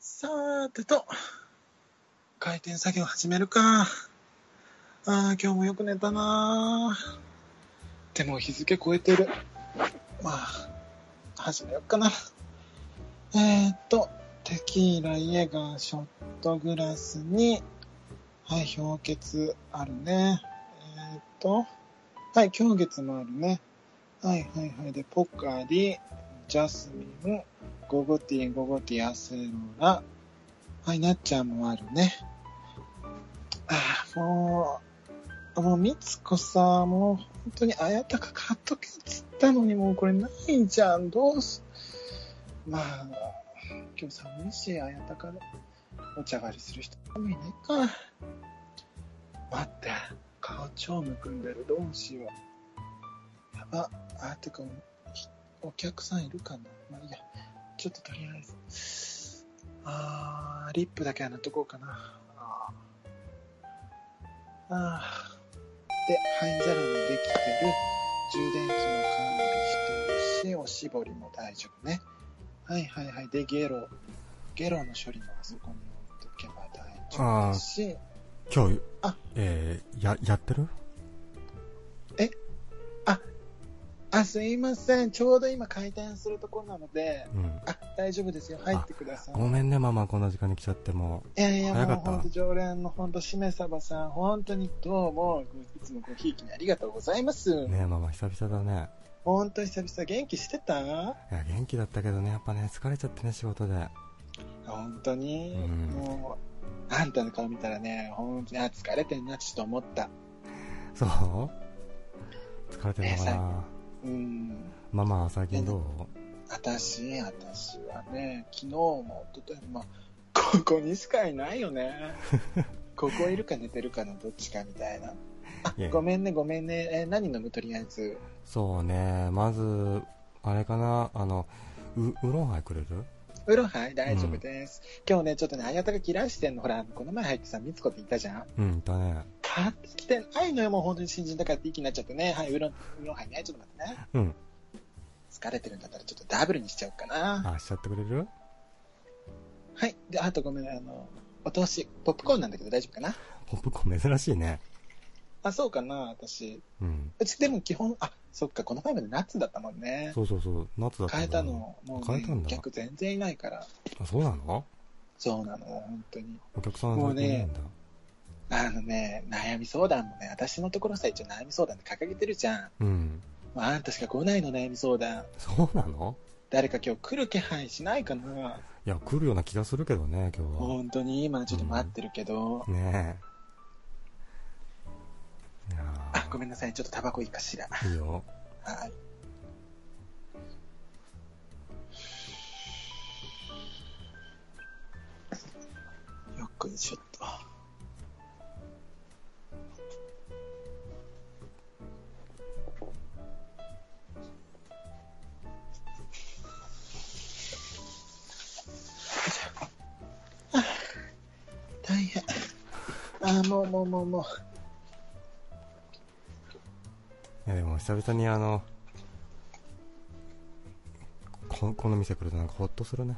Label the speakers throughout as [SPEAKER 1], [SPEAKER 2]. [SPEAKER 1] ーてと、回転作業始めるか。あー今日もよく寝たなーでも日付超えてる。まあ、始めよっかな。えーっと、テキーラ、イエガー、ショットグラスに、はい、氷結あるね。えーっと、はい、氷月もあるね。はいはいはい。で、ポカリ、ジャスミン、ゴゴティー、ゴゴティー、アセロラ。はい、なっちゃんもあるね。ああ、もう、もう、みつこさ、もう、本当に、あやたか買っとけっつったのに、もうこれないじゃん。どうす、まあ、今日寒いし、あやたかで、お茶狩りする人もいないか。待って、顔超むくんでる。どうしよう。やば。あ、てか、ひお客さんいるかなまあ、いいや。ちょっととりあえず。あー、リップだけは塗っとこうかな。あー。あーで、灰皿もできてる。充電器も完備してるし、おしぼりも大丈夫ね。はいはいはい。で、ゲロ。ゲロの処理もあそこに置いとけば大丈夫だし。
[SPEAKER 2] 今日
[SPEAKER 1] あ、
[SPEAKER 2] えー、や、やってる
[SPEAKER 1] あ、すいません。ちょうど今回転するところなので、
[SPEAKER 2] うん。
[SPEAKER 1] あ、大丈夫ですよ。入ってください。
[SPEAKER 2] ごめんね、ママ、こんな時間に来ちゃっても
[SPEAKER 1] いやいや、も
[SPEAKER 2] 早か
[SPEAKER 1] う
[SPEAKER 2] った
[SPEAKER 1] 本当常連の本当しめさばさん、本当にどうも、いつもごひいきにありがとうございます
[SPEAKER 2] う。。ねママ、久々だね。
[SPEAKER 1] 本当久々元気してた
[SPEAKER 2] いや、元気だったけどね、やっぱね、疲れちゃってね、仕事で。
[SPEAKER 1] 本当に、
[SPEAKER 2] うん
[SPEAKER 1] もう、あんたの顔見たらね、本当に、あ、疲れてんな、ちょっと思った。
[SPEAKER 2] そう疲れてるのか
[SPEAKER 1] え
[SPEAKER 2] な
[SPEAKER 1] うん。
[SPEAKER 2] ママ、最近どう
[SPEAKER 1] 私、私はね、昨日も、おとといも、まあ、ここにしかいないよ ね。ここいるか寝てるかのどっちかみたいな。あ
[SPEAKER 2] いえ、
[SPEAKER 1] ごめんね、ごめんね。え、何飲むとりあえず。
[SPEAKER 2] そうね、まず、あれかな、あの、う、ウーロンハイくれる
[SPEAKER 1] ウロハイ大丈夫です。今日ね、ちょっとね、あやたが嫌いしてんの。ほら、この前入ってさ、みつこって言ったじゃん。
[SPEAKER 2] うん、いたね。
[SPEAKER 1] 買ってきてないのよ、もう本当に新人だからっていい気になっちゃってね。はい、ウロン、ウロンハイね。ちょっと待ってね。
[SPEAKER 2] うん。
[SPEAKER 1] 疲れてるんだったらちょっとダブルにしちゃおうかな。
[SPEAKER 2] あ、しちゃってくれる
[SPEAKER 1] はい。で、あとごめん、あの、お通し、ポップコーンなんだけど大丈夫かな
[SPEAKER 2] ポップコーン珍しいね。
[SPEAKER 1] あ、そうかな、私。
[SPEAKER 2] うん。
[SPEAKER 1] うちでも基本、あ、そっか、この前までナッツだったもんね。
[SPEAKER 2] そうそうそう、夏だった
[SPEAKER 1] 変え
[SPEAKER 2] んだ
[SPEAKER 1] たの、もう、ね、
[SPEAKER 2] 変えたんだ
[SPEAKER 1] 客全然いないから。
[SPEAKER 2] あ、そうなの
[SPEAKER 1] そうなの、本当に。
[SPEAKER 2] お客さん最近いないんだ。
[SPEAKER 1] あのね、悩み相談もね、私のところさ、一応悩み相談で掲げてるじゃん。
[SPEAKER 2] うん。
[SPEAKER 1] まあ、あんたしか来ないの、悩み相談。
[SPEAKER 2] そうなの
[SPEAKER 1] 誰か今日来る気配しないかな。
[SPEAKER 2] いや、来るような気がするけどね、今日は。
[SPEAKER 1] 本当に、今ちょっと待ってるけど。
[SPEAKER 2] ねえ。いや
[SPEAKER 1] あ、ごめんなさい、ちょっとタバコいいかしら。
[SPEAKER 2] ーいいよ。
[SPEAKER 1] はい。よくちょっと。 あ大変。あ、もうもうもうもう。
[SPEAKER 2] いや、でも久々にあの、ここの店来るとなんかほっとするね。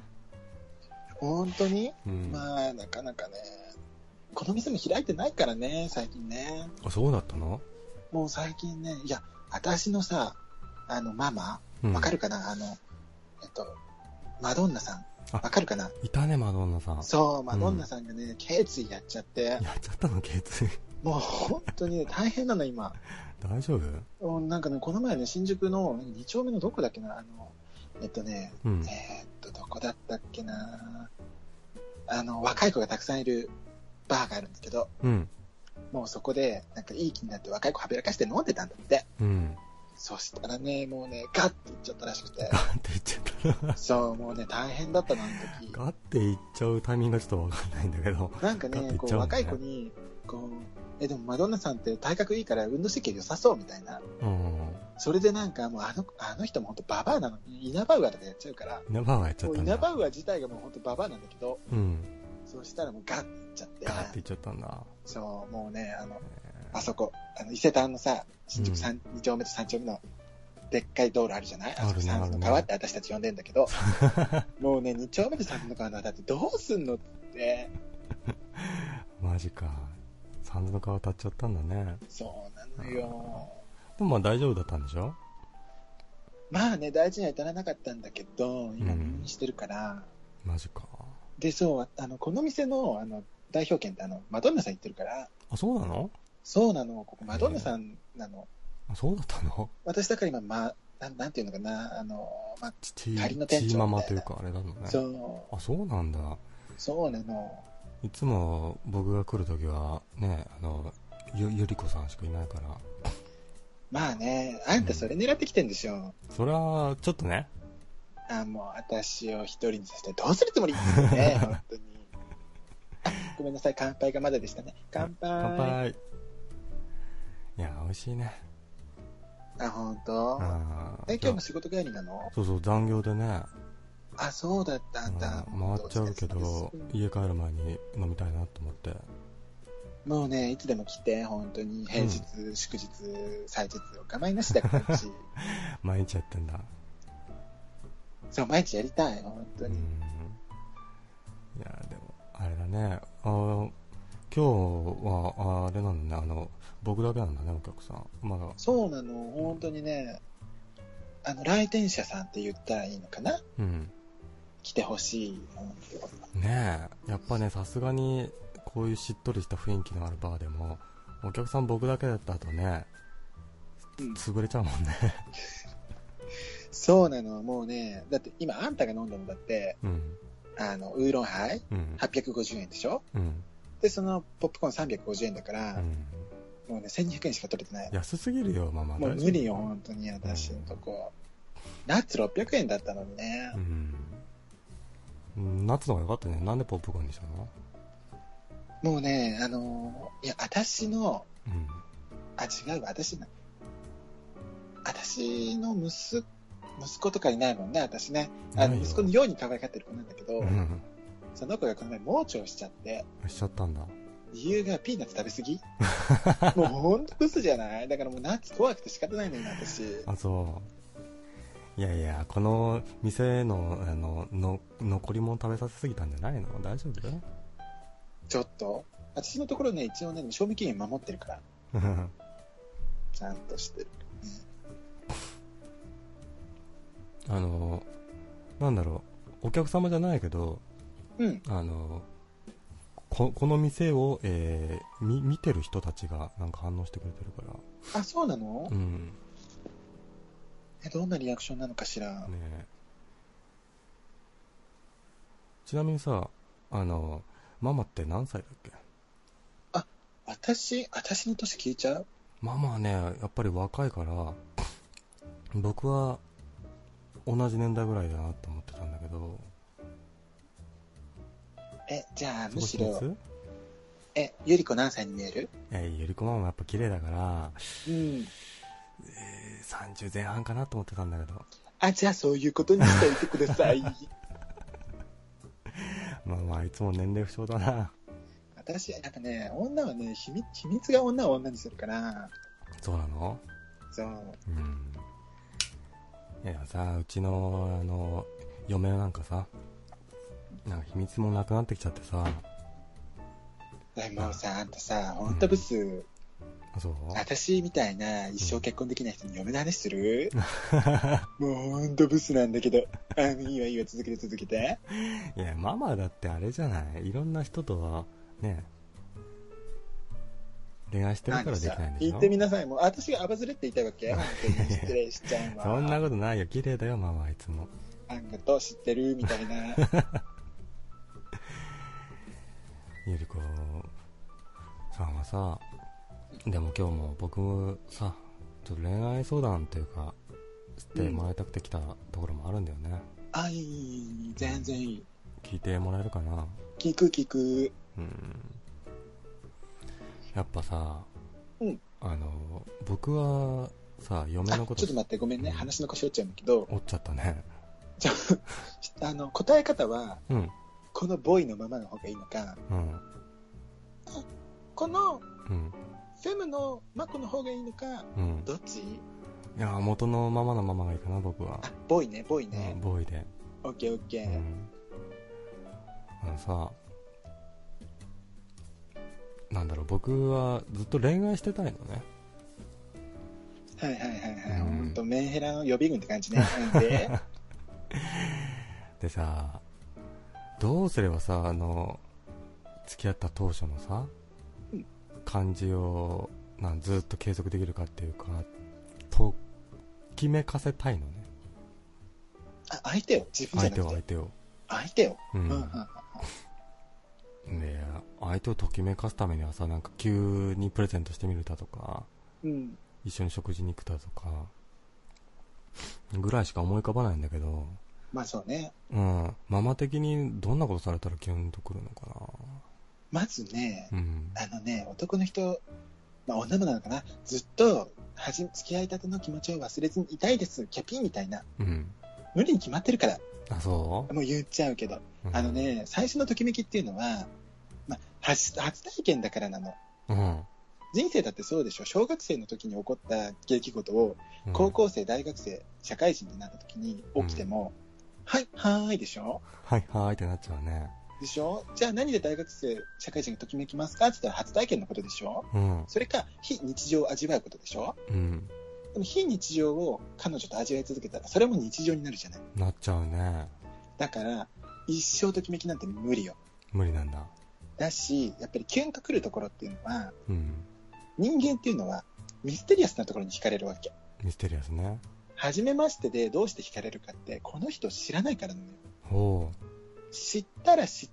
[SPEAKER 1] 本当に
[SPEAKER 2] うん。
[SPEAKER 1] まあ、なかなかね、この店も開いてないからね、最近ね。
[SPEAKER 2] あ、そうだったの
[SPEAKER 1] もう最近ね、いや、私のさ、あの、ママ、
[SPEAKER 2] うん。
[SPEAKER 1] わかるかな、あの、えっと、マドンナさん、
[SPEAKER 2] あ
[SPEAKER 1] わかるかない
[SPEAKER 2] たね、マドンナさん。
[SPEAKER 1] そう、マドンナさんがね、頸椎やっちゃって、
[SPEAKER 2] やっちゃったの、頸椎。
[SPEAKER 1] もう本当にね、大変なの、今。
[SPEAKER 2] 大丈夫
[SPEAKER 1] もうなんかね、この前ね、新宿の2丁目のどこだっけな、あの、えっとね、
[SPEAKER 2] うん。
[SPEAKER 1] えーっと、どこだったっけな、あの、若い子がたくさんいるバーがあるんだけど、
[SPEAKER 2] うん。
[SPEAKER 1] もうそこで、なんかいい気になって若い子はべらかして飲んでたんだって。
[SPEAKER 2] うん。
[SPEAKER 1] そしたらね、もうね、ガッて言っちゃったらしく て。
[SPEAKER 2] ガッて言っちゃったな。
[SPEAKER 1] そう、もうね、大変だったの、あの時。
[SPEAKER 2] ガッて言っちゃうタイミングがちょっとわかんないんだけど。
[SPEAKER 1] なんか
[SPEAKER 2] ガッて
[SPEAKER 1] ね、
[SPEAKER 2] 言っ
[SPEAKER 1] こ
[SPEAKER 2] ち
[SPEAKER 1] う、
[SPEAKER 2] ゃうん
[SPEAKER 1] 若
[SPEAKER 2] だね
[SPEAKER 1] い子に、こう、え、でもマドンナさんって体格いいから運動神経良さそうみたいな。
[SPEAKER 2] うん。
[SPEAKER 1] それでなんかもうあの、あの人も本当ババアなのに、イナバウアーとかやっちゃうから、
[SPEAKER 2] 稲葉はやっちゃ
[SPEAKER 1] も
[SPEAKER 2] っ
[SPEAKER 1] う
[SPEAKER 2] た
[SPEAKER 1] イ
[SPEAKER 2] ん
[SPEAKER 1] ナ
[SPEAKER 2] だ。
[SPEAKER 1] バウアー自体がもう本当ババアなんだけど、
[SPEAKER 2] うん。
[SPEAKER 1] そしたらもうガッて言っちゃって。
[SPEAKER 2] ガッて言っちゃったんだ。
[SPEAKER 1] そう、もうね、あの、あそこ、あの、伊勢丹のさ、新宿三、二丁目と三丁目のでっかい道路あるじゃない
[SPEAKER 2] あるね
[SPEAKER 1] そこ三途の
[SPEAKER 2] ある
[SPEAKER 1] 川
[SPEAKER 2] ね
[SPEAKER 1] って私たち呼んでんだけ ど、もうね、2丁目で三途の川のだってどうすんのって、
[SPEAKER 2] マジか。三度の川立っちゃったんだね。
[SPEAKER 1] そうなのよ。
[SPEAKER 2] でもまあ大丈夫だったんでしょ
[SPEAKER 1] まあね、大事には至らなかったんだけど、今
[SPEAKER 2] うん
[SPEAKER 1] 入院してるから、
[SPEAKER 2] マジか。
[SPEAKER 1] で、そう、あの、この店の、あの、代表権ってあの、マドンナさん行ってるから、
[SPEAKER 2] あ、そうなの
[SPEAKER 1] そうなの、ここマドンナさんなの。
[SPEAKER 2] あ、そうだったの
[SPEAKER 1] 私だから今、ま、なんなんていうのかな、あの、まあ、
[SPEAKER 2] ちち
[SPEAKER 1] 仮の
[SPEAKER 2] ー、
[SPEAKER 1] 店長
[SPEAKER 2] ちーママというかあれなのね。
[SPEAKER 1] そう、
[SPEAKER 2] あ、そうなんだ。
[SPEAKER 1] そうなの。
[SPEAKER 2] いつも僕が来るときは、ね、あの、ゆ、ゆりこさんしかいないから。
[SPEAKER 1] まあね、あんたそれ狙ってきてんでしょ。
[SPEAKER 2] それは、ちょっとね。
[SPEAKER 1] あ、もう、私を一人にさせて、どうするつもり ね、本当に。あごめんなさい、乾杯がまだでしたね。乾杯。
[SPEAKER 2] 乾杯。いや、美味しいね。
[SPEAKER 1] あ、本当。
[SPEAKER 2] あー
[SPEAKER 1] え、今日も仕事帰りなの
[SPEAKER 2] そうそう、残業でね、
[SPEAKER 1] あ、そうだった、あんた。
[SPEAKER 2] うん回っちゃうけど
[SPEAKER 1] う、ん
[SPEAKER 2] 家帰る前に飲みたいなと思って。
[SPEAKER 1] もうね、いつでも来て、本当に、平日、祝日、祭日、お構いなしだから し、
[SPEAKER 2] 毎日やってんだ。
[SPEAKER 1] そう、毎日やりたい、本当
[SPEAKER 2] う
[SPEAKER 1] に。
[SPEAKER 2] ん。いや、でも、あれだね。あー今日は、あれなんだね、あの、僕だけなんだね、お客さん。まだ。
[SPEAKER 1] そうなの、本当にね、あの、来店者さんって言ったらいいのかな
[SPEAKER 2] うん。
[SPEAKER 1] 来てほしい。本当
[SPEAKER 2] ねえ、やっぱね、さすがに、こういうしっとりした雰囲気のあるバーでも、お客さん僕だけだとね、
[SPEAKER 1] うん
[SPEAKER 2] 潰れちゃうもんね。
[SPEAKER 1] そうなの、もうね、だって今、あんたが飲んだのだって、
[SPEAKER 2] うん。
[SPEAKER 1] あの、ウーロンハイ
[SPEAKER 2] うん。
[SPEAKER 1] 850円でしょ
[SPEAKER 2] うん。
[SPEAKER 1] で、そのポップコーン350円だか
[SPEAKER 2] う
[SPEAKER 1] ら、
[SPEAKER 2] ん。
[SPEAKER 1] もうね、1200円しか取れてない。
[SPEAKER 2] 安すぎるよ、ママ。
[SPEAKER 1] もう
[SPEAKER 2] 大丈夫
[SPEAKER 1] 無理よ、。本当に、私のとこ。ナッツ600円だったのにね。
[SPEAKER 2] うん。夏の方が良かったね。なんでポップコーンにしたの
[SPEAKER 1] もうね、あのーいや、私の、
[SPEAKER 2] うん。
[SPEAKER 1] あ、違うわ、私の、私の息、息子とかいないもんね、私ね。あの、
[SPEAKER 2] ないよ
[SPEAKER 1] 息子のように可愛がってる子なんだけど、
[SPEAKER 2] うん。
[SPEAKER 1] その子がこの前盲腸しちゃって、
[SPEAKER 2] しちゃったんだ。
[SPEAKER 1] 理由がピーナッツ食べ過ぎ もうほんと嘘じゃないだからもうナッツ怖くて仕方ないのよ、私。
[SPEAKER 2] あ、そう。いやいや、この店の、あの、の、残り物食べさせすぎたんじゃないの大丈夫
[SPEAKER 1] ちょっと。私のところね、一応ね、でも賞味期限守ってるから、ちゃんとしてる。
[SPEAKER 2] あの、なんだろう。お客様じゃないけど、
[SPEAKER 1] うん。
[SPEAKER 2] あの、ここの店を、えー、み、見てる人たちがなんか反応してくれてるか
[SPEAKER 1] あ、そうなの
[SPEAKER 2] ら。うん。
[SPEAKER 1] え、どんなリアクションなのかしら。
[SPEAKER 2] ねえちなみにさあのママって何歳だっけ
[SPEAKER 1] 私、私の年聞いちゃう
[SPEAKER 2] ママはねやっぱり若いから 僕は同じ年代ぐらいだなと思ってたんだけど
[SPEAKER 1] え、じゃあ、
[SPEAKER 2] そ
[SPEAKER 1] む
[SPEAKER 2] こ
[SPEAKER 1] し
[SPEAKER 2] 知ら
[SPEAKER 1] ろ、
[SPEAKER 2] ず
[SPEAKER 1] え、ゆり子何歳に見える
[SPEAKER 2] えゆりこママやっぱ綺麗だから、
[SPEAKER 1] うん。
[SPEAKER 2] えー30前半かなと思ってたんだけど
[SPEAKER 1] あ、じゃあそういうことにしておいてください。
[SPEAKER 2] まあまあいつも年齢不詳だな
[SPEAKER 1] 私、なんかね、女はね、秘密秘密が女を女にするから、
[SPEAKER 2] そうなの
[SPEAKER 1] そう。
[SPEAKER 2] うんいやさうちのあの嫁なんかさなんか秘密もなくなってきちゃってさ
[SPEAKER 1] でもうさ、あんたさ、ほんとブス、
[SPEAKER 2] あそう
[SPEAKER 1] 私みたいな一生結婚できない人に嫁の話す るもうほんとブスなんだけど。あ、いいわいいわ、続けて続けて。
[SPEAKER 2] いや、ママだってあれじゃないいろんな人とは、ね、恋愛してるからできないんでし
[SPEAKER 1] 聞
[SPEAKER 2] ょ
[SPEAKER 1] いてみなさい。もう私がアバズレって言いたいわけ 本当に失礼しちゃうわ。
[SPEAKER 2] そんなことないよ。綺麗だよ、ママはいつも。
[SPEAKER 1] あんこと知ってるみたいな。
[SPEAKER 2] ゆりこさんはさ、でも今日も僕さ、ちょっと恋愛相談というか、してもらいたくて来たところもあるんだよね。
[SPEAKER 1] あ、いいいいいい、全然いい。
[SPEAKER 2] 聞いてもらえるかな
[SPEAKER 1] 聞く聞く。
[SPEAKER 2] うん。やっぱさ、
[SPEAKER 1] うん
[SPEAKER 2] あの、僕はさ、嫁
[SPEAKER 1] あ、ち
[SPEAKER 2] の
[SPEAKER 1] ょっ
[SPEAKER 2] こと
[SPEAKER 1] と待って、ごめんね。
[SPEAKER 2] うん
[SPEAKER 1] 話の腰折っちゃうんだけど、
[SPEAKER 2] 折っちゃったね。
[SPEAKER 1] じゃあ、あの、答え方は、
[SPEAKER 2] うん、
[SPEAKER 1] このボーイのままの方がいいのか、
[SPEAKER 2] うん、
[SPEAKER 1] この
[SPEAKER 2] うん、
[SPEAKER 1] フェムのマコの方がいいのか、
[SPEAKER 2] うん。
[SPEAKER 1] どっち
[SPEAKER 2] いや元のままのままがいいかな僕は、
[SPEAKER 1] あ、ボーイね、ボーイ
[SPEAKER 2] う
[SPEAKER 1] ね
[SPEAKER 2] ん。ボーイで、
[SPEAKER 1] オッケーオッケ
[SPEAKER 2] う
[SPEAKER 1] ー。
[SPEAKER 2] ん、あのさなんだろう僕はずっと恋愛してたいのね
[SPEAKER 1] はいはいはいはい。
[SPEAKER 2] う
[SPEAKER 1] ほ
[SPEAKER 2] ん
[SPEAKER 1] んと、メンヘラの予備軍って感じ ね。うんで、
[SPEAKER 2] でさどうすればさあの付き合った当初のさ、
[SPEAKER 1] うん
[SPEAKER 2] 感じをなんずっと継続できるかっていうかときめかせたいのね
[SPEAKER 1] あ、相手を、自分じゃ
[SPEAKER 2] 相
[SPEAKER 1] な
[SPEAKER 2] 手を
[SPEAKER 1] く
[SPEAKER 2] 相
[SPEAKER 1] て。
[SPEAKER 2] 手
[SPEAKER 1] 相手
[SPEAKER 2] を
[SPEAKER 1] を。う
[SPEAKER 2] う
[SPEAKER 1] んんうんうん。
[SPEAKER 2] で相手をときめかすためにはさなんか急にプレゼントしてみるだとか
[SPEAKER 1] うん。
[SPEAKER 2] 一緒に食事に行くだとかぐらいしか思い浮かばないんだけど
[SPEAKER 1] まあそうね。
[SPEAKER 2] うんママ的にどんなことされたらキュンとくるのか
[SPEAKER 1] まずね、
[SPEAKER 2] なうん
[SPEAKER 1] あのね、男の人、まあ女もなのかな、ずっと、はじ、付き合いたての気持ちを忘れずにいたいです、キャピーみたいな。
[SPEAKER 2] うん
[SPEAKER 1] 無理に決まってるから、
[SPEAKER 2] あそ
[SPEAKER 1] もう言っちゃうけど。
[SPEAKER 2] う、うん
[SPEAKER 1] あのね、最初のときめきっていうのは、まあ、初初体験だからなの。
[SPEAKER 2] うん
[SPEAKER 1] 人生だってそうでしょ。小学生の時に起こった出来事を、
[SPEAKER 2] うん
[SPEAKER 1] 高校生、大学生、社会人になった時に起きても、はい、はーいでしょ
[SPEAKER 2] はいはーいってなっちゃうね
[SPEAKER 1] でしょじゃあ何で大学生、社会人がときめきますかって言ったら初体験のことでしょ
[SPEAKER 2] うん
[SPEAKER 1] それか、非日常を味わうことでしょ
[SPEAKER 2] うん
[SPEAKER 1] でも非日常を彼女と味わい続けたら、それも日常になるじゃない。
[SPEAKER 2] なっちゃうね
[SPEAKER 1] だから、一生ときめきなんて無理よ。
[SPEAKER 2] 無理なんだ
[SPEAKER 1] だし、やっぱりキュンとくるところっていうのは、
[SPEAKER 2] うん
[SPEAKER 1] 人間っていうのはミステリアスなところに惹かれるわけ。
[SPEAKER 2] ミステリアスね
[SPEAKER 1] 初めましてでどうして惹かれるかって、この人知らないからなのよ。
[SPEAKER 2] ほ
[SPEAKER 1] 知ったら知っ、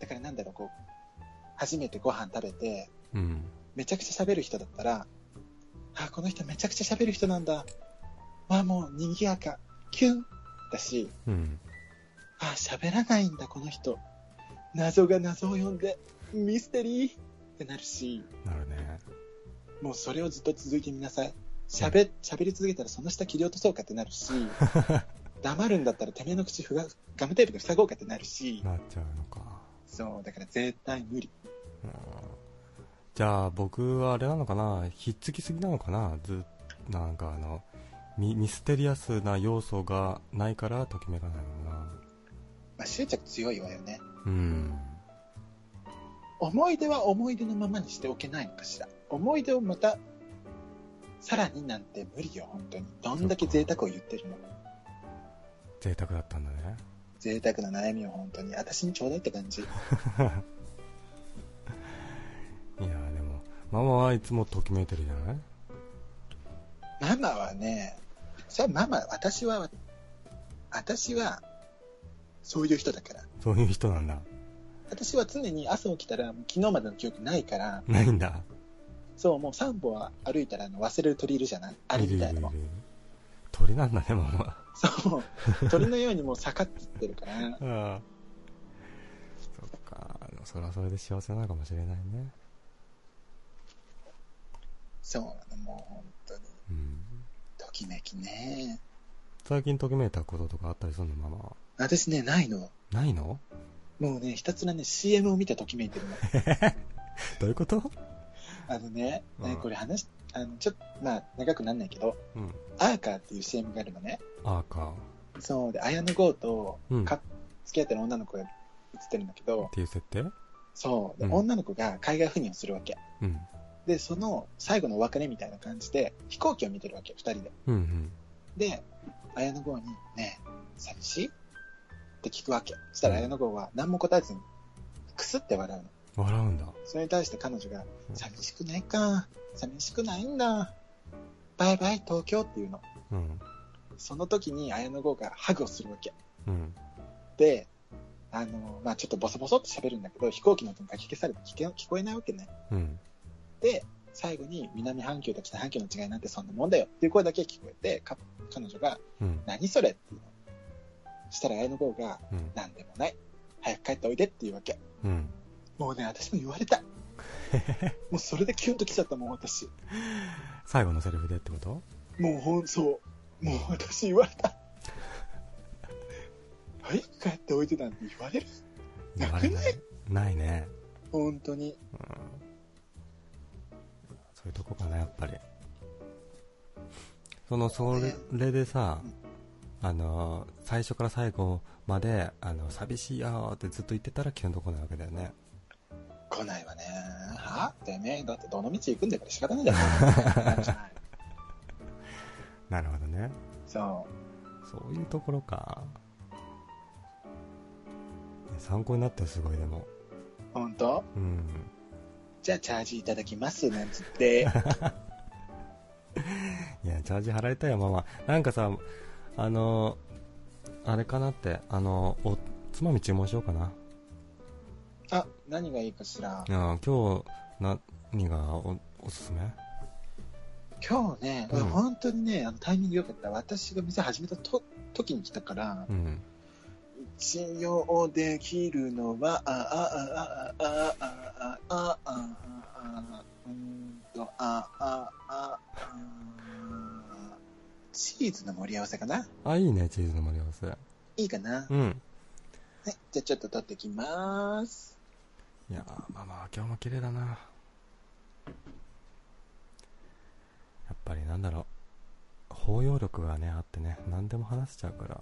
[SPEAKER 1] だからなんだろう、こう、初めてご飯食べて、
[SPEAKER 2] ううん
[SPEAKER 1] めちゃくちゃ喋る人だったら、あ、この人めちゃくちゃ喋る人なんだ。まあもう賑やか、キュンだし、
[SPEAKER 2] うん
[SPEAKER 1] あ、喋らないんだ、この人。謎が謎を呼んで、ミステリーってなるし、
[SPEAKER 2] なるね
[SPEAKER 1] もうそれをずっと続いてみなさい。喋、喋り続けたらその下切り落とそうかってなるし、黙るんだったらてめえの口ふが、ガムテープで塞ごうかってなるし、
[SPEAKER 2] なっちゃうのか
[SPEAKER 1] そう、だから絶対無理。
[SPEAKER 2] うんじゃあ僕はあれなのかなひっつきすぎなのかなずなんかあのミミステリアスな要素がないからときめかないのかな
[SPEAKER 1] まあ、執着強いわよね。
[SPEAKER 2] うん
[SPEAKER 1] 思い出は思い出のままにしておけないのかしら。思い出をまた、さらになんて無理よ、本当に。どんだけ贅沢を言ってるの。
[SPEAKER 2] 贅沢だったんだね
[SPEAKER 1] 贅沢な悩みを本当に。私にちょうだいって感じ。
[SPEAKER 2] いやでもママはいつもときめいてるじゃない
[SPEAKER 1] ママはね、それはママ、私は、私は、そういう人だから。
[SPEAKER 2] そういう人なんだ
[SPEAKER 1] 私は常に朝起きたら昨日までの記憶ないから、
[SPEAKER 2] ないんだ
[SPEAKER 1] そう、もう散歩は歩いたらあの忘れる鳥いるじゃないあれみたいなの
[SPEAKER 2] る。るる鳥なんだねママ
[SPEAKER 1] そう、鳥のようにもうサカッつってるから、
[SPEAKER 2] ああ そっかでもそれはそれで幸せなのかもしれないね
[SPEAKER 1] そうなの、もう本当に、
[SPEAKER 2] うん
[SPEAKER 1] ときめきね。
[SPEAKER 2] 最近ときめいたこととかあったりするのママは
[SPEAKER 1] 私ね、ないの。
[SPEAKER 2] ないの
[SPEAKER 1] もうね、ひたすらね、CM を見てときめいてるの。
[SPEAKER 2] どういうこと
[SPEAKER 1] あのね、ね
[SPEAKER 2] うん
[SPEAKER 1] これ話し、あの、ちょっと、まあ、長くなんないけど、
[SPEAKER 2] うん
[SPEAKER 1] アーカーっていう CM があるのね。
[SPEAKER 2] ああか
[SPEAKER 1] そう、で、綾野剛と
[SPEAKER 2] うんっ
[SPEAKER 1] か付き合ってる女の子が映ってるんだけど、
[SPEAKER 2] ていう設定
[SPEAKER 1] そう、で
[SPEAKER 2] うん
[SPEAKER 1] 女の子が海外赴任をするわけ。
[SPEAKER 2] うん
[SPEAKER 1] で、その最後のお別れみたいな感じで、飛行機を見てるわけ、二人で。
[SPEAKER 2] うんうん
[SPEAKER 1] で、綾野剛に、ねえ、寂しいって聞くわけ。そしたら綾野剛は何も答えずに、くすって笑うの。
[SPEAKER 2] 笑うんだ
[SPEAKER 1] それに対して彼女が
[SPEAKER 2] う、ん
[SPEAKER 1] 寂しくないか、寂しくないんだ、バイバイ東京っていうの。
[SPEAKER 2] うん
[SPEAKER 1] その時に綾野剛がハグをするわけ。
[SPEAKER 2] うん
[SPEAKER 1] で、あの、まあちょっとボソボソって喋るんだけど、飛行機の音が聞けされて聞け聞こえないわけね。
[SPEAKER 2] うん
[SPEAKER 1] で、最後に南半球と北半球の違いなんてそんなもんだよっていう声だけ聞こえて、か彼女が、
[SPEAKER 2] うん
[SPEAKER 1] 何それっていうの。したら綾野剛が、
[SPEAKER 2] うん
[SPEAKER 1] なんでもない。早く帰っておいでっていうわけ。
[SPEAKER 2] うん
[SPEAKER 1] もうね、私も言われた。もうそれでキュンときちゃったもん、私。
[SPEAKER 2] 最後のセリフでってこと
[SPEAKER 1] もうほん、そう。もう私言われた。はい、帰っておいでなんて言われるなくない
[SPEAKER 2] ないね
[SPEAKER 1] 本当に。
[SPEAKER 2] そういうとこかなやっぱりそのそれれでさあの最初から最後まであの寂しいよってずっと言ってたらキュンとこないわけだよね
[SPEAKER 1] 来ないわね。はてめえ、だってどの道行くんだから仕方ないじゃんじゃない。
[SPEAKER 2] なるほどね
[SPEAKER 1] そ
[SPEAKER 2] そういうところか参考になったよすごいでも
[SPEAKER 1] う。ほんと
[SPEAKER 2] うん
[SPEAKER 1] じゃあチャージいただきます、なんつって。
[SPEAKER 2] いやチャージ払いたいよママなんかさあのあれかなってあのおつまみ注文しようかな
[SPEAKER 1] あ、何がいいかしら
[SPEAKER 2] い。や今日な何がおおすすめ
[SPEAKER 1] 今日ね、
[SPEAKER 2] うん
[SPEAKER 1] 本当にね、あのタイミング良かった。私が店始めたと時に来たから
[SPEAKER 2] う、ん
[SPEAKER 1] 一応できるのは、あ、あ、あ、あ、あ、あ、あ、あ、あ、あ、あ、うーんと、あ、あ、あ、あ、チーズの盛り合わせかな
[SPEAKER 2] あいいねチーズの盛り合わせ
[SPEAKER 1] いいかな
[SPEAKER 2] うん
[SPEAKER 1] はい、じゃあちょっと取ってきまーす。
[SPEAKER 2] いやーママ今日も綺麗だなやっぱりなんだろう包容力がねあってね何でも話せちゃうから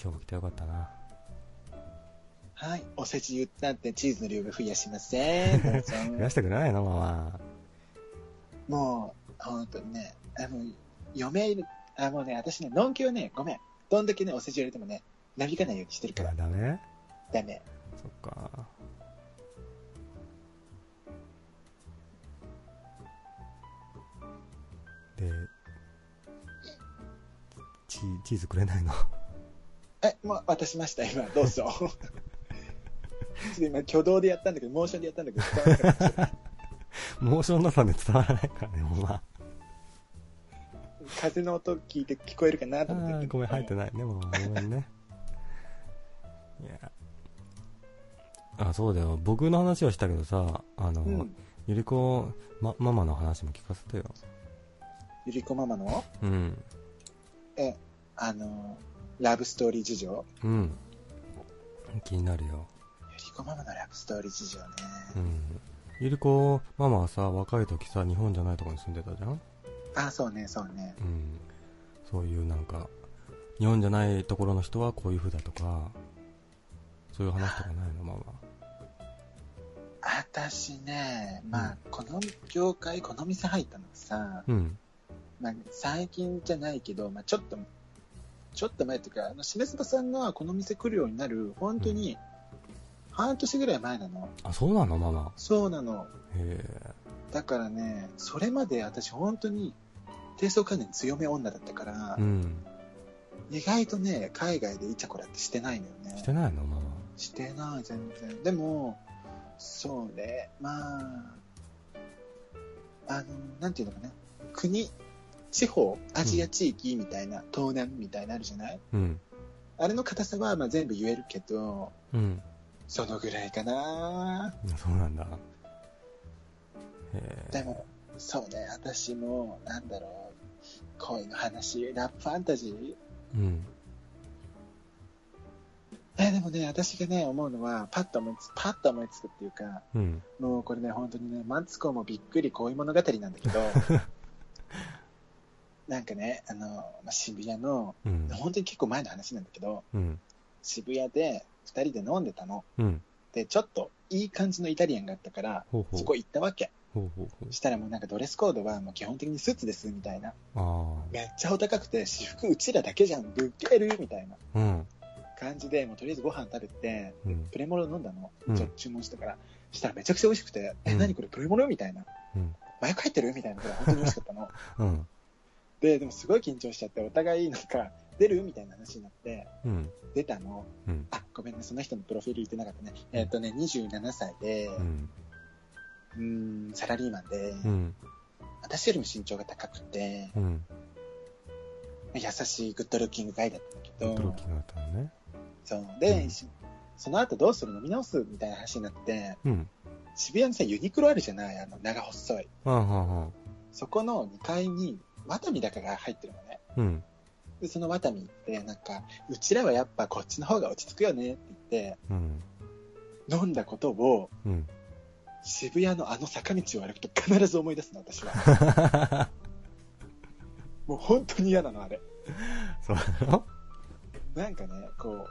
[SPEAKER 2] 今日も来てよかったな
[SPEAKER 1] はい、おせち言ったってチーズの量が増やしません。どうぞ
[SPEAKER 2] 増やしてくれないのママ
[SPEAKER 1] もう、本当にね、あの、嫁いる、あ、もうね、私ね、のんきはね、ごめん。どんだけね、おせち入れてもね、なびかないようにしてるから、
[SPEAKER 2] ダメ
[SPEAKER 1] ダメ。
[SPEAKER 2] そっかでチチーズくれないの
[SPEAKER 1] え、もう渡しました、今、どうぞ。ちょっと今、挙動でやったんだけど、モーションでやったんだけど、伝わらなかった
[SPEAKER 2] モーションなさで伝わらないからねママ
[SPEAKER 1] 風の音聞いて聞こえるかな
[SPEAKER 2] あ
[SPEAKER 1] と思っ
[SPEAKER 2] ー
[SPEAKER 1] て。
[SPEAKER 2] ごめん入ってないねもうごめんねいやあそうだよ僕の話はしたけどさあの、
[SPEAKER 1] うん。
[SPEAKER 2] ゆりこ、ま、ママの話も聞かせてよ
[SPEAKER 1] ゆりこママの、
[SPEAKER 2] うん
[SPEAKER 1] あの、ラブストーリー事情。
[SPEAKER 2] うん気になるよ
[SPEAKER 1] ゆりこママのラブストーリー事情ね。
[SPEAKER 2] うんゆりこママはさ若い時さ日本じゃないとこに住んでたじゃん
[SPEAKER 1] あ、そうね、そうね。
[SPEAKER 2] うんそういうなんか日本じゃないところの人はこういう風だとかそういう話とかないのママ
[SPEAKER 1] 私ね、まあ、この業界、この店入ったのさ、
[SPEAKER 2] うん
[SPEAKER 1] まあ、最近じゃないけど、まあ、ちょっと、ちょっと前っていうか、あの、しめすばさんがこの店来るようになる、本当に、半年ぐらい前なの。
[SPEAKER 2] あそうなのママ
[SPEAKER 1] そうなの。
[SPEAKER 2] へえ
[SPEAKER 1] だからね、それまで私本当に、低層観念強め女だったから、
[SPEAKER 2] うん
[SPEAKER 1] 意外とね、海外でイチャコラってしてないのよね。
[SPEAKER 2] してないのママ
[SPEAKER 1] してない全然でもそうねまああのなんていうのかな国地方アジア地域みたいな、東南みたいなのあるじゃない
[SPEAKER 2] うん
[SPEAKER 1] あれの硬さはまあ全部言えるけど
[SPEAKER 2] うん
[SPEAKER 1] そのぐらいかな
[SPEAKER 2] そうなんだへ
[SPEAKER 1] で
[SPEAKER 2] え
[SPEAKER 1] もそうね私もなんだろう恋の話ラブファンタジー
[SPEAKER 2] うん
[SPEAKER 1] えでもね私がね思うのはパッと思いつパッと思いつくっていうか
[SPEAKER 2] うん
[SPEAKER 1] もうこれね、本当にね、マツコもびっくり恋物語なんだけど、なんかね、あの、まあ、渋谷の、
[SPEAKER 2] うん
[SPEAKER 1] 本当に結構前の話なんだけど、
[SPEAKER 2] うん
[SPEAKER 1] 渋谷で2人で飲んでたの。
[SPEAKER 2] うん
[SPEAKER 1] で、ちょっといい感じのイタリアンがあったから、
[SPEAKER 2] ほうほう
[SPEAKER 1] そこ行ったわけ。
[SPEAKER 2] ほうほうほう
[SPEAKER 1] したらもうなんかドレスコードはもう基本的にスーツです、みたいな。
[SPEAKER 2] あ
[SPEAKER 1] めっちゃお高くて、私服うちらだけじゃん、ぶっけるみたいな
[SPEAKER 2] あうん
[SPEAKER 1] 感じで、もうとりあえずご飯食べて、
[SPEAKER 2] うん
[SPEAKER 1] プレモル飲んだの、
[SPEAKER 2] うん
[SPEAKER 1] ちょ注文したから、したらめちゃくちゃ美味しくて、え、
[SPEAKER 2] うん
[SPEAKER 1] 何これプレモルみたいな。
[SPEAKER 2] うん
[SPEAKER 1] 麻薬入ってるみたいなぐらい本当に美味しかった の。
[SPEAKER 2] うん
[SPEAKER 1] で、でもすごい緊張しちゃって、お互いなんか、出るみたいな話になって、
[SPEAKER 2] うん
[SPEAKER 1] 出たの。
[SPEAKER 2] うん
[SPEAKER 1] あ、ごめんね、その人のプロフィール言ってなかったね。えっ、とね、27歳で、
[SPEAKER 2] う
[SPEAKER 1] うんーん、サラリーマンで、
[SPEAKER 2] うん
[SPEAKER 1] 私よりも身長が高くて、
[SPEAKER 2] うん
[SPEAKER 1] 優しいグッドルッキングガイだったんだけ
[SPEAKER 2] 驚
[SPEAKER 1] ど、
[SPEAKER 2] きがあったのね
[SPEAKER 1] そう。で、
[SPEAKER 2] うん
[SPEAKER 1] その後どうする飲み直すみたいな話になって、
[SPEAKER 2] うん
[SPEAKER 1] 渋谷にさ、ユニクロあるじゃないあの、長細い。
[SPEAKER 2] はあはあは
[SPEAKER 1] そこの2階に、ワタミだかが入ってるのね。
[SPEAKER 2] あうん
[SPEAKER 1] で、そのワタミって、なんか、うちらはやっぱこっちの方が落ち着くよねって言って、
[SPEAKER 2] うん
[SPEAKER 1] 飲んだことを
[SPEAKER 2] うん
[SPEAKER 1] 渋谷のあの坂道を歩くと必ず思い出すの、私は。もう本当に嫌なの、あれ。
[SPEAKER 2] そうなの
[SPEAKER 1] なんかね、こう、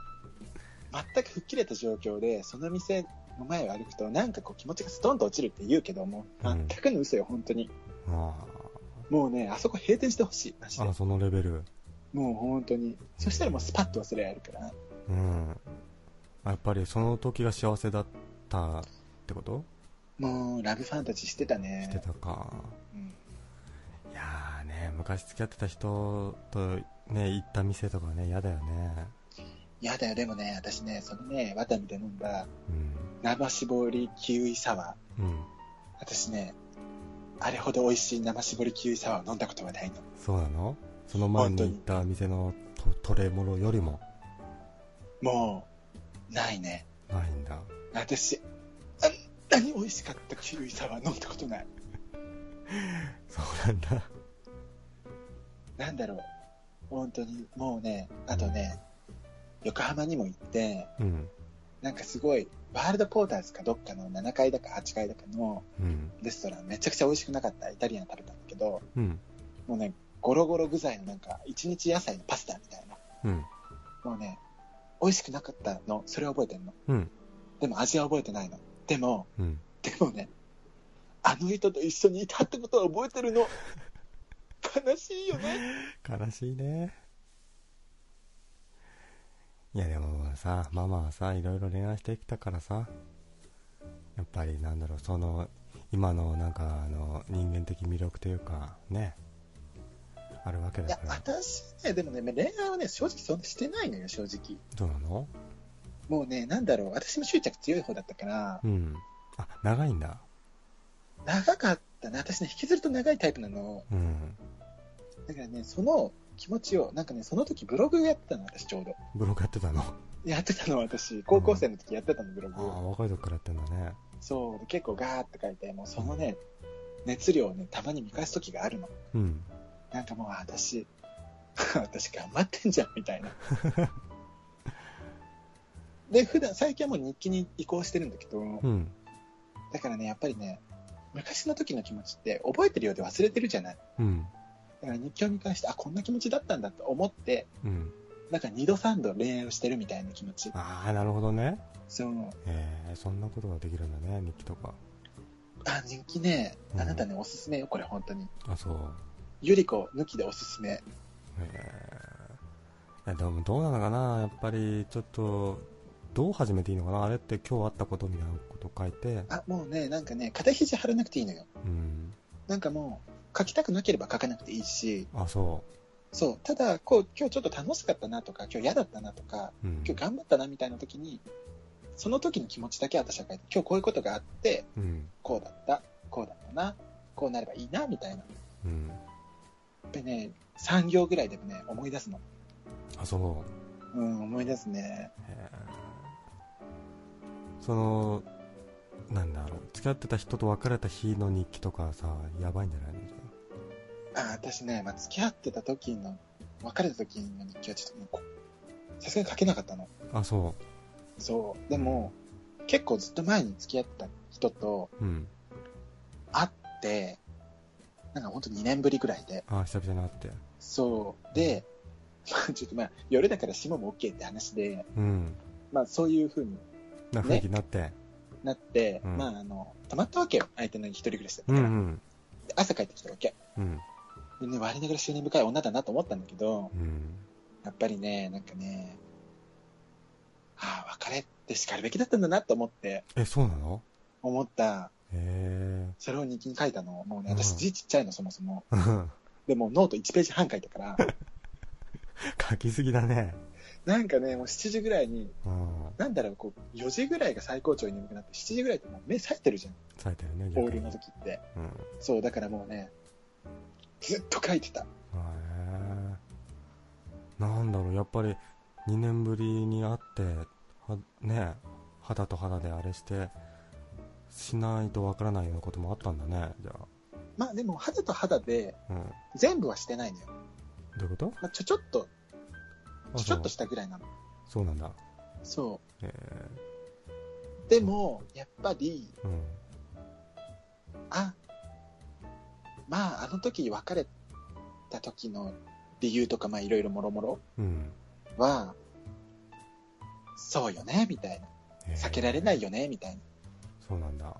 [SPEAKER 1] 全く吹っ切れた状況で、その店の前を歩くと、なんかこう気持ちがストンと落ちるって言うけども、
[SPEAKER 2] うん
[SPEAKER 1] 全くの嘘よ、本当に。
[SPEAKER 2] あ
[SPEAKER 1] もうね、あそこ閉店してほしい、マジ
[SPEAKER 2] あ
[SPEAKER 1] で
[SPEAKER 2] あ。そのレベル
[SPEAKER 1] もう本当に。そしたらもうスパッと忘れられるから。
[SPEAKER 2] うんやっぱりその時が幸せだったってこと
[SPEAKER 1] もう、ラブファンタジーしてたね。
[SPEAKER 2] してたか
[SPEAKER 1] うん
[SPEAKER 2] いやーね昔付き合ってた人とね行った店とかね嫌だよね
[SPEAKER 1] やだよ、でもね、私ね、そのね、ワタミで飲んだ、
[SPEAKER 2] うん
[SPEAKER 1] 生絞りキウイサワー。
[SPEAKER 2] うん
[SPEAKER 1] 私ね、あれほど美味しい生絞りキウイサワーを飲んだことはないの。
[SPEAKER 2] そうなのその前に行った店のとトレモロよりも
[SPEAKER 1] もう、ないね。
[SPEAKER 2] ないんだ
[SPEAKER 1] 私、あんなに美味しかったキウイサワー飲んだことない。
[SPEAKER 2] そうなんだ
[SPEAKER 1] なんだろう。本当に、もうね、あとね、横浜にも行って、
[SPEAKER 2] うん
[SPEAKER 1] なんかすごい、ワールドポーターズかどっかの7階だか8階だかの
[SPEAKER 2] うん
[SPEAKER 1] レストランめちゃくちゃ美味しくなかったイタリアン食べたんだけど、
[SPEAKER 2] うん
[SPEAKER 1] もうね、ゴロゴロ具材のなんか、一日野菜のパスタみたいな。
[SPEAKER 2] うん
[SPEAKER 1] もうね、美味しくなかったの、それ覚えてんの。
[SPEAKER 2] うん
[SPEAKER 1] でも味は覚えてないの。でも、
[SPEAKER 2] うん
[SPEAKER 1] でもね、あの人と一緒にいたってことは覚えてるの。悲しいよね。
[SPEAKER 2] 悲しいねいやでもさママはさいろいろ恋愛してきたからさやっぱりなんだろうその今のなんかあの人間的魅力というかねあるわけ
[SPEAKER 1] い
[SPEAKER 2] だ
[SPEAKER 1] や
[SPEAKER 2] か、ら
[SPEAKER 1] 私ね、でもね、恋愛はね、正直そんなしてないのよ、正直。
[SPEAKER 2] どうなの
[SPEAKER 1] もうね、なんだろう、私も執着強い方だったから
[SPEAKER 2] う、んあ長いんだ
[SPEAKER 1] 長かったな。私ね、引きずると長いタイプなの。
[SPEAKER 2] うん
[SPEAKER 1] だからね、その気持ちを、なんかね、その時ブログやってたの、私ちょうど。
[SPEAKER 2] ブログやってたの
[SPEAKER 1] やってたの私、高校生の時やってたの、ブロ
[SPEAKER 2] ああ
[SPEAKER 1] グ。
[SPEAKER 2] 若い時からやってんだね
[SPEAKER 1] そう、で結構ガーって書いて、もうそのね、熱量をね、たまに見返す時があるの。
[SPEAKER 2] うん
[SPEAKER 1] なんかもうあ私、 私頑張ってんじゃん、み たいな。で、普段、最近はもう日記に移行してるんだけど、
[SPEAKER 2] うん
[SPEAKER 1] だからね、やっぱりね、昔の時の気持ちって覚えてるようで忘れてるじゃない。
[SPEAKER 2] うん
[SPEAKER 1] だから日記を見返して、あ、こんな気持ちだったんだと思って、
[SPEAKER 2] うん
[SPEAKER 1] なんか二度三度恋愛をしてるみたいな気持ち。
[SPEAKER 2] ああなるほどね
[SPEAKER 1] そう、
[SPEAKER 2] えー、そんなことができるんだね日記とか
[SPEAKER 1] あ、人気ね、
[SPEAKER 2] うん
[SPEAKER 1] あなたね、おすすめよ、これ、本当に。
[SPEAKER 2] あそう
[SPEAKER 1] ゆり子抜きでおすすめ。
[SPEAKER 2] えー、いやでもどうなのかなやっぱりちょっとどう始めていいのかなあれって今日あったことみたいなこと書いて
[SPEAKER 1] あ、もうね、なんかね、肩肘張らなくていいのよ。
[SPEAKER 2] うん
[SPEAKER 1] なんかもう、書きたくなければ書かなくていいし、
[SPEAKER 2] あそ
[SPEAKER 1] そう、ただ、こう、今日ちょっと楽しかったなとか、今日嫌だったなとか、
[SPEAKER 2] う、うん、
[SPEAKER 1] 今日頑張ったなみたいな時に、その時の気持ちだけ私は書いて、今日こういうことがあって、
[SPEAKER 2] うん
[SPEAKER 1] こうだった、こうだったな、こうなればいいな、みたいな。
[SPEAKER 2] うん
[SPEAKER 1] でね、3行ぐらいでもね、思い出すの。
[SPEAKER 2] あそう
[SPEAKER 1] うん、思い出すね。
[SPEAKER 2] えーそのなんだろう付き合ってた人と別れた日の日記とかさやばいんじゃないの
[SPEAKER 1] あ私ね、まあ、付き合ってた時の、別れた時の日記はちょっともうこ、さすがに書けなかったの。
[SPEAKER 2] あそ
[SPEAKER 1] そう。でも、結構ずっと前に付き合ってた人と
[SPEAKER 2] ううん
[SPEAKER 1] 会って、なんかほんと2年ぶりぐらいで。
[SPEAKER 2] あ久々に会って
[SPEAKER 1] そう。で、 まあ、ちょっとまあ、夜だから霜も OK って話で、
[SPEAKER 2] うん
[SPEAKER 1] まあそういう風に
[SPEAKER 2] な雰囲気になって、
[SPEAKER 1] なって、
[SPEAKER 2] うん
[SPEAKER 1] まああの、泊まったわけよ。相手の家一人暮らしだった
[SPEAKER 2] う
[SPEAKER 1] か
[SPEAKER 2] んう
[SPEAKER 1] ら。
[SPEAKER 2] ん
[SPEAKER 1] で朝帰ってきたわけ。
[SPEAKER 2] うん
[SPEAKER 1] でね、我ながら執念深い女だなと思ったんだけど、
[SPEAKER 2] うん
[SPEAKER 1] やっぱりね、なんかね、ああ、別れってしかるべきだったんだなと思って、
[SPEAKER 2] えそうなの
[SPEAKER 1] 思った、
[SPEAKER 2] へ
[SPEAKER 1] それを日記に書いたの。もうね、
[SPEAKER 2] うん
[SPEAKER 1] 私字ちっちゃいの、そもそも。
[SPEAKER 2] えー、
[SPEAKER 1] でもノート1ページ半書いたから、
[SPEAKER 2] 書きすぎだね
[SPEAKER 1] なんかね、もう7時ぐらいに、
[SPEAKER 2] うん
[SPEAKER 1] なんだろう、こう、4時ぐらいが最高潮に眠くなって、7時ぐらいってもう目冴えてるじゃん、
[SPEAKER 2] 冴えてるね
[SPEAKER 1] オールの時って。
[SPEAKER 2] うんへ
[SPEAKER 1] そう、だからもうね、ずっと書いてた。
[SPEAKER 2] えなんだろうやっぱり2年ぶりに会ってはね肌と肌であれしてしないとわからないようなこともあったんだねじゃ
[SPEAKER 1] まあでも、肌と肌で、
[SPEAKER 2] あ、うん、ど
[SPEAKER 1] 全部はしてないのよ。
[SPEAKER 2] ういうこと
[SPEAKER 1] まあ、ちょちょっと、
[SPEAKER 2] あ
[SPEAKER 1] ちょちょっと
[SPEAKER 2] そう
[SPEAKER 1] したぐらいなの。
[SPEAKER 2] そうなんだ
[SPEAKER 1] そ
[SPEAKER 2] え
[SPEAKER 1] う。でも、やっぱり、
[SPEAKER 2] ー、うん
[SPEAKER 1] あまああの時別れった時の理由とか、まあいろいろもろもろ
[SPEAKER 2] うん。
[SPEAKER 1] は、そうよね、みたいな。
[SPEAKER 2] えー
[SPEAKER 1] 避けられないよね、みたい
[SPEAKER 2] そうなんだ。
[SPEAKER 1] な。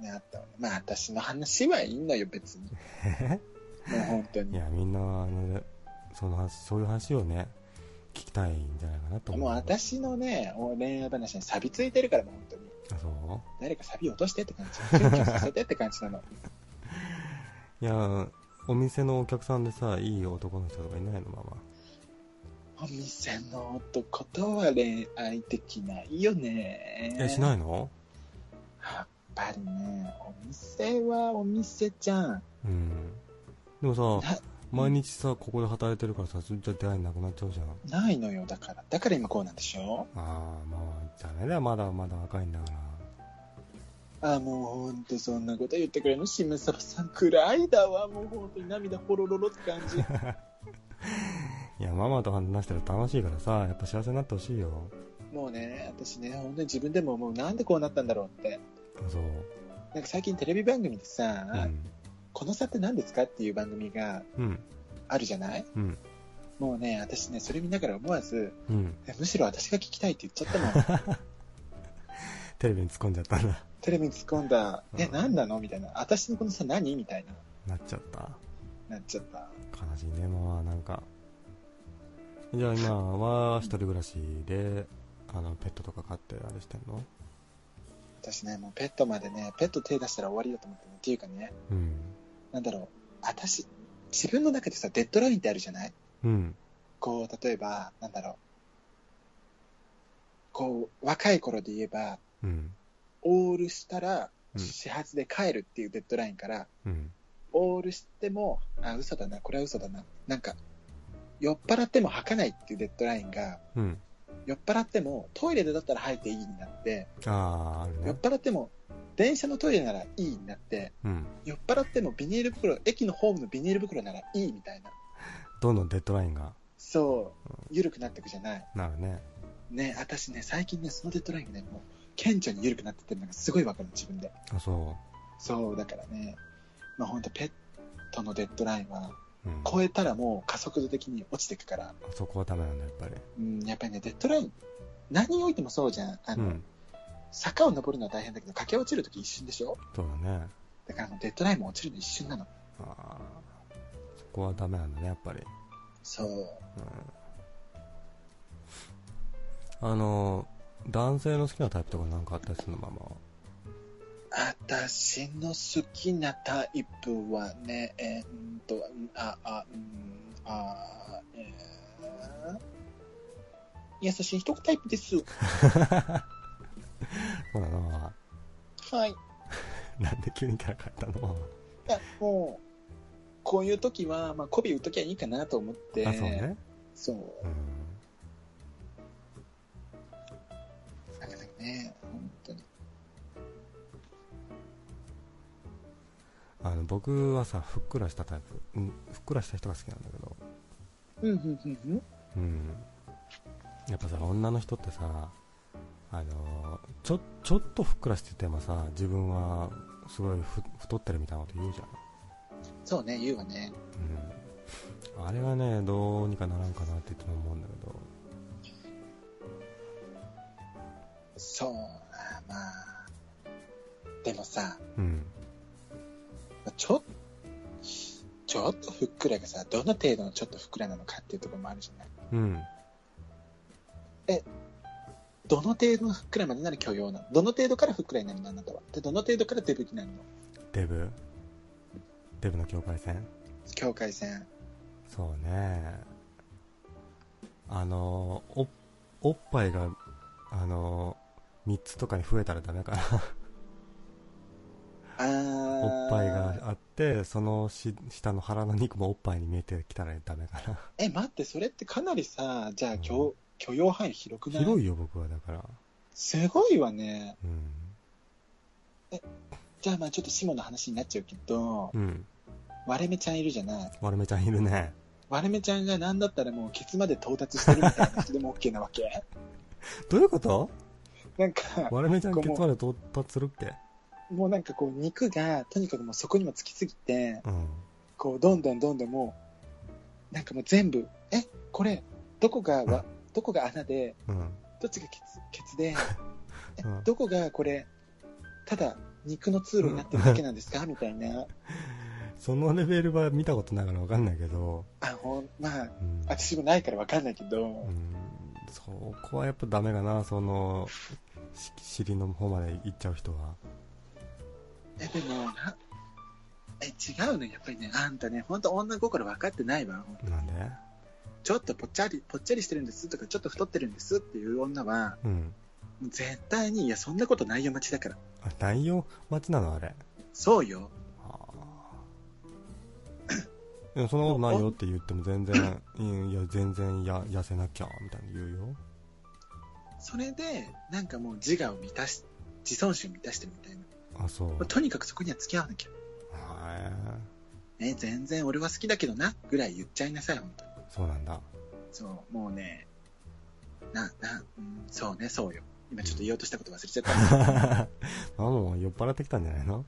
[SPEAKER 1] ね、あったわね。まあ私の話はいいのよ、別に。もう本当
[SPEAKER 2] い
[SPEAKER 1] に。
[SPEAKER 2] や、みんな、あの、その話、そういう話をね、聞きたいんじゃないかなと思
[SPEAKER 1] もう
[SPEAKER 2] う。
[SPEAKER 1] 私のね、恋愛話に錆びついてるから、もう本当に。
[SPEAKER 2] あ、そう
[SPEAKER 1] 誰か錆び落としてって感じ。キュンキュンさせてって感じ なの。
[SPEAKER 2] いやお店のお客さんでさいい男の人とかいないのママ
[SPEAKER 1] お店の男とは恋愛できないよね。
[SPEAKER 2] えしないの
[SPEAKER 1] やっぱりね、お店はお店じゃん。
[SPEAKER 2] うんでもさ
[SPEAKER 1] な
[SPEAKER 2] 毎日さここで働いてるからさそれじゃ出会いなくなっちゃうじゃん
[SPEAKER 1] ないのよ、だから。だから今こうなんでしょ
[SPEAKER 2] ああまあダメだよまだまだ若いんだから
[SPEAKER 1] あ、もうほんとそんなこと言ってくれるの、しめさばさんくらいだわ。もうほんとに涙ほろろろって感じ。
[SPEAKER 2] いやママと話してると楽しいからさやっぱ幸せになってほしいよ
[SPEAKER 1] もうね、私ね、ほんとに自分でももうなんでこうなったんだろうって。
[SPEAKER 2] あそう
[SPEAKER 1] なんか最近テレビ番組でさ、
[SPEAKER 2] うん
[SPEAKER 1] この差って何ですかっていう番組が
[SPEAKER 2] うん
[SPEAKER 1] あるじゃない
[SPEAKER 2] うん
[SPEAKER 1] もうね、私ね、それ見ながら思わず、
[SPEAKER 2] うん
[SPEAKER 1] えむしろ私が聞きたいって言っちゃった もん。
[SPEAKER 2] テレビに突っ込んじゃったんだ
[SPEAKER 1] テレビに突っ込んだ、え、
[SPEAKER 2] うん
[SPEAKER 1] 何なのみたいな。私のこの差何みたいな。
[SPEAKER 2] なっちゃった
[SPEAKER 1] なっちゃった。
[SPEAKER 2] 悲しいねまあなんかじゃあ今は一人暮らしであのペットとか飼ってあれしてんの
[SPEAKER 1] 私ね、もうペットまでね、ペット手出したら終わりだと思ってね。っていうかね、
[SPEAKER 2] うん
[SPEAKER 1] なんだろう、私、自分の中でさ、デッドラインってあるじゃない
[SPEAKER 2] うん
[SPEAKER 1] こう、例えば、なんだろう、こう、若い頃で言えば、
[SPEAKER 2] うん
[SPEAKER 1] オールしたら、
[SPEAKER 2] うん
[SPEAKER 1] 始発で帰るっていうデッドラインから、
[SPEAKER 2] うん
[SPEAKER 1] オールしても、あ、嘘だな、これは嘘だな。なんか、酔っ払っても吐かないっていうデッドラインが、
[SPEAKER 2] うん
[SPEAKER 1] 酔っ払ってもトイレでだったら吐いていいになって、
[SPEAKER 2] ああある
[SPEAKER 1] 酔
[SPEAKER 2] ね
[SPEAKER 1] っ払っても電車のトイレならいいになって、
[SPEAKER 2] うん
[SPEAKER 1] 酔っ払ってもビニール袋、駅のホームのビニール袋ならいいみたいな。
[SPEAKER 2] どんどんデッドラインが
[SPEAKER 1] そう、緩くなっていくじゃない。
[SPEAKER 2] なるね
[SPEAKER 1] ね、私ね、最近ね、そのデッドラインがね、もう、顕著に緩くなってってるのがすごいわかるの、自分で。
[SPEAKER 2] あそ
[SPEAKER 1] そう、だからね、まあほんとペットのデッドラインは、
[SPEAKER 2] う、うん、
[SPEAKER 1] 超えたらもう加速度的に落ちていくから、
[SPEAKER 2] そこはダメなんだやっぱり
[SPEAKER 1] うん、やっぱりね、デッドライン、何においてもそうじゃん。あ
[SPEAKER 2] う
[SPEAKER 1] の、
[SPEAKER 2] ん
[SPEAKER 1] 坂を登るのは大変だけど、駆け落ちるとき一瞬でしょ
[SPEAKER 2] そうだね
[SPEAKER 1] だからもうデッドラインも落ちるの一瞬なの。
[SPEAKER 2] ああそこはダメなんだねやっぱり
[SPEAKER 1] そう。
[SPEAKER 2] うんあの男性の好きなタイプとかなんかあったりするのママは
[SPEAKER 1] 私の好きなタイプはね、えー、んーと、うんあ、あ、うん、あ、えー、優しい人がタイプです。
[SPEAKER 2] そうだなママ
[SPEAKER 1] はい。
[SPEAKER 2] なんで急にキャラ変えたのママ
[SPEAKER 1] いや、もう、こういう時は、まあ、媚び打っときゃいいかなと思って。
[SPEAKER 2] あそうね
[SPEAKER 1] そう
[SPEAKER 2] うん
[SPEAKER 1] なかなかね、本当に。
[SPEAKER 2] あの僕はさふっくらしたタイプ、うん、ふっくらした人が好きなんだけど、
[SPEAKER 1] うん、うん、うん、うん。
[SPEAKER 2] うん、やっぱさ女の人ってさあのちょちょっとふっくらしててもさ自分はすごいふ太ってるみたいなこと言うじゃ
[SPEAKER 1] そうね、言うわね。
[SPEAKER 2] ん、うん、あれはねどうにかならんかなっていつも思うんだけど
[SPEAKER 1] そうな、まあ。でもさ、
[SPEAKER 2] うん
[SPEAKER 1] ちょ、ちょっとふっくらがさ、どの程度のちょっとふっくらなのかっていうところもあるじゃない。
[SPEAKER 2] うん
[SPEAKER 1] どの程度のふっくらまでなら許容なのどの程度からふっくらになるのあなたは。で、どの程度からデブになるの
[SPEAKER 2] デブデブの境界線
[SPEAKER 1] 境界線。
[SPEAKER 2] そうねあのおおっぱいがあの3つとかに増えたらダメかな
[SPEAKER 1] あー。
[SPEAKER 2] おっぱいが。あってそのし下の腹の肉もおっぱいに見えてきたらダメかな
[SPEAKER 1] え、待って、それってかなりさ、じゃあ許、許容範囲広くない
[SPEAKER 2] 広
[SPEAKER 1] い。
[SPEAKER 2] いよ僕はだから
[SPEAKER 1] すごいわね。
[SPEAKER 2] うん
[SPEAKER 1] じゃあまあちょっとシモの話になっちゃうけど、
[SPEAKER 2] うん
[SPEAKER 1] 割れ目ちゃんいるじゃない
[SPEAKER 2] 丸めちゃんいるね
[SPEAKER 1] 割れ目ちゃんが何だったらもうケツまで到達してるみたいな人でも OK なわけ
[SPEAKER 2] どういうこと
[SPEAKER 1] なんか、
[SPEAKER 2] 丸めちゃんケツまで到達するっけ
[SPEAKER 1] もうなんかこう肉が、とにかくもうそこにもつきすぎて、
[SPEAKER 2] うん
[SPEAKER 1] こうどんどんどんどんもなんかもう全部、え、これ、どこがわ、どこが穴で、
[SPEAKER 2] うん。
[SPEAKER 1] どっちがケツ、ケツ で、え
[SPEAKER 2] うん
[SPEAKER 1] どこがこれ、ただ肉の通路になってるだけなんですかみたいな。
[SPEAKER 2] そのレベルは見たことないからわかんないけど、
[SPEAKER 1] あ、ほん、まあ、
[SPEAKER 2] うん。
[SPEAKER 1] 私もないからわかんないけ
[SPEAKER 2] う
[SPEAKER 1] ど、
[SPEAKER 2] ん、そこはやっぱダメかな、その、し尻の方まで行っちゃう人は。
[SPEAKER 1] え、でも、なえ、違うね。やっぱりね、あんたね、ほんと女心分かってないわ。
[SPEAKER 2] なんで
[SPEAKER 1] ちょっとぽっちゃり、ぽっちゃりしてるんですとか、ちょっと太ってるんですっていう女は、
[SPEAKER 2] うん。
[SPEAKER 1] もう絶対に、いや、そんなことないよ、街だから。
[SPEAKER 2] あ、内容待ちなのあれ。
[SPEAKER 1] そうよ。
[SPEAKER 2] あーいや、そんなことないよって言っても全然、うんいや、全然や、痩せなきゃ、みたいに言うよ。
[SPEAKER 1] それで、なんかもう自我を満たし、自尊心を満たしてるみたいな。も
[SPEAKER 2] あ、 そう。
[SPEAKER 1] うとにかくそこには付き合わなきゃ。
[SPEAKER 2] は
[SPEAKER 1] ね、全然俺は好きだけどな、ぐらい言っちゃいなさい、本当に。
[SPEAKER 2] い。そうなんだ。
[SPEAKER 1] そう、もうね、な、な、うん、そうね、そうよ。今ちょっと言おうとしたこと忘れちゃ った。
[SPEAKER 2] ママも酔っ払ってきたんじゃないの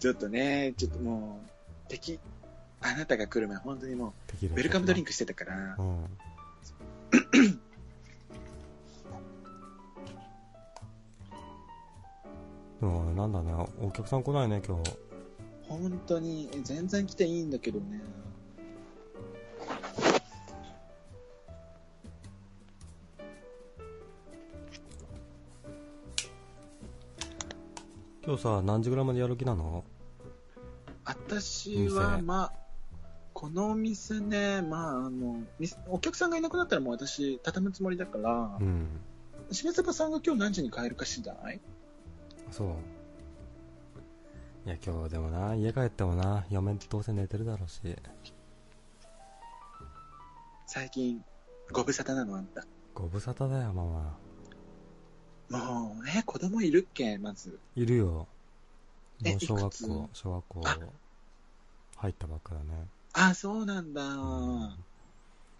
[SPEAKER 1] ちょっとね、ちょっともう、敵、あなたが来る前、本当にも
[SPEAKER 2] テキー
[SPEAKER 1] う、
[SPEAKER 2] ラ
[SPEAKER 1] ウェルカムドリン
[SPEAKER 2] ク。
[SPEAKER 1] クしてたから
[SPEAKER 2] う、ん。でも、なんだね、お客さん来ないね、今日。
[SPEAKER 1] 本当に、え全然来ていいんだけどね。
[SPEAKER 2] 今日さ、何時ぐらいまでやる気なの
[SPEAKER 1] 私は、
[SPEAKER 2] 店
[SPEAKER 1] まあ、このお店ね、まあ、あの、店お客さんがいなくなったらもう私、畳むつもりだから
[SPEAKER 2] う、ん。
[SPEAKER 1] 重坂さんが今日何時に帰るか次第
[SPEAKER 2] そう。いや、今日でもな、家帰ってもな、嫁どうせ寝てるだろうし。
[SPEAKER 1] 最近、ご無沙汰なのあんた。
[SPEAKER 2] ご無沙汰だよ、ママ。
[SPEAKER 1] もうね、子供いるっけ、まず。
[SPEAKER 2] いるよ。
[SPEAKER 1] え
[SPEAKER 2] もう小
[SPEAKER 1] いく
[SPEAKER 2] 学
[SPEAKER 1] つ
[SPEAKER 2] 校、小学校
[SPEAKER 1] あ、
[SPEAKER 2] 入ったばっかだね。
[SPEAKER 1] あ、そうなんだ。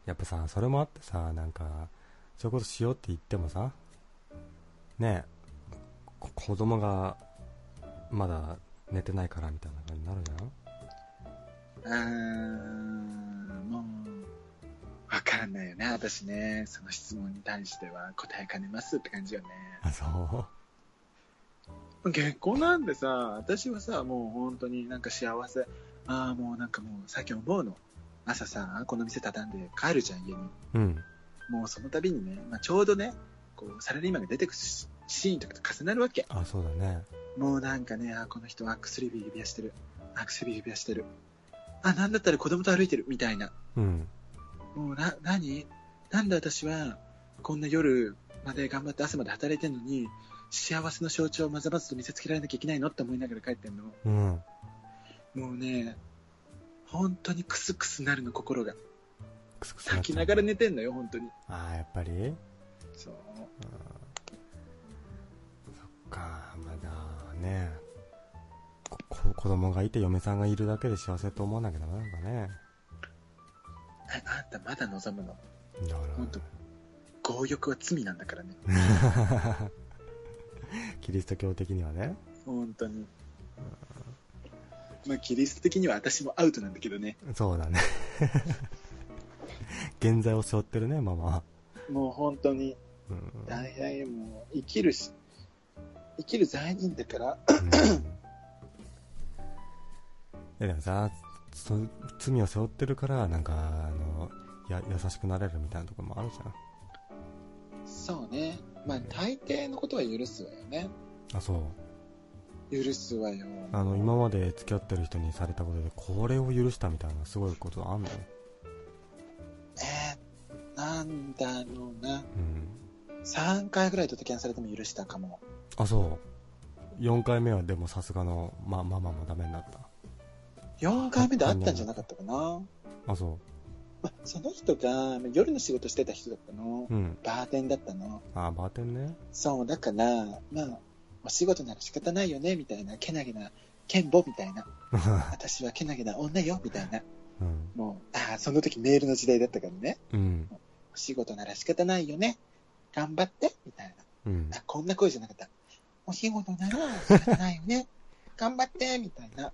[SPEAKER 2] やっぱさ、それもあってさ、なんか、そういうことしようって言ってもさ、ねえ、こ子供が、まだ寝てないからみたいな感じになるじゃ
[SPEAKER 1] う
[SPEAKER 2] ん
[SPEAKER 1] ーん、もう、わかんないよね、私ね。その質問に対しては答えかねますって感じよね。
[SPEAKER 2] あ、そう。
[SPEAKER 1] 結婚なんでさ、私はさ、もう本当になんか幸せ。ああ、もうなんかもう最近思うの。朝さ、この店畳んで帰るじゃん、家に。
[SPEAKER 2] うん。
[SPEAKER 1] もうその度にね、まあ、ちょうどね、こう、サラリーマンが出てくシシーンとかと重なるわけ。
[SPEAKER 2] あ、そうだね。
[SPEAKER 1] もうなんかね、あ、この人は薬指指輪してる。あ、薬指輪してる。あ、なんだったら子供と歩いてる、みたいな。
[SPEAKER 2] うん。
[SPEAKER 1] もうな、何なんで私は、こんな夜まで頑張って朝まで働いてんのに、幸せの象徴をまざまざと見せつけられなきゃいけないのって思いながら帰ってんの。
[SPEAKER 2] うん。
[SPEAKER 1] もうね、本当にクスクスなるの、心が。
[SPEAKER 2] くすくすなっ
[SPEAKER 1] 泣
[SPEAKER 2] ち
[SPEAKER 1] き
[SPEAKER 2] ゃう
[SPEAKER 1] ながら寝てんのよ、本当に。
[SPEAKER 2] ああ、やっぱり
[SPEAKER 1] そう。
[SPEAKER 2] か、まだねここ子供がいて嫁さんがいるだけで幸せと思わなきゃダメなんかね。
[SPEAKER 1] ああんたまだ望むの。
[SPEAKER 2] だか
[SPEAKER 1] ほんと強欲は罪なんだからね。
[SPEAKER 2] ら、キリスト教的にはね。
[SPEAKER 1] 本当に。まあ、キリスト的には私もアウトなんだけどね。
[SPEAKER 2] そう だね。現在を背負ってるね、ママは。
[SPEAKER 1] もう本当に、
[SPEAKER 2] うん
[SPEAKER 1] 大変よもう、生きるし、生きる罪人だから、
[SPEAKER 2] うんえでもさ、そ罪を背負ってるから、なんか、あの、や、優しくなれるみたいなところもあるじ
[SPEAKER 1] そうね。まあ、大抵のことは許すわよね。
[SPEAKER 2] ゃん。あ、そう。
[SPEAKER 1] 許すわよ。
[SPEAKER 2] あの、今まで付き合ってる人にされたことで、これを許したみたいな、すごいことあんのよ。
[SPEAKER 1] えー、なんだろうな。
[SPEAKER 2] うん。
[SPEAKER 1] 3回ぐらいドタキャンされても許したかも。
[SPEAKER 2] あ、そう。4回目はでもさすがの、ま、ママもダメになった。
[SPEAKER 1] 4回目で会ったんじゃなかったかな。
[SPEAKER 2] あ、そ
[SPEAKER 1] まあ、その人がまあ夜の仕事してた人だったの
[SPEAKER 2] う。。うん。
[SPEAKER 1] バーテンだったの。
[SPEAKER 2] あ、バーテン ね。
[SPEAKER 1] そう、だから、まあ、お仕事なら仕方ないよね、みたいな、けなげな、剣母みたいな、私はけなげな女よ、みたいな、
[SPEAKER 2] うん。
[SPEAKER 1] もう、ああ、その時メールの時代だったからね、
[SPEAKER 2] うん。
[SPEAKER 1] お仕事なら仕方ないよね、頑張って、みたい
[SPEAKER 2] うん
[SPEAKER 1] な、。あこんな声じゃなかった、お仕事なら仕方ないよね、頑張って、みたいな、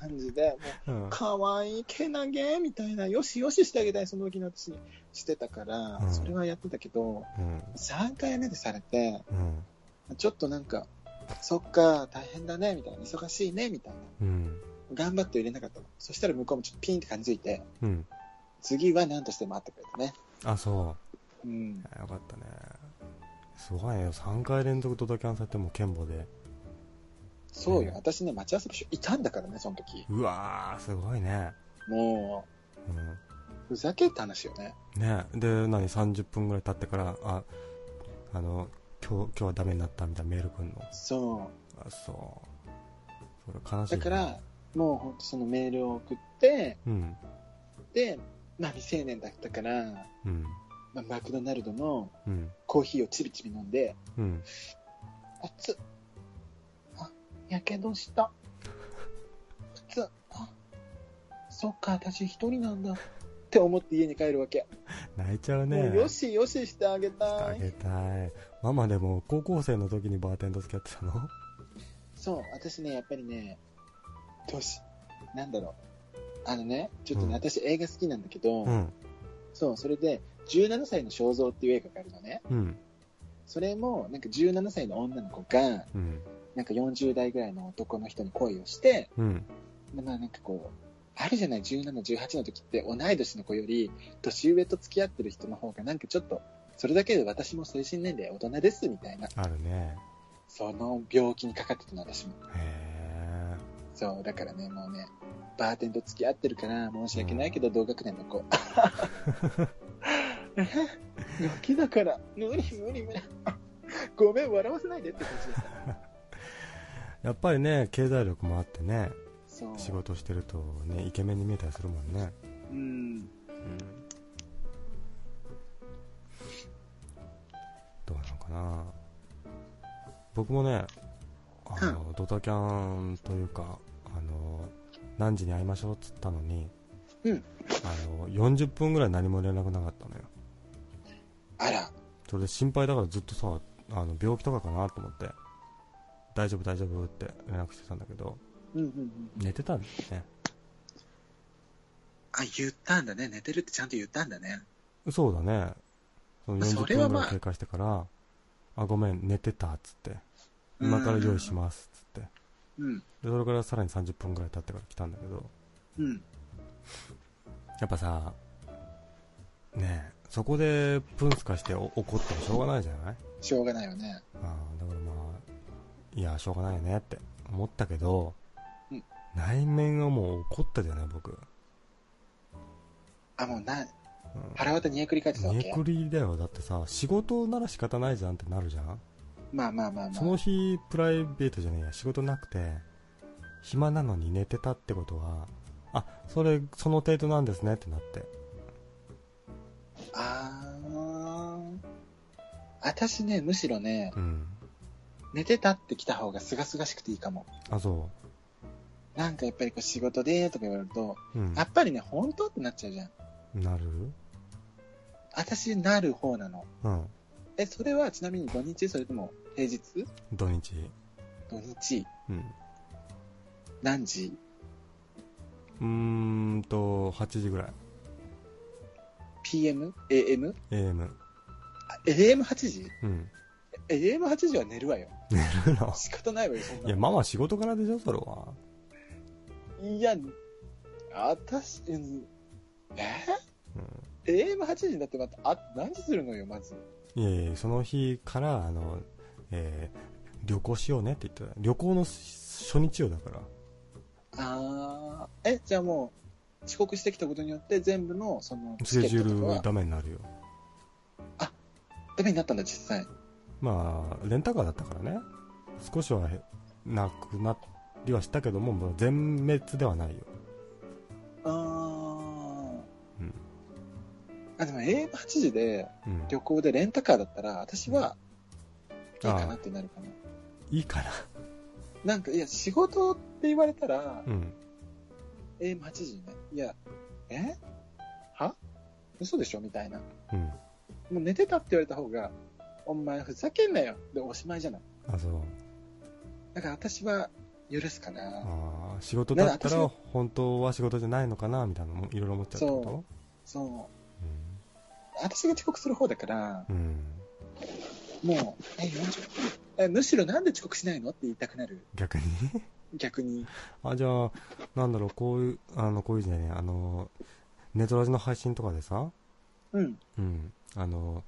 [SPEAKER 1] 感じで、も
[SPEAKER 2] うん
[SPEAKER 1] う、可愛い、けなげ、みたいな、よしよししてあげたい、その時の私、してたから、
[SPEAKER 2] うん
[SPEAKER 1] それはやってたけど、
[SPEAKER 2] うん
[SPEAKER 1] 3回目でされて、
[SPEAKER 2] うん
[SPEAKER 1] ちょっとなんか、そっか、大変だね、みたいな、忙しいね、みたいな。
[SPEAKER 2] うん
[SPEAKER 1] 頑張って入れなかったの。そしたら向こうもちょっとピンって感じついて、
[SPEAKER 2] うん
[SPEAKER 1] 次は何としても会ってくれたね。
[SPEAKER 2] あそ
[SPEAKER 1] うん。
[SPEAKER 2] うよかったねすごいね3回連続ドタキャンされてもう剣舞で
[SPEAKER 1] そうよ、
[SPEAKER 2] うん
[SPEAKER 1] 私ね、待ち合わせ場所いたんだからね、その時。
[SPEAKER 2] うわーすごいね
[SPEAKER 1] も
[SPEAKER 2] う
[SPEAKER 1] う、ふざけって話よね。
[SPEAKER 2] んねで何30分ぐらい経ってからああの今日今日はダメになったみたいなメールくんの
[SPEAKER 1] そ
[SPEAKER 2] あそうそれ悲
[SPEAKER 1] う。
[SPEAKER 2] しい
[SPEAKER 1] だ
[SPEAKER 2] ね
[SPEAKER 1] から、もうほんとそのメールを送って、
[SPEAKER 2] うん
[SPEAKER 1] で、まあ未成年だったから、
[SPEAKER 2] うん
[SPEAKER 1] まあ、マクドナルドの
[SPEAKER 2] うん
[SPEAKER 1] コーヒーをちびちび飲んで、
[SPEAKER 2] うん
[SPEAKER 1] 熱っ。あ、やけどした。熱っ。あ、そっか、私一人なんだ。って思って家に帰るわけ。
[SPEAKER 2] 泣いちゃうね
[SPEAKER 1] もうよしよししてあげた
[SPEAKER 2] あ
[SPEAKER 1] い。
[SPEAKER 2] げたいママでも高校生の時にバーテンと付き合ってたの
[SPEAKER 1] そう、私ね、やっぱりね、どうし、なんだろう。あのね、ちょっとね、
[SPEAKER 2] うん
[SPEAKER 1] 私映画好きなんだけど、
[SPEAKER 2] うん
[SPEAKER 1] そう、それで、17歳の肖像っていう映画があるのね。
[SPEAKER 2] うん
[SPEAKER 1] それも、なんか17歳の女の子が、
[SPEAKER 2] うん
[SPEAKER 1] なんか40代ぐらいの男の人に恋をして、
[SPEAKER 2] うん
[SPEAKER 1] でまあなんかこう、あるじゃない、17、18の時って、同い年の子より、年上と付き合ってる人の方が、なんかちょっと、それだけで私も精神年齢大人です、みたいな。
[SPEAKER 2] あるね
[SPEAKER 1] その病気にかかってたの、私も。
[SPEAKER 2] へ
[SPEAKER 1] そう、だからね、もうね、バーテンと付き合ってるから、申し訳ないけど、同学年の 子。えガキだから、無理無理無理。ごめん、笑わせないでって感じだった。
[SPEAKER 2] えやっぱりね経済力もあってね
[SPEAKER 1] そう。
[SPEAKER 2] 仕事してるとねイケメンに見えたりするもんね
[SPEAKER 1] うん。
[SPEAKER 2] うんどうなのかな僕もねあの、ドタキャンというかあの何時に会いましょうっつったのに、
[SPEAKER 1] うん
[SPEAKER 2] あの40分ぐらい何も連絡なかったのよ
[SPEAKER 1] あら、
[SPEAKER 2] それで心配だからずっとさあの病気とかかなと思って大丈夫大丈夫って連絡してたんだけど
[SPEAKER 1] うんうんうん。
[SPEAKER 2] 寝てたんだよね
[SPEAKER 1] あ、言ったんだね。寝てるってちゃんと言ったんだね。
[SPEAKER 2] そうだねその
[SPEAKER 1] そ
[SPEAKER 2] 40
[SPEAKER 1] れは
[SPEAKER 2] 分ぐ
[SPEAKER 1] まあ
[SPEAKER 2] らい経過してから、あ、ごめん寝てたっつって今から用意しますっつって
[SPEAKER 1] うん。
[SPEAKER 2] でそれからさらに30分ぐらい経ってから来たんだけど
[SPEAKER 1] うん。
[SPEAKER 2] やっぱさねえそこでプンスカしてお怒ってもしょうがないじゃない
[SPEAKER 1] しょうがないよね。
[SPEAKER 2] ああだからまあいやしょうがないよねって思ったけど、
[SPEAKER 1] うん
[SPEAKER 2] 内面はもう怒ったじゃない僕、
[SPEAKER 1] あ、もうな、
[SPEAKER 2] う
[SPEAKER 1] 腹渡煮えくり返ってたわ
[SPEAKER 2] ん、
[SPEAKER 1] け
[SPEAKER 2] 寝。くりだよだってさ仕事なら仕方ないじゃんってなるじゃん
[SPEAKER 1] まあまあまあ
[SPEAKER 2] そ
[SPEAKER 1] ま
[SPEAKER 2] の
[SPEAKER 1] あ。
[SPEAKER 2] 日プライベートじゃねえや仕事なくて暇なのに寝てたってことはあそれその程度なんですねってなって
[SPEAKER 1] あー。私ね、むしろね、
[SPEAKER 2] うん
[SPEAKER 1] 寝てたって来た方が清々しくていいかも。
[SPEAKER 2] あそ
[SPEAKER 1] なんかやっぱりこう仕事でとか言われると、
[SPEAKER 2] ううん
[SPEAKER 1] やっぱりね、本当ってなっちゃうじゃん。
[SPEAKER 2] なる
[SPEAKER 1] 私なる方なの。
[SPEAKER 2] うん
[SPEAKER 1] え、それはちなみに土日それとも平日
[SPEAKER 2] 土日
[SPEAKER 1] 土日
[SPEAKER 2] うん
[SPEAKER 1] 何時
[SPEAKER 2] うーんと8時ぐらい
[SPEAKER 1] ?PM? AM?
[SPEAKER 2] AM
[SPEAKER 1] あ AM8 時
[SPEAKER 2] うん
[SPEAKER 1] ?AM8 時は寝るわよ。
[SPEAKER 2] 寝るの
[SPEAKER 1] 仕方ないわよ、そんなの
[SPEAKER 2] いやママ仕事からでしょそれはい
[SPEAKER 1] や、私、うんえ
[SPEAKER 2] う
[SPEAKER 1] ?AM8 時になってまた、あ、何時するのよ、まず。
[SPEAKER 2] んいやいやその日からあの、えー旅行しようねって言ってた旅行の初日よだから
[SPEAKER 1] あー。え、じゃあもう、遅刻してきたことによって、全部の、その、
[SPEAKER 2] スケジュ
[SPEAKER 1] チケットとか
[SPEAKER 2] ー
[SPEAKER 1] は
[SPEAKER 2] ルダメになるよ
[SPEAKER 1] ダメになったんだ、実際。
[SPEAKER 2] まあレンタカーだったからね少しはへなくなりはしたけどももう全滅ではないよ
[SPEAKER 1] あー。
[SPEAKER 2] うん
[SPEAKER 1] あ、でも AM8 時で
[SPEAKER 2] うん
[SPEAKER 1] 旅行でレンタカーだったら、私は、いいかなってなるかな。
[SPEAKER 2] いいかな
[SPEAKER 1] なんか、いや、仕事って言われたら、
[SPEAKER 2] うん
[SPEAKER 1] えー、8時ね。いや、えは嘘でしょみたいな。も
[SPEAKER 2] うん
[SPEAKER 1] う寝てたって言われた方が、お前ふざけんなよ。で、おしまいじゃない。
[SPEAKER 2] あそう
[SPEAKER 1] だから私は、許すかな。
[SPEAKER 2] あー仕事だった
[SPEAKER 1] ね私
[SPEAKER 2] ら
[SPEAKER 1] も
[SPEAKER 2] 本当は仕事じゃないのかなみたいなのもいろいろ思っちゃうってこ
[SPEAKER 1] そう。
[SPEAKER 2] と
[SPEAKER 1] 私が遅刻する方だから、
[SPEAKER 2] うん、うん、
[SPEAKER 1] もう、え、40分えむしろなんで遅刻しないのって言いたくなる。
[SPEAKER 2] 逆に
[SPEAKER 1] 逆に。
[SPEAKER 2] あじゃあなんだろうこういうあのこういうじゃないねあのネトラジの配信とかでさ
[SPEAKER 1] うん。
[SPEAKER 2] うんあの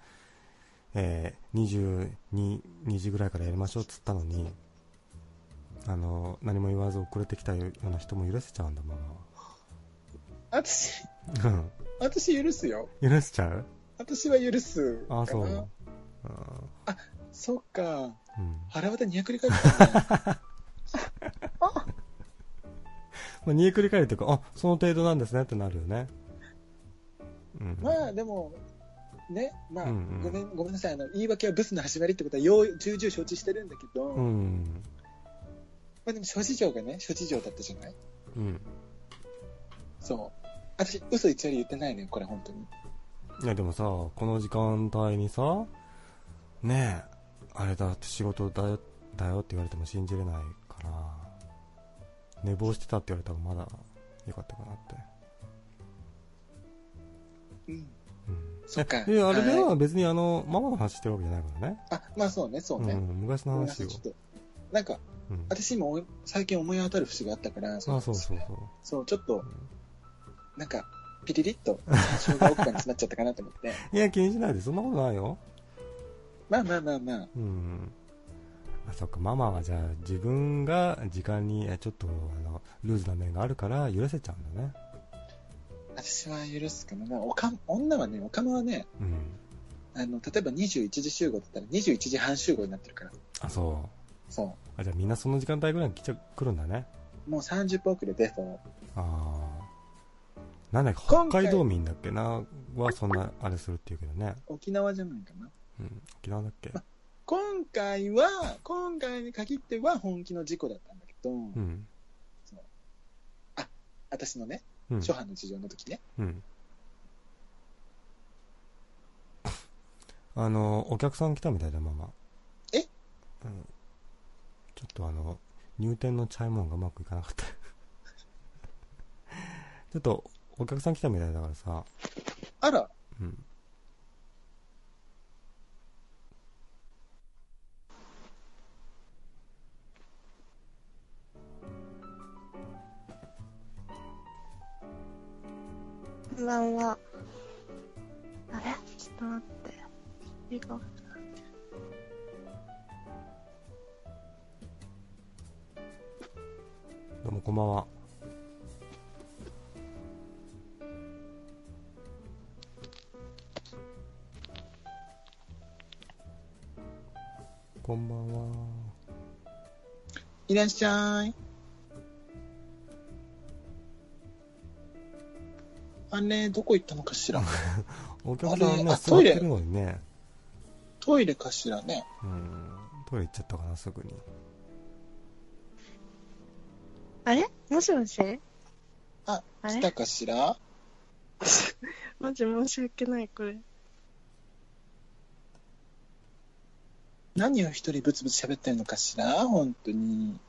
[SPEAKER 2] えー、22 2時ぐらいからやりましょうっつったのにあの何も言わず遅れてきたような人も許せちゃうんだも
[SPEAKER 1] 私、
[SPEAKER 2] ん
[SPEAKER 1] 私許すよ。
[SPEAKER 2] 許せちゃう
[SPEAKER 1] 私は許すかな。
[SPEAKER 2] あそうあ
[SPEAKER 1] そっか。
[SPEAKER 2] ーうん
[SPEAKER 1] 腹渡200繰り返 したんだ
[SPEAKER 2] まあ、煮えくり返るというか、あ、その程度なんですねってなるよね。うん。
[SPEAKER 1] まあ、でも、ね、まあ、
[SPEAKER 2] うんうん
[SPEAKER 1] ごめん、ごめんなさい。あの、言い訳はブスの始まりってことは、よう、重々承知してるんだけど、
[SPEAKER 2] う
[SPEAKER 1] ま
[SPEAKER 2] ん。
[SPEAKER 1] あでも、諸事情がね、諸事情だったじゃない
[SPEAKER 2] うん。
[SPEAKER 1] そう。私、嘘偽り言ってないね、これ、本当に。
[SPEAKER 2] いや、でもさ、この時間帯にさ、ねえ、あれだって仕事だよ、だよって言われても信じれないから、寝坊してたって言われたらまだよかったかなって。
[SPEAKER 1] うん。
[SPEAKER 2] うん。
[SPEAKER 1] そっか
[SPEAKER 2] え、であれで
[SPEAKER 1] は
[SPEAKER 2] は別にあの、ママの話してるわけじゃないからね。
[SPEAKER 1] あ、まあ、そうね、そうね。
[SPEAKER 2] ん、昔の
[SPEAKER 1] ごめんなさ
[SPEAKER 2] 話
[SPEAKER 1] い
[SPEAKER 2] よ
[SPEAKER 1] ちょ。っと。なんか、
[SPEAKER 2] うん。
[SPEAKER 1] 私今おい、最近思い当たる節があったから、
[SPEAKER 2] あ、そうそう
[SPEAKER 1] そう、ちょっ
[SPEAKER 2] そ
[SPEAKER 1] と
[SPEAKER 2] う、。
[SPEAKER 1] なんか、ピリリッ と、心象が奥歯に詰まっちゃったかなと思って。
[SPEAKER 2] いや、気にしないで、そんなことないよ。
[SPEAKER 1] まあまあまあまあ、
[SPEAKER 2] うん。あ、そっか、ママはじゃあ自分が時間に、えちょっと、あの、ルーズな面があるから許せちゃうんだね。
[SPEAKER 1] 私は許すかな。まあおか女はね、おかまはね、
[SPEAKER 2] うん。
[SPEAKER 1] あの、例えば21時集合だったら21時半集合になってるから。
[SPEAKER 2] あ、そ。
[SPEAKER 1] そう
[SPEAKER 2] あ、じゃあみんなその時間帯ぐらいに来ちゃ、来るんだね。
[SPEAKER 1] う。もう30分遅れで、そう。
[SPEAKER 2] ああ。なんだっけ、北
[SPEAKER 1] 今回
[SPEAKER 2] 海道民だっけな、はそんな、あれするっていうけどね。
[SPEAKER 1] 沖縄じゃないかな。
[SPEAKER 2] うん。沖縄だっけ
[SPEAKER 1] 今回は、今回に限っては本気の事故だったんだけど、
[SPEAKER 2] うん。
[SPEAKER 1] 私のね、
[SPEAKER 2] うん。
[SPEAKER 1] 初版の事情の時ね。
[SPEAKER 2] うん。 あの、お客さん来たみたいだ、ママ。
[SPEAKER 1] え
[SPEAKER 2] うん。ちょっとあの、入店のチャイム音がうまくいかなかった。ち ょっと、お客さん来たみたいだからさ、
[SPEAKER 1] あら、
[SPEAKER 2] うん。
[SPEAKER 3] こんばんは。あれちょっと待って。いいか
[SPEAKER 2] どうもこんばんは。こんばんは。
[SPEAKER 1] いらっしゃい。あれ、どこ行ったのかしら。
[SPEAKER 2] お客さんね、
[SPEAKER 1] あ
[SPEAKER 2] 座っ
[SPEAKER 1] トイレ
[SPEAKER 2] てるのにね、
[SPEAKER 1] トイレかしらね。
[SPEAKER 2] うん、トイレ行っちゃったかな、すぐに。
[SPEAKER 3] あれもしもし
[SPEAKER 1] あ、
[SPEAKER 3] あ
[SPEAKER 1] 来
[SPEAKER 3] れ
[SPEAKER 1] たかしら
[SPEAKER 3] マジ申し訳ない、これ。
[SPEAKER 1] 何を一人ブツブツ喋ってるのかしら本当に。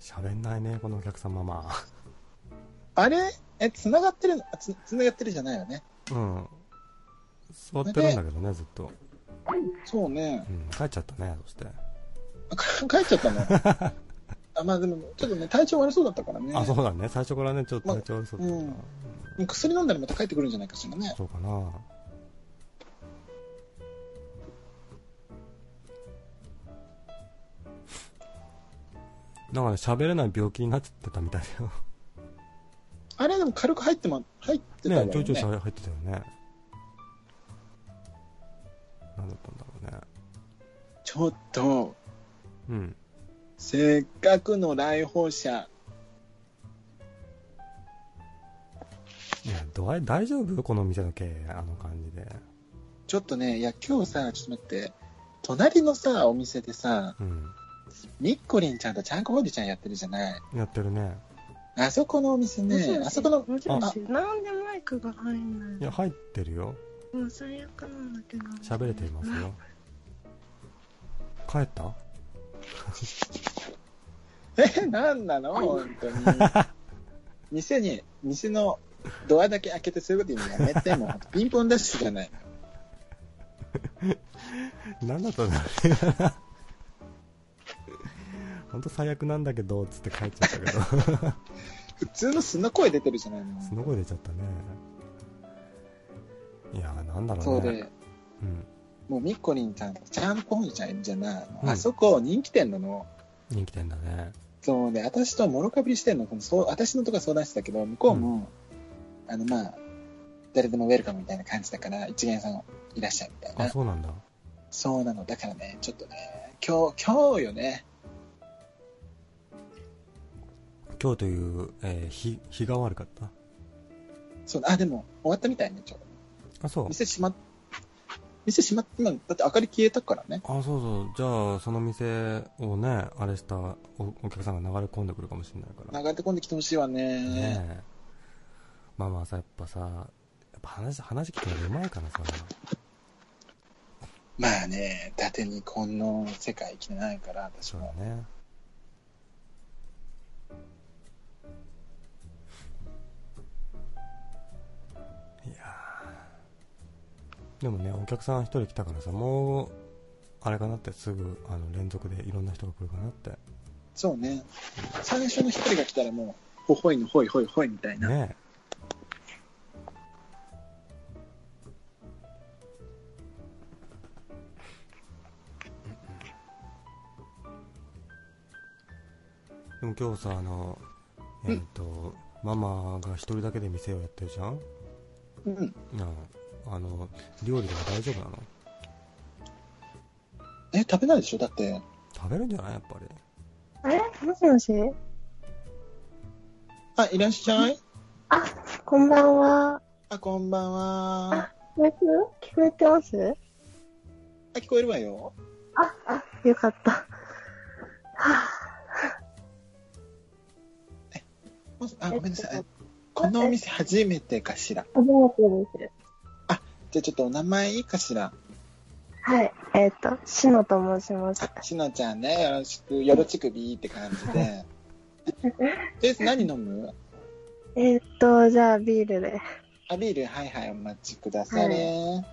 [SPEAKER 2] 喋んないね、このお客様、まあ。
[SPEAKER 1] あれえ、繋がってるのあつ、繋がってるじゃないよね。
[SPEAKER 2] うん。座ってるんだけどね、ずっと。
[SPEAKER 1] そうね。
[SPEAKER 2] うん、帰っちゃったね、そして。
[SPEAKER 1] あか帰っちゃっ たのあ、まあでも、ちょっとね、体調悪そうだったからね。
[SPEAKER 2] あ、そうだね、最初からね、ちょっと
[SPEAKER 1] まあ
[SPEAKER 2] 体調悪そうだったな、
[SPEAKER 1] うん薬飲んだらまた帰ってくるんじゃないかしらね。
[SPEAKER 2] そうかな。なんかね、喋れない病気になっちゃってたみたいだよ。
[SPEAKER 1] あれでも軽く入ってま、入ってたわよ
[SPEAKER 2] ね
[SPEAKER 1] ね。
[SPEAKER 2] ちょいちょいしゃべ入ってたよね。なんだったんだろうね。
[SPEAKER 1] ちょっと、
[SPEAKER 2] うん。
[SPEAKER 1] せっかくの来訪者。
[SPEAKER 2] いや、どあ大丈夫この店の経営、あの感じで。
[SPEAKER 1] ちょっとね、いや、今日さ、ちょっと待って。隣のさ、お店でさ、
[SPEAKER 2] うん。
[SPEAKER 1] ニッコリンちゃんとちゃんこおじちゃんやってるじゃない。
[SPEAKER 2] やってるね。
[SPEAKER 1] あそこのお店
[SPEAKER 3] もし
[SPEAKER 1] ね、
[SPEAKER 3] もし
[SPEAKER 1] あそこの、
[SPEAKER 3] もし
[SPEAKER 1] あ
[SPEAKER 3] もしなんでマイクが入ん
[SPEAKER 2] い
[SPEAKER 3] ない
[SPEAKER 2] や、入ってるよ。
[SPEAKER 3] もう最悪なんだけど
[SPEAKER 2] 喋れていますよ。帰った
[SPEAKER 1] え、なんなの本 当に。店に、店のドアだけ開けてそういうこと言うのやめて、もう、ピンポンダッシュじゃない。
[SPEAKER 2] なんだったんだ 本当最悪なんだけど、つって帰っちゃったけど。
[SPEAKER 1] 普通の素の声出てるじゃないの。
[SPEAKER 2] すの声出ちゃったね。いやー、なんだろうね。
[SPEAKER 1] そうで、
[SPEAKER 2] うん。
[SPEAKER 1] もうミッコリンちゃん、ちゃんぽんちゃんじゃないの。
[SPEAKER 2] うん
[SPEAKER 1] あそこ人気店なの。
[SPEAKER 2] 人気店だね。そう
[SPEAKER 1] そうね、私ともろかぶりしてんの、このそう私のとか相談してたけど、向こうも、あの、まあ、誰でもウェルカムみたいな感じだから、一元さんいらっしゃいみたい
[SPEAKER 2] あ、
[SPEAKER 1] な。
[SPEAKER 2] そうなんだ。
[SPEAKER 1] そうなの、だからね、ちょっとね、今日、今日よね、
[SPEAKER 2] 今日という、えー日、日が悪かった。
[SPEAKER 1] そうあ、でも、終わったみたいね、ちょっ
[SPEAKER 2] あ、そう
[SPEAKER 1] と。。店閉まっ、店閉まっ、今、だって明かり消えたからね。
[SPEAKER 2] あ、そうそう。じゃあ、その店をね、あれしたおお客さんが流れ込んでくるかもしれないか
[SPEAKER 1] 流れてこんできてほしいわね。
[SPEAKER 2] ら。ねえ。まあまあさ、やっぱさ、やっぱ話、話聞くのがうまいからさ。
[SPEAKER 1] まあね、伊達にこの世界生きてないから、私
[SPEAKER 2] そう
[SPEAKER 1] も。
[SPEAKER 2] だね。いやーでもね、お客さん一人来たからさ、もう、あれかなって、すぐ、あの、連続でいろんな人が来るかなって。
[SPEAKER 1] そうね。最初の一人が来たらもう、ほほいのほいほいほいみたいな。
[SPEAKER 2] ねえ。でも今日さ、あの、えっ、と、ママが一人だけで店をやってるじゃん
[SPEAKER 1] うん。
[SPEAKER 2] うん。あの、料理とか大丈夫なの
[SPEAKER 1] え、食べないでしょだって、
[SPEAKER 2] 食べるんじゃないやっぱり。
[SPEAKER 3] えもしもし
[SPEAKER 1] あ、いらっしゃい。
[SPEAKER 3] あこんばんは
[SPEAKER 1] あ、こんばんは。
[SPEAKER 3] 聞こえてる聞こえてます
[SPEAKER 1] あ、聞こえるわよ。
[SPEAKER 3] ああよかったはあ
[SPEAKER 1] もしあ、ごめんなさい。このお店初めてかしら。
[SPEAKER 3] ありがとうです
[SPEAKER 1] じゃあちょっとお名前いいかしら。
[SPEAKER 3] はいえっ、としのと申します
[SPEAKER 1] しのちゃんね、よろしく、よろちくびーって感じで。とりあえず何飲む
[SPEAKER 3] えっ、とじゃあビールで
[SPEAKER 1] あ、ビール、はいはい、お待ちくださいね。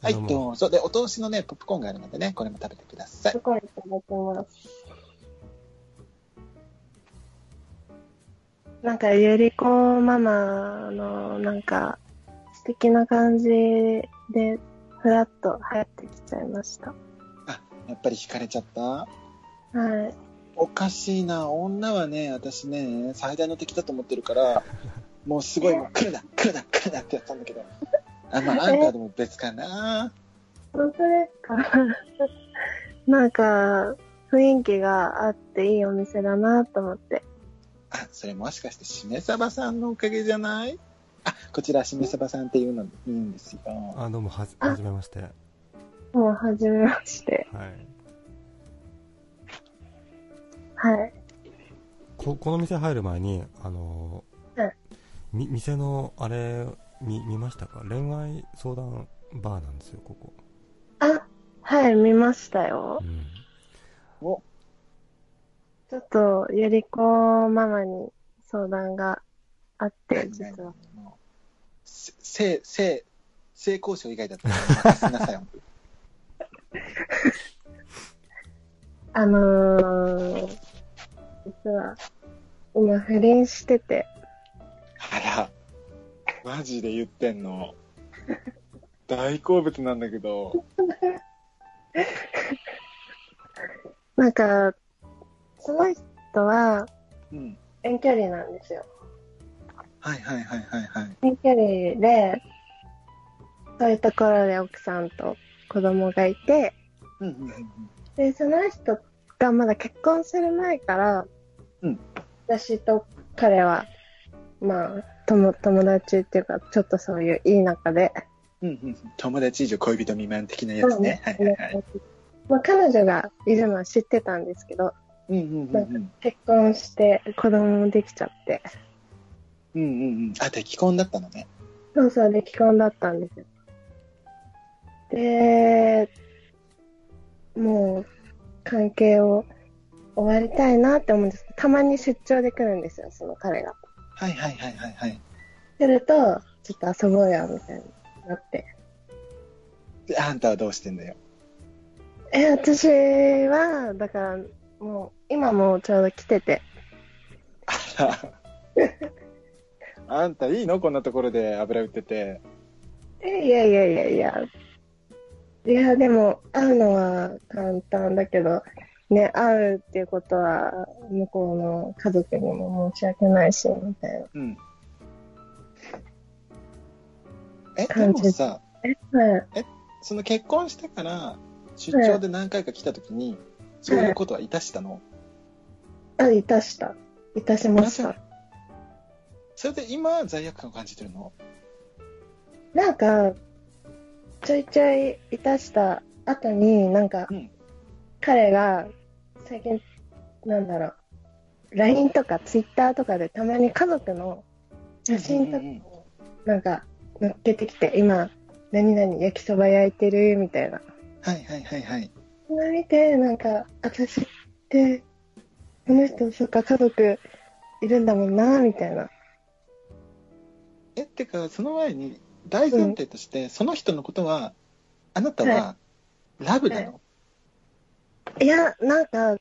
[SPEAKER 1] はい、
[SPEAKER 2] どうも
[SPEAKER 1] どうぞ。で、お通しのね、ポップコーンがあるのでね、これも食べてください
[SPEAKER 3] す。ごいいただきますなんかゆりこママのなんか素敵な感じでふらっと入ってきちゃいました
[SPEAKER 1] やっぱり惹かれちゃった
[SPEAKER 3] はい
[SPEAKER 1] おかしいな、女はね、私ね、最大の敵だと思ってるから、もうすごい、もう来るな、来るな、来るなってやったんだけど。あ、まあ、あんたでも別かな。
[SPEAKER 3] 本当ですかなんか雰囲気があっていいお店だなと思って
[SPEAKER 1] あ、それもしかして、しめさばさんのおかげじゃないあ、こちら、しめさばさんっていうのいいんですよ。
[SPEAKER 2] あ、どうも、はじ、はじめまして。は
[SPEAKER 3] もう初めまして
[SPEAKER 2] い。
[SPEAKER 3] はい
[SPEAKER 2] こ、この店入る前に、あのー
[SPEAKER 3] うん
[SPEAKER 2] み、店の、あれ、見、見ましたか恋愛相談バーなんですよ、ここ。
[SPEAKER 3] あはい見ましたよ
[SPEAKER 2] うん。
[SPEAKER 1] お、
[SPEAKER 3] ちょっと、ゆりこママに相談があって、実は。
[SPEAKER 1] もう、せ、せ、せ、性交渉以外だったら、任せなさい。
[SPEAKER 3] あのー、実は、今不倫してて、
[SPEAKER 1] あら、マジで言ってんの。大好物なんだけど。
[SPEAKER 3] なんか、その人は
[SPEAKER 1] うん。
[SPEAKER 3] 遠距離なんですよ。
[SPEAKER 1] はいはいはいはいはい。
[SPEAKER 3] 遠距離で、そういうところで奥さんと子供がいて、
[SPEAKER 1] うんうんうんうん。
[SPEAKER 3] で、その人がまだ結婚する前から、
[SPEAKER 1] うん
[SPEAKER 3] 私と彼は、まあ、友友達っていうか、ちょっとそういういい仲で、
[SPEAKER 1] うんうんうん、友達以上恋人未満的なやつね。はいはいはい。
[SPEAKER 3] まあ、彼女がいるのは知ってたんですけど、
[SPEAKER 1] うんうんうんうん。
[SPEAKER 3] 結婚して子供もできちゃって。
[SPEAKER 1] うんうんうん。あ、で、既婚だったのね。
[SPEAKER 3] そうそう、で、既婚だったんですよ。で、もう、関係を終わりたいなって思うんですたまに出張で来るんですよ、その彼が。
[SPEAKER 1] はいはいはいはいはい。
[SPEAKER 3] 来ると、ちょっと遊ぼうよ、みたいになって。
[SPEAKER 1] で、あんたはどうしてんだよ。
[SPEAKER 3] え、私は、だから、もう、今もちょうど来てて、
[SPEAKER 1] あんたいいのこんなところで油売ってて。
[SPEAKER 3] えいやいやいやいや。いや、でも、会うのは簡単だけど、ね、会うっていうことは、向こうの家族にも申し訳ないし、みたい
[SPEAKER 1] うん。え、で
[SPEAKER 3] 感
[SPEAKER 1] も
[SPEAKER 3] じ
[SPEAKER 1] さ、
[SPEAKER 3] な。はい。
[SPEAKER 1] その結婚してから出張で何回か来た時に、そういうことはいたしたの。
[SPEAKER 3] あ、いたした。いたしました。
[SPEAKER 1] それで今、罪悪感を感じてるの
[SPEAKER 3] なんか、ちょいちょいいたした後に、なんか、
[SPEAKER 1] うん
[SPEAKER 3] 彼が、最近、なんだろう、LINE とか Twitter とかでたまに家族の写真とか
[SPEAKER 1] うんうんうん
[SPEAKER 3] をなんか、乗っけてきて、今、何々焼きそば焼いてるみたいな。
[SPEAKER 1] はいはいはいはい。
[SPEAKER 3] それ見て、なんか、私って、この人、そっか、家族いるんだもんな、みたいな。
[SPEAKER 1] え、ってか、その前に、大前提として、その人のことは、あなたは、ラブなの、
[SPEAKER 3] いや、なんか、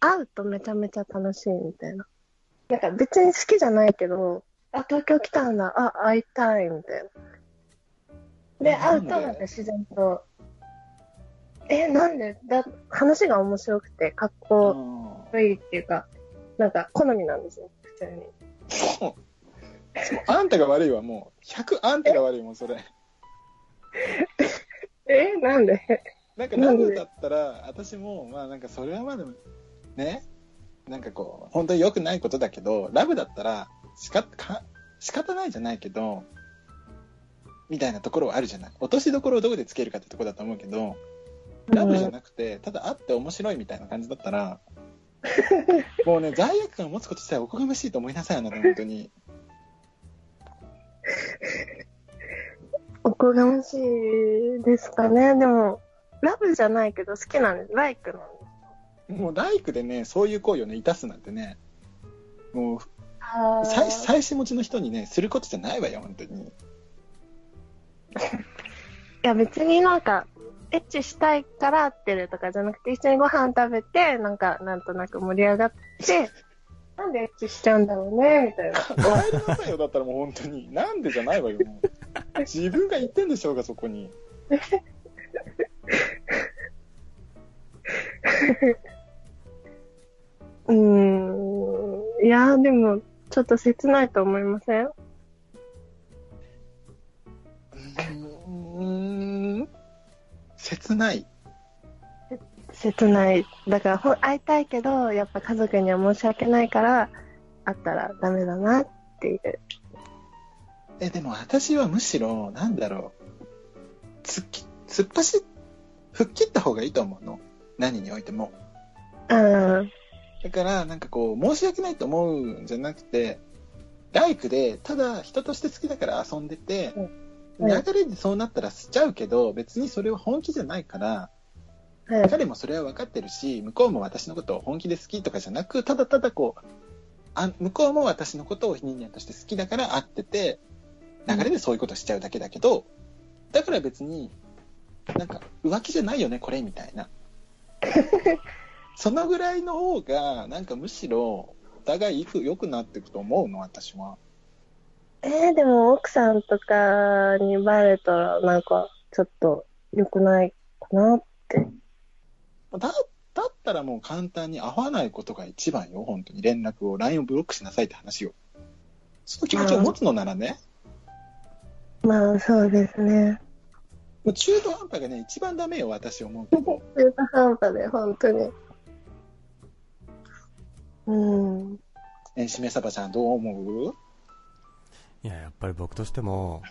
[SPEAKER 3] 会うとめちゃめちゃ楽しいみたいな。なんか別に好きじゃないけど、あ、東京来たんだ、あ、会いたい、みたいな。で、
[SPEAKER 1] な
[SPEAKER 3] 会
[SPEAKER 1] ん
[SPEAKER 3] う
[SPEAKER 1] で
[SPEAKER 3] となんか自然と、え、なんでだ話が面白くて、かっこ
[SPEAKER 1] あ
[SPEAKER 3] いいっていうか、なんか好みなんですよ、普通に。
[SPEAKER 1] ーあんたが悪いわ、もう。100あんたが悪いもん、それ。
[SPEAKER 3] え、なんで
[SPEAKER 1] なんか
[SPEAKER 3] な
[SPEAKER 1] ラ
[SPEAKER 3] んで
[SPEAKER 1] ブだったら、私も、まあなんかそれはまだ、ね、なんかこう、本当に良くないことだけど、ラブだったら、しかか仕方ないじゃないけど、みたいなところはあるじゃない。落としどころをどこでつけるかってとこだと思うけど、ラブじゃなくて、ただ会って面白いみたいな感じだったら、 もうね、罪悪感を持つこと自体おこがましいと思いなさい、あ なた、本当に。
[SPEAKER 3] おこがましいですかね。でも、ラブじゃないけど好きなんです。ライクなんです。
[SPEAKER 1] もう、大工でね、そういう行為をね、いたすなんてね、もう、
[SPEAKER 3] あー
[SPEAKER 1] 妻妻子持ちの人にね、することじゃないわよ、本当に。
[SPEAKER 3] いや別になんか、エッチしたいから会ってるとかじゃなくて、一緒にご飯食べて、なんか、なんとなく盛り上がって、なんでエッチしちゃうんだろうね、みたいな。
[SPEAKER 1] 帰りなさいよだったらもう本当になんでじゃないわよもう自分が言ってんでしょうがそこに
[SPEAKER 3] うーん。いやでも、ちょっと切ないと思いません
[SPEAKER 1] うん切ない
[SPEAKER 3] 切ない。だからほん、会いたいけど、やっぱ家族には申し訳ないから、会ったらダメだなっていう。
[SPEAKER 1] えでも私はむしろなんだろう突っき突っ走吹っ切った方がいいと思うの何においても
[SPEAKER 3] うん。
[SPEAKER 1] だからなんかこう申し訳ないと思うんじゃなくてライクでただ人として好きだから遊んでて
[SPEAKER 3] うんうん
[SPEAKER 1] 流れにそうなったらしちゃうけど別にそれは本気じゃないから
[SPEAKER 3] はい。
[SPEAKER 1] 彼もそれは分かってるし向こうも私のことを本気で好きとかじゃなくただただこうあ向こうも私のことを人間として好きだから会ってて流れでそういうことしちゃうだけだけどだから別になんか浮気じゃないよねこれみたい なそのぐらいの方がなんかむしろお互いいく良くなっていくと思うの私は
[SPEAKER 3] えー、でも奥さんとかにバレたら、なんか、ちょっと良くないかな。
[SPEAKER 1] だだったらもう簡単に会わないことが一番よ本当に連絡を LINE をブロックしなさいって話よその気持ちを持つのならね、
[SPEAKER 3] まあ、そうですね。
[SPEAKER 1] もう中途半端がね、一番ダメよ、私思うけど。
[SPEAKER 3] 中途半端で、本当に。うん。
[SPEAKER 1] えー、しめさばちゃん、どう思う
[SPEAKER 2] いや、やっぱり僕としても、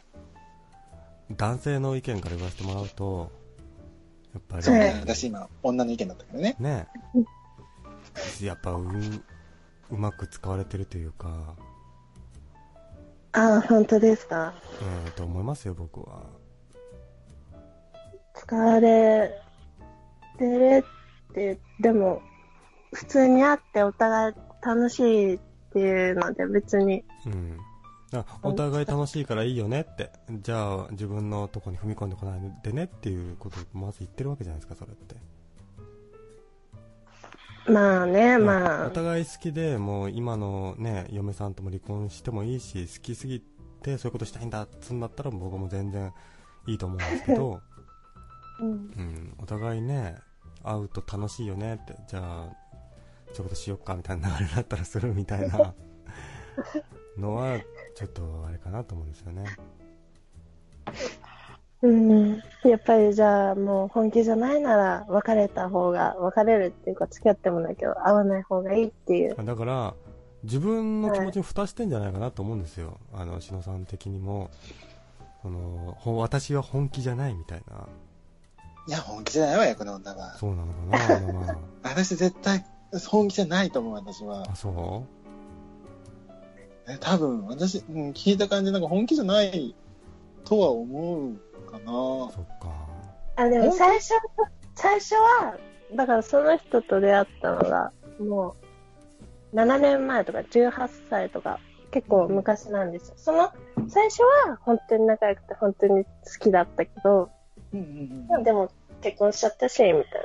[SPEAKER 2] 男性の意見から言わせてもらうと、やっぱり、
[SPEAKER 3] はい
[SPEAKER 1] 私今、女の意見だったからね。
[SPEAKER 2] ね、やっぱう、うまく使われてるというか、
[SPEAKER 3] ああ、本当ですか。
[SPEAKER 2] うん、と思いますよ、僕は。
[SPEAKER 3] 使われてるって、でも、普通に会ってお互い楽しいっていうので、別に。
[SPEAKER 2] うん。あお互い楽しいからいいよねって。じゃあ、自分のとこに踏み込んでこないでねっていうことをまず言ってるわけじゃないですか、それって。
[SPEAKER 3] まあね、
[SPEAKER 2] お
[SPEAKER 3] まあ。
[SPEAKER 2] 互い好きでもう今のね嫁さんとも離婚してもいいし好きすぎてそういうことしたいんだっつんだったら僕も全然いいと思うんですけ ど、
[SPEAKER 3] うん
[SPEAKER 2] うん、お互いね会うと楽しいよねってじゃあそういうことしよっかみたいな流れになったらするみたいなのはちょっとあれかなと思うんですよね
[SPEAKER 3] うん、やっぱりじゃあもう本気じゃないなら別れた方が別れるっていうか付き合ってもだけど会わない方がいいっていう
[SPEAKER 2] だから自分の気持ちに蓋してんじゃないかなと思うんですよ、あの篠さん的にもそのほん私は本気じゃないみたいない
[SPEAKER 1] や、本気じゃないわよ、この女は。
[SPEAKER 2] そうなの かなママ
[SPEAKER 1] 私絶対、本気じゃないと思う、私は。
[SPEAKER 2] あそ
[SPEAKER 1] え多分、私、うん、聞いた感じ、なんか本気じゃないとは思うかな
[SPEAKER 2] う。そっか
[SPEAKER 3] あでも最初最初はだからその人と出会ったのがもう7年前とか18歳とか結構昔なんですよその最初は本当に仲良くて本当に好きだったけど
[SPEAKER 1] うんうん
[SPEAKER 3] でも結婚しちゃったしみたい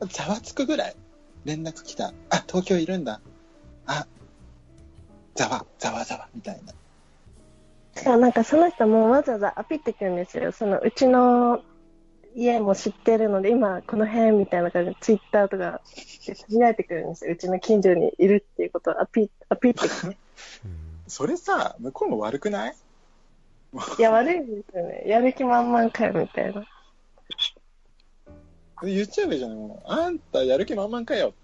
[SPEAKER 1] うん。ざわつくぐらい。連絡来た。あ、東京いるんだ。あ、ざわ、ざわざわ、みたいな。
[SPEAKER 3] なしかもなんかその人もわざわざアピってくるんですよそのうちの家も知ってるので今この辺みたいな感じでツイッターとかでつぶやいてくるんですようちの近所にいるっていうことをアピアピってくる
[SPEAKER 2] うん
[SPEAKER 1] それさ、向こうも悪くない
[SPEAKER 3] いや、悪いですよね。やる気満々かよ、みたいな。
[SPEAKER 1] 言っちゃえばいいじゃないもうあんたやる気満々かよ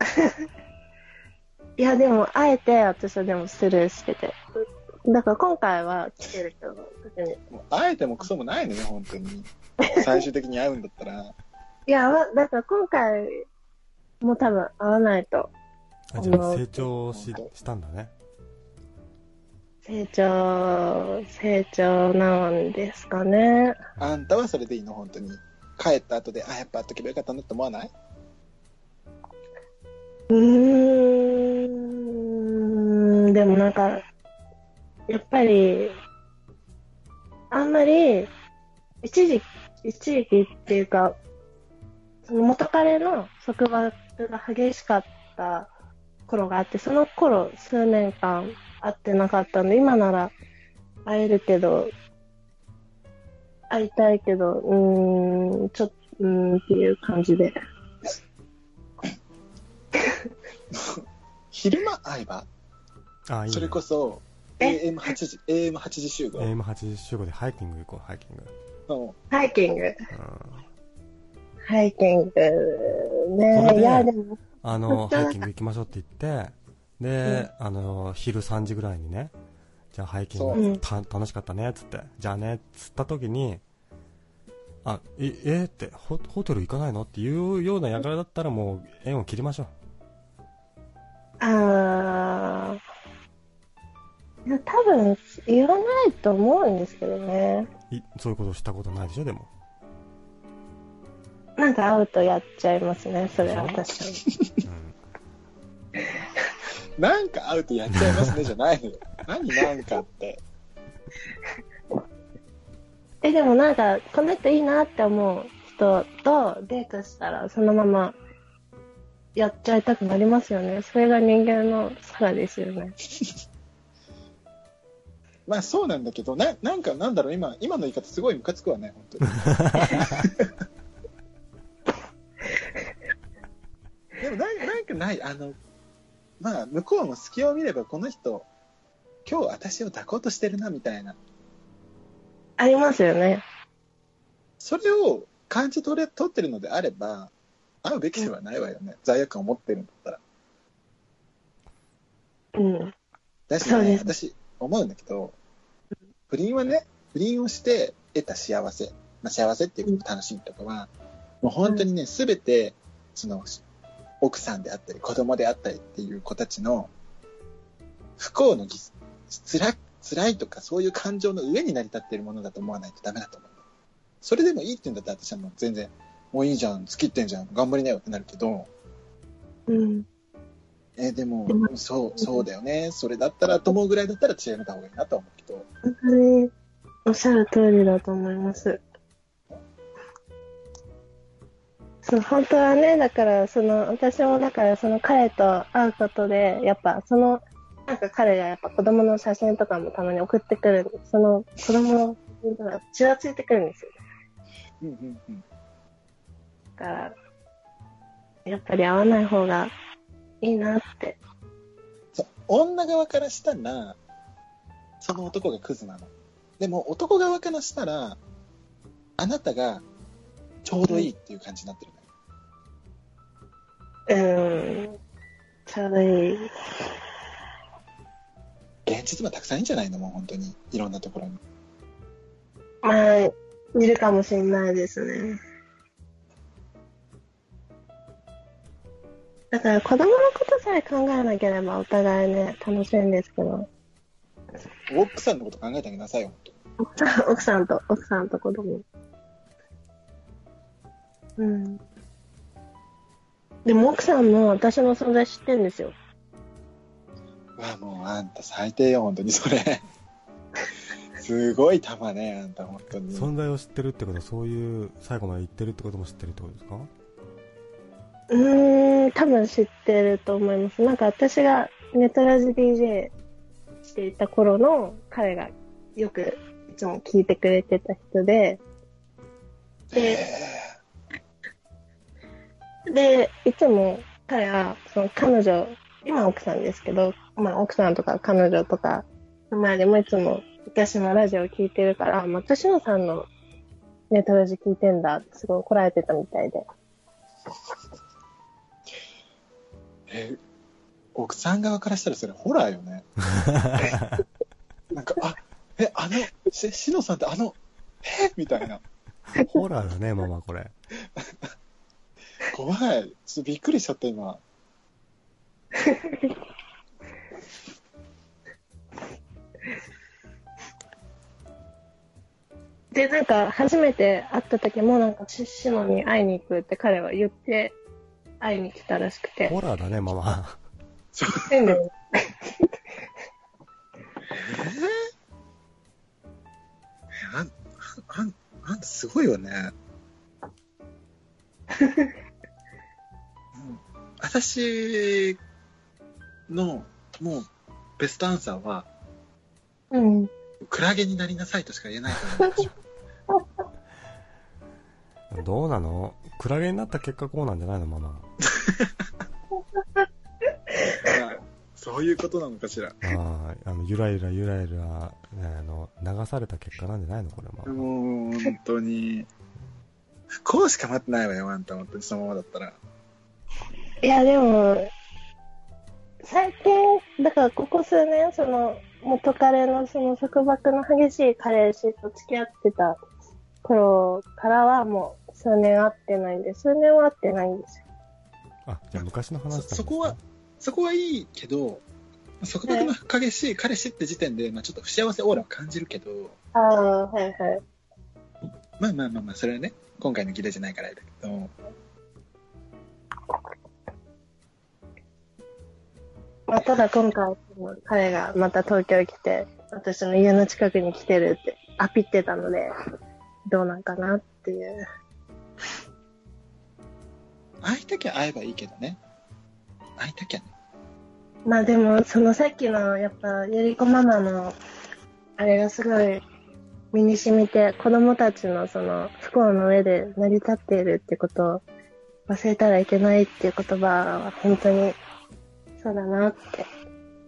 [SPEAKER 1] って。
[SPEAKER 3] いや、でも、あえて、私はでもスルーしてて。だから今回は来てる人の時に。
[SPEAKER 1] もうあえてもクソもないのね、本当に。最終的に会うんだったら。
[SPEAKER 3] いや、わだから今回も多分会わないと
[SPEAKER 2] あじゃあ成長ししたんだね
[SPEAKER 3] 成長、成長なんですかね。
[SPEAKER 1] あんたはそれでいいの、本当に。帰った後で、あ、やっぱ会っとけばよかったなって思わないう
[SPEAKER 3] ーん、でもなんか、やっぱり、あんまり、一時、一時期っていうか、その元彼の束縛が激しかった頃があって、その頃数年間会ってなかったんで、今なら会えるけど、会いたいけど、うーん、ちょっと、うーんっていう感じで。
[SPEAKER 1] 昼間会えば、
[SPEAKER 2] あいい、ね、
[SPEAKER 1] それこそ、
[SPEAKER 3] え
[SPEAKER 1] AM8 時、AM8 時集合
[SPEAKER 2] AM8 時5でハイキング行こうハイキング、
[SPEAKER 1] の、
[SPEAKER 3] ハイキング。
[SPEAKER 2] うん、
[SPEAKER 3] ハイキング
[SPEAKER 2] それ
[SPEAKER 3] ね。
[SPEAKER 2] で
[SPEAKER 3] いや、でも、
[SPEAKER 2] あのハイキング行きましょうって言ってで、あの昼3時ぐらいにねじゃあハイキン
[SPEAKER 3] そ
[SPEAKER 2] グ
[SPEAKER 3] う
[SPEAKER 2] た楽しかったねっつってじゃあねっつった時にあええーってホホテル行かないのっていうようなやからだったらもう縁を切りましょ
[SPEAKER 3] あーいや、多分、言わないと思うんですけどね。
[SPEAKER 2] ういそういうことしたことないでしょでも
[SPEAKER 3] なんか会うとやっちゃいますね、それは確か
[SPEAKER 2] う
[SPEAKER 1] なんか会うとやっちゃいますね、じゃないのよ。何なんかって。
[SPEAKER 3] に。え、でもなんか、この人いいなって思う人とデートしたら、そのまま、やっちゃいたくなりますよね。それが人間の差ですよね。
[SPEAKER 1] まあそうなんだけど、ななんかなんだろう、今、今の言い方すごいムカつくわね、本当に。でもなんか、なんかない、あの、まあ向こうも隙を見れば、この人、今日私を抱こうとしてるな、みたいな。
[SPEAKER 3] ありますよね。
[SPEAKER 1] それを感じ取れ取ってるのであれば、会うべきではないわよね。罪悪感を持ってるんだったら。
[SPEAKER 3] うん。
[SPEAKER 1] だし、
[SPEAKER 3] そう
[SPEAKER 1] ね、
[SPEAKER 3] です
[SPEAKER 1] 私、思うんだけど、不倫はね、不倫をして得た幸せ、まあ、幸せっていうか楽しみとかは、もう本当にね、すべて、その、奥さんであったり、子供であったりっていう子たちの、不幸のぎ、辛、辛いとかそういう感情の上に成り立っているものだと思わないとダメだと思う。それでもいいって言うんだったら私はもう全然、もういいじゃん、付き合ってんじゃん、頑張りなよってなるけど、
[SPEAKER 3] うん。
[SPEAKER 1] えーでも、そう、そうだよね、それだったらと思うぐらいだったら私はやめた方がいいなとは思うけど、
[SPEAKER 3] 本当に、おっしゃる通りだと思います。そう、本当はね、だから、その、私もだから、その彼と会うことで、やっぱ、その、なんか彼がやっぱ子供の写真とかもたまに送ってくるんで、その子供の写真とかちらついてくるんですよ。
[SPEAKER 1] うんうんうん。
[SPEAKER 3] だから、やっぱり会わない方がいいなって。
[SPEAKER 1] そう女側からしたらその男がクズなのでも男側からしたらあなたがちょうどいいっていう感じになってるのよ
[SPEAKER 3] うん。ちょうどいい。
[SPEAKER 1] 現実もたくさんいいんじゃないのもう本当にいろんなところに
[SPEAKER 3] まあ、いるかもしれないですね。だから子供のことさえ考えなければお互いね、楽しいんですけど、
[SPEAKER 1] 奥さんのこと考えてあげなさいよ本
[SPEAKER 3] 奥さん奥さんと、奥さんと子供。うん。でも奥さんも私の存在知ってんですよ。
[SPEAKER 1] 当うわもうあんた最低よ本当にそ れすごい玉ねあんた本当に
[SPEAKER 2] 存在を知ってるってことはそういう最後まで言ってるってことも知ってるってことですか
[SPEAKER 3] うーん、多分知ってると思います。なんか私がネトラジ DJ していた頃の彼がよくいつも聞いてくれてた人で、で、で、いつも彼はその彼女、今奥さんですけど、まあ奥さんとか彼女とかの前でもいつも私もラジオを聞いてるから、あ松代さんのネトラジ聞いてんだってすごい怒られてたみたいで。
[SPEAKER 1] え奥さん側からしたらそれホラーよね なんかあえあのししのさんってあのえみたいな
[SPEAKER 2] ホラーだね、ママこれ。
[SPEAKER 1] 怖い。ちょっとびっくりしちゃった、今。
[SPEAKER 3] で、なんか、初めて会った時も、なんか、シシノに会いに行くって彼は言って、会いに来たらしくて。
[SPEAKER 2] ホラーだね、ママ。
[SPEAKER 3] 変だよ
[SPEAKER 1] あん、あん、あんたすごいよね。 うん私の、もう、ベストアンサーは、
[SPEAKER 3] うん。
[SPEAKER 1] クラゲになりなさいとしか言えないから、私は
[SPEAKER 2] どうなのクラゲになった結果こうなんじゃないの、ママ。
[SPEAKER 1] ま あそういうことなのかしら。
[SPEAKER 2] ああ、あの、ゆらゆらゆらゆら、ね、あの、流された結果なんじゃないのこれ
[SPEAKER 1] もう
[SPEAKER 2] も。、
[SPEAKER 1] 本当に。不幸しか待ってないわよ、あんた、本当にそのままだったら。
[SPEAKER 3] いや、でも、最近、だから、ここ数年、その、元彼の、その、束縛の激しい彼氏と付き合ってた頃からは、もう、数年会ってないんで、数年は会ってないんですよ。
[SPEAKER 2] あ、じゃあ昔の話だ
[SPEAKER 1] そ
[SPEAKER 2] んです
[SPEAKER 1] そこは、そこはいいけど、束縛の激しい彼氏って時点で、まあ、ちょっと不幸せオーラを感じるけど、
[SPEAKER 3] ああ、はいはい。
[SPEAKER 1] まあまあまあまあ、それはね、今回の議題じゃないからあれだけど、
[SPEAKER 3] まあ、ただ今回、彼がまた東京来て、私の家の近くに来てるって、アピってたので、どうなんかなっていう。
[SPEAKER 1] 会いたきゃ会えばいいけどね。会いたきゃね。
[SPEAKER 3] まあでも、そのさっきの、やっぱ、ゆりこママの、あれがすごい、身に染みて、子供たちのその、不幸の上で成り立っているってことを、忘れたらいけないっていう言葉は、本当に、そうだなって。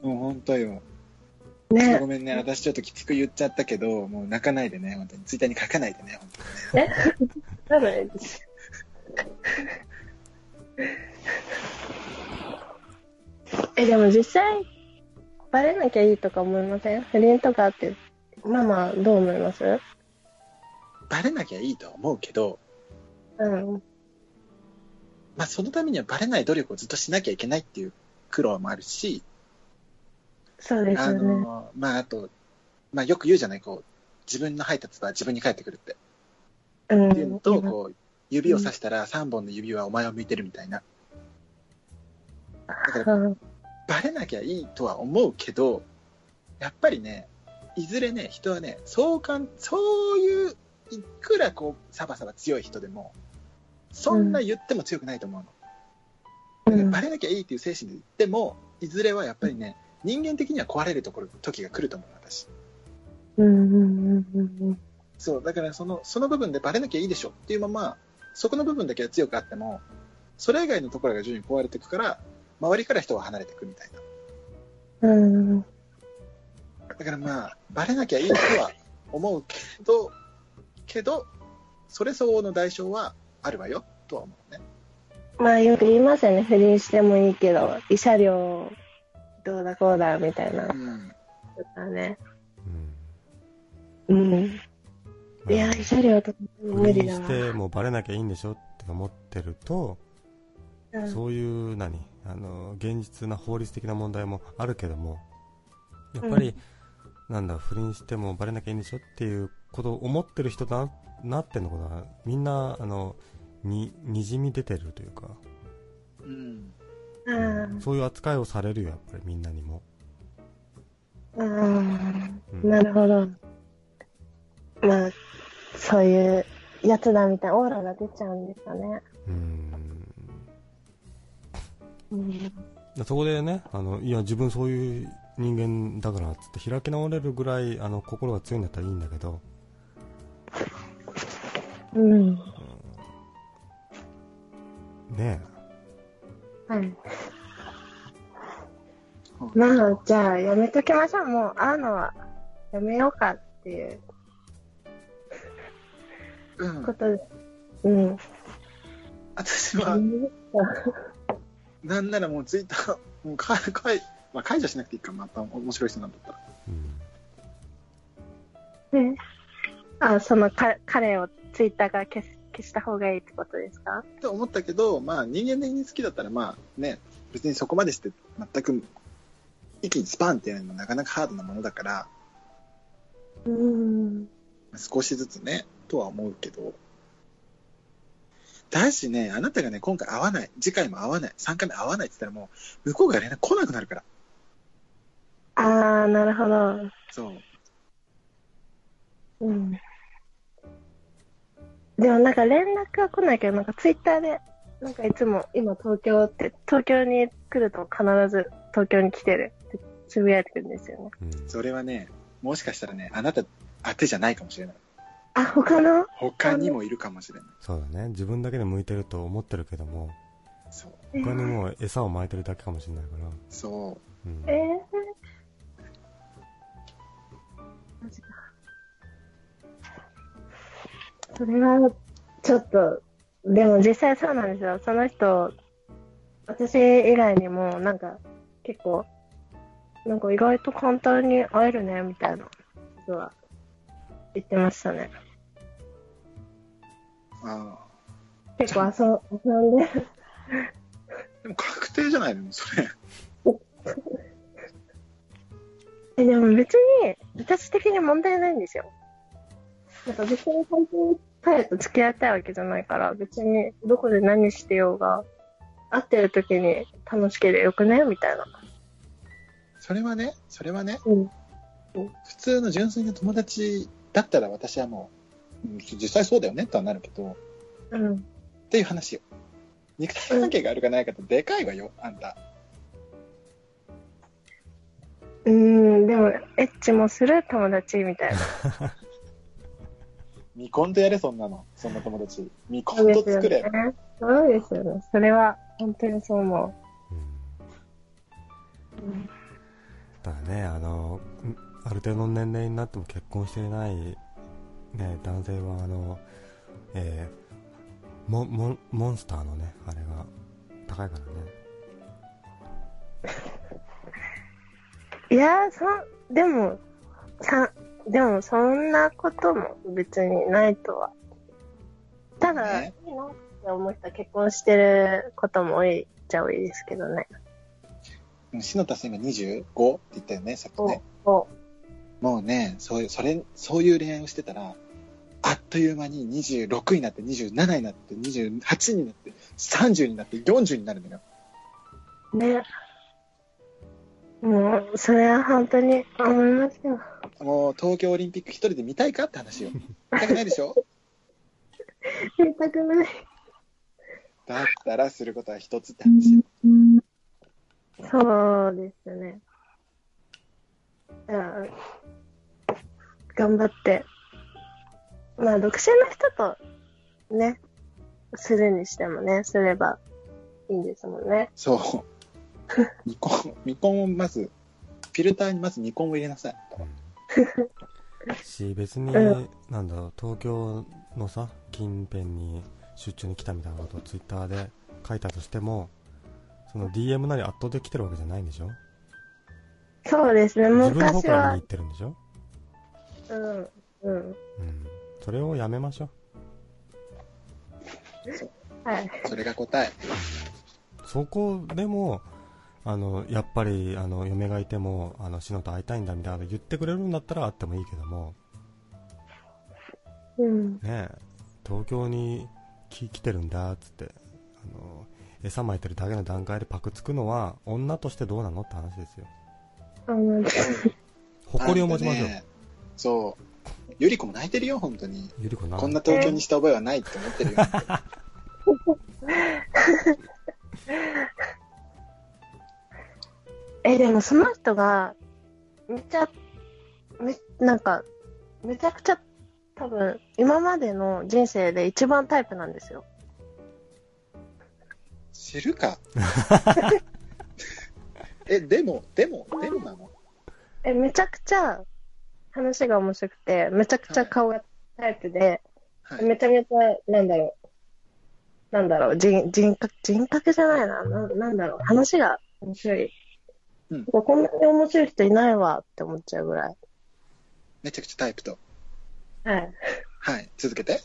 [SPEAKER 1] もう本当よ。
[SPEAKER 3] ね
[SPEAKER 1] ごめんね、私ちょっときつく言っちゃったけど、もう泣かないでね、本当に。ツイッターに書かないでね、本当に。
[SPEAKER 3] えなのにえ、でも実際、バレなきゃいいとか思いません不倫とかって、ママどう思います
[SPEAKER 1] バレなきゃいいとは思うけど、
[SPEAKER 3] うん。
[SPEAKER 1] まあ、そのためにはバレない努力をずっとしなきゃいけないっていう苦労もあるし、
[SPEAKER 3] そうです
[SPEAKER 1] あ
[SPEAKER 3] よね。
[SPEAKER 1] の、まあ、あと、まあ、よく言うじゃない、こう、自分の配達は自分に返ってくるって。
[SPEAKER 3] うん
[SPEAKER 1] っていうのと、こう、指を指したら3本の指はお前を向いてるみたいな。だから、
[SPEAKER 3] うん
[SPEAKER 1] バレなきゃいいとは思うけど、やっぱりね、いずれね、人はね、そうかん、そういう、いくらこう、サバサバ強い人でも、そんな言っても強くないと思うの。だからバレなきゃいいっていう精神で言っても、いずれはやっぱりね、人間的には壊れるところ、時が来ると思うの、私。
[SPEAKER 3] うんうんうんうん
[SPEAKER 1] そう、だからそのその部分でバレなきゃいいでしょっていうまま、そこの部分だけは強くあっても、それ以外のところが徐々に壊れていくから、周りから人は離れていくみたいな。
[SPEAKER 3] うんうん
[SPEAKER 1] だからまあ、バレなきゃいいとは思うけど、けど、それ相応の代償はあるわよ、とは思うね。
[SPEAKER 3] まあよく言いますよね。不倫してもいいけど、慰謝料どうだこうだみたいな
[SPEAKER 1] う。ん。
[SPEAKER 3] とかね。
[SPEAKER 2] う
[SPEAKER 3] うん。
[SPEAKER 2] ん
[SPEAKER 3] いや、慰謝料とか
[SPEAKER 2] 不
[SPEAKER 3] 無
[SPEAKER 2] 倫
[SPEAKER 3] 理だ
[SPEAKER 2] し
[SPEAKER 3] わ。
[SPEAKER 2] てもうバレなきゃいいんでしょって思ってると、
[SPEAKER 3] うん
[SPEAKER 2] そういう何あの現実な法律的な問題もあるけどもやっぱり、なんだ不倫してもバレなきゃいいんでしょっていうことを思ってる人だなってのことはみんなあのににじみ出てるというか、
[SPEAKER 1] うん。
[SPEAKER 3] うん
[SPEAKER 2] そういう扱いをされるよやっぱりみんなにも、
[SPEAKER 3] うん
[SPEAKER 2] うん
[SPEAKER 3] なるほど。まあ、そういうやつだみたいなオーラが出ちゃうんですかね。
[SPEAKER 2] うん
[SPEAKER 3] うん。
[SPEAKER 2] でそこでねあのいや自分そういう人間だからっつって開き直れるぐらいあの心が強いんだったらいいんだけど
[SPEAKER 3] うん。
[SPEAKER 2] ね
[SPEAKER 3] はい。まあ、じゃあ、やめときましょう。もう、会うのは、やめようかっていう
[SPEAKER 1] うん
[SPEAKER 3] こ。とで。うん。
[SPEAKER 1] 私は、なんならもうツイッター、もうかかい、まあ、解除しなくていいか、また面白い人なんだったら。
[SPEAKER 2] え、うん
[SPEAKER 3] ねあ、そのか、彼をツイッターから消す消した方がいいってことですか
[SPEAKER 1] って思ったけど、まあ、人間的に好きだったら、まあね、別にそこまでして全く一気にスパンっていうのもなかなかハードなものだから、
[SPEAKER 3] うん。
[SPEAKER 1] 少しずつね、とは思うけど。だしね、あなたがね、今回会わない、次回も会わない、3回目会わないって言ったらもう、向こうが連絡来なくなるから。
[SPEAKER 3] ああ、なるほど。
[SPEAKER 1] そう。
[SPEAKER 3] うん。でもなんか連絡は来ないけど、なんかツイッターで、なんかいつも今東京って、東京に来ると必ず東京に来てるってつぶやいてるんですよね。
[SPEAKER 2] うん
[SPEAKER 1] それはね、もしかしたらね、あなた当てじゃないかもしれない。
[SPEAKER 3] あ、他の
[SPEAKER 1] 他にもいるかもしれない。
[SPEAKER 2] そうだね自分だけで向いてると思ってるけども
[SPEAKER 1] そう。
[SPEAKER 2] 他にもう餌をまいてるだけかもしれないから、
[SPEAKER 1] そ
[SPEAKER 2] うん
[SPEAKER 3] えー、マジか。それは、ちょっと、でも実際そうなんですよ。その人、私以外にも、なんか、結構、なんか意外と簡単に会えるね、みたいなことは言ってましたね。
[SPEAKER 1] う。ああ。
[SPEAKER 3] 結構遊遊んで、
[SPEAKER 1] でも確定じゃないのそれ。
[SPEAKER 3] えでも別に、私的に問題ないんですよ。なんか別に本当に彼と付き合いたいわけじゃないから、別にどこで何してようが、会ってる時に楽しければよくねみたいな。
[SPEAKER 1] それはね、それはね、
[SPEAKER 3] うん。
[SPEAKER 1] 普通の純粋な友達だったら私はもう、うん実際そうだよねとはなるけど、
[SPEAKER 3] うん。
[SPEAKER 1] っていう話よ。肉体関係があるかないかってでかいわよ、あんた。
[SPEAKER 3] うーん、でも、エッチもする友達みたいな。
[SPEAKER 1] 未婚とやれ、そんなの。そんな友達。未婚と作れ。
[SPEAKER 3] そうですよね。それは、本当にそう思う。うん。
[SPEAKER 2] だからねあのんある程度の年齢になっても結婚していない、ね、男性はあの、えーモンモンモンスターのねあれが高いからね
[SPEAKER 3] いやー、そ、でも、さ、でもそんなことも別にないとは。ただ、
[SPEAKER 1] ね
[SPEAKER 3] いいなってって思う人は結婚してることも多いっちゃ多いですけどね。
[SPEAKER 1] うん篠田さん今25って言ったよね、さっきね。
[SPEAKER 3] おお
[SPEAKER 1] もうね、そういう、それ、そういう恋愛をしてたら、あっという間に26になって、27になって、28になって、30になって、40になるのよ。
[SPEAKER 3] ね。もう、それは本当に思いますよ。
[SPEAKER 1] もう東京オリンピック一人で見たいかって話 よ。見たくないでしょ
[SPEAKER 3] 言いたくない。
[SPEAKER 1] だったらすることは一つって話よ。
[SPEAKER 3] そうですね。じゃあ、頑張って。まあ、独身の人と、ね、するにしてもね、すればいいんですもんね。
[SPEAKER 1] そう。未婚、未婚をまず、フィルターにまず未婚を入れなさい。
[SPEAKER 2] し別に、
[SPEAKER 3] うん
[SPEAKER 2] なんだろう東京のさ近辺に出張に来たみたいなことをツイッターで書いたとしてもその DM なり圧倒で来てるわけじゃないんでしょ
[SPEAKER 3] そうですね、
[SPEAKER 2] 自分の方
[SPEAKER 3] 昔
[SPEAKER 2] から見に
[SPEAKER 3] は
[SPEAKER 2] 行っ。てるんでしょ
[SPEAKER 3] うん、うん。
[SPEAKER 2] うんそれをやめましょ
[SPEAKER 3] はい。
[SPEAKER 1] それが答え。
[SPEAKER 2] うそこでもあのやっぱりあの嫁がいてもあの篠と会いたいんだみたいなこと言ってくれるんだったら会ってもいいけども
[SPEAKER 3] うん。
[SPEAKER 2] ねえ東京にき来てるんだっつってあの餌まいてるだけの段階でパクつくのは女としてどうなのって話ですよ
[SPEAKER 3] あの、
[SPEAKER 2] 誇りを持ちましょ
[SPEAKER 1] あん
[SPEAKER 2] う、
[SPEAKER 1] たねそう。ゆり子も泣いてるよ、本当に。
[SPEAKER 2] ゆりこな
[SPEAKER 1] こんな東京にした覚えはないって思ってる よ。
[SPEAKER 3] え、でもその人が、めちゃ、め、なんか、めちゃくちゃ、多分、今までの人生で一番タイプなんですよ。
[SPEAKER 1] 知る か。え、でも、でも、でもなの
[SPEAKER 3] え、めちゃくちゃ、話が面白くて、めちゃくちゃ顔がタイプで、
[SPEAKER 1] はい。
[SPEAKER 3] めちゃめちゃ、なんだろう、なんだろう、人、人格、人格じゃないな、ななんだろう、話が面白い。
[SPEAKER 1] うん
[SPEAKER 3] こんなに面白い人いないわって思っちゃうぐらい。
[SPEAKER 1] めちゃくちゃタイプと。
[SPEAKER 3] はい。
[SPEAKER 1] はい。続けて。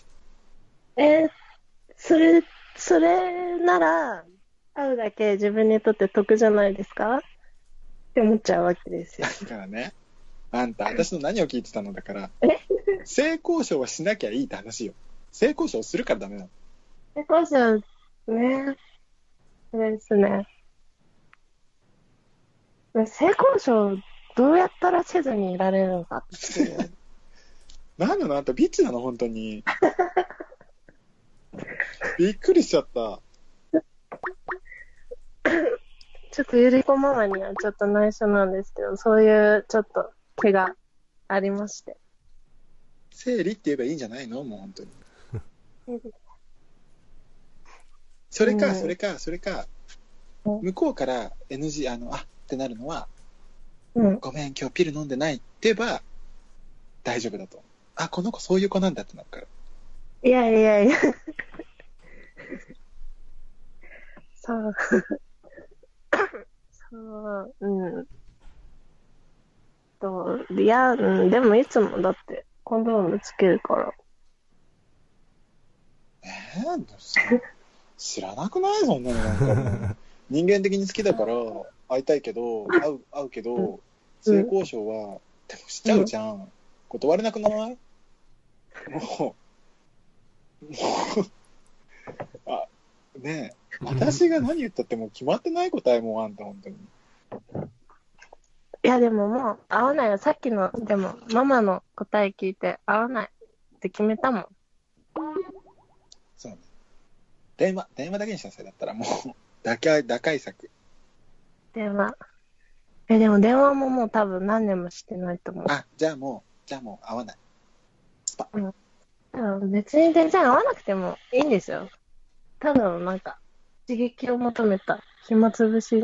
[SPEAKER 3] えーそれ、それなら、会うだけ自分にとって得じゃないですかって思っちゃうわけですよ。
[SPEAKER 1] だからね。あんた、私の何を聞いてたのだから、 性交渉はしなきゃいいって話よ。性交渉をするからダメなの。
[SPEAKER 3] で、こうしようね。そうですね。で性交渉、どうやったらせずにいられるのかっていう。
[SPEAKER 1] 何なのあんた、ビッチなの本当 に。びっくりしちゃった。
[SPEAKER 3] ちょっとゆりこママにはちょっと内緒なんですけど、そういうちょっと手がありまして。
[SPEAKER 1] 生理って言えばいいんじゃないのもう本当に。それ
[SPEAKER 3] う
[SPEAKER 1] か、
[SPEAKER 3] ん
[SPEAKER 1] それか、それか、
[SPEAKER 3] うん
[SPEAKER 1] 向こうから NG、あの、あってなるのは、
[SPEAKER 3] うん。
[SPEAKER 1] ごめん、今日ピル飲んでないって言えば、大丈夫だと。あ、この子そういう子なんだってなるから。
[SPEAKER 3] いやいやいや。そう。そう、うん。と、いや、うん、でもいつもだって、コンドームつけるから。
[SPEAKER 1] えー、そ知らなくないそんなのなんかも う。人間的に好きだから、会いたいけど、会う、会うけど、性交渉は、でもしちゃうじゃん。断れなくないもう、もう、あ、ねえ、私が何言ったってもう決まってない答えもうあんた、本当に。
[SPEAKER 3] いや、でももう、合わないよ。さっきの、でも、ママの答え聞いて、合わないって決めたもん。
[SPEAKER 1] そうね。電話、電話だけにしなさい。だったらもう、打開、打開策。
[SPEAKER 3] 電話。え、でも電話ももう多分何年もしてないと思う。
[SPEAKER 1] あ、じゃあもう、じゃあもう会わない。
[SPEAKER 3] うん別に全然合わなくてもいいんですよ。ただのなんか、刺激を求めた暇つぶし。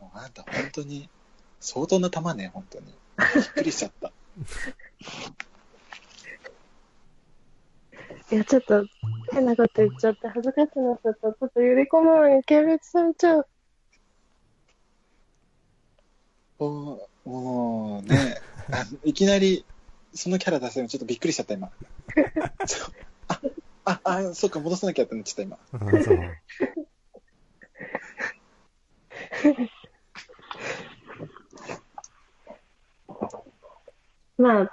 [SPEAKER 1] もうあんた本当に相当な玉ね、本当に。びっくりしちゃった。
[SPEAKER 3] いや、ちょっと変なこと言っちゃって恥ずかしくなっちゃった。ちょっとゆりこママに軽蔑されちゃう。
[SPEAKER 1] もう、もうね、 あいきなりそのキャラ出せるのちょっとびっくりしちゃった、今。ちょあ、あ、あ、そっか、戻さなきゃってなっちゃった、今。
[SPEAKER 2] うんそう。
[SPEAKER 3] まあ、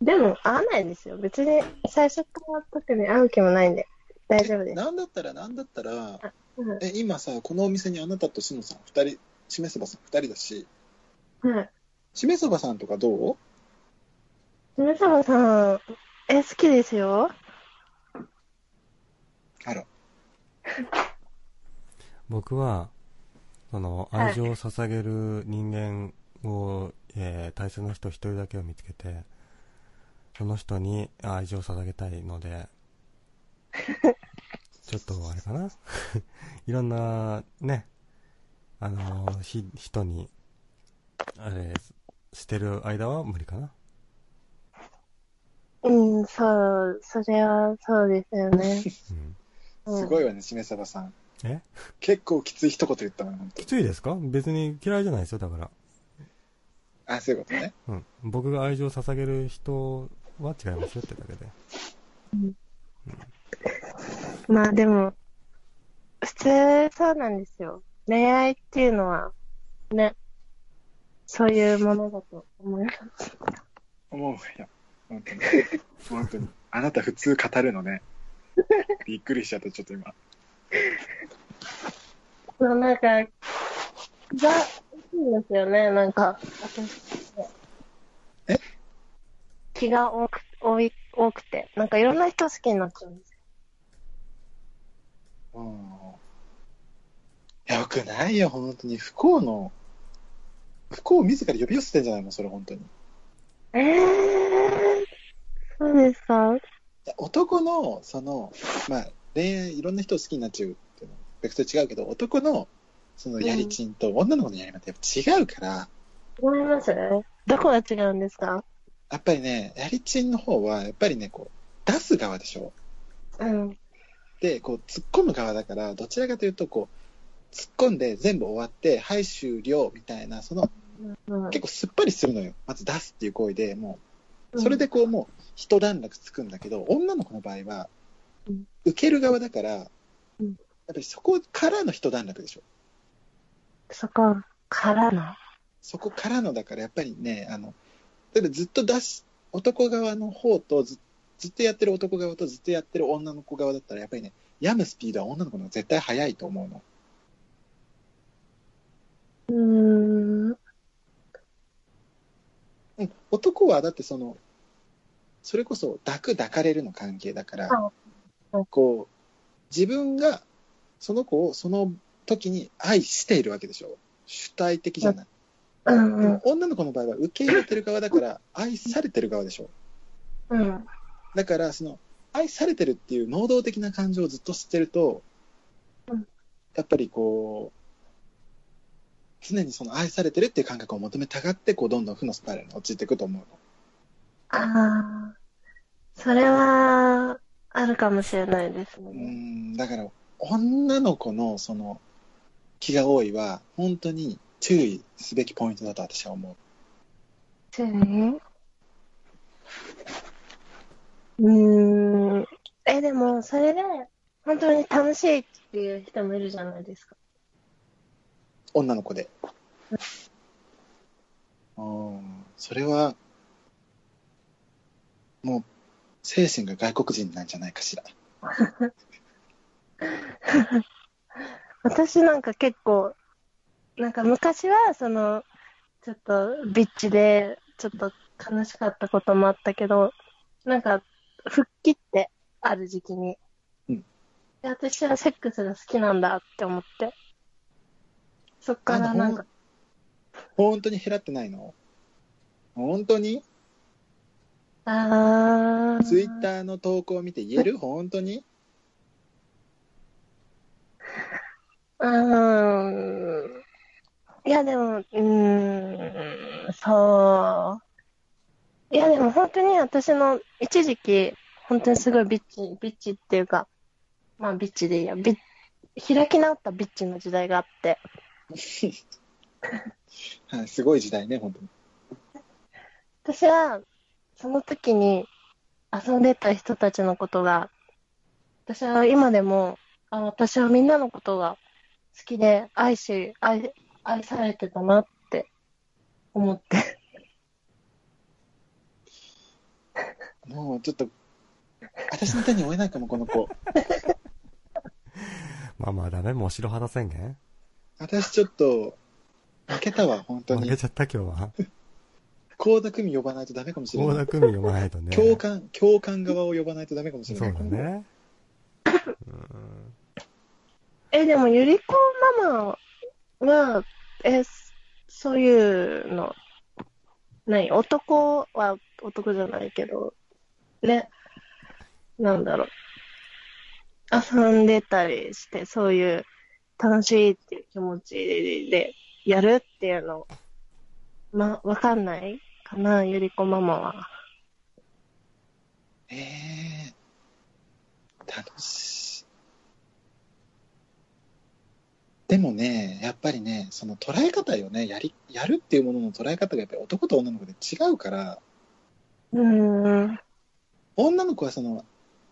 [SPEAKER 3] でも会わないですよ。別に最初から特に会う気もないんで、大丈夫です。
[SPEAKER 1] なんだったら、なんだったら、
[SPEAKER 3] うん
[SPEAKER 1] え、今さ、このお店にあなたとしのさん二人、しめそばさん二人だし、
[SPEAKER 3] はい。
[SPEAKER 1] しめそばさんとかどう
[SPEAKER 3] 皆様さん、え、好きですよ。
[SPEAKER 1] あら、
[SPEAKER 2] 僕は、その、
[SPEAKER 3] はい
[SPEAKER 2] 愛情を捧げる人間を、えー大切な人一人だけを見つけて、その人に愛情を捧げたいの で、ちょっとあれかな いろんな、ね、あのーひ、人に、あれ、してる間は無理かな。
[SPEAKER 3] うん、そう、それはそうですよね。
[SPEAKER 2] うん。
[SPEAKER 3] うん
[SPEAKER 1] すごいわね、しめそばさん。
[SPEAKER 2] え
[SPEAKER 1] 結構きつい一言言ったのよ、ほんと
[SPEAKER 2] き。ついですか別に嫌いじゃないですよ、だから。
[SPEAKER 1] あ、そういうことね。
[SPEAKER 2] うん。僕が愛情を捧げる人は違いますよってだけで。
[SPEAKER 3] まあでも、普通そうなんですよ。恋愛っていうのは、ね、そういうものだと思います。
[SPEAKER 1] 思うわよ。本当に。本当に。あなた普通語るのね。びっくりしちゃった、ちょっと今。
[SPEAKER 3] そう、なんか、が、いいんですよね、なんか、
[SPEAKER 1] え
[SPEAKER 3] 気が多く、多い、多くて。なんかいろんな人好きになっちゃうんです
[SPEAKER 1] うん。よくないよ、本当に。不幸の、不幸を自ら呼び寄せてんじゃないの、それ、本当に。い
[SPEAKER 3] えー、そうですか
[SPEAKER 1] や男の、その、まあ、恋愛、いろんな人を好きになっちゃうっていうのは、ベクトル違うけど、男の、その、やりちんと、女の子のやりまってやっぱ違うから、
[SPEAKER 3] 思いますどこが違うんですか
[SPEAKER 1] やっぱりね、やりちんの方は、やっぱりね、こう、出す側でしょ。
[SPEAKER 3] うん。
[SPEAKER 1] でこう突っ込む側だからどちらかというとこう突っ込んで全部終わってはい終了みたいなその
[SPEAKER 3] うん、
[SPEAKER 1] 結構すっぱりするのよまず出すっていう行為でもうそれでこうもう一段落つくんだけど女の子の場合は
[SPEAKER 3] うん
[SPEAKER 1] 受ける側だからやっ
[SPEAKER 3] うん
[SPEAKER 1] ぱりそこからの一段落でしょ
[SPEAKER 3] そこからの。
[SPEAKER 1] そこからのだからやっぱりねあのだからずっと出し男側の方とずずっとやってる男側とずっとやってる女の子側だったらやっぱりね病むスピードは女の子の方が絶対速いと思うの。
[SPEAKER 3] うーん。
[SPEAKER 1] うん、男はだってそのそれこそ抱く抱かれるの関係だから、
[SPEAKER 3] うん
[SPEAKER 1] こう自分がその子をその時に愛しているわけでしょ主体的じゃない、
[SPEAKER 3] うん
[SPEAKER 1] で
[SPEAKER 3] う
[SPEAKER 1] も
[SPEAKER 3] ん。
[SPEAKER 1] 女の子の場合は受け入れてる側だから愛されてる側でしょ
[SPEAKER 3] うん。
[SPEAKER 1] だからその愛されてるっていう能動的な感情をずっと知ってると、
[SPEAKER 3] うん
[SPEAKER 1] やっぱりこう常にその愛されてるっていう感覚を求めたがってこうどんどん負のスパイラルに陥っていくと思うの。
[SPEAKER 3] ああ。それは、あるかもしれないです
[SPEAKER 1] う
[SPEAKER 3] ね。
[SPEAKER 1] んだから女の子のその気が多いは本当に注意すべきポイントだと私は思う
[SPEAKER 3] 注意うーん。え、でも、それで、本当に楽しいっていう人もいるじゃないですか。
[SPEAKER 1] 女の子でうんそれはもう精神が外国人なんじゃないかしら
[SPEAKER 3] 私なんか結構、なんか昔は、その、ちょっと、ビッチで、ちょっと悲しかったこともあったけど、なんか、復帰ってある時期に。
[SPEAKER 1] うん
[SPEAKER 3] で私はセックスが好きなんだって思って。そっからなんか、
[SPEAKER 1] 本当に減らってないの本当に
[SPEAKER 3] あー。
[SPEAKER 1] ツイッターの投稿を見て言える本当に
[SPEAKER 3] うーん。いや、でも、うーん、そう。いや、でも本当に私の一時期、本当にすごいビッチ、ビッチっていうか、まあビッチでいいや、ビッ、開き直ったビッチの時代があって、
[SPEAKER 1] はい、すごい時代ね本当に
[SPEAKER 3] 私は、その時に遊んでた人たちのことが、私は今でも、あ私はみんなのことが好きで、愛し、愛、愛されてたなって思って。
[SPEAKER 1] もうちょっと、私の手に負えないかも、この子。
[SPEAKER 2] まあまあダメ、もう白肌宣言
[SPEAKER 1] 私ちょっと、負けたわ、本当
[SPEAKER 2] 負け
[SPEAKER 1] に。
[SPEAKER 2] ちゃった今日は。
[SPEAKER 1] 高田組呼ばないとダメかもしれ
[SPEAKER 2] 大
[SPEAKER 1] ない。
[SPEAKER 2] 田組読まないとね。
[SPEAKER 1] 共感、共感側を呼ばないとダメかもしれ
[SPEAKER 2] そ
[SPEAKER 1] な
[SPEAKER 2] う
[SPEAKER 1] い。
[SPEAKER 2] だね。
[SPEAKER 3] え、でも、ゆりこママは、え、そういうの、何、男は男じゃないけど、ね、なんだろう、遊んでたりして、そういう楽しいっていう気持ちでやるっていうの、ま、わかんないかな、ゆりこママは。
[SPEAKER 1] ええ楽しい。でもね、やっぱりね、その捉え方よね、やり、やるっていうものの捉え方がやっぱり男と女の子で違うから、
[SPEAKER 3] うーん、
[SPEAKER 1] 女の子はその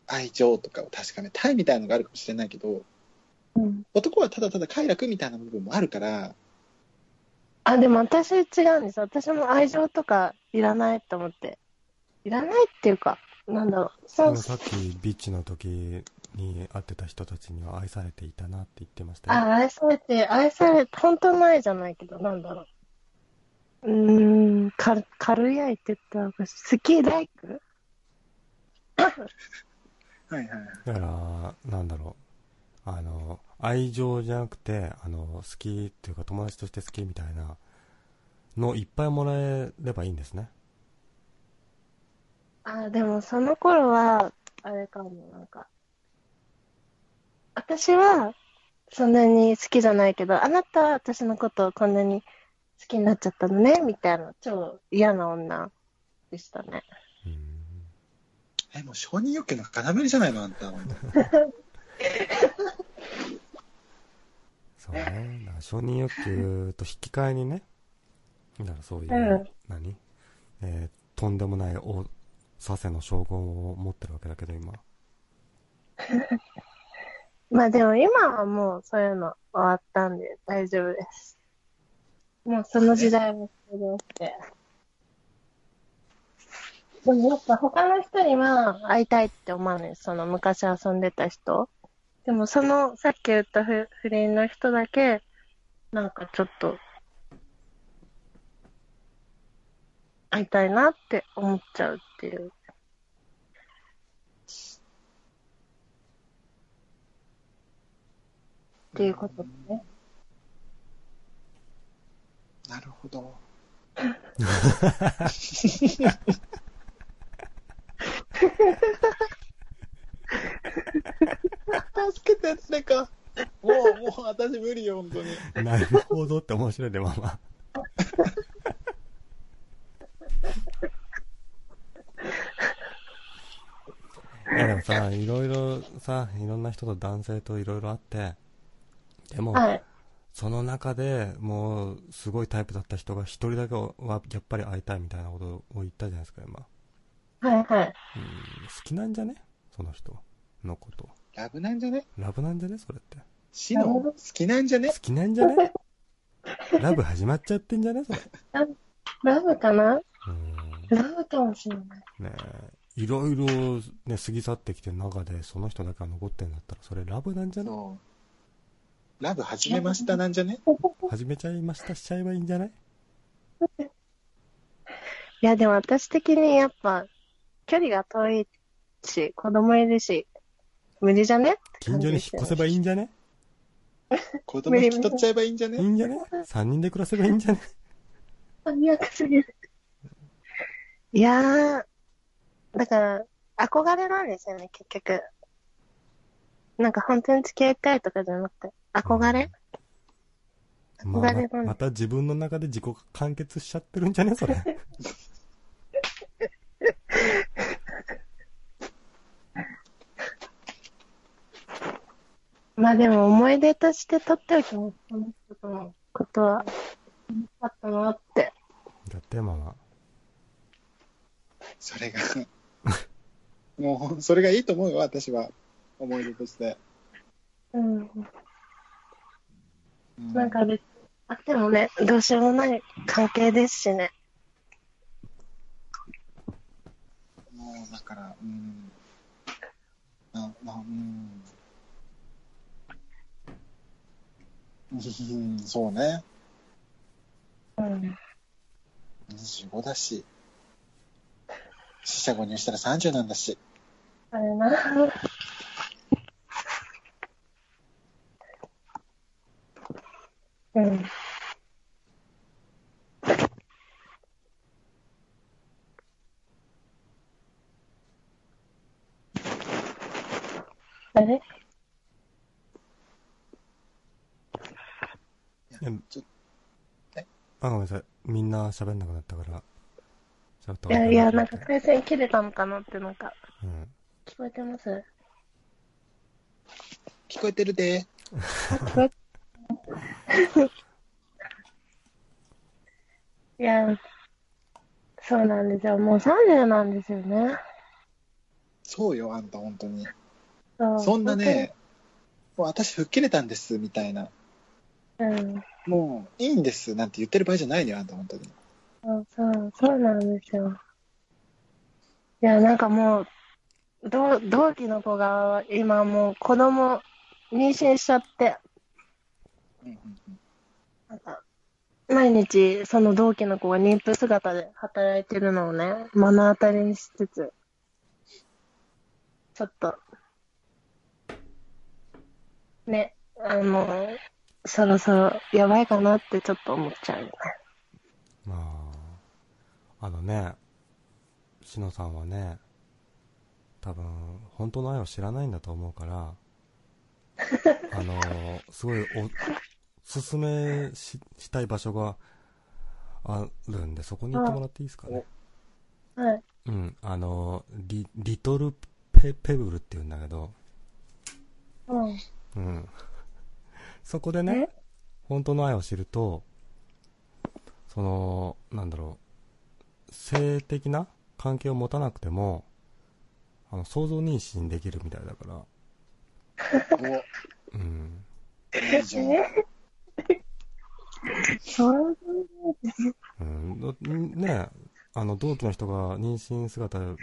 [SPEAKER 1] 愛情とかを確かめたいみたいなのがあるかもしれないけど、
[SPEAKER 3] うん。
[SPEAKER 1] 男はただただ快楽みたいな部分もあるから、
[SPEAKER 3] あ、でも私違うんです。私も愛情とかいらないと思って。いらないっていうか、なんだろう。
[SPEAKER 2] で
[SPEAKER 3] そ
[SPEAKER 2] も
[SPEAKER 3] う、
[SPEAKER 2] さっきビッチの時に会ってた人たちには愛されていたなって言ってましたよ。
[SPEAKER 3] あ、愛されて、愛され、本当の愛じゃないけど、なんだろう。うーん、か軽い愛って言ったらおかしい。好き、ライク
[SPEAKER 1] はいはいはい。
[SPEAKER 2] だから、なんだろう。あの、愛情じゃなくて、あの、好きっていうか友達として好きみたいなのいっぱいもらえればいいんですね。
[SPEAKER 3] あ、でもその頃は、あれかも、なんか。私は、そんなに好きじゃないけど、あなたは私のことをこんなに好きになっちゃったのね、みたいな、超嫌な女でしたね。
[SPEAKER 2] うん
[SPEAKER 1] え、もう承認欲求の塊じゃないの、あんた。
[SPEAKER 2] そうね。だから承認欲求と引き換えにね、だからそういう、
[SPEAKER 3] うん
[SPEAKER 2] 何えーとんでもないお、佐世の称号を持ってるわけだけど、 今。
[SPEAKER 3] まあでも今はもうそういうの終わったんで大丈夫です。もうその時代も過ごして。でもやっぱ他の人には会いたいって思わないです。その昔遊んでた人。でもそのさっき言った不不倫の人だけ、なんかちょっと会いたいなって思っちゃうっていう。っていうことですね。
[SPEAKER 1] なるほど。助けて、誰か。もう、もう、私無理よ、本当に。
[SPEAKER 2] なるほどって面白いね、マ マ。いやでもさ、いろいろさ、いろんな人と男性といろいろあって、でも、
[SPEAKER 3] はい。
[SPEAKER 2] その中でもう、すごいタイプだった人が一人だけはやっぱり会いたいみたいなことを言ったじゃないですか、今。
[SPEAKER 3] はい
[SPEAKER 2] う
[SPEAKER 3] はい。
[SPEAKER 2] ん、好きなんじゃねその人のこと。
[SPEAKER 1] ラブなんじゃね
[SPEAKER 2] ラブなんじゃねそれって。
[SPEAKER 1] 死の好きなんじゃね
[SPEAKER 2] 好きなんじゃ ねラブ始まっちゃってんじゃねそれ。
[SPEAKER 3] ラブかな
[SPEAKER 2] うん
[SPEAKER 3] ラブかもしれない。
[SPEAKER 2] ねえいろいろ、ね、過ぎ去ってきてる中でその人だけが残ってんだったらそれラブなんじゃない
[SPEAKER 1] そう。ラブ始めましたなんじゃね
[SPEAKER 2] 始めちゃいましたしちゃえばいいんじゃない
[SPEAKER 3] いや、でも私的にやっぱ、距離が遠いし、子供いるし、無理じゃねって
[SPEAKER 2] 近
[SPEAKER 3] 感
[SPEAKER 2] 所
[SPEAKER 3] じ
[SPEAKER 2] に
[SPEAKER 3] で
[SPEAKER 2] 引っ
[SPEAKER 3] すよ
[SPEAKER 2] 越せばいいんじゃね
[SPEAKER 1] 子供引き取っちゃえばいいんじゃ
[SPEAKER 2] いい
[SPEAKER 1] ね
[SPEAKER 2] んじゃね3人で暮らせばいいんじゃね
[SPEAKER 3] 最悪すぎる。いやー、だから、憧れなんですよね、結局。なんか本当に付き合いたいとかじゃなくて、憧れ、
[SPEAKER 2] まあ
[SPEAKER 3] 憧れなんだ
[SPEAKER 2] また自分の中で自己完結しちゃってるんじゃね それ。
[SPEAKER 3] まあでも思い出として取っておきます、この人とのことは。あったなって。
[SPEAKER 2] だってママ。
[SPEAKER 1] それが。もう、それがいいと思うよ、私は。思い出として。
[SPEAKER 3] うん。
[SPEAKER 1] うん
[SPEAKER 3] なんか別、あってもね、どうしようもない関係ですしね。
[SPEAKER 1] もうだから、うん。あ、まあ、うん。うんそうね。
[SPEAKER 3] うん。
[SPEAKER 1] 25だし。死者誤入したら30なんだし。
[SPEAKER 3] あれな。うん。あれ
[SPEAKER 1] ちょ
[SPEAKER 2] あ、ごめんなさい。みんな喋んなくなったから。ちょっと
[SPEAKER 3] いやいや、なんか回線切れたのかなって、なんか、
[SPEAKER 2] うん。
[SPEAKER 3] 聞こえてます
[SPEAKER 1] 聞こえてるで。
[SPEAKER 3] いや、そうなんですよ。もう30なんですよね。
[SPEAKER 1] そうよ、あんた、本当に。
[SPEAKER 3] そ
[SPEAKER 1] そんなね、もう私、吹っ切れたんです、みたいな。
[SPEAKER 3] 本当に。うん。
[SPEAKER 1] もう、いいんです、なんて言ってる場合じゃないのよ、あんた、本当に。
[SPEAKER 3] そうそう、そうなんですよ。いや、なんかもう、同同期の子が今もう子供妊娠しちゃって、
[SPEAKER 1] うんうんうん
[SPEAKER 3] なんか、毎日その同期の子が妊婦姿で働いてるのをね、目の当たりにしつつ、ちょっと、ね、あの、そろそろやばいかなってちょっと思っちゃうよね。
[SPEAKER 2] まあ、あのね、しのさんはね、多分、本当の愛を知らないんだと思う から、あの、すごいお、勧めししたい場所があるんで、そこに行ってもらっていいですかね。
[SPEAKER 3] はい。
[SPEAKER 2] うん、あの、リ、リトルペ、ペブルって言うんだけど、
[SPEAKER 3] うん。
[SPEAKER 2] うん。そこでね、本当の愛を知ると、その、なんだろう、性的な関係を持たなくても、あの、想像妊娠できるみたいだから、うん。
[SPEAKER 1] お、いいじゃん。
[SPEAKER 3] そう
[SPEAKER 2] うん、だねあの、同期の人が妊娠姿、うん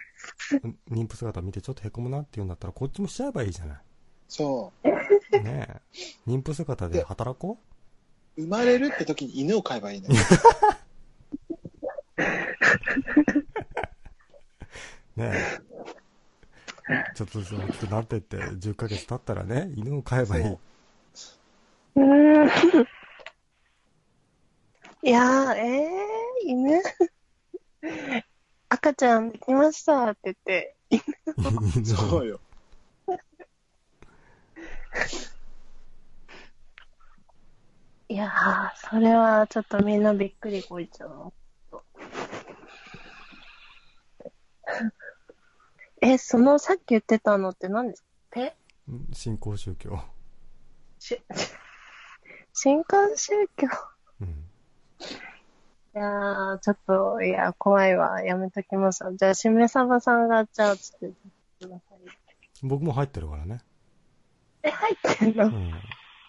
[SPEAKER 2] 妊婦姿見てちょっとへこむなって言うんだったら、こっちもしちゃえばいいじゃな
[SPEAKER 1] そ
[SPEAKER 2] い。ねえ。妊婦姿で働こ
[SPEAKER 1] う。生まれるって時に犬を飼えばいいのよ。
[SPEAKER 2] うねえ。ちょっとそう大きくなってって、10ヶ月経ったらね、犬を飼えばいい。
[SPEAKER 1] そう
[SPEAKER 3] うーん。いやー、えー、犬。赤ちゃんできましたって言って、
[SPEAKER 1] そうよ。
[SPEAKER 3] いやー、それはちょっとみんなびっくりこいちゃう。 え、そのさっき言ってたのって何ですかペ
[SPEAKER 2] うん新興宗教。
[SPEAKER 3] し新刊宗教
[SPEAKER 2] うん。
[SPEAKER 3] いやー、ちょっと、いや、怖いわ。やめときますわ。じゃあ、しめさばさんが、じゃあ、ちょっと、ください。
[SPEAKER 2] 僕も入ってるからね。
[SPEAKER 3] え、入ってん
[SPEAKER 2] う
[SPEAKER 3] の
[SPEAKER 2] ん。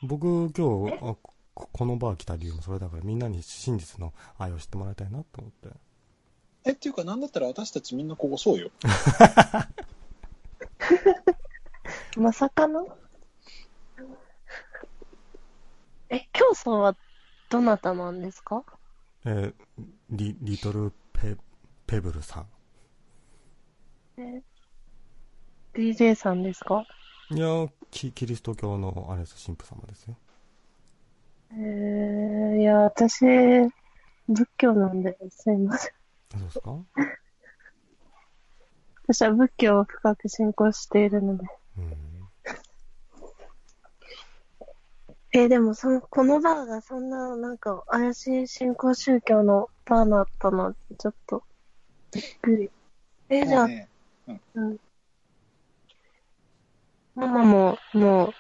[SPEAKER 2] 僕今日、あここのバー来た理由もそれだからみんなに真実の愛を知ってもらいたいなと思って。
[SPEAKER 1] え、っていうか、なんだったら私たちみんなここそうよ。
[SPEAKER 3] まさかのえ、競争は、どなたなんですか
[SPEAKER 2] えーリ、リトルペ、ペブルさ
[SPEAKER 3] ?DJ さんですか
[SPEAKER 2] ん。いや、キキリスト教のあれです、神父様ですよ。
[SPEAKER 3] えー、いや、私、仏教なんで、すいません。
[SPEAKER 2] そうですか
[SPEAKER 3] 私は仏教を深く信仰しているので。
[SPEAKER 2] うん。
[SPEAKER 3] えーでもその、このバーがそんな、なんか、怪しい新興宗教のバーだったなんて、ちょっと、びっくり。えーじゃ
[SPEAKER 1] も
[SPEAKER 3] あ、
[SPEAKER 1] うね、
[SPEAKER 3] ママも、もう、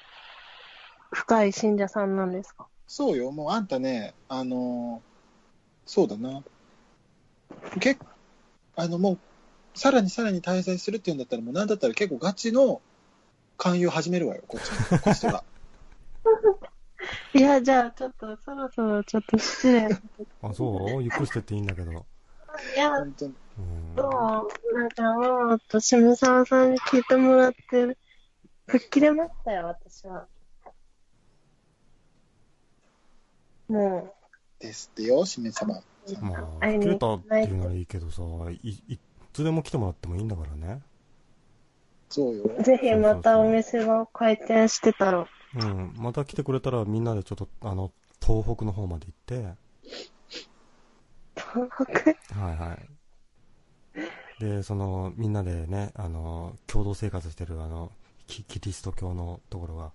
[SPEAKER 3] 深い信者さんなんですか
[SPEAKER 1] そうよ。もうあんたね、あのーそうだな。結あの、もう、さらにさらに滞在するっていうんだったら、もうなんだったら結構ガチの勧誘始めるわよ、こっち もこっちとら。
[SPEAKER 3] いや、じゃあ、ちょっと、そろそろ、ちょっと失礼。い
[SPEAKER 2] あ、そうゆっくりしてっていいんだけど。
[SPEAKER 3] や、
[SPEAKER 1] 本当に。
[SPEAKER 2] うん。
[SPEAKER 3] もう、なんかもう、と、下沢さんに聞いてもらって、ぶっ切れましたよ、私は。も
[SPEAKER 1] ですってよ、しめさま。
[SPEAKER 2] まあ、
[SPEAKER 3] 会い
[SPEAKER 2] 切
[SPEAKER 3] に
[SPEAKER 2] れたっていうならいいけどさ、い、いつでも来てもらってもいいんだからね。
[SPEAKER 1] そうよ。
[SPEAKER 3] う、ぜひまたお店が開店してたら、
[SPEAKER 2] うん。また来てくれたらみんなでちょっと、あの、東北の方まで行って、
[SPEAKER 3] 東北
[SPEAKER 2] はいはい。で、その、みんなでね、あの、共同生活してる、あの、キキリスト教のところが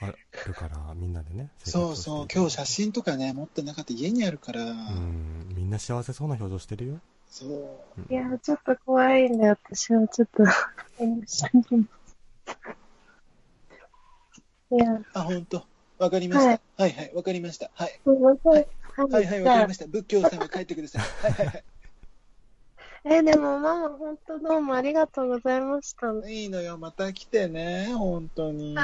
[SPEAKER 2] あるから、みんなでね、
[SPEAKER 1] そうそう、今日写。真とかね、持ってなかった家にあるから、
[SPEAKER 2] うん、みんな幸せそうな表情してるよ。
[SPEAKER 1] そう。
[SPEAKER 2] うん
[SPEAKER 3] いや、ちょっと怖いんで、私はちょっと、いや、
[SPEAKER 1] あ、本当。わかりました。
[SPEAKER 3] は
[SPEAKER 1] はい
[SPEAKER 3] い、
[SPEAKER 1] はい、わかりました。はい。
[SPEAKER 3] すご。
[SPEAKER 1] はいはい、はい、わかりました。仏教さんは帰ってください。はい、はい、はい。
[SPEAKER 3] え、でもママ、本当どうもありがとうございました。はい
[SPEAKER 1] いいのよ、また来てね、本当に。
[SPEAKER 3] い。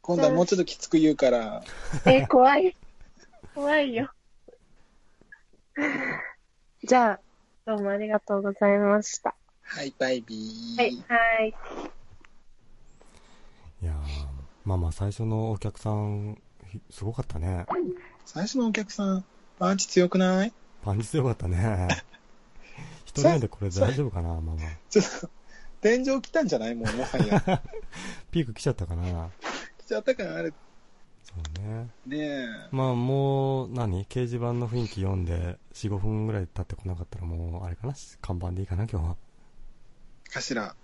[SPEAKER 1] 今度はもうちょっときつく言うから。
[SPEAKER 3] え、怖い。怖いよ。じゃあ、どうもありがとうございました。
[SPEAKER 1] はい、バイビー。
[SPEAKER 3] はい、はい。
[SPEAKER 2] いやー、まあまあ、最初のお客さん、ひすごかったね。
[SPEAKER 1] 最初のお客さん、パンチ強くない
[SPEAKER 2] パンチ強かった ね。一人目でこれ大丈夫かな、ママ。
[SPEAKER 1] ちょっと、天井来たんじゃないもう、もはや。来
[SPEAKER 2] ピーク来ちゃったかな。
[SPEAKER 1] ちゃったから、あれ。
[SPEAKER 2] そうね。
[SPEAKER 1] ね
[SPEAKER 2] まあもう何掲示板の雰囲気読んで45分ぐらい経ってこなかったらもうあれかな看板でいいかな今日は
[SPEAKER 1] え、かしら。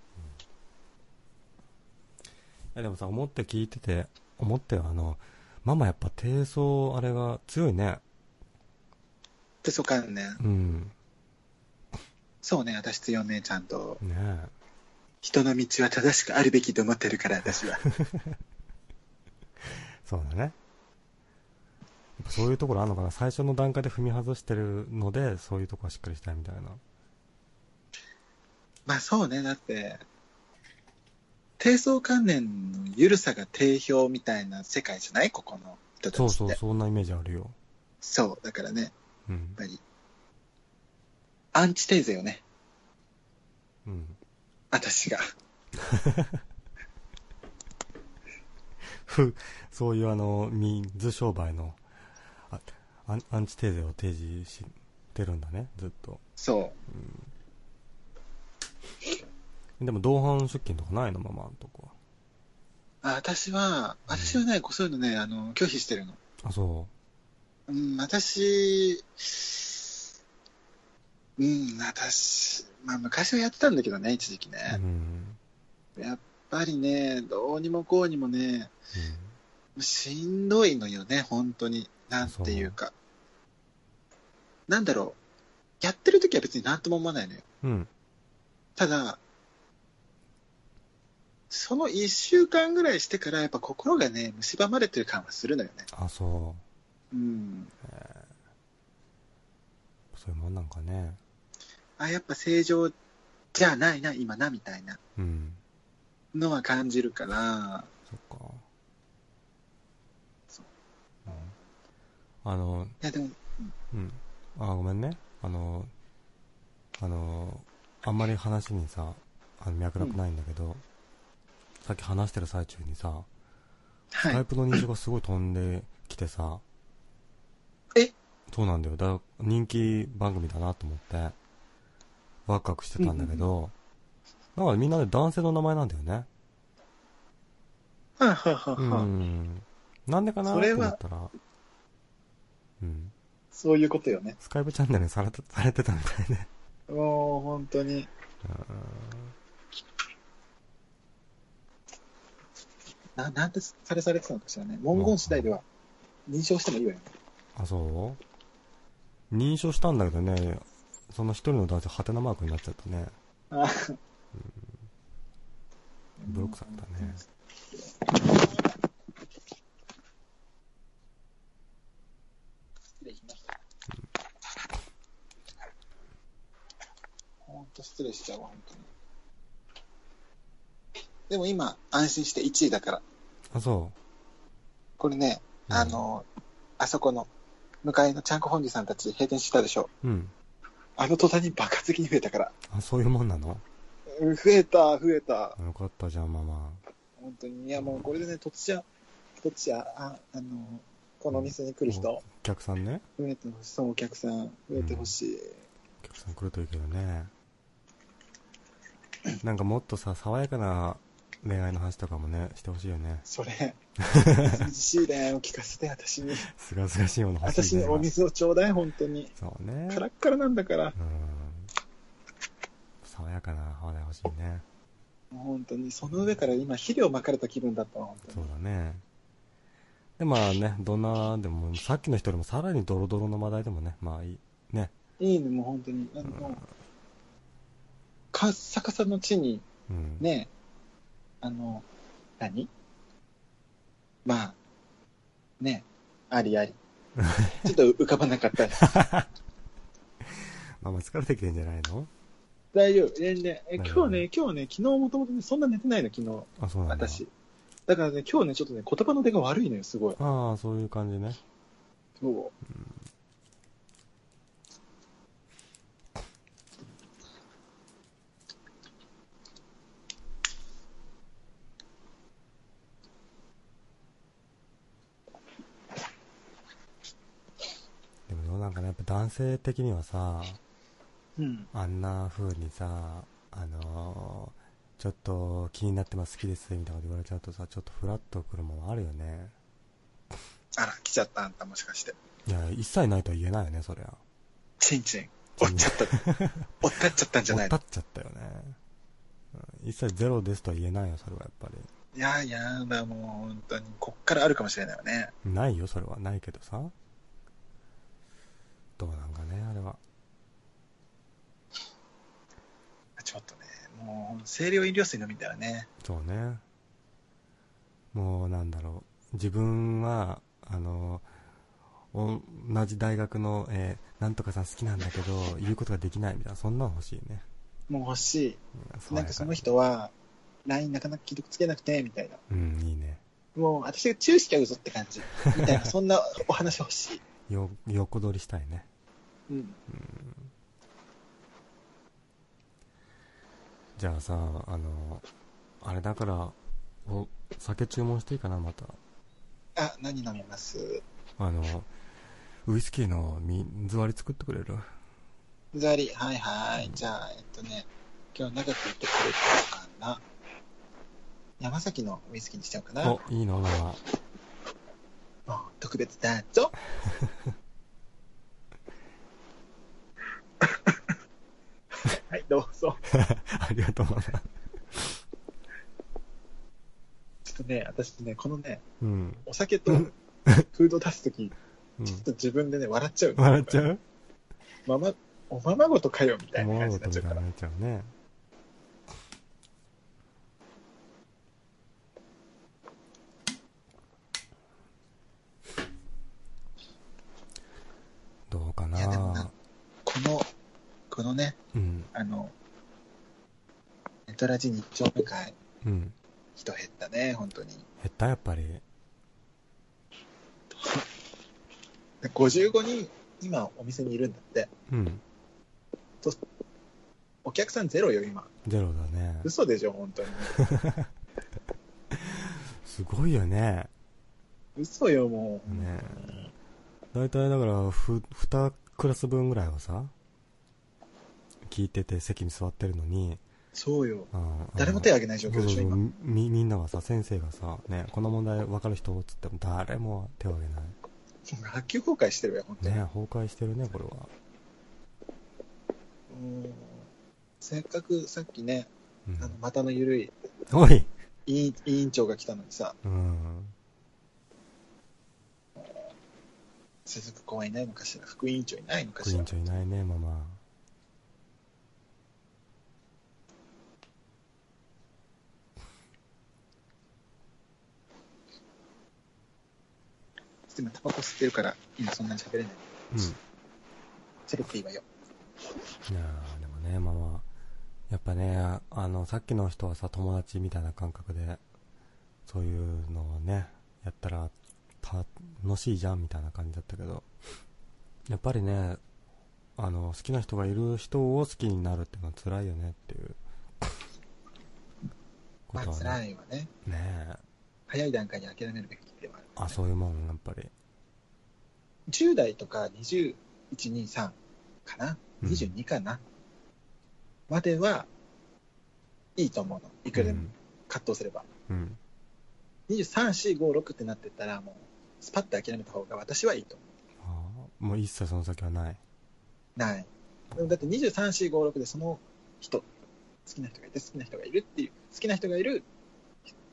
[SPEAKER 2] えでもさ思って聞いてて思ったよあのママやっぱ低層あれが強いね
[SPEAKER 1] ペソカンね。
[SPEAKER 2] うん
[SPEAKER 1] そうね、私強め、ちゃんと。
[SPEAKER 2] ねえ
[SPEAKER 1] 人の道は正しくあるべきと思ってるから、私は。
[SPEAKER 2] そうだねやっぱそういうところあるのかな最初の段階で踏み外してるのでそういうとこはしっかりしたいみたいな
[SPEAKER 1] まあそうね、だって、低層観念の緩さが定評みたいな世界じゃないここの人たちって。
[SPEAKER 2] そうそうそんなイメージあるよ
[SPEAKER 1] そうだからね、やっ
[SPEAKER 2] うん
[SPEAKER 1] ぱり、アンチテーゼよね、
[SPEAKER 2] うん
[SPEAKER 1] 私が。
[SPEAKER 2] ふそういうあの水商売のあアンアンチテーゼを提示してるんだねずっと
[SPEAKER 1] そ
[SPEAKER 2] でも同伴出勤とかないのママのとこは
[SPEAKER 1] う。あ私は、私はね、こうそういうのね、あの、拒否してるの。
[SPEAKER 2] あそ
[SPEAKER 1] うん、私、うん、私、まあ昔はやってたんだけどね、一時期ね。
[SPEAKER 2] ううん、うん
[SPEAKER 1] やっぱりね、どうにもこうにもね、しんどいのよね、本当に。なんていうか。なんだろう。やってる時は別になんとも思わないのよ。
[SPEAKER 2] うん、
[SPEAKER 1] ただ、その一週間ぐらいしてからやっぱ心がね、蝕まれてる感はするのよね。
[SPEAKER 2] あそ
[SPEAKER 1] うん。
[SPEAKER 2] うそういうもんなんかね
[SPEAKER 1] あ、やっぱ正常じゃないな、今な、みたいな
[SPEAKER 2] うん
[SPEAKER 1] のは感じるから、
[SPEAKER 2] そっか
[SPEAKER 1] そう
[SPEAKER 2] うんあの
[SPEAKER 1] いやでも、
[SPEAKER 2] うんあごめんねあのあのあんまり話にさあの脈絡ないんだけど、さっき話してる最中にさ
[SPEAKER 1] は
[SPEAKER 2] スカイ
[SPEAKER 1] い。
[SPEAKER 2] プの認証がすごい飛んできてさ
[SPEAKER 1] え
[SPEAKER 2] そうなんだよだ人気番組だなと思ってワクワクしてたんだけど、なんかみんなで男性の名前なんだよね
[SPEAKER 1] はあ、はあは
[SPEAKER 2] う
[SPEAKER 1] あはあ
[SPEAKER 2] んなんでかなと
[SPEAKER 1] それは
[SPEAKER 2] 思ったらうん
[SPEAKER 1] そういうことよね。
[SPEAKER 2] スカイプチャンネルにされてされてたみたいで
[SPEAKER 1] もう本当に。ななんてされされてたのかしらね。文言次第では認証してもいいわよ。
[SPEAKER 2] あそう認証したんだけどねその一人の男性ハテナマークになっちゃったね
[SPEAKER 1] あ
[SPEAKER 2] ブロックされたね
[SPEAKER 1] 失礼しました。本当失礼しちゃうわ、本当に。でも今、安心して1位だから。
[SPEAKER 2] あ、そ
[SPEAKER 1] これね、
[SPEAKER 2] う。
[SPEAKER 1] あの、あそこの、向かいのちゃんこ本寺さんたち閉店したでしょ。
[SPEAKER 2] うん。うん。
[SPEAKER 1] あの途端に爆発的に増えたから。
[SPEAKER 2] あ、そういうもんなの
[SPEAKER 1] うん増えた、増えた。
[SPEAKER 2] あよかったじゃん、ママ。
[SPEAKER 1] 本当に。いや、もうこれでね、突然、突然、あ、あの、このお店に来る人、
[SPEAKER 2] お客さんね。
[SPEAKER 1] 増えてほしい。そう、お客さん、増えてほしい。
[SPEAKER 2] お客さん来るといいけどね。なんかもっとさ、爽やかな恋愛の話とかもね、してほしいよね。
[SPEAKER 1] そ れ、涼しい恋愛を聞かせて、私に。
[SPEAKER 2] すがすがしいもの欲し
[SPEAKER 1] 私
[SPEAKER 2] い
[SPEAKER 1] に
[SPEAKER 2] ね
[SPEAKER 1] お水をちょうだい、本当に。
[SPEAKER 2] そうね。
[SPEAKER 1] カラッカラなんだから。
[SPEAKER 2] うん。爽やかな話題欲しいね。
[SPEAKER 1] もう本当に、その上から今、肥料まかれた気分だったわ、本当
[SPEAKER 2] そう
[SPEAKER 1] に。
[SPEAKER 2] だね。で、まあね、どんな、でも、さっきの人よりもさらにドロドロの話題でもね、まあいい。ね。
[SPEAKER 1] いいね、もう本当に。あの、もうカッサカサの地に、
[SPEAKER 2] うん。
[SPEAKER 1] ね、あの、何まあ、ね、ありあ り。ちょっと浮かばなかったです。
[SPEAKER 2] ママ疲れてきてんじゃないの
[SPEAKER 1] 大丈夫。全然。え、
[SPEAKER 2] なる
[SPEAKER 1] 今
[SPEAKER 2] ほど
[SPEAKER 1] 日ね、今日ね、昨日もともとね、そんな寝てないの、昨日、
[SPEAKER 2] あ、そうなんだ。
[SPEAKER 1] 私。だからね、今日ね、ちょっとね、言葉の出が悪いのよ、すごい。
[SPEAKER 2] ああ、そういう感じね。
[SPEAKER 1] そう。
[SPEAKER 2] でもどうなんかね、やっぱ男性的にはさ、
[SPEAKER 1] うん。
[SPEAKER 2] あんな風にさ、あのーちょっと気になってます、好きです、みたいなこと言われちゃうとさ、ちょっとフラッとくるものあるよね。
[SPEAKER 1] あら、来ちゃった、あんた、もしかして。
[SPEAKER 2] いや、一切ないとは言えないよね、そりゃ。
[SPEAKER 1] チンチン。折っちゃった。 折ったっちゃったんじゃ
[SPEAKER 2] も
[SPEAKER 1] な
[SPEAKER 2] う
[SPEAKER 1] い
[SPEAKER 2] 立
[SPEAKER 1] の
[SPEAKER 2] っちゃったよね。うん一切ゼロですとは言えないよ、それはやっぱり。
[SPEAKER 1] いやいやだ、もう本当に。こっからあるかもしれないよね。
[SPEAKER 2] ないよ、それは。ないけどさ。どうなんかね、あれは。
[SPEAKER 1] ちょっとね、もう、清涼飲料水飲みたらね。
[SPEAKER 2] そうね。もうなんだろう。自分は、あの、お同じ大学の、えーなんとかさん好きなんだけど、言うことができないみたいな、そんなの欲しいね。
[SPEAKER 1] もう欲しい。
[SPEAKER 2] うん爽
[SPEAKER 1] な
[SPEAKER 2] や
[SPEAKER 1] ん
[SPEAKER 2] に
[SPEAKER 1] かその人は、LINE なかなか既読つけなくて、みたいな。
[SPEAKER 2] うん、いいね。
[SPEAKER 1] もう、私がチューしちゃうぞって感じ。みたいな、そんなお話欲しい。
[SPEAKER 2] よ、横取りしたいね。
[SPEAKER 1] うん。
[SPEAKER 2] じゃあさ、あの、あれだから、お、酒注文していいかな、また。
[SPEAKER 1] あ、何飲みます
[SPEAKER 2] あの、ウイスキーの水割り作ってくれる
[SPEAKER 1] ザリ、はいはい。じゃあ、えっとね、今日長く言ってくれたかな。山崎のウイスキーにしちゃおうかな。
[SPEAKER 2] お、いいのママ。
[SPEAKER 1] もう特別だぞ。はい、どうぞ。
[SPEAKER 2] ありがとう、ママ。
[SPEAKER 1] ちょっとね、私ね、このね、
[SPEAKER 2] うん。
[SPEAKER 1] お酒と
[SPEAKER 2] うん
[SPEAKER 1] フード出すとき、ち
[SPEAKER 2] うん。
[SPEAKER 1] ょっと自分でね、笑っちゃう。
[SPEAKER 2] 笑っちゃう
[SPEAKER 1] ママ、おままごとかよ、みたいな感
[SPEAKER 2] 物
[SPEAKER 1] じにな
[SPEAKER 2] 事
[SPEAKER 1] っ
[SPEAKER 2] み
[SPEAKER 1] ちゃ
[SPEAKER 2] たいう
[SPEAKER 1] か
[SPEAKER 2] に
[SPEAKER 1] ら。
[SPEAKER 2] なっちゃうね。どうか
[SPEAKER 1] いやでも
[SPEAKER 2] な
[SPEAKER 1] なこの、このね、
[SPEAKER 2] うん、
[SPEAKER 1] あの、ネトラジ日丁目会、
[SPEAKER 2] うん。
[SPEAKER 1] 人減ったね、本当に。
[SPEAKER 2] 減ったやっぱり。
[SPEAKER 1] で55人、今お店にいるんだって。
[SPEAKER 2] うん。
[SPEAKER 1] お客さんゼロよ、今。
[SPEAKER 2] ゼロだね。
[SPEAKER 1] 嘘でしょ、本当に。
[SPEAKER 2] すごいよね。
[SPEAKER 1] 嘘よ、もう。
[SPEAKER 2] ねだいたいだから、ふ、二クラス分ぐらいはさ、聞いてて席に座ってるのに、
[SPEAKER 1] そうよ。
[SPEAKER 2] うん
[SPEAKER 1] 誰も手を挙げない状況でしょ、
[SPEAKER 2] そうそうそう
[SPEAKER 1] 今。
[SPEAKER 2] みみんなはさ先生がさ、ね、この問題分かる人っつっても誰も手を挙げない
[SPEAKER 1] 学級崩壊してるわよ、本当に。
[SPEAKER 2] ね崩壊してるねこれは
[SPEAKER 1] うんせっかくさっきね、
[SPEAKER 2] う
[SPEAKER 1] あの
[SPEAKER 2] ん、
[SPEAKER 1] 股の緩い
[SPEAKER 2] おい、
[SPEAKER 1] 委員委員長が来たのにさ、
[SPEAKER 2] うん、
[SPEAKER 1] 鈴木公はいないのかしら、副委員長いないのか
[SPEAKER 2] 副委
[SPEAKER 1] しら
[SPEAKER 2] 員。長いないねママ
[SPEAKER 1] 今タバコ吸ってるから、今そんなに喋れない。
[SPEAKER 2] うんい
[SPEAKER 1] 喋っていいわよ。
[SPEAKER 2] やーでもねママやっぱね、あの、さっきの人はさ、友達みたいな感覚で、そういうのをね、やったら、た楽しいじゃんみたいな感じだったけど、やっぱりね、あの、好きな人がいる人を好きになるっていうのは辛いよねっていう、こ
[SPEAKER 1] まあ
[SPEAKER 2] とはね。
[SPEAKER 1] 辛いわね。
[SPEAKER 2] ねえ。
[SPEAKER 1] 早い段階に諦めるべきではある。
[SPEAKER 2] あ、そういうもん、やっぱり。
[SPEAKER 1] 10代とか21、23かな、
[SPEAKER 2] うん
[SPEAKER 1] 22かな、まではいいと思うの。いくらでも葛藤すれば。
[SPEAKER 2] うん。うん。
[SPEAKER 1] 23、4、5、6ってなってったら、もう、スパッと諦めた方が私はいいと思
[SPEAKER 2] ああもう一切その先はない。
[SPEAKER 1] う。ない。でもだって23、4、5、6でその人、好きな人がいて好きな人がいるっていう、好きな人がいる、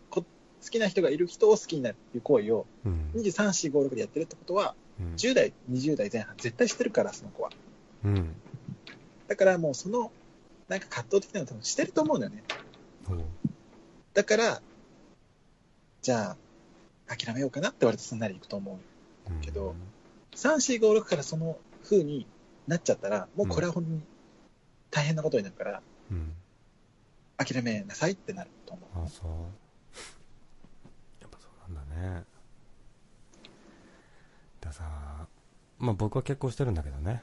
[SPEAKER 1] こ好きな人がいる人を好きになるっていう行為を
[SPEAKER 2] うん。
[SPEAKER 1] 23、4、5、6でやってるってことは、
[SPEAKER 2] うん。
[SPEAKER 1] 10代、20代前半絶対してるから、その子は。
[SPEAKER 2] うん。
[SPEAKER 1] だからもうその、なんか葛藤的なの多分してると思うんだよね。
[SPEAKER 2] おう
[SPEAKER 1] だから、じゃあ、諦めようかなって割とすんなりいくと思う。
[SPEAKER 2] うん
[SPEAKER 1] けど3、4、5、6からその風になっちゃったら、もうこれは本当に大変なことになるから、
[SPEAKER 2] うん。
[SPEAKER 1] 諦めなさいってなると思
[SPEAKER 2] あ
[SPEAKER 1] う。
[SPEAKER 2] そうやっぱそうなんだねださまあ僕は結婚してるんだけどね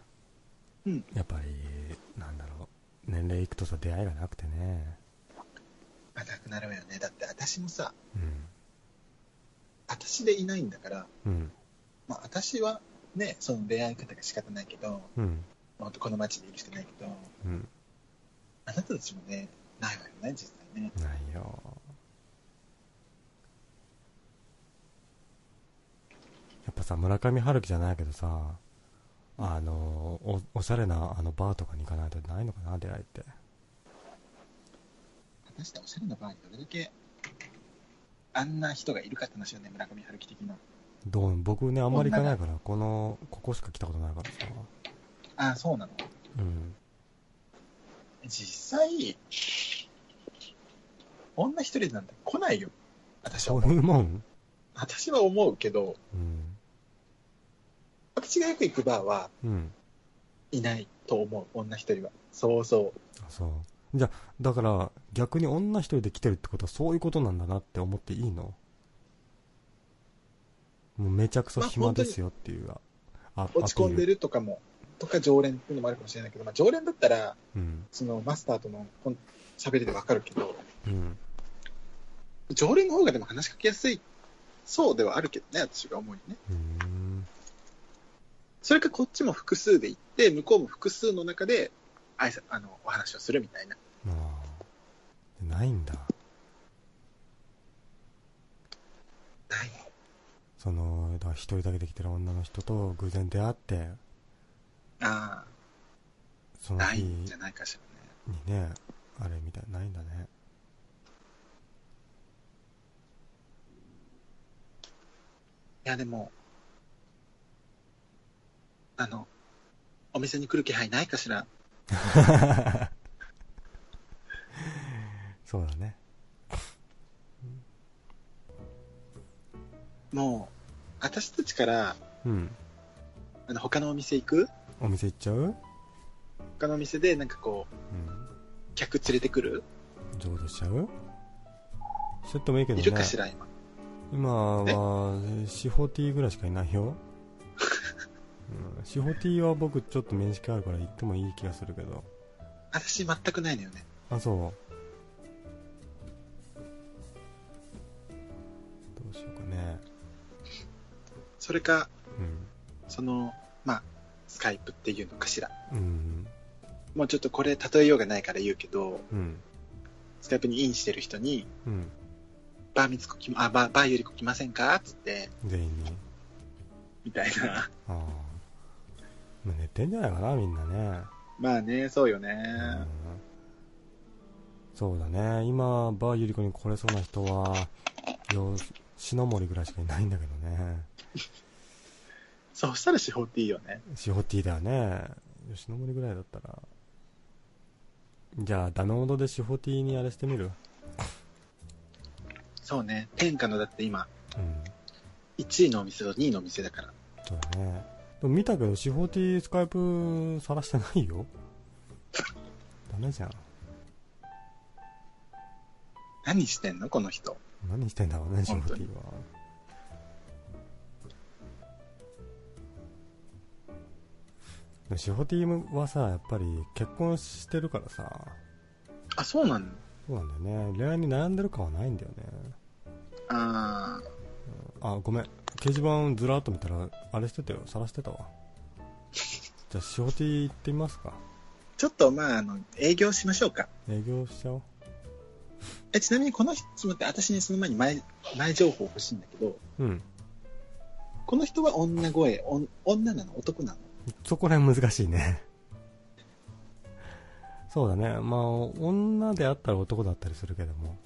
[SPEAKER 1] うん
[SPEAKER 2] やっぱりなんだろう年齢いくとさ出会いがなくてね
[SPEAKER 1] まあ、なくなるわよね。だって私もさ、
[SPEAKER 2] う
[SPEAKER 1] 私でいないんだから、
[SPEAKER 2] んうん
[SPEAKER 1] まあ私はね、その出会い方が仕方ないけど、
[SPEAKER 2] うん
[SPEAKER 1] 本当この街でいるしかないけど、
[SPEAKER 2] うん
[SPEAKER 1] あなたたちもね、ないわよね、実際ね。
[SPEAKER 2] ないよやっぱさ村上春樹じゃないけどさあのおおしゃれなあのバーとかに行かないとないのかな出会いって
[SPEAKER 1] 果たしておしゃれなバーにどれだけあんな人がいるかって話よね村上春樹的な
[SPEAKER 2] どう僕ねあんまり行かないからこのここしか来たことないからさ
[SPEAKER 1] ああそうなの
[SPEAKER 2] うん
[SPEAKER 1] 実際女一人なんて来ないよ私は
[SPEAKER 2] そう
[SPEAKER 1] 思
[SPEAKER 2] いううもん
[SPEAKER 1] 私は思うけど
[SPEAKER 2] うん
[SPEAKER 1] 私がよく行くバーは
[SPEAKER 2] うん
[SPEAKER 1] いないと思う女一人はそうそう
[SPEAKER 2] あそうじゃあだから逆に女一人で来てるってことはそういうことなんだなって思っていいのもうめちゃくそ暇ですよっていうああ
[SPEAKER 1] 落ち込んで
[SPEAKER 2] る
[SPEAKER 1] るとかもとか常連っていうのもあるかもしれないけど、まあ、常連だったら
[SPEAKER 2] うん
[SPEAKER 1] そのマスターとのこん喋りでわかるけど
[SPEAKER 2] うん
[SPEAKER 1] 常連の方がでも話しかけやすいそうではあるけどね私が思うにね
[SPEAKER 2] うーん
[SPEAKER 1] それかこっちも複数で行って、向こうも複数の中で挨拶あのお話をするみたいな。
[SPEAKER 2] ああないんだ
[SPEAKER 1] ない
[SPEAKER 2] そのだから一人だけで来てる女の人と偶然出会って
[SPEAKER 1] あ
[SPEAKER 2] そ
[SPEAKER 1] あ、
[SPEAKER 2] の
[SPEAKER 1] ない
[SPEAKER 2] 日
[SPEAKER 1] ん
[SPEAKER 2] に
[SPEAKER 1] じゃないかしらね。
[SPEAKER 2] ねあれみたいないんだね
[SPEAKER 1] いや、でも、あの、お店に来る気配ないかしら。
[SPEAKER 2] そうだね
[SPEAKER 1] もう、私たちから、
[SPEAKER 2] うん
[SPEAKER 1] あの他のお店行く
[SPEAKER 2] お店行っちゃう
[SPEAKER 1] 他のお店で、なんかこう、
[SPEAKER 2] うん
[SPEAKER 1] 客連れてくる
[SPEAKER 2] 浄土しちゃうしちゃってもいいけどね
[SPEAKER 1] いるかしら、今。
[SPEAKER 2] 今はシホティぐらいしかいないよ、うん、シホティは僕ちょっと面識あるから行ってもいい気がするけど
[SPEAKER 1] 私、全くないのよね。
[SPEAKER 2] あそうどうしようかね
[SPEAKER 1] それか、
[SPEAKER 2] うん
[SPEAKER 1] その、まあ、スカイプっていうのかしら。
[SPEAKER 2] うん
[SPEAKER 1] もうちょっとこれ、例えようがないから言うけど、
[SPEAKER 2] うん
[SPEAKER 1] スカイプにインしてる人に、
[SPEAKER 2] うん
[SPEAKER 1] バーミツコき、あ、バー、バーよりこ来ませんかつって、
[SPEAKER 2] 全員に
[SPEAKER 1] みたいな。
[SPEAKER 2] ああまあ寝てんじゃないかなみんなね
[SPEAKER 1] まあね、そうよね。
[SPEAKER 2] そうだね今バーゆり子に来れそうな人はよ篠森ぐらいしかいないんだけどね
[SPEAKER 1] そうしたら司法っていいよね。
[SPEAKER 2] シホティだよね篠森ぐらいだったらじゃあダメ元でシホティにあれしてみる
[SPEAKER 1] そうね。天下のだって今、
[SPEAKER 2] うん
[SPEAKER 1] 1位のお店と2位のお店だから。
[SPEAKER 2] そうだねでも見たけどシホティスカイプさらしてないよダメじゃん
[SPEAKER 1] 何してんのこの人。
[SPEAKER 2] 何してんだろうね、ショ
[SPEAKER 1] 本
[SPEAKER 2] ー
[SPEAKER 1] 当
[SPEAKER 2] テ
[SPEAKER 1] に
[SPEAKER 2] ィーは。でもシホティーはさ、やっぱり結婚してるからさ、
[SPEAKER 1] あ、そうなの
[SPEAKER 2] そうなんだよね。恋愛に悩んでる感はないんだよね。
[SPEAKER 1] あー
[SPEAKER 2] あ、ごめん。掲示板ずらっと見たら、あれしてたよ。晒し てたわ。じゃあ、シホティー行ってみますか。
[SPEAKER 1] ちょっと、まあ、あの、営業しましょうか。
[SPEAKER 2] 営業しちゃおう。
[SPEAKER 1] え、ちなみにこの人、ちょっと待って、私ね、その前に前、前情報欲しいんだけど、
[SPEAKER 2] うん。
[SPEAKER 1] この人は女声、おん女なの男なの
[SPEAKER 2] そこら辺難しいね。そうだね。まあ、女であったら男だったりするけども。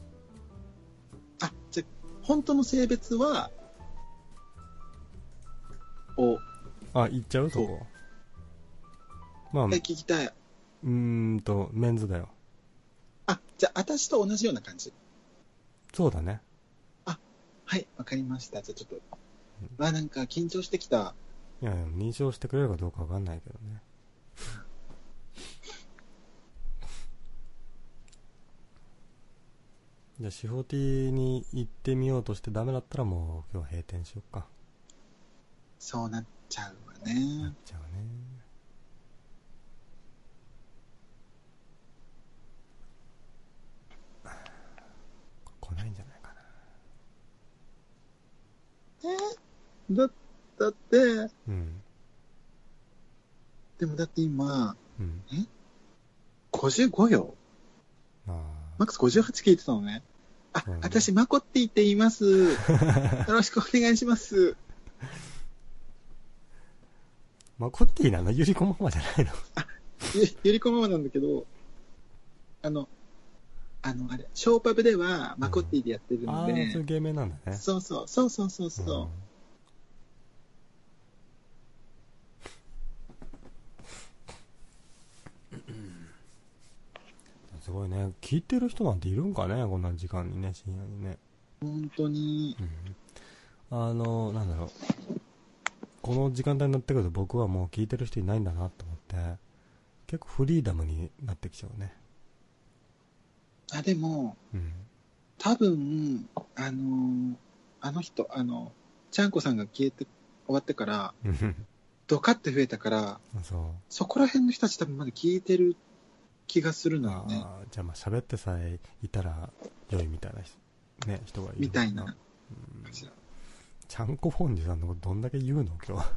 [SPEAKER 1] あ、じゃあ、本当の性別は、お、
[SPEAKER 2] あ、行っちゃうそこ。まあ、う
[SPEAKER 1] え、聞きたい。
[SPEAKER 2] ーんと、メンズだよ。
[SPEAKER 1] あ、じゃあ、私と同じような感じ。
[SPEAKER 2] そうだね。
[SPEAKER 1] はい、わかりました。じゃあ、ちょっと。まあ、なんか、緊張してきた。
[SPEAKER 2] いや、でも認証してくれるかどうかわかんないけど ね。じゃあ、シフォティに行ってみようとしてダメだったらもう今日は閉店しよっか。
[SPEAKER 1] そうなっちゃうわ
[SPEAKER 2] なっ
[SPEAKER 1] ね。
[SPEAKER 2] ちゃうね。来ないんじゃないかな。
[SPEAKER 1] えだ、だって、
[SPEAKER 2] うん。
[SPEAKER 1] でもだって今、
[SPEAKER 2] うん。
[SPEAKER 1] 55よ。
[SPEAKER 2] あ
[SPEAKER 1] マックス58聞いてたのね。あ、
[SPEAKER 2] うん
[SPEAKER 1] 私、マコって言ってい ます。よろしくお願いします。
[SPEAKER 2] マコッティなのゆりこママじゃないの
[SPEAKER 1] ゆゆりこママなんだけど、あの、あの、あれ、ショーパブではマコッティでやってる
[SPEAKER 2] あ
[SPEAKER 1] の
[SPEAKER 2] あ、そういう
[SPEAKER 1] で、
[SPEAKER 2] 芸名なんだね。
[SPEAKER 1] そうそう、そうそうそうそう。
[SPEAKER 2] うんすごいね。聞いてる人なんているんかねこんな時間にね、深夜にね。
[SPEAKER 1] 本当に、
[SPEAKER 2] あの、なんだろう。この時間帯になってくると僕はもう聞いてる人いないんだなと思って、結構フリーダムになってきちゃうね。
[SPEAKER 1] あ、でも、
[SPEAKER 2] うん。
[SPEAKER 1] 多分、あのーあの人、あの、ちゃんこさんが消えて、終わってから、 ドカって増えたから、
[SPEAKER 2] そう。
[SPEAKER 1] そこら辺の人たち多分まだ聞いてる気がするのよ
[SPEAKER 2] あ
[SPEAKER 1] ね。
[SPEAKER 2] ーじゃあまあ喋ってさえいたら良いみたいな人,、ね、人がいる
[SPEAKER 1] みたいな。
[SPEAKER 2] うんちゃんこフォンデュさんのことどんだけ言うの今日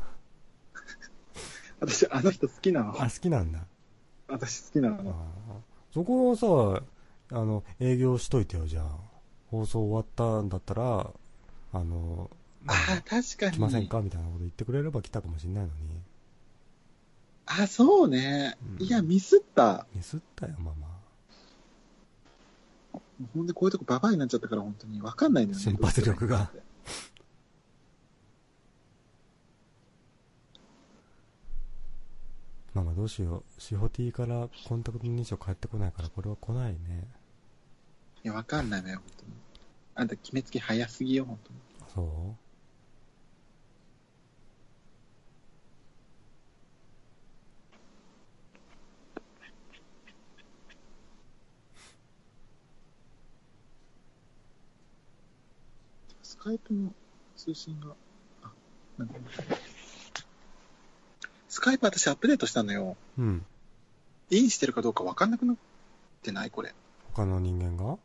[SPEAKER 1] 私、あの人好きなの。
[SPEAKER 2] あ好きなんだ
[SPEAKER 1] 私好きな
[SPEAKER 2] あ
[SPEAKER 1] の。
[SPEAKER 2] ーそこはさあの営業しといてよじゃあ放送終わったんだったら あの
[SPEAKER 1] ああ、確かに。
[SPEAKER 2] 来ませんかみたいなこと言ってくれれば来たかもしれないのに
[SPEAKER 1] あ、そうね。
[SPEAKER 2] うん
[SPEAKER 1] いや、ミスった。
[SPEAKER 2] ミスったよママ
[SPEAKER 1] ほんで、こういうとこババアになっちゃったから、本当に。わかんないんだよね。
[SPEAKER 2] 瞬発力が
[SPEAKER 1] どうしたらいいか
[SPEAKER 2] ママどうしようシホティからコンタクト認証返ってこないからこれは来ないね
[SPEAKER 1] っていや、わかんないのよ、本当に。あんた、決めつけ早すぎよ、本当に。
[SPEAKER 2] そう
[SPEAKER 1] スカイプの通信が、あ、なんかスカイプ私アップデートしたのよ。
[SPEAKER 2] うん
[SPEAKER 1] インしてるかどうかわかんなくなってないこれ。
[SPEAKER 2] 他の人間が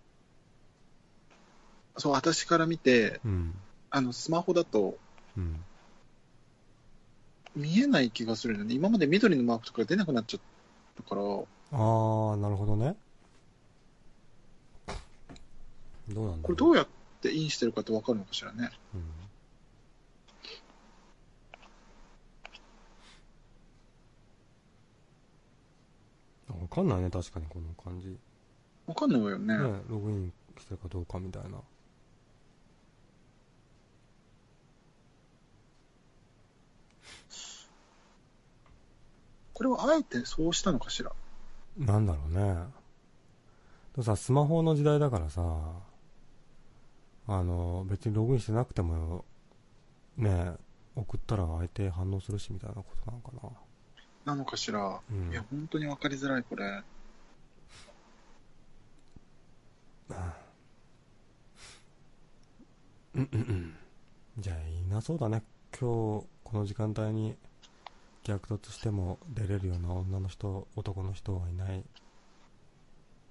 [SPEAKER 1] そう、私から見て、
[SPEAKER 2] うん
[SPEAKER 1] あの、スマホだと
[SPEAKER 2] うん
[SPEAKER 1] 見えない気がするんだよね。今まで緑のマークとか出なくなっちゃったから、こ
[SPEAKER 2] ああなるほどねどうなんだろ
[SPEAKER 1] れどうやってインしてるかってわかるのかしらね。
[SPEAKER 2] うんあわかんないね確かにこの感じね
[SPEAKER 1] わかんないわよね。
[SPEAKER 2] ログインしてるかどうかみたいな
[SPEAKER 1] これはあえてそうしたのかしら。
[SPEAKER 2] なんだろうねでもさスマホの時代だからさあの別にログインしてなくてもね送ったら相手反応するしみたいなことなのかな
[SPEAKER 1] なのかしら。
[SPEAKER 2] うん
[SPEAKER 1] いや、本当にわかりづらい、これ。
[SPEAKER 2] うんうんうんじゃあいなそうだね今日この時間帯に逆突しても出れるような女の人男の人はいない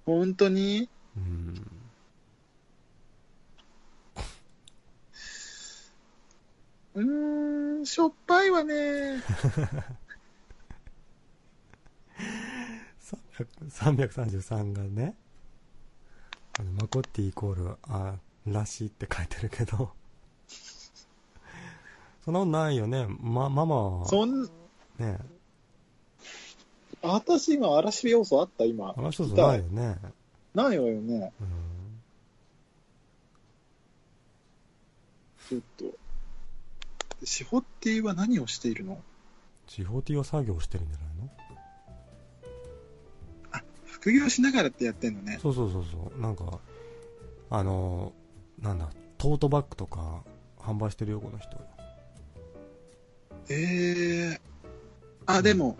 [SPEAKER 1] 本当に
[SPEAKER 2] うん
[SPEAKER 1] うーん、しょっぱいわ ね。
[SPEAKER 2] 300 333がねあのマコッティイコールあらしいって書いてるけどそんなことないよね、ま、ママは
[SPEAKER 1] そん、
[SPEAKER 2] ね
[SPEAKER 1] 私今、嵐要素あった今。
[SPEAKER 2] あの人じゃないよね、
[SPEAKER 1] ないわよね。
[SPEAKER 2] うん、
[SPEAKER 1] ちょっと。シホッティは何をしているの
[SPEAKER 2] 地方 T は作業してるんじゃないの
[SPEAKER 1] 副業しながらってやってんのね。
[SPEAKER 2] そうそうそうそうなんかあのなんだトートバッグとか販売してるよこの人
[SPEAKER 1] ええあ、でも、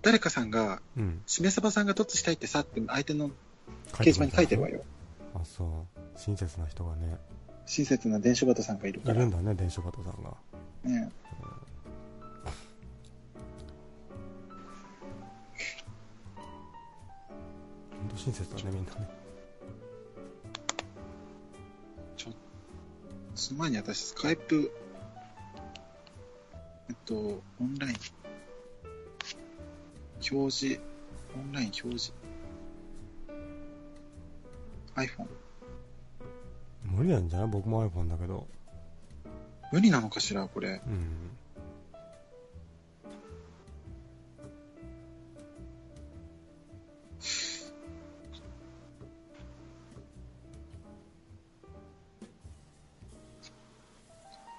[SPEAKER 1] 誰かさんが、
[SPEAKER 2] うん
[SPEAKER 1] しめさばさんが凸したいってさって相手の掲示板に書いてるわよ。
[SPEAKER 2] あそう親切な人がね
[SPEAKER 1] 親切な伝書バトさんがいる
[SPEAKER 2] い
[SPEAKER 1] から。
[SPEAKER 2] るんだね伝書方さんが
[SPEAKER 1] ね
[SPEAKER 2] 本当親切だねみんなね
[SPEAKER 1] その前に私、スカイプ、えっと、オンライン、表示、オンライン表示、iPhone、
[SPEAKER 2] 無理なんじゃない僕も iPhone だけど
[SPEAKER 1] 無理なのかしら、これ。
[SPEAKER 2] うん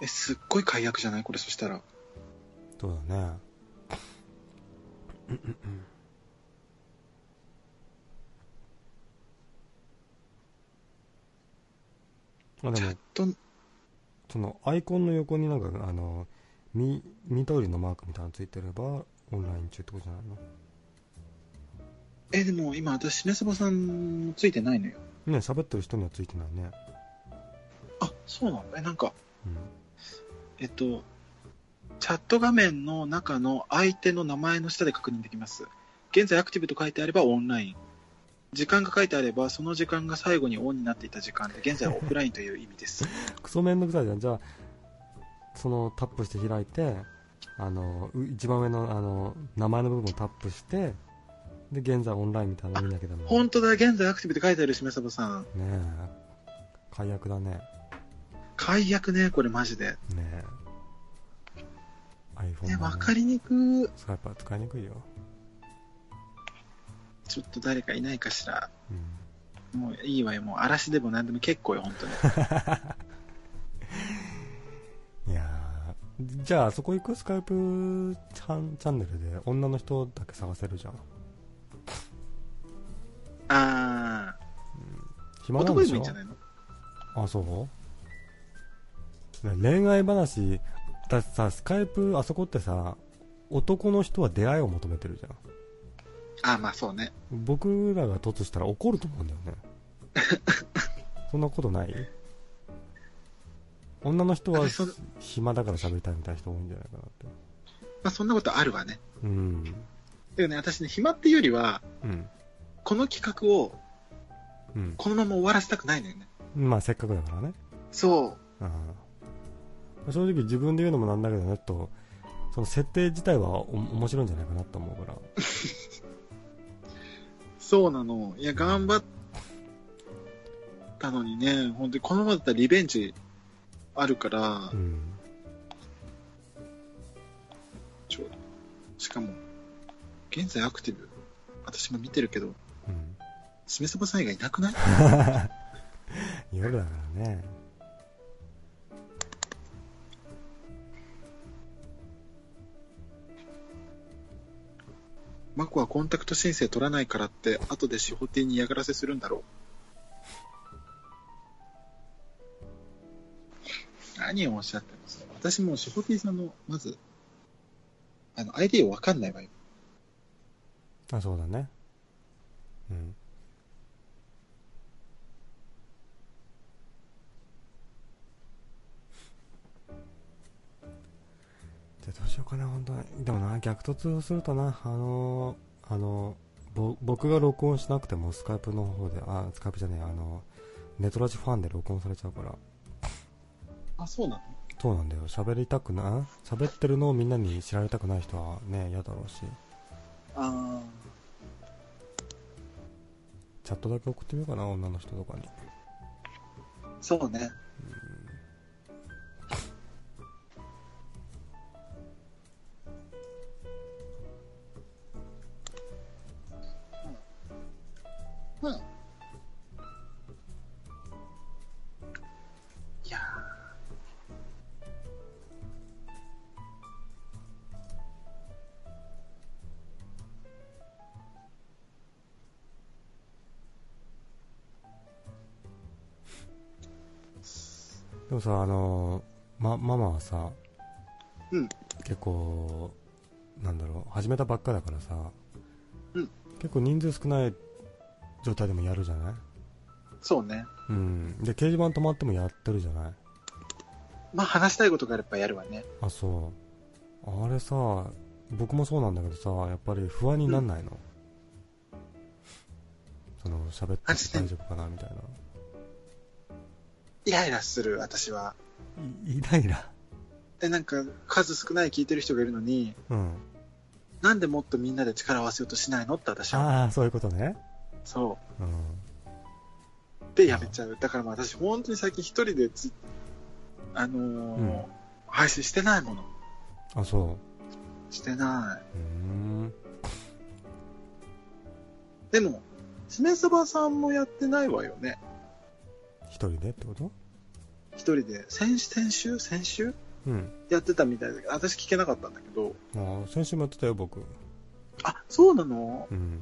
[SPEAKER 1] え、すっごい解約じゃないこれ、そしたら。
[SPEAKER 2] そうだねまあで
[SPEAKER 1] チャ
[SPEAKER 2] も
[SPEAKER 1] ット、
[SPEAKER 2] そのアイコンの横になんかあのみ緑のマークみたいなのついてればオンライン中ってことじゃないの
[SPEAKER 1] え、でも今、私、しめそばさんもついてないのよ。
[SPEAKER 2] ね喋ってる人にはついてないね
[SPEAKER 1] あ、そうなのえ、なんか、
[SPEAKER 2] うん
[SPEAKER 1] えっと、チャット画面の中の相手の名前の下で確認できます。現在アクティブと書いてあればオンライン。時間が書いてあれば、その時間が最後にオンになっていた時間で、現在はオフラインという意味 です。
[SPEAKER 2] クソめんどくさいじゃんじゃあそのタップして開いてあのう一番上のあの名前の部分をタップしてで現在オンラインみたいなの見なきゃダメ
[SPEAKER 1] 本
[SPEAKER 2] ね
[SPEAKER 1] 当だ、現在アクティブって書いてあるしめさばさん。
[SPEAKER 2] え解約だね
[SPEAKER 1] 解約ね、これマジで。
[SPEAKER 2] ねえ iPhone
[SPEAKER 1] ね、
[SPEAKER 2] だ
[SPEAKER 1] わかりにく
[SPEAKER 2] スカイプは使いにくいよ、
[SPEAKER 1] ちょっと誰かいないかしら。
[SPEAKER 2] うん、
[SPEAKER 1] もういいわよ、もう嵐でも何でも結構よ、本当に。
[SPEAKER 2] いやーじゃあそこ行くスカイプチャンチャンネルで女の人だけ探せるじゃん
[SPEAKER 1] あー、
[SPEAKER 2] 暇なん
[SPEAKER 1] 男
[SPEAKER 2] で
[SPEAKER 1] で
[SPEAKER 2] し
[SPEAKER 1] もいい
[SPEAKER 2] ょ
[SPEAKER 1] んじゃないの
[SPEAKER 2] あそうね恋愛話だってさスカイプあそこってさ男の人は出会いを求めてるじゃん
[SPEAKER 1] あー、まあそうね。
[SPEAKER 2] 僕らが突したら怒ると思うんだよ ねそんなことない女の人
[SPEAKER 1] あ
[SPEAKER 2] は
[SPEAKER 1] れそん
[SPEAKER 2] 暇だから喋りたいみたいな人多いんじゃないかなって
[SPEAKER 1] まあそんなことあるわね。
[SPEAKER 2] うん
[SPEAKER 1] でもね、私ね、暇っていうよりは、
[SPEAKER 2] うん
[SPEAKER 1] この企画を
[SPEAKER 2] うん
[SPEAKER 1] このまま終わらせたくないのよね。
[SPEAKER 2] まあせっかくだからね
[SPEAKER 1] そう。
[SPEAKER 2] うん正直自分で言うのもなんだけどねとその設定自体はお面白いんじゃないかなと思うから
[SPEAKER 1] そうなの。いや、頑張ったのにね、本当にこのままだったらリベンジあるから
[SPEAKER 2] う、ん
[SPEAKER 1] ちょしかも、現在アクティブ、私も見てるけど、
[SPEAKER 2] うん
[SPEAKER 1] しめそばさん以外いなくない
[SPEAKER 2] 夜だからね
[SPEAKER 1] マコはコンタクト申請取らないからって、後で司法廷に嫌がらせするんだろう。何をおっしゃってます私もう司法廷さんの、まず、あの、ID をわかんないわよ。
[SPEAKER 2] あそうだねうんじゃあどうしようかな、本当に。でもな、逆突をするとな、あのーあのーぼ、僕が録音しなくてもスカイプの方で、あ、スカイプじゃねえ、あのーネトラジファンで録音されちゃうから。
[SPEAKER 1] あ、そうなの
[SPEAKER 2] そうなんだよ。喋りたくな、喋ってるのをみんなに知られたくない人はね、嫌だろうし。
[SPEAKER 1] あ
[SPEAKER 2] チャットだけ送ってみようかな、女の人とかに。
[SPEAKER 1] あ、そうね。うん。うん。いや
[SPEAKER 2] でもさ、あのーま、ママはさ、
[SPEAKER 1] うん
[SPEAKER 2] 結構、なんだろう、始めたばっかだからさ、
[SPEAKER 1] うん
[SPEAKER 2] 結構人数少ない状態でもやるじゃない
[SPEAKER 1] ーそうね。
[SPEAKER 2] うん。で、掲示板止まってもやってるじゃない
[SPEAKER 1] まあ話したいことがあればやるわね。
[SPEAKER 2] あ、そう。あれさ、僕もそうなんだけどさ、やっぱり不安になんないの、その、喋って大丈夫かなみたいな。
[SPEAKER 1] イライラする、私は。
[SPEAKER 2] イライラ。
[SPEAKER 1] で、なんか、数少ない聞いてる人がいるのに、
[SPEAKER 2] うん。
[SPEAKER 1] なんでもっとみんなで力を合わせようとしないのって私は。
[SPEAKER 2] ああ、そういうことね。
[SPEAKER 1] そう。
[SPEAKER 2] うん。
[SPEAKER 1] でやめちゃう。だからもう私、本当に最近一人でつ、あのー
[SPEAKER 2] うん
[SPEAKER 1] 配信してないもの。
[SPEAKER 2] あ、そう。
[SPEAKER 1] してな
[SPEAKER 2] うーん。
[SPEAKER 1] い。でも、しめそばさんもやってないわよね。
[SPEAKER 2] 一人でってこと
[SPEAKER 1] 一人で。先先週先週
[SPEAKER 2] うん。
[SPEAKER 1] やってたみたいだけど、私聞けなかったんだけど。
[SPEAKER 2] ああ、先週もやってたよ、僕。
[SPEAKER 1] あ、そうなの
[SPEAKER 2] うん。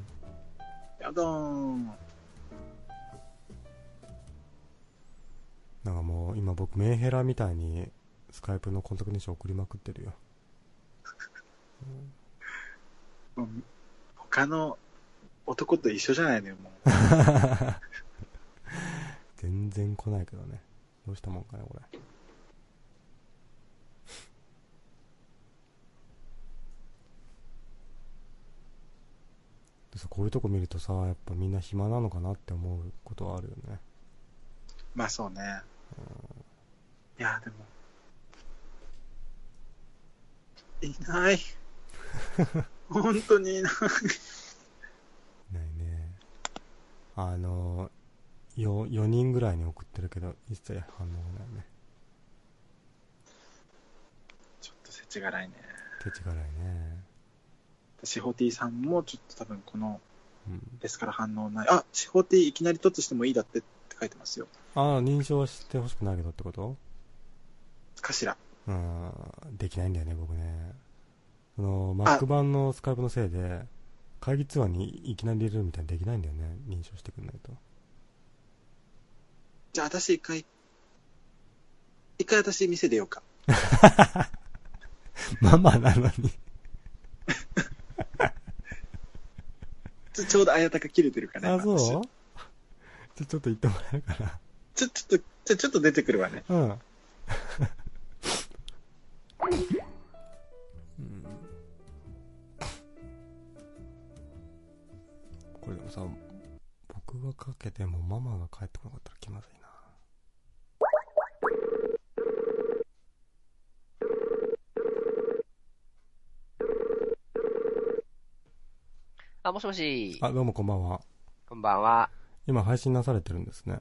[SPEAKER 1] やだーん。
[SPEAKER 2] なんかもう、今僕、メンヘラみたいに、スカイプのコンタクト認証送りまくってるよ。
[SPEAKER 1] うん他の男と一緒じゃないのよ、も
[SPEAKER 2] 全然来ないけどね。どうしたもんかね、これ。でさ、こういうとこ見るとさ、やっぱみんな暇なのかなって思うことはあるよね。
[SPEAKER 1] う。 まあそうね。いや、でも。いない。本当にいない。
[SPEAKER 2] ないね。あの、よ、4人ぐらいに送ってるけど、一切反応がないね。
[SPEAKER 1] ちょっと世知辛いね。
[SPEAKER 2] 手違いね。
[SPEAKER 1] シホティさんもちょっと多分この
[SPEAKER 2] うん。
[SPEAKER 1] ですから反応ない。あ、シホティいきなり凸してもいいだってって書いてますよ。
[SPEAKER 2] ああ、認証はしてほしくないけどってこと
[SPEAKER 1] かしら。
[SPEAKER 2] うん、できないんだよね、僕ね。その、Mac 版のスカイプのせいで、会議通話にいきなり入れるみたいにできないんだよね、認証してくんない と。
[SPEAKER 1] じゃあ私一回、一回私店出ようか。
[SPEAKER 2] ママなのに。
[SPEAKER 1] ちょちょうど綾鷹切れてるから、
[SPEAKER 2] あ、 そう
[SPEAKER 1] 私
[SPEAKER 2] ちょ、ちょっと言ってもらえるかな。
[SPEAKER 1] ちょ、ちょっと、ちょ、ちょっと出てくるわ ね。
[SPEAKER 2] うん。うんこれでもさ、僕がかけてもママが帰ってこなかったら気まずいな。
[SPEAKER 4] あ、もしもし、
[SPEAKER 2] あ、どうもこんばんは。
[SPEAKER 4] こんばんは。
[SPEAKER 2] 今配信なされてるんですね。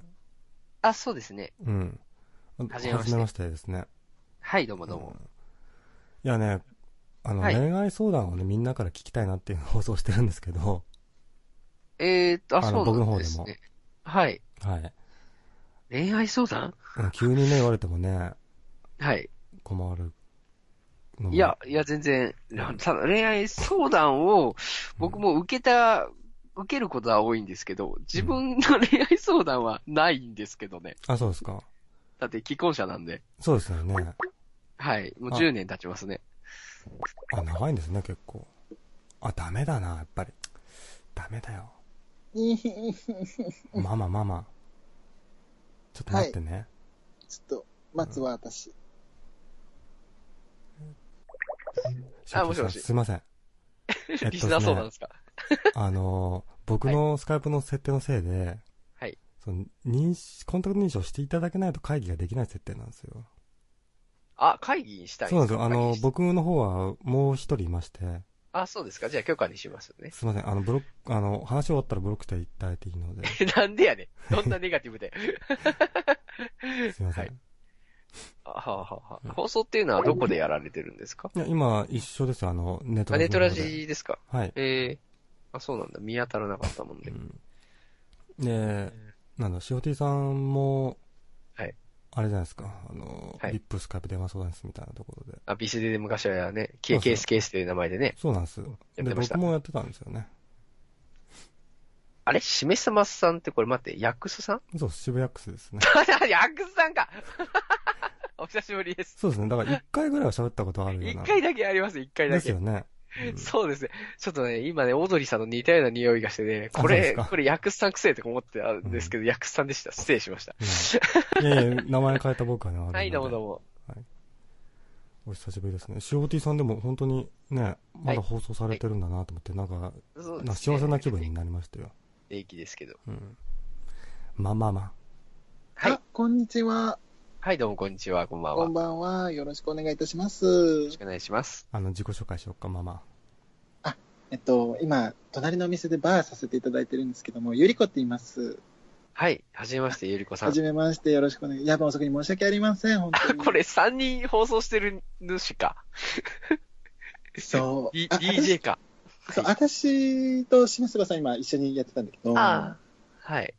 [SPEAKER 4] あ、そうですね。
[SPEAKER 2] うん。あ
[SPEAKER 4] はじめまして
[SPEAKER 2] はしてですね。
[SPEAKER 4] はい、どうもどうも。
[SPEAKER 2] んいやね、あの、
[SPEAKER 4] はい
[SPEAKER 2] 恋愛相談をね、みんなから聞きたいなっていう放送してるんですけど、
[SPEAKER 4] えーっと、あ、
[SPEAKER 2] あ
[SPEAKER 4] そ
[SPEAKER 2] の
[SPEAKER 4] うなんです
[SPEAKER 2] 僕の方で
[SPEAKER 4] ね。はい。
[SPEAKER 2] はい。
[SPEAKER 4] 恋愛相談
[SPEAKER 2] うん急にね、言われてもね、
[SPEAKER 4] はい。
[SPEAKER 2] 困るのも
[SPEAKER 4] いや、いや、全然、ただ恋愛相談を僕も受けた、受けることは多いんですけど、自分の恋愛相談はないんですけどね。
[SPEAKER 2] あ、そうですか。
[SPEAKER 4] だって既婚者なんで。
[SPEAKER 2] そうですよね。
[SPEAKER 4] はい。もう
[SPEAKER 2] あ
[SPEAKER 4] 10年経ちますね。
[SPEAKER 2] あ、長いんですね、結構。あ、ダメだな、やっぱり。ダメだよ。ママ、ママ。ちょっと待ってね。
[SPEAKER 1] ちょっと、待つわ、私。
[SPEAKER 4] あもしもし
[SPEAKER 2] すいま せん。えっと
[SPEAKER 4] リスナーそうなんですか。
[SPEAKER 2] あのー、僕のスカイプの設定のせいで、
[SPEAKER 4] はい。
[SPEAKER 2] その認識コンタクト認証していただけないと会議ができない設定なんですよ。
[SPEAKER 4] あ、会議にしたい
[SPEAKER 2] そうなんですよ。あ
[SPEAKER 4] 会議
[SPEAKER 2] の
[SPEAKER 4] し、
[SPEAKER 2] 僕の方はもう一人いまして、
[SPEAKER 4] あ、そうですか。じゃあ許可にしますね。
[SPEAKER 2] すいません。あの、ブロック、あの、話終わったらブロックしていただいていいの で、
[SPEAKER 4] なんでやねん。どんなネガティブで。
[SPEAKER 2] すいません。
[SPEAKER 4] はいい、あはあはあはあ放送っていうのはどこでやられてるんですか
[SPEAKER 2] や、今、一緒ですよ。あの、ネット
[SPEAKER 4] あネトラ
[SPEAKER 2] の方で
[SPEAKER 4] ジですか
[SPEAKER 2] はい。
[SPEAKER 4] ええあ、そうなんだ。見当たらなかったもん
[SPEAKER 2] う
[SPEAKER 4] で。
[SPEAKER 2] んで、なんだ、しおてぃさんも、
[SPEAKER 4] はい
[SPEAKER 2] あれじゃないですか、あの、
[SPEAKER 4] はい
[SPEAKER 2] リップスカイプ電話相談室みたいなところで。
[SPEAKER 4] あ、ビスで昔はね、
[SPEAKER 2] そ
[SPEAKER 4] ケ
[SPEAKER 2] う
[SPEAKER 4] ー
[SPEAKER 2] そう
[SPEAKER 4] ケースケースという名前でね。
[SPEAKER 2] そうなんですよ。
[SPEAKER 4] やっ
[SPEAKER 2] で、
[SPEAKER 4] てました
[SPEAKER 2] 僕もやってたんですよね。
[SPEAKER 4] あれしめさますさんってこれ待って、ヤックスさん
[SPEAKER 2] そう、渋谷ックスですね。
[SPEAKER 4] ヤックスさんか お久しぶりです。
[SPEAKER 2] そうですね。だから一回ぐらいは喋ったことあるよう
[SPEAKER 4] 一
[SPEAKER 2] な。
[SPEAKER 4] 回だけあります、一回だ
[SPEAKER 2] です
[SPEAKER 4] け
[SPEAKER 2] よ。ね。うん
[SPEAKER 4] そうですね。ちょっとね、今ね、オードリーさんの似たような匂いがしてね、
[SPEAKER 2] あ
[SPEAKER 4] こ
[SPEAKER 2] そうです
[SPEAKER 4] れ
[SPEAKER 2] か、
[SPEAKER 4] これ、ヤクスさんくせえとか思ってたんですけど、ヤクスさんでした。失礼しました。
[SPEAKER 2] うんいやいや、名前変えた僕はね、悪ので
[SPEAKER 4] はい、どうもどうも。
[SPEAKER 2] お久しぶりですね。COT さんでも本当にね、まだ放送されてるんだなと思って、なんか、
[SPEAKER 4] そう
[SPEAKER 2] な
[SPEAKER 4] で
[SPEAKER 2] ん
[SPEAKER 4] す
[SPEAKER 2] か
[SPEAKER 4] ね
[SPEAKER 2] 幸せな気分に。なりましたよ。
[SPEAKER 4] 平気ですけど。
[SPEAKER 2] うん。まあまあまあ。
[SPEAKER 4] はい
[SPEAKER 1] あ、こんにちは。
[SPEAKER 4] はい、どうもこんにちは、こんばんは。
[SPEAKER 1] こん
[SPEAKER 4] よ
[SPEAKER 1] ばんは。よろしくお願いいたします
[SPEAKER 4] ろし。くお願いします。
[SPEAKER 2] あの、自己紹介しようか、まあま
[SPEAKER 1] えっと、今、隣のお店でバーさせていただいてるんですけども、ゆりこって言います。
[SPEAKER 4] はい、はじめまして、ゆりこさ
[SPEAKER 1] は
[SPEAKER 4] ん
[SPEAKER 1] じ。めまして、よろしくお願い。夜分遅くに申し訳ありません、本当に。
[SPEAKER 4] これ、3人放送してる主か。
[SPEAKER 1] そう。
[SPEAKER 4] D-
[SPEAKER 1] あ
[SPEAKER 4] DJ か。
[SPEAKER 1] 私そう、私としめすばさん今一緒にやってたんだけど、
[SPEAKER 4] あはい。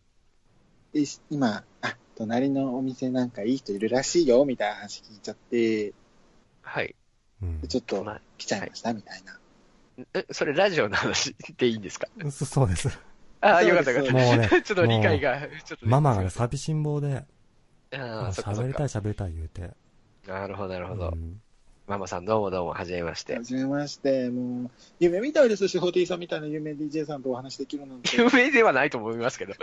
[SPEAKER 1] でし今、あ、隣のお店なんかいい人いるらしいよ、みたいな話聞いちゃって、
[SPEAKER 4] はい。
[SPEAKER 2] あ。うん
[SPEAKER 1] で。ちょっと
[SPEAKER 4] ま
[SPEAKER 1] 来ちゃいました、みたいな。
[SPEAKER 4] え、それラジオの話でいいんですか
[SPEAKER 2] そそうです。
[SPEAKER 4] ああ、
[SPEAKER 1] そう
[SPEAKER 4] よか
[SPEAKER 1] で
[SPEAKER 4] っ
[SPEAKER 1] す
[SPEAKER 4] たよかっ
[SPEAKER 2] もうね、
[SPEAKER 4] た。ちょっと理解が、ちょっとね。
[SPEAKER 2] ママがね寂しん坊で、
[SPEAKER 4] ああ、そっかそ
[SPEAKER 2] 喋
[SPEAKER 4] っ
[SPEAKER 2] りた
[SPEAKER 4] か
[SPEAKER 2] い。喋りたい言うて。
[SPEAKER 4] なるほど、なるほ
[SPEAKER 2] う
[SPEAKER 4] ど。
[SPEAKER 2] ん
[SPEAKER 4] ママさん、どうもどうも、はじめまして
[SPEAKER 1] は。じめまして、もう、夢みたいですし、ホティさんみたいな有名 DJ さんとお話できる なんて。
[SPEAKER 4] 有名ではないと思いますけど。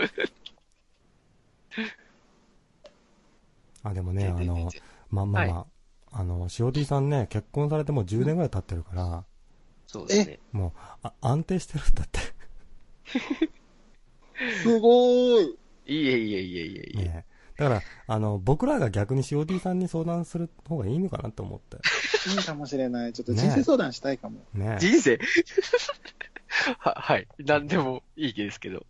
[SPEAKER 2] あ、でもね、あの、まあまあまあ、あの、COT さんね、結婚されてもう10年ぐらい経ってるから、
[SPEAKER 4] そうですね。
[SPEAKER 2] あ安定してるんだって。
[SPEAKER 1] すごい。
[SPEAKER 4] いえいえいえいえいえ。
[SPEAKER 2] ねだから、あの、僕らが逆に COT さんに相談する方がいいのかなと思って。
[SPEAKER 1] いいかもしれない。ちょっと
[SPEAKER 2] ね
[SPEAKER 1] 人生相談したいかも。
[SPEAKER 2] ね
[SPEAKER 4] 人生 は、はい。何でもいいですけど。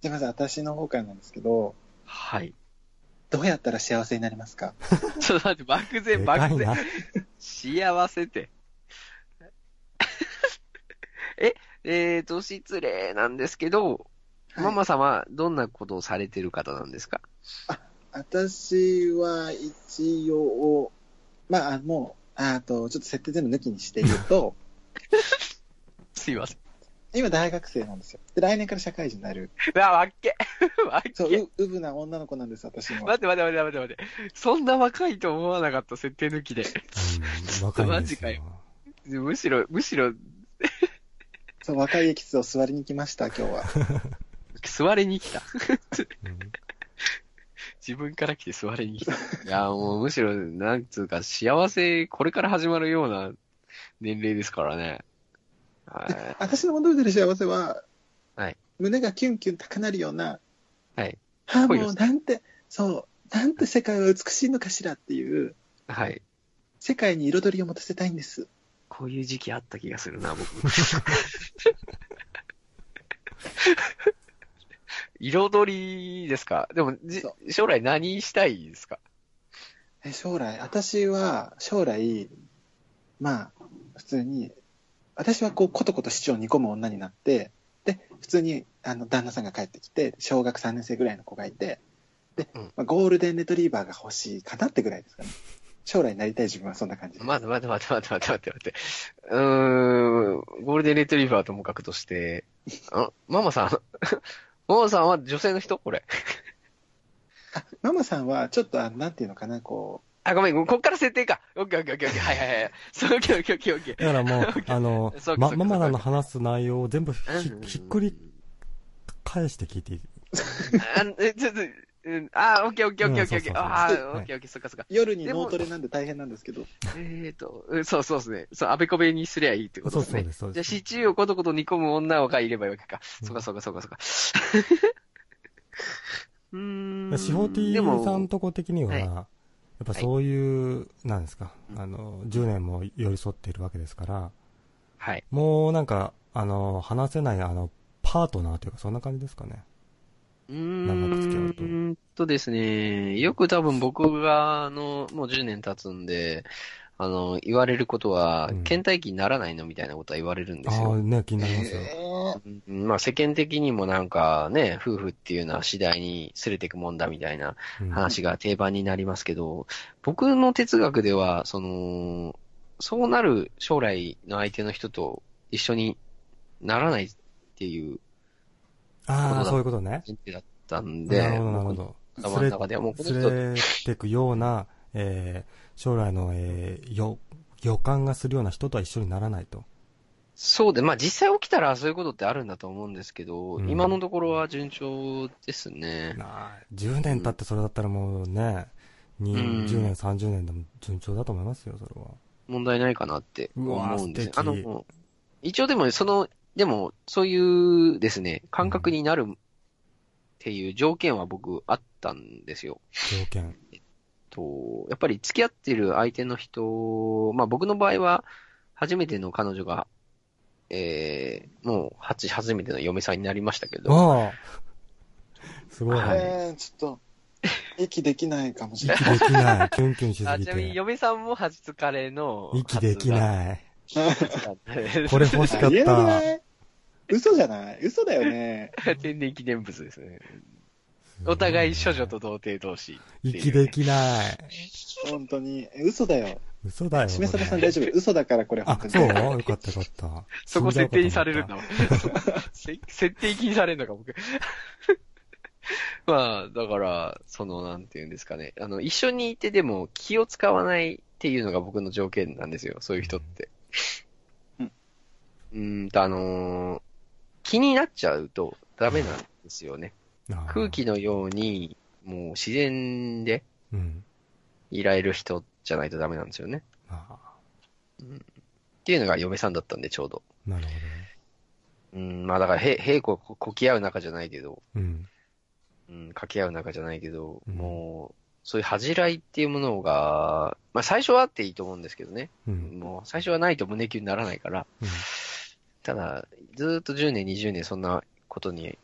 [SPEAKER 1] じゃあまず私の方からなんですけど、
[SPEAKER 4] はい。
[SPEAKER 1] どうやったら幸せになりますか
[SPEAKER 4] ちょっと待って、漠
[SPEAKER 2] で
[SPEAKER 4] 然、
[SPEAKER 2] か
[SPEAKER 4] 漠
[SPEAKER 2] いな
[SPEAKER 4] 然。。幸せって。 え、えーと、失礼なんですけど、
[SPEAKER 1] はい
[SPEAKER 4] ママさんはどんなことをされてる方なんですか
[SPEAKER 1] 私は一応、まあ、あもう、ああと、ちょっと設定全部抜きにして言うと、
[SPEAKER 4] すいません。
[SPEAKER 1] 今大学生なんですよ。で、来年から社会人になる。
[SPEAKER 4] あ、わっけ。 わっけ。
[SPEAKER 1] そう、う、うぶな女の子なんです、私も。
[SPEAKER 4] 待って待って待って待って待って。そんな若いと思わなかった、設定抜きで。
[SPEAKER 2] うん、若いん
[SPEAKER 4] マ
[SPEAKER 2] で
[SPEAKER 4] ジ
[SPEAKER 2] す
[SPEAKER 4] か
[SPEAKER 2] よ
[SPEAKER 4] よ。むしろ、むしろ、
[SPEAKER 1] そう、若いエキスを座りに来ました、今日 は。
[SPEAKER 4] 座れに来た。
[SPEAKER 2] うん
[SPEAKER 4] 自分から来て座れ に来た。いや、もうむしろ、なんつうか、幸せ、これから始まるような年齢ですからね。はい。
[SPEAKER 1] 私の求めてる幸せは、
[SPEAKER 4] はい
[SPEAKER 1] 胸がキュンキュン高鳴るような、
[SPEAKER 4] はい。
[SPEAKER 1] はあ、
[SPEAKER 4] 恋
[SPEAKER 1] も
[SPEAKER 4] で
[SPEAKER 1] う
[SPEAKER 4] す
[SPEAKER 1] なんて、そう、なんて世界は美しいのかしらっていう、
[SPEAKER 4] はい。
[SPEAKER 1] 世界に彩りを持たせたいんです。
[SPEAKER 4] こういう時期あった気がするな、僕。 彩りですかでもじ
[SPEAKER 1] そ、
[SPEAKER 4] 将来何したいですか
[SPEAKER 1] え将来、私は将来、まあ、普通に、私はこう、ことこと市長を煮込む女になって、で、普通に、あの、旦那さんが帰ってきて、小学3年生ぐらいの子がいて、で、
[SPEAKER 4] うん
[SPEAKER 1] まあ、ゴールデンレトリーバーが欲しいかなってぐらいですかね。将来になりたい自分はそんな感じです。
[SPEAKER 4] 待って待って待って待って待って待って。うーん、ゴールデンレトリーバーともかくとして、あママさん ママさんは女性の人これ。
[SPEAKER 1] あ、ママさんは、ちょっと、あのなんていうのかな、こ
[SPEAKER 4] あ、ごめん、こっから設定か。オッケーオッケーオッケーオッケー。はいはいはい。そう、オッケーオッケーオッケーオッケー。
[SPEAKER 2] だからもう、あの
[SPEAKER 4] そう、か
[SPEAKER 2] ま、
[SPEAKER 4] そうか
[SPEAKER 2] ママらの話す内容を全部ひ
[SPEAKER 4] うん
[SPEAKER 2] ひっくり返して聞いていい
[SPEAKER 4] あえちょっと、うん、あー、オッケーオッケーオッケーオッケーオッ
[SPEAKER 2] うんそうそう
[SPEAKER 4] ケー。
[SPEAKER 2] そうは
[SPEAKER 4] あー、
[SPEAKER 2] い
[SPEAKER 4] オッケーオッケー、そっかそっか。
[SPEAKER 1] 夜に
[SPEAKER 4] でも
[SPEAKER 1] 脳トレなんで大変なんですけど。
[SPEAKER 4] えーと、うんそうそうですね。そう、あべこべにすりゃいいってこと
[SPEAKER 2] そう
[SPEAKER 4] です
[SPEAKER 2] そう
[SPEAKER 4] ね
[SPEAKER 2] で。す、そう
[SPEAKER 4] じゃ
[SPEAKER 2] で
[SPEAKER 4] あ、シ
[SPEAKER 2] す。
[SPEAKER 4] チューをコトコト煮込む女がいればいいわけか。
[SPEAKER 2] うん
[SPEAKER 4] そうかそうかそうか そうか。うーん。
[SPEAKER 2] シホテ
[SPEAKER 4] で
[SPEAKER 2] ィ
[SPEAKER 4] も
[SPEAKER 2] さんとこ的には、
[SPEAKER 4] はい
[SPEAKER 2] やっぱそういう、なんですか
[SPEAKER 4] う、ん
[SPEAKER 2] あの、10年も寄り添っているわけですから、
[SPEAKER 4] はい。
[SPEAKER 2] もうなんか、あの、話せない、あの、パートナーというか、そんな感じですかね。
[SPEAKER 4] う
[SPEAKER 2] 長く付き合うと
[SPEAKER 4] ーんとですね、よく多分僕が、あの、もう10年経つんで、あの、言われることは
[SPEAKER 2] うん、
[SPEAKER 4] 倦怠期にならないのみたいなことは言われるんで
[SPEAKER 2] あ
[SPEAKER 4] す
[SPEAKER 2] あー、
[SPEAKER 4] よ。
[SPEAKER 2] ね、気になりますよ。
[SPEAKER 1] え
[SPEAKER 4] うんまあ世間的にもなんかね、夫婦っていうのは次第にすれていくもんだみたいな
[SPEAKER 2] うん
[SPEAKER 4] 話が定番になりますけど、僕の哲学では、その、そうなる将来の相手の人と一緒にならないっていう
[SPEAKER 2] ああ、そういうことね。
[SPEAKER 4] 前提だったんで、
[SPEAKER 2] なるほど、なるほど。
[SPEAKER 4] 僕の頭の中ではもうこの
[SPEAKER 2] す
[SPEAKER 4] 人
[SPEAKER 2] れてくような、えー将来の、えーよ予感がするような人とは一緒にならないと。
[SPEAKER 4] そうで、まあ実際起きたらそういうことってあるんだと思うんですけど、
[SPEAKER 2] うん
[SPEAKER 4] 今のところは順調ですね。
[SPEAKER 2] なあ10年経ってそれだったらもうね、に
[SPEAKER 4] うん
[SPEAKER 2] 10年、30年でも順調だと思いますよ、それは。
[SPEAKER 4] 問題ないかなって思うんですね。
[SPEAKER 2] うわ
[SPEAKER 4] あ
[SPEAKER 2] ー素
[SPEAKER 4] の
[SPEAKER 2] 敵、
[SPEAKER 4] 一応でもその、でもそういうですね、感覚になるっていう条件は僕あったんですよ。
[SPEAKER 2] 条 件。
[SPEAKER 4] と、やっぱり付き合ってる相手の人、まあ僕の場合は、初めての彼女が、えー、もう、初、初めての嫁さんになりましたけど、
[SPEAKER 2] ああすごい。
[SPEAKER 4] はい
[SPEAKER 1] えー、ちょ っと、息できないかもしれない。
[SPEAKER 2] 息できない。キュンキュンし
[SPEAKER 4] あ
[SPEAKER 2] すぎ
[SPEAKER 4] ちなみに
[SPEAKER 2] て。
[SPEAKER 4] 嫁さんも初カレーの、
[SPEAKER 2] 息でき
[SPEAKER 4] い。
[SPEAKER 2] ない。こ
[SPEAKER 4] これ、
[SPEAKER 2] れ欲しか
[SPEAKER 1] あ
[SPEAKER 2] っ
[SPEAKER 1] りえなく
[SPEAKER 2] た。
[SPEAKER 1] ない嘘じゃない嘘だよね。
[SPEAKER 4] 天然記念物ですね。お互い処女と童貞同士。
[SPEAKER 2] 息できない。
[SPEAKER 1] 本当に。え嘘だよ。
[SPEAKER 2] 嘘だよ。
[SPEAKER 1] しめさ
[SPEAKER 2] こ
[SPEAKER 1] ば
[SPEAKER 2] れ
[SPEAKER 1] さん大丈夫。嘘だからこれ本
[SPEAKER 2] あ
[SPEAKER 1] 当、に。
[SPEAKER 2] そうよかったよかった。
[SPEAKER 4] そこ設定にされるん
[SPEAKER 2] 死んじゃうかと思
[SPEAKER 4] だ
[SPEAKER 2] っ
[SPEAKER 4] もん。 せ設定気にされるのか、僕。 まあ、だから、その、なんていうんですかね。あの、一緒にいてでも気を使わないっていうのが僕の条件なんですよ。そういう人って。
[SPEAKER 1] う
[SPEAKER 4] うんーんと、あのー気になっちゃうとダメなんですよね。
[SPEAKER 2] たあー
[SPEAKER 4] 空気のように、もう自然で
[SPEAKER 2] うん。
[SPEAKER 4] いられる人じゃないとダメなんですよね。
[SPEAKER 2] あ
[SPEAKER 4] っていうのが嫁さんだったんで、ちょうど。
[SPEAKER 2] あ、なるほ
[SPEAKER 4] うん、まあだから、へ、へいこ、ここき合う仲じゃないけど、
[SPEAKER 2] どね。うん。
[SPEAKER 4] うん、掛け合う仲じゃないけど、
[SPEAKER 2] うん
[SPEAKER 4] もう、そういう恥じらいっていうものが、まあ最初はあっていいと思うんですけどね。
[SPEAKER 2] うん。
[SPEAKER 4] もう最初はないと胸キュンにならないから、
[SPEAKER 2] うん
[SPEAKER 4] ただ、ずーっと10年、20年そんなことに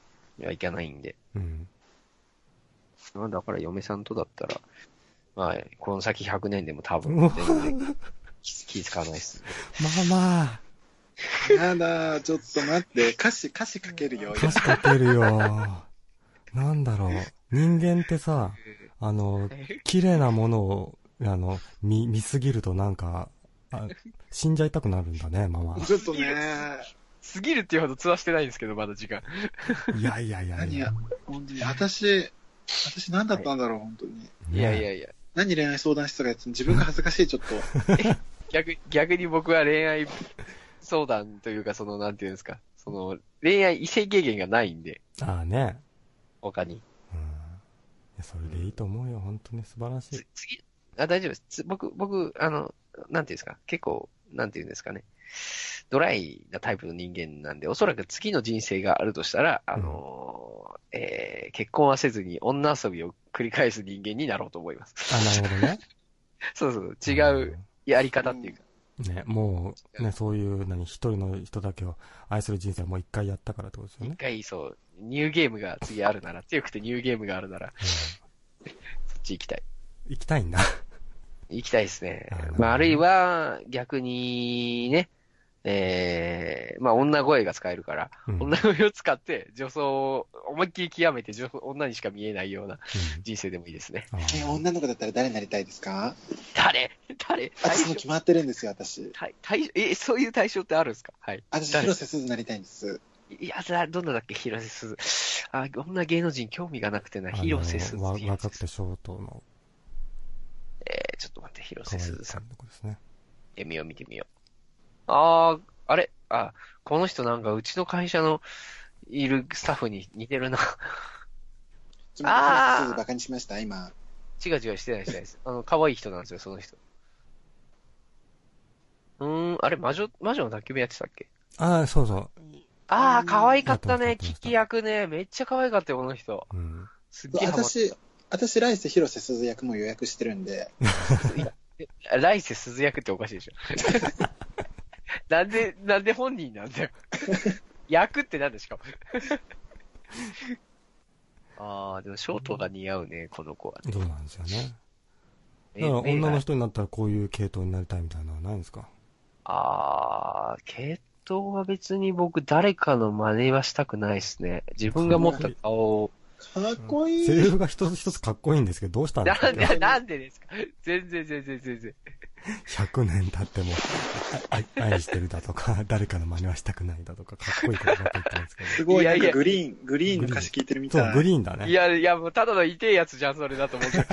[SPEAKER 4] はいかないんで、
[SPEAKER 2] うん。
[SPEAKER 4] まあだから嫁さんとだったら、まあ、この先100年でも多
[SPEAKER 2] うわ
[SPEAKER 4] 分、全然気気使わないです。
[SPEAKER 2] まあまあ、
[SPEAKER 1] やだ、ちょっと待って。歌詞、歌詞書けるよ。
[SPEAKER 2] 歌詞書けるよ。なんだろう。人間ってさ、あの、綺麗なものを、あの、見、見すぎるとなんか、あ死んじゃいたくなるんだね、ママ。
[SPEAKER 1] ちょっとね。
[SPEAKER 4] 過ぎるっていうほどツアーしてないんですけど、まだ時間。
[SPEAKER 2] いやいやいやい
[SPEAKER 1] 何
[SPEAKER 2] や
[SPEAKER 1] や。、本当に。私、私何だったんだろう、本当に。
[SPEAKER 4] いやい
[SPEAKER 2] ね。
[SPEAKER 4] やいや。
[SPEAKER 1] 何恋愛相談室とかやつ自分が恥ずかしい、ちょっと。
[SPEAKER 4] 逆逆に僕は恋愛相談というか、その、なんていうんですか、その、恋愛異性経験がないんで、
[SPEAKER 2] ああね。
[SPEAKER 4] 他に。
[SPEAKER 2] うん。いやそれでいいと思うよ。本当に素晴らし い
[SPEAKER 4] つ。次、あ、大丈夫です。つ僕、僕、あの、なんていうんですか、結構、なんていうんですかね、ドライなタイプの人間なんで、おそらく次の人生があるとしたら、あのー、えー結婚はせずに女遊びを繰り返す人間になろうと思います。
[SPEAKER 2] あ、なるほどね。
[SPEAKER 4] そうそうそう、違うやり方っていうか、
[SPEAKER 2] ね、もう、ね、そういう、何、一人の人だけを愛する人生はもう一回やったからってことですよ
[SPEAKER 4] 一
[SPEAKER 2] ね。
[SPEAKER 4] 回そう、ニューゲームが次あるなら、強くてニューゲームがあるなら、そっち行きた い。
[SPEAKER 2] うん行きたいんだ。
[SPEAKER 4] 行きたいですね
[SPEAKER 2] あなるほ。ど
[SPEAKER 4] まあ、あるいは、逆にね、えー、まあ、女声が使えるから、
[SPEAKER 2] うん
[SPEAKER 4] 女声を使って、女装を思いっきり極めて、女女にしか見えないような
[SPEAKER 2] うん
[SPEAKER 4] 人生でもいいですね。
[SPEAKER 2] あー
[SPEAKER 1] え、女の子だったら誰になりたいですか
[SPEAKER 4] 誰誰対
[SPEAKER 1] 私も
[SPEAKER 4] 象
[SPEAKER 1] 決まってるんですよ、私。
[SPEAKER 4] 対対え、そういう対象ってあるんですかはい。
[SPEAKER 1] 私、
[SPEAKER 4] 誰
[SPEAKER 1] 広瀬すずになりたいんです。
[SPEAKER 4] いや、さどんなだっけ広瀬すず。あ、女芸能人興味がなくてな、
[SPEAKER 2] あの
[SPEAKER 4] 広瀬すず。
[SPEAKER 2] わ
[SPEAKER 4] 広
[SPEAKER 2] 若
[SPEAKER 4] 瀬すず
[SPEAKER 2] くてショートの
[SPEAKER 4] えーちょっと待って、広
[SPEAKER 2] 可
[SPEAKER 4] 瀬
[SPEAKER 2] 愛い
[SPEAKER 4] すずさん。
[SPEAKER 2] とこですね。
[SPEAKER 4] え、見よう、見てみよう。あー、あれあ、この人なんかうちの会社のいるスタッフに似てるな。
[SPEAKER 1] ちょ
[SPEAKER 4] あー
[SPEAKER 1] っとバカにしました、今。
[SPEAKER 4] 違う違う、してない、してないです。あの、可愛い人なんですよ、その人。うーん、あれ、魔女、魔女の宅急便やってたっけ
[SPEAKER 2] ああ、そうそ
[SPEAKER 4] ああ、可愛かった
[SPEAKER 2] や
[SPEAKER 4] ね
[SPEAKER 2] っ、てました
[SPEAKER 4] 聞き役ね。めっちゃ可愛かったよ、この人。
[SPEAKER 2] う。うん。
[SPEAKER 4] すっげえハマっ
[SPEAKER 1] 私、私、来世広瀬すず役も予約してるんで、
[SPEAKER 4] た。来世鈴役っておかしいで しょ。なんで、なんで本人なんだ よ。役ってなんでしかも。 ああ、でもショートが似合うね、この子はね。
[SPEAKER 2] そうなんですよね。だ
[SPEAKER 4] 目
[SPEAKER 2] から女
[SPEAKER 4] 目
[SPEAKER 2] の
[SPEAKER 4] が
[SPEAKER 2] 人になったらこういう系統になりたいみたいなのはないんですか
[SPEAKER 4] ああ、系統は別に僕誰かの真似はしたくないですね。自分が持った顔を。
[SPEAKER 1] かっこい
[SPEAKER 2] セリ
[SPEAKER 1] い。
[SPEAKER 2] フが一つ一つかっこいいんですけど、どうしたんです
[SPEAKER 4] な
[SPEAKER 2] か
[SPEAKER 4] んで、なんでですか全然全然全然。
[SPEAKER 2] 100年経っても、ああ愛してるだとか、誰かの真似はしたくないだとか、かっこいいことばっか言ってますけ
[SPEAKER 1] すごい、
[SPEAKER 4] いや
[SPEAKER 1] ないん
[SPEAKER 4] や
[SPEAKER 1] かグリーン、グリーンの歌詞聞いてるみ
[SPEAKER 2] ど。
[SPEAKER 1] た
[SPEAKER 2] そう、
[SPEAKER 1] い。
[SPEAKER 2] グリーンだね。
[SPEAKER 4] いや、いや、もうただの痛いやつじゃん、それだと思うけど。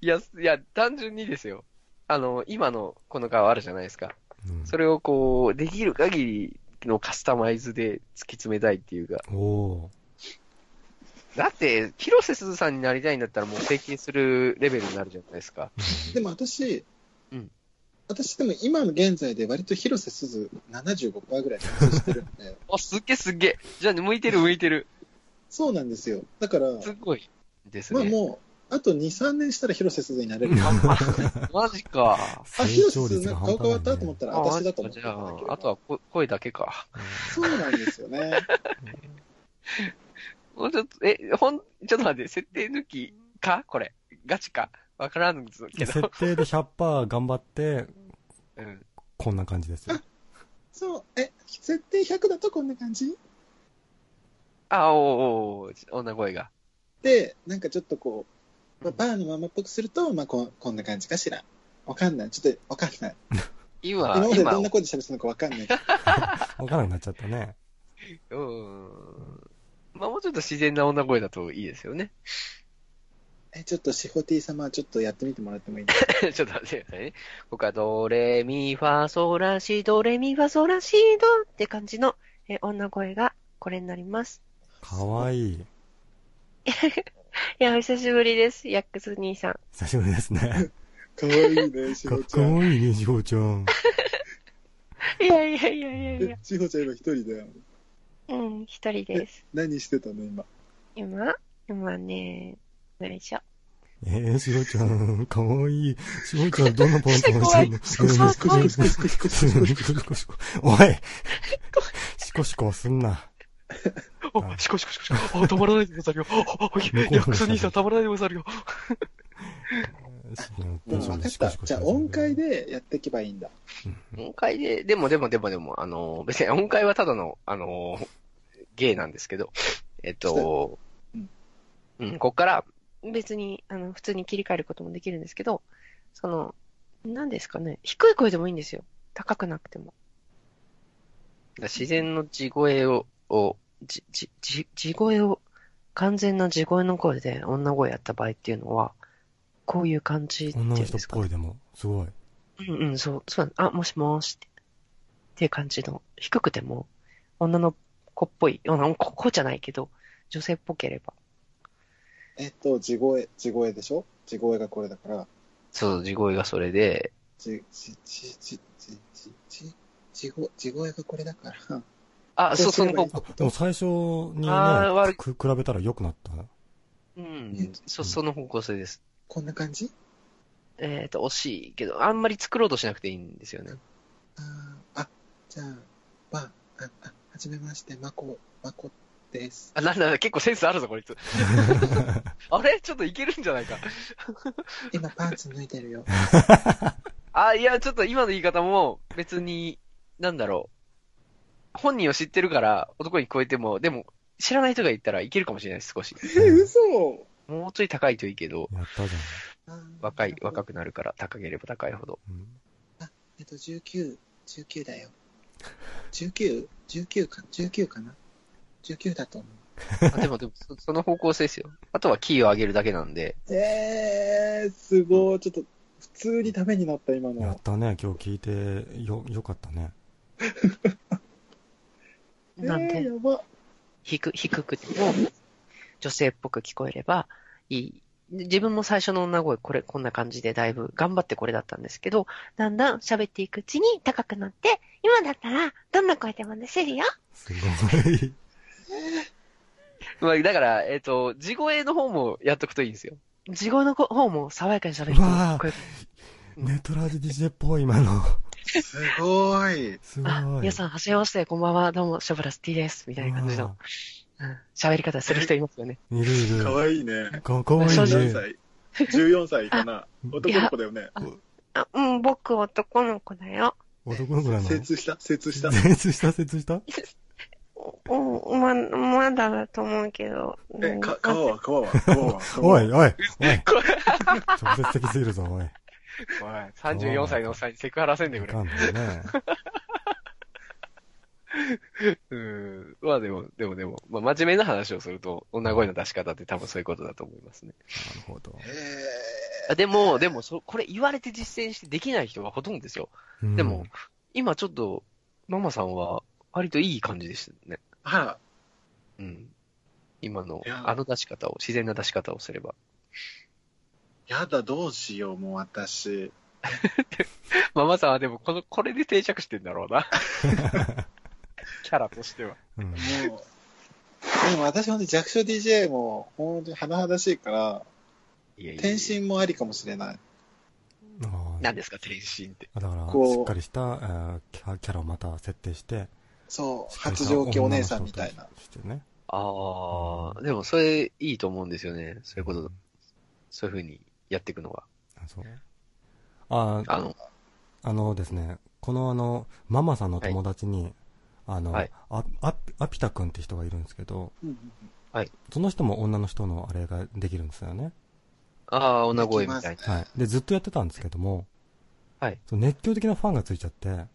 [SPEAKER 4] いや、いや、単純にですよ。あの、今のこの顔あるじゃないですか。
[SPEAKER 2] うん
[SPEAKER 4] それをこう、できる限りのカスタマイズで突き詰めたいっていうか。
[SPEAKER 2] おー
[SPEAKER 4] だって、広瀬すずさんになりたいんだったらもう整形するレベルになるじゃないですか。
[SPEAKER 1] でも私、
[SPEAKER 4] うん
[SPEAKER 1] 私でも今の現在で割と広瀬すず75%ぐらい完成してるん で、
[SPEAKER 4] あ、すっげえすっげえ。じゃあ、向いてる向いてる。
[SPEAKER 1] そうなんですよ。だから、
[SPEAKER 4] すっごい。です
[SPEAKER 1] まあ
[SPEAKER 4] ね。
[SPEAKER 1] もう、あと2、3年したら広瀬すずになれる。
[SPEAKER 4] マジか。
[SPEAKER 1] あ、
[SPEAKER 2] 成
[SPEAKER 1] 広瀬す
[SPEAKER 2] 長
[SPEAKER 1] ず
[SPEAKER 2] 率
[SPEAKER 1] なんか
[SPEAKER 2] が半
[SPEAKER 1] 顔変わ
[SPEAKER 2] 端な
[SPEAKER 1] っ
[SPEAKER 2] い、
[SPEAKER 1] たと思っ
[SPEAKER 2] ね。
[SPEAKER 1] たら
[SPEAKER 4] あマ
[SPEAKER 1] 私
[SPEAKER 4] ジ
[SPEAKER 1] だと
[SPEAKER 4] か
[SPEAKER 1] 思っ
[SPEAKER 4] じ
[SPEAKER 1] て
[SPEAKER 4] ゃ
[SPEAKER 1] たんだけ
[SPEAKER 4] あ、
[SPEAKER 1] ど
[SPEAKER 4] あとはこ声だけか。
[SPEAKER 1] そうなんですよね。
[SPEAKER 4] もうちょっと、え、ほん、ちょっと待って、設定抜きかこれ。ガチか。わからんけ
[SPEAKER 2] 設
[SPEAKER 4] ど。
[SPEAKER 2] 定で100%頑張って、
[SPEAKER 4] うん。
[SPEAKER 2] こんな感じですよ。
[SPEAKER 1] そう、え、設定100だとこんな感じ
[SPEAKER 4] あ、おーおーおー女声が。
[SPEAKER 1] で、なんかちょっとこう、まあ、バーのママっぽくすると、まあこ、こんな感じかしら。わかんない。ちょっとわかんない。
[SPEAKER 4] 今、
[SPEAKER 1] 今まで
[SPEAKER 4] 今
[SPEAKER 1] どんな、声で喋ってたのかわかんない。
[SPEAKER 2] わからなくなっちゃったね。
[SPEAKER 4] うーん。まあ、もうちょっと自然な女声だといいですよね。
[SPEAKER 1] え、ちょっとシホティ様はちょっとやってみてもらってもいいですか
[SPEAKER 4] ちょっと待ってくださいね。僕はドレミファソラシドレミファソラシドって感じの、えー女声がこれになります。
[SPEAKER 2] かわいい。
[SPEAKER 5] いや、お久しぶりです。ヤックス兄さん。
[SPEAKER 2] 久しぶりですね。
[SPEAKER 1] かわいいね、し
[SPEAKER 2] か
[SPEAKER 1] ほ
[SPEAKER 2] っ
[SPEAKER 1] ちゃん。
[SPEAKER 2] こいいね、しほちゃん。
[SPEAKER 5] いやいやいやいやいや。
[SPEAKER 1] しほちゃん今一人だよ。
[SPEAKER 5] うん、一人です。
[SPEAKER 1] 何してたの今。
[SPEAKER 5] 今今ね、ないしょ。
[SPEAKER 2] えー、しほちゃん、かわいい。しほちゃん、どんなポンポンしてんの
[SPEAKER 1] シコシコシコシコシコシコシコ
[SPEAKER 2] シコシコ。おいシコシコすんな。あ
[SPEAKER 4] シコシコシコシコ。あ、止まらないでござるよ。
[SPEAKER 2] ヤックス兄さん止
[SPEAKER 4] まらないでござるよ。
[SPEAKER 1] でも分かった。じゃあ音階。でやっていけばいいんだ。
[SPEAKER 4] 音階で、でもでもでもでも、あの、別に音階はただの、あの、芸なんですけど、えっと、
[SPEAKER 1] うん
[SPEAKER 4] うん、こっから、
[SPEAKER 5] 別に、あの、普通に切り替えることもできるんですけど、その、何ですかね。低い声でもいいんですよ。高くなくても。
[SPEAKER 4] 自然の地声を、を
[SPEAKER 5] じ、じ、じ、地声を、完全な地声の声で女声やった場合っていうのは、こういう感じっていうん
[SPEAKER 2] 女の人
[SPEAKER 5] で
[SPEAKER 2] っ
[SPEAKER 5] すか
[SPEAKER 2] ぽいでも、すごい。
[SPEAKER 5] うんうん、そう、そうなのあ、もしもーしって。っていう感じの、低くても、女の子っぽい、女の子じゃないけど、女性っぽければ。
[SPEAKER 1] えっと、地声、地声でしょ地声がこれだから、
[SPEAKER 4] そう、地声がそれで、
[SPEAKER 1] 地、地、地、地、地、地、地、地声、地声がこれだから。
[SPEAKER 4] あ、そう、その
[SPEAKER 1] こ
[SPEAKER 4] 子、
[SPEAKER 2] あ、でも最初にね
[SPEAKER 4] あー悪い、
[SPEAKER 2] く比べたら良くなった。
[SPEAKER 4] うん、そ、その方向性です。
[SPEAKER 1] こんな感じ
[SPEAKER 4] えっ、と、惜しいけど、あんまり作ろうとしなくていいんですよね。
[SPEAKER 1] あー、あ、じゃあ、まあ、あ、あ、はじめまして、まこ、まこです。
[SPEAKER 4] あ、なんだなんだ、結構センスあるぞ、こ いつ。あれちょっといけるんじゃないか。
[SPEAKER 1] 今パンツ脱いでるよ。
[SPEAKER 4] あ、いや、ちょっと今の言い方も、別に、なんだろう。本人を知ってるから、男に聞こえても、でも、知らない人が言ったらいけるかもしれないです、少し。
[SPEAKER 1] え、嘘
[SPEAKER 4] もうちょい高いといいけど、
[SPEAKER 2] やったじ
[SPEAKER 4] 若い、若
[SPEAKER 1] く。
[SPEAKER 4] くなるから、高ければ高いほど。
[SPEAKER 2] ゃん。
[SPEAKER 1] えっと、19、19だよ。19、19か、19かな ?19 だと思う。
[SPEAKER 4] あでも、でも、そその方向性ですよ。あとはキーを上げるだけなんで、
[SPEAKER 1] えー、すごい。ちょっと、普通にダメになった、今
[SPEAKER 2] や
[SPEAKER 1] の。
[SPEAKER 2] ったね、今日聞いて、よ、良かったね。
[SPEAKER 5] なん
[SPEAKER 1] え
[SPEAKER 5] で、
[SPEAKER 1] ー、やば。
[SPEAKER 5] 低、低くても、女性っぽく聞こえればいい。自分も最初の女声、これ、こんな感じでだいぶ頑張ってこれだったんですけど、だんだん喋っていくうちに高くなって、今だったらどんな声でも出せるよ。
[SPEAKER 2] すごい。
[SPEAKER 4] まあ、だから、えっ、と、地声の方もやっとくといいんですよ。
[SPEAKER 5] 地声の方も爽やかに喋る
[SPEAKER 2] うわー
[SPEAKER 5] 人、声
[SPEAKER 2] ネトラジ DJ っぽい、今の。
[SPEAKER 1] すごい。
[SPEAKER 2] すごい。
[SPEAKER 5] あ、皆さん、はじめまして、こんばんは、どうも、ショブラス T です、みたいな感じの、うん喋り方する人いますよね。
[SPEAKER 2] うん。いるい
[SPEAKER 1] か
[SPEAKER 2] る。
[SPEAKER 1] わいいね。
[SPEAKER 2] かかわいい
[SPEAKER 5] 正
[SPEAKER 1] 何
[SPEAKER 2] ね。
[SPEAKER 1] 歳 ?14 歳かな男の子だよね。
[SPEAKER 5] あ、うん、僕、男の子だよ。
[SPEAKER 2] 男の子なの
[SPEAKER 1] 精通した精通した
[SPEAKER 2] 精通した、精通した
[SPEAKER 5] うん、ま、まだだと思うけど。
[SPEAKER 1] え、か、皮は皮は皮は皮は
[SPEAKER 2] おい、おい、おい。直接的すぎるぞ、おい。
[SPEAKER 4] おい34歳のおっさんにセクハラせんでく
[SPEAKER 2] い
[SPEAKER 4] れ
[SPEAKER 2] か。んだね。
[SPEAKER 4] うん。まあでも、でもでも、まあ真面目な話をすると、女声の出し方って多分そういうことだと思いますね。
[SPEAKER 2] なるほど。
[SPEAKER 1] え
[SPEAKER 4] あでも、でもそ、これ言われて実践してできない人がほとんどですよ。
[SPEAKER 2] うん
[SPEAKER 4] でも、、今ちょっと、ママさんは割といい感じでしたね。
[SPEAKER 1] ーあら、
[SPEAKER 4] うん。今の
[SPEAKER 1] い、や
[SPEAKER 4] あの出し方を、自然な出し方をすれば。
[SPEAKER 1] やだ、どうしよう、もう私。
[SPEAKER 4] ママさんはでも、この、これで定着してんだろうな。キャラとしては。
[SPEAKER 2] うん。
[SPEAKER 1] もう、でも私ほんと弱小 DJ も、ほんとに甚だしいから、
[SPEAKER 4] いやいやいや
[SPEAKER 1] 転。身もありかもしれない。
[SPEAKER 2] あー
[SPEAKER 4] 何ですか、転身って。
[SPEAKER 2] あだから、
[SPEAKER 1] こう
[SPEAKER 2] しっかりしたえーキャキャラをまた設定して、
[SPEAKER 1] そう、発情期お姉さんみたいな。。
[SPEAKER 2] してね。
[SPEAKER 4] ああ、でもそれいいと思うんですよね。そういうこと、そういうふうにやっていくのが。
[SPEAKER 2] あそう。あ
[SPEAKER 4] あの、
[SPEAKER 2] あのですね、このあの、ママさんの友達に、あの、
[SPEAKER 4] はい
[SPEAKER 2] ああアピタ君って人がいるんですけど、
[SPEAKER 1] うんうん
[SPEAKER 2] その人も女の人のあれができるんですよね。
[SPEAKER 4] ああ、女声みたい
[SPEAKER 1] で
[SPEAKER 4] な。
[SPEAKER 1] きま
[SPEAKER 2] は
[SPEAKER 1] すね
[SPEAKER 2] い。で、ずっとやってたんですけども、
[SPEAKER 4] はい
[SPEAKER 2] その熱狂的なファンがついちゃって、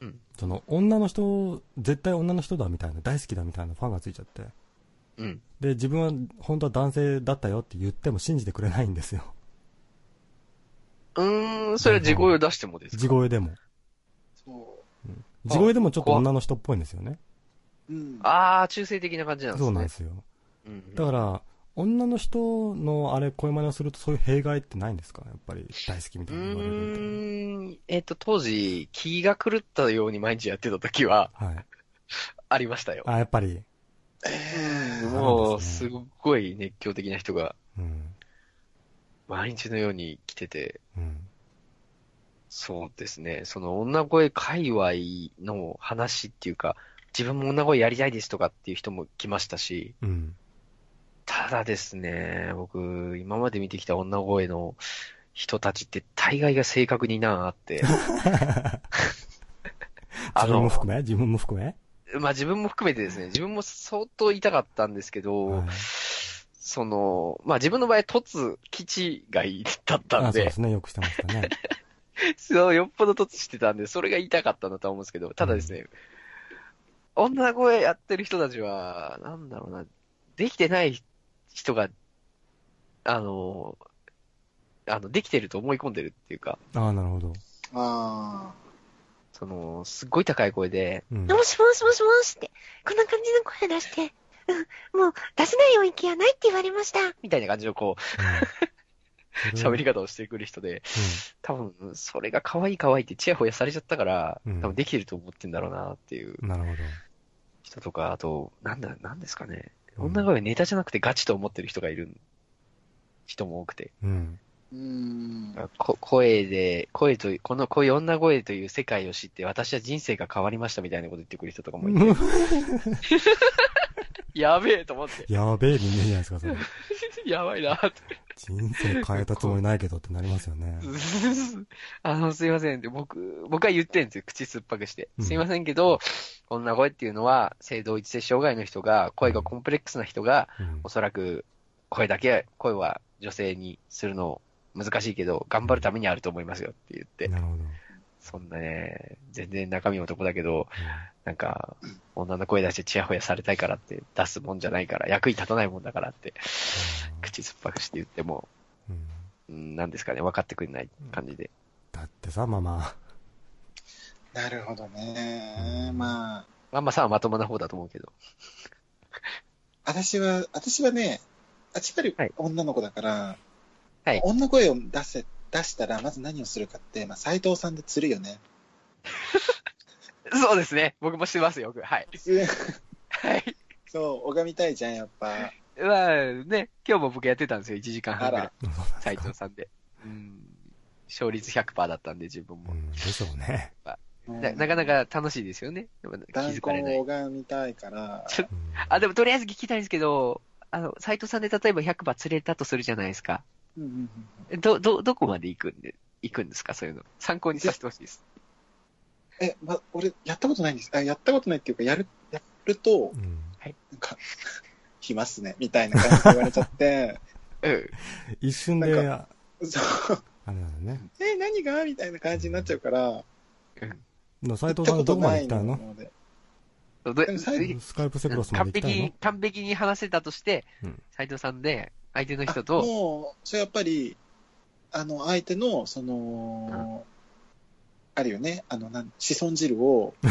[SPEAKER 4] うん
[SPEAKER 2] その女の人、絶対女の人だみたいな、大好きだみたいなファンがついちゃって、
[SPEAKER 4] うん。
[SPEAKER 2] で、自分は本当は男性だったよって言っても信じてくれないんですよ。
[SPEAKER 4] うーん、それは地声を出してもですか
[SPEAKER 2] 地声でも。
[SPEAKER 1] そ
[SPEAKER 2] 地声でもちょっと
[SPEAKER 4] 怖っ
[SPEAKER 2] 女の人っぽいんですよね。
[SPEAKER 1] う。うん。
[SPEAKER 4] ああ、中性的な感じなんですね。
[SPEAKER 2] そうなんですよ。
[SPEAKER 4] うん。
[SPEAKER 2] だから、女の人のあれ、声真似をするとそういう弊害ってないんですかやっぱり大好きみ
[SPEAKER 4] う
[SPEAKER 2] たいに言われるみたいな。
[SPEAKER 4] ーん、えっ、と、当時、気が狂ったように毎日やってた時は
[SPEAKER 2] はい。
[SPEAKER 4] ありましたよ。
[SPEAKER 2] あ、やっぱり。
[SPEAKER 1] え
[SPEAKER 4] もう、
[SPEAKER 2] そ
[SPEAKER 4] す
[SPEAKER 2] う
[SPEAKER 4] ごい熱狂的な人が
[SPEAKER 2] うん。
[SPEAKER 4] 毎日のように来てて、
[SPEAKER 2] うん。
[SPEAKER 4] そうですね。その女声界隈の話っていうか、自分も女声やりたいですとかっていう人も来ましたし、
[SPEAKER 2] うん。
[SPEAKER 4] ただですね、僕、今まで見てきた女声の人たちって大概が正確になあ って、あ
[SPEAKER 2] 自分も
[SPEAKER 4] の、
[SPEAKER 2] 含め自分も含め
[SPEAKER 4] まあ、自分も含めてですね、自分も相当痛かったんですけど、
[SPEAKER 2] はい
[SPEAKER 4] その、まあ、自分の場合、突基地外だったん
[SPEAKER 2] あ、そう
[SPEAKER 4] で
[SPEAKER 2] で、すね。よくしてました ね。
[SPEAKER 4] そう、よっぽど突してたんで、それが痛かったんだとは思うんですけど、ただですね、女声やってる人たちは、なんだろうな、できてない人が、あの、あの、できてると思い込んでるっていうか、
[SPEAKER 2] ああ、なるほど。
[SPEAKER 1] あ
[SPEAKER 4] その、すっごい高い声で、
[SPEAKER 2] うん。
[SPEAKER 5] もしもしもしもしって、こんな感じの声出して、うん、もう出せない音域はないって言われました。
[SPEAKER 4] みたいな感じのこう、
[SPEAKER 2] うん
[SPEAKER 4] 喋り方をしてくる人で、多分、それが可愛い可愛いってチヤホヤされちゃったから、
[SPEAKER 2] うん
[SPEAKER 4] 多分できてると思ってんだろうなっていう
[SPEAKER 2] うん。なるほ
[SPEAKER 4] 人とか、あと、なんだ、なんですかね。
[SPEAKER 2] うん
[SPEAKER 4] 女声ネタじゃなくてガチと思ってる人がいる人も多くて。
[SPEAKER 2] ど。うん。
[SPEAKER 1] ーうん。
[SPEAKER 4] こ声で、声という、この、こういう女声という世界を知って、私は人生が変わりましたみたいなこと言ってくる人とかもいて、 やべえと思って、
[SPEAKER 2] やべえ人間じゃないですか、それ。
[SPEAKER 4] やばいな って。
[SPEAKER 2] 人生変えたつもりないけどってなりますよね。
[SPEAKER 4] あの、すいませんって、僕、僕は言ってるんですよ。口酸っぱくして。
[SPEAKER 2] うん
[SPEAKER 4] すいませんけど、女声っていうのは、性同一性障害の人が、声がコンプレックスな人が、
[SPEAKER 2] うん
[SPEAKER 4] お。そらく声だけ、声は女性にするの難しいけど、頑張るためにあると思いますよって言って、
[SPEAKER 2] なるほど。
[SPEAKER 4] そんなね、全然中身男だけど、なんか、女の声出してチヤホヤされたいからって、出すもんじゃないから、役に立たないもんだからって、口酸っぱくして言っても、
[SPEAKER 2] うんうん
[SPEAKER 4] うん、なんですかね、分かってくれない感じで。
[SPEAKER 2] だってさ、ママ。
[SPEAKER 1] なるほどね。まあ、
[SPEAKER 4] まあまあさんはまともな方だと思うけど。
[SPEAKER 1] 私は、私はね、あちっぱり
[SPEAKER 4] はい
[SPEAKER 1] 女の子だから、
[SPEAKER 4] はい
[SPEAKER 1] 女声を出せ、出したら、まず何をするかって、まあ、斎藤さんで釣るよ ね。
[SPEAKER 4] そうですね。僕もしてますよ、よく。はい。はい。
[SPEAKER 1] そう、拝みたいじゃん、やっぱ。
[SPEAKER 4] まあ、ね、今日も僕やってたんですよ、1時間半ぐらい。
[SPEAKER 2] そうなんです
[SPEAKER 4] 斎
[SPEAKER 2] か
[SPEAKER 4] 藤さんで。うん。勝率100%だったんで、自分
[SPEAKER 2] う
[SPEAKER 4] も。
[SPEAKER 2] ん、でしょうね。
[SPEAKER 4] ななかなか楽しいですよね。でも気
[SPEAKER 1] 断
[SPEAKER 4] づかれない
[SPEAKER 1] 根。を拝みたいから、
[SPEAKER 4] ちょ
[SPEAKER 2] うん
[SPEAKER 4] あ、でもとりあえず聞きたいんですけど、あの、斎藤さんで例えば100番釣れたとするじゃないですか。
[SPEAKER 1] うんうんうん
[SPEAKER 4] ど、ど、どこまで行くんで、行くんですかそういうの。参考にさせてほしいです。
[SPEAKER 1] え、ま、俺、やったことないんです。あやったことないっていうか、やる、やると、
[SPEAKER 2] うん
[SPEAKER 1] なんか、暇っすね、みたいな感じで言われちゃって、
[SPEAKER 4] うん。
[SPEAKER 2] 一瞬で、
[SPEAKER 1] なん
[SPEAKER 2] あ
[SPEAKER 1] そう、
[SPEAKER 2] れだよね。
[SPEAKER 1] え、何がみたいな感じになっちゃうから、
[SPEAKER 2] でも斎藤さんどこまで行ったの
[SPEAKER 1] ので。
[SPEAKER 4] ど
[SPEAKER 1] でも最
[SPEAKER 4] ど
[SPEAKER 2] スカイプセクロスま
[SPEAKER 4] 完
[SPEAKER 2] で行った
[SPEAKER 4] 璧に
[SPEAKER 2] の、
[SPEAKER 4] 完璧に話せたとして
[SPEAKER 2] うん、
[SPEAKER 4] 斎、藤さんで、相手の人
[SPEAKER 1] あ
[SPEAKER 4] と、
[SPEAKER 1] もう、それやっぱり、あの、相手の、その、あるよね、あの、なん、子孫汁 を、ま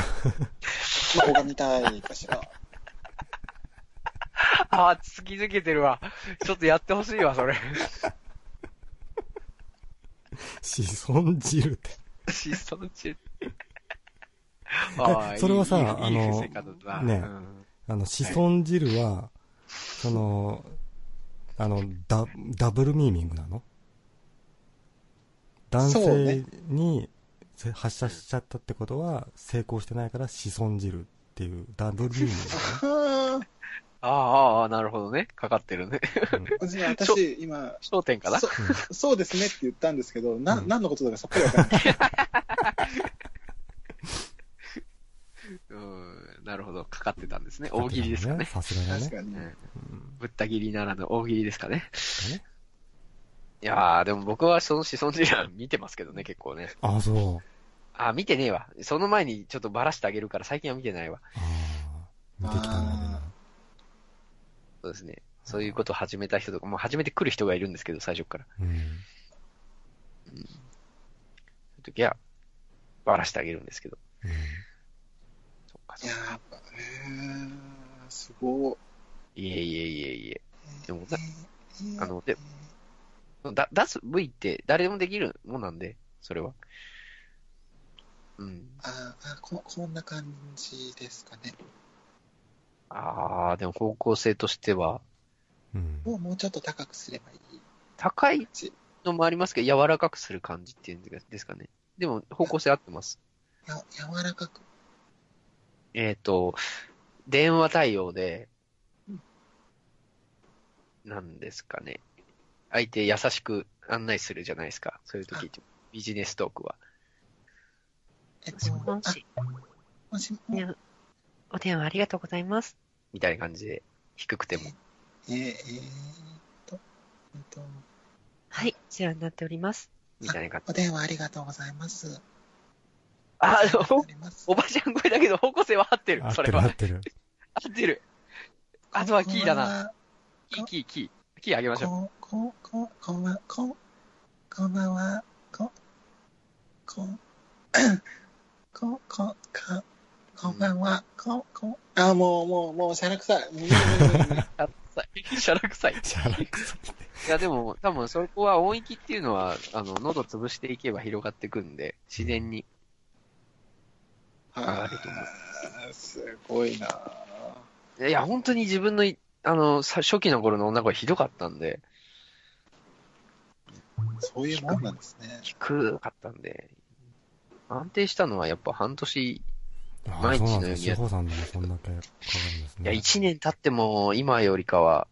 [SPEAKER 1] あ、拝みたいかしら。
[SPEAKER 4] ああ、突き抜けてるわ。ちょっとやってほしいわ、それ。
[SPEAKER 2] 子孫汁って。
[SPEAKER 4] シソンチェ。ああ
[SPEAKER 2] それはさ
[SPEAKER 4] いいいい
[SPEAKER 2] あの
[SPEAKER 4] いい伏せ方だな
[SPEAKER 2] ね
[SPEAKER 4] うん
[SPEAKER 2] あの、子孫汁は、その、あの、ダ、ダブルミーミングなの男
[SPEAKER 1] そうね
[SPEAKER 2] 性にせ発射しちゃったってことは、成功してないから子孫汁っていう、ダブルミーミン
[SPEAKER 1] はぁ
[SPEAKER 4] ああ、ああ、なるほどね。かかってるね。
[SPEAKER 1] 私私、今、
[SPEAKER 4] 焦点かな
[SPEAKER 1] そそうですねって言ったんですけど、な、
[SPEAKER 2] うん
[SPEAKER 1] 何のことだかさっぱりわかんない。
[SPEAKER 4] うん、なるほど。かかってたんですね。
[SPEAKER 2] グ。
[SPEAKER 4] 大喜利ですかね。
[SPEAKER 2] さすがだ
[SPEAKER 1] 確
[SPEAKER 2] ね。
[SPEAKER 1] か に。
[SPEAKER 4] うん
[SPEAKER 2] うん
[SPEAKER 4] ぶった切りならぬ大喜利ですかね。
[SPEAKER 2] ね
[SPEAKER 4] いやー、でも僕はその子孫事案見てますけどね、結構ね。
[SPEAKER 2] あ、そう。
[SPEAKER 4] あー、見てねえわ。その前にちょっとバラしてあげるから最近は見てないわ。
[SPEAKER 2] ああ、見てきたんだね
[SPEAKER 1] あ。
[SPEAKER 4] そうですね。そういうことを始めた人とか、もう始めてくる人がいるんですけど、最初から。
[SPEAKER 2] うん。
[SPEAKER 4] そういう時は、バラしてあげるんですけど。
[SPEAKER 2] う
[SPEAKER 4] そっかそ
[SPEAKER 1] い
[SPEAKER 4] っ
[SPEAKER 1] や
[SPEAKER 4] か
[SPEAKER 1] ーやっぱねー、すご
[SPEAKER 4] いえいえいえいえ。でも
[SPEAKER 1] い
[SPEAKER 4] だ。あのでだ出す部位って誰でもできるもんなんで、それは。うん。
[SPEAKER 1] あーあこ、こんな感じですかね。
[SPEAKER 4] ああ、でも方向性としては、
[SPEAKER 2] ん。
[SPEAKER 1] も
[SPEAKER 2] うん。
[SPEAKER 1] う、もうちょっと高くすればいい。
[SPEAKER 4] 高いのもありますけど、柔らかくする感じっていうんですかね。でも、方向性合ってます。
[SPEAKER 1] や、柔らかく。
[SPEAKER 4] えっ、と、電話対応で、なんですかね。相手優しく案内するじゃないですか。そういう時って、ビジネストークは。
[SPEAKER 1] えっと
[SPEAKER 5] もし、もし、
[SPEAKER 1] あもしも
[SPEAKER 5] ねお電話ありがとうございます。
[SPEAKER 4] みたいな感じで、低くても。
[SPEAKER 1] えー、えー、っと、えーっと、
[SPEAKER 5] はい、お世話になっております。
[SPEAKER 4] みたいな感じ。
[SPEAKER 1] お電話ありがとうございます。
[SPEAKER 4] あ
[SPEAKER 1] お世話に
[SPEAKER 4] の
[SPEAKER 1] な、ります
[SPEAKER 4] おばちゃん声だけど方向性は合ってる
[SPEAKER 2] 合。っ
[SPEAKER 4] そ
[SPEAKER 2] て
[SPEAKER 4] れ
[SPEAKER 2] る合
[SPEAKER 4] は。
[SPEAKER 2] ってる。
[SPEAKER 4] 合ってる。あとはキーだな。
[SPEAKER 1] こ
[SPEAKER 4] キ
[SPEAKER 1] んばんは
[SPEAKER 4] ー、キー、キー。キーあげましょう。
[SPEAKER 1] こ、こ、こ、こんばんは、こ、こんばんは、こ、こ、こ、こ、か、こんばんは、こ、こ、あ、もう、もう、もう、しゃらくさい。もう無理無理無理
[SPEAKER 4] シャラ臭い。シャラ臭い。
[SPEAKER 2] シャラクソって。
[SPEAKER 4] いや、でも、多分そこは音域っていうのは、あの、喉潰していけば広がっていくんで、自然に。
[SPEAKER 1] あ
[SPEAKER 4] ありがとうござい
[SPEAKER 1] ーすごいな。
[SPEAKER 4] いや、本当に自分のい、あの、さ初期の頃の女声ひどかったんで、
[SPEAKER 1] そういうもんなんですね。
[SPEAKER 4] 低かったんで、安定したのはやっぱ半年、
[SPEAKER 2] あ
[SPEAKER 4] 毎日
[SPEAKER 2] そう
[SPEAKER 4] の
[SPEAKER 2] な
[SPEAKER 4] ようんにや
[SPEAKER 2] で
[SPEAKER 4] っ
[SPEAKER 2] すか。志保さんでもそんだけかかるんですね。
[SPEAKER 4] いや、1年経っても、今よりかは、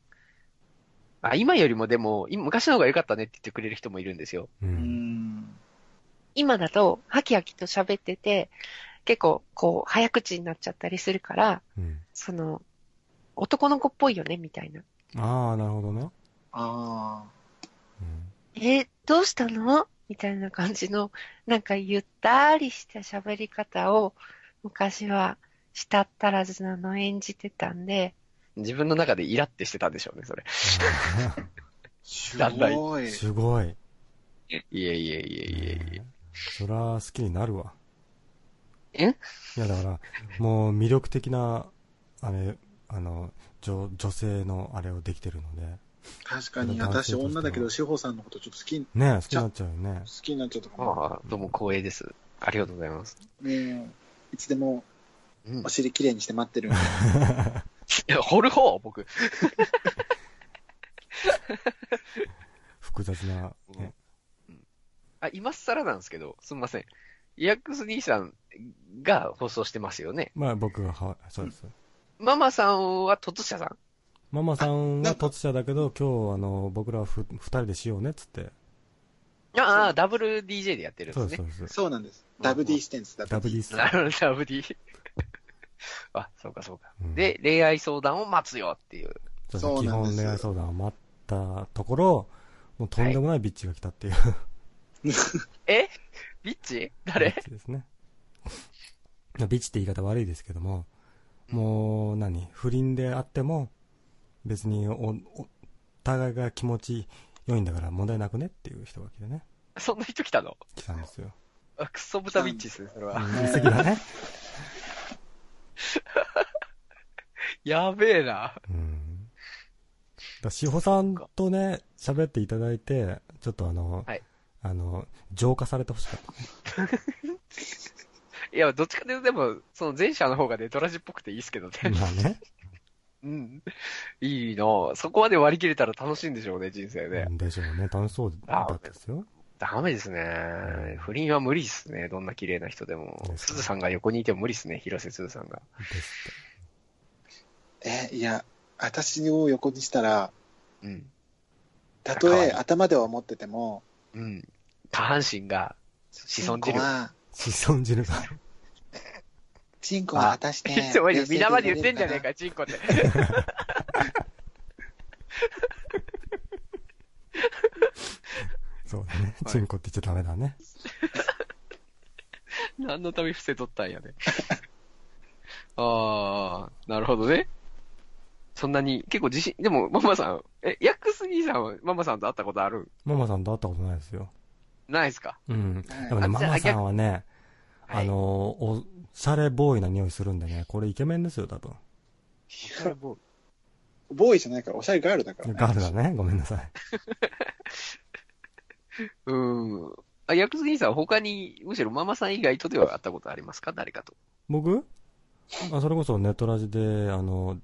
[SPEAKER 4] あ、今よりもでも、今昔の方が良かったねって言ってくれる人もいるんですよ。
[SPEAKER 2] う。
[SPEAKER 1] うんん。
[SPEAKER 5] 今だと、ハキハキと喋ってて、結構、こう、早口になっちゃったりするから、
[SPEAKER 2] うん。
[SPEAKER 5] その、男の子っぽいよね、みたいな。
[SPEAKER 2] ああ、なるほどね。
[SPEAKER 1] あ
[SPEAKER 2] うん
[SPEAKER 5] えーどうしたのみたいな感じの、なんかゆったりした喋り方を、昔は、したったらずなの演じてたんで、
[SPEAKER 4] 自分の中でイラってしてたんでしょうね、それ。
[SPEAKER 2] あ
[SPEAKER 1] あ。す
[SPEAKER 4] だんだん
[SPEAKER 1] ごい
[SPEAKER 2] ー。すごい。い
[SPEAKER 4] いえいえいえいえいえ。
[SPEAKER 2] そりゃ好きになるわ。
[SPEAKER 4] え
[SPEAKER 2] いやだから、もう魅力的な、あれ、あの女女性のあれをできてるので
[SPEAKER 1] 確かに、
[SPEAKER 2] 男性とし
[SPEAKER 1] 私
[SPEAKER 2] ては
[SPEAKER 1] 女だけど、志保さんのことちょっと好き、好
[SPEAKER 2] ね好きになっちゃうよね
[SPEAKER 1] きになっちゃったかも。
[SPEAKER 4] ああ、どうも光栄です。ありがとうございます。
[SPEAKER 1] ねえいつでも
[SPEAKER 4] うん
[SPEAKER 1] お。尻きれいにして待ってるんで。
[SPEAKER 4] いや、 掘る方、僕。
[SPEAKER 2] 複雑な、ね、
[SPEAKER 4] あ、今更なんですけど、すみません。イヤックス兄さんが放送してますよね。
[SPEAKER 2] まあ僕がはそうです、
[SPEAKER 4] ママさんはトツシャさん
[SPEAKER 2] ママさん
[SPEAKER 1] なん
[SPEAKER 2] は
[SPEAKER 1] か
[SPEAKER 2] 突者だけど今日あの僕らはふ2人でしようねっつって
[SPEAKER 4] ああ、ダブル DJ でやってるん
[SPEAKER 2] そう
[SPEAKER 4] で
[SPEAKER 2] ですすそ。うで
[SPEAKER 4] ね
[SPEAKER 2] す
[SPEAKER 1] そうなんです。ダブ D ステンス、ダ
[SPEAKER 2] ダブ
[SPEAKER 1] ブ
[SPEAKER 2] デ
[SPEAKER 1] D
[SPEAKER 2] ィ。ス
[SPEAKER 4] なるほど、ダブ D。あ、そうかそうか。
[SPEAKER 2] うん
[SPEAKER 4] で、恋愛相談を待つよっていう。
[SPEAKER 2] そう
[SPEAKER 1] そう
[SPEAKER 2] 基
[SPEAKER 1] なんです
[SPEAKER 2] 本恋愛相談を待ったところもうとんでもないビッチが来たっていう、
[SPEAKER 4] えビッチ
[SPEAKER 2] ビ
[SPEAKER 4] 誰
[SPEAKER 2] ッチですねビッチって言い方悪いですけどももう何不倫であっても別におお互いが気持ち良いんだから問題なくねっていう人が来てね
[SPEAKER 4] そんな人来たの
[SPEAKER 2] 来たんですよ
[SPEAKER 4] あクソ豚ビッチですね、それは。
[SPEAKER 2] 言い過ぎだね
[SPEAKER 4] やべえな。
[SPEAKER 2] うんだから志保さんとね、喋っていただいて、ちょっとあの、
[SPEAKER 4] はい
[SPEAKER 2] あの、浄化されてほしかった。
[SPEAKER 4] いや、どっちかというと、でも、その前者の方がね、ドラジっぽくていいですけど ね。
[SPEAKER 2] まあね。
[SPEAKER 4] うん。いいなそこまで割り切れたら楽しいんでしょうね、人生ね。
[SPEAKER 2] でしょうね。楽しそうだったですよ。
[SPEAKER 4] ダメですね。不倫は無理っすね。どんな綺麗な人でも
[SPEAKER 2] で。すね
[SPEAKER 4] すずさんが横にいても無理っすね、広瀬すずさんが。
[SPEAKER 2] ですっ
[SPEAKER 1] え、いや、私を横にしたら、
[SPEAKER 4] うん。
[SPEAKER 1] たとえ頭では思ってても、
[SPEAKER 4] うん。下半身が
[SPEAKER 1] チ
[SPEAKER 4] 潜
[SPEAKER 1] ン
[SPEAKER 4] ん
[SPEAKER 1] コ
[SPEAKER 4] でる。
[SPEAKER 1] は、
[SPEAKER 2] て。子孫汁が。
[SPEAKER 1] チンコは果たして、
[SPEAKER 4] いつも皆まで言ってんじゃねえか、チンコって。
[SPEAKER 2] そうだね。チンコって言っちゃダメだね。
[SPEAKER 4] 何のために伏せとったんやね。 ああ、なるほどね。そんなに、結構自信、でも、ママさん、え、ヤックス兄さんはママさんと会ったことある
[SPEAKER 2] ママさんと会ったことないですよ。
[SPEAKER 4] ないですか
[SPEAKER 2] うん。
[SPEAKER 1] はい
[SPEAKER 2] でもね、
[SPEAKER 4] あ
[SPEAKER 2] マ
[SPEAKER 4] じゃあ
[SPEAKER 2] マさんはね、
[SPEAKER 4] は
[SPEAKER 2] あ
[SPEAKER 4] い
[SPEAKER 2] の、おしゃれボーイな匂いするんでね、これイケメンですよ、多分。
[SPEAKER 4] それもう
[SPEAKER 1] ボーイじゃないから、おしゃれガールだから、
[SPEAKER 2] ガールだね。ごめんなさい。
[SPEAKER 4] うーん。あ、ヤクズ兄さん、他に、むしろママさん以外とでは会ったことありますか誰かと。
[SPEAKER 2] 僕あそれこそネットラジであの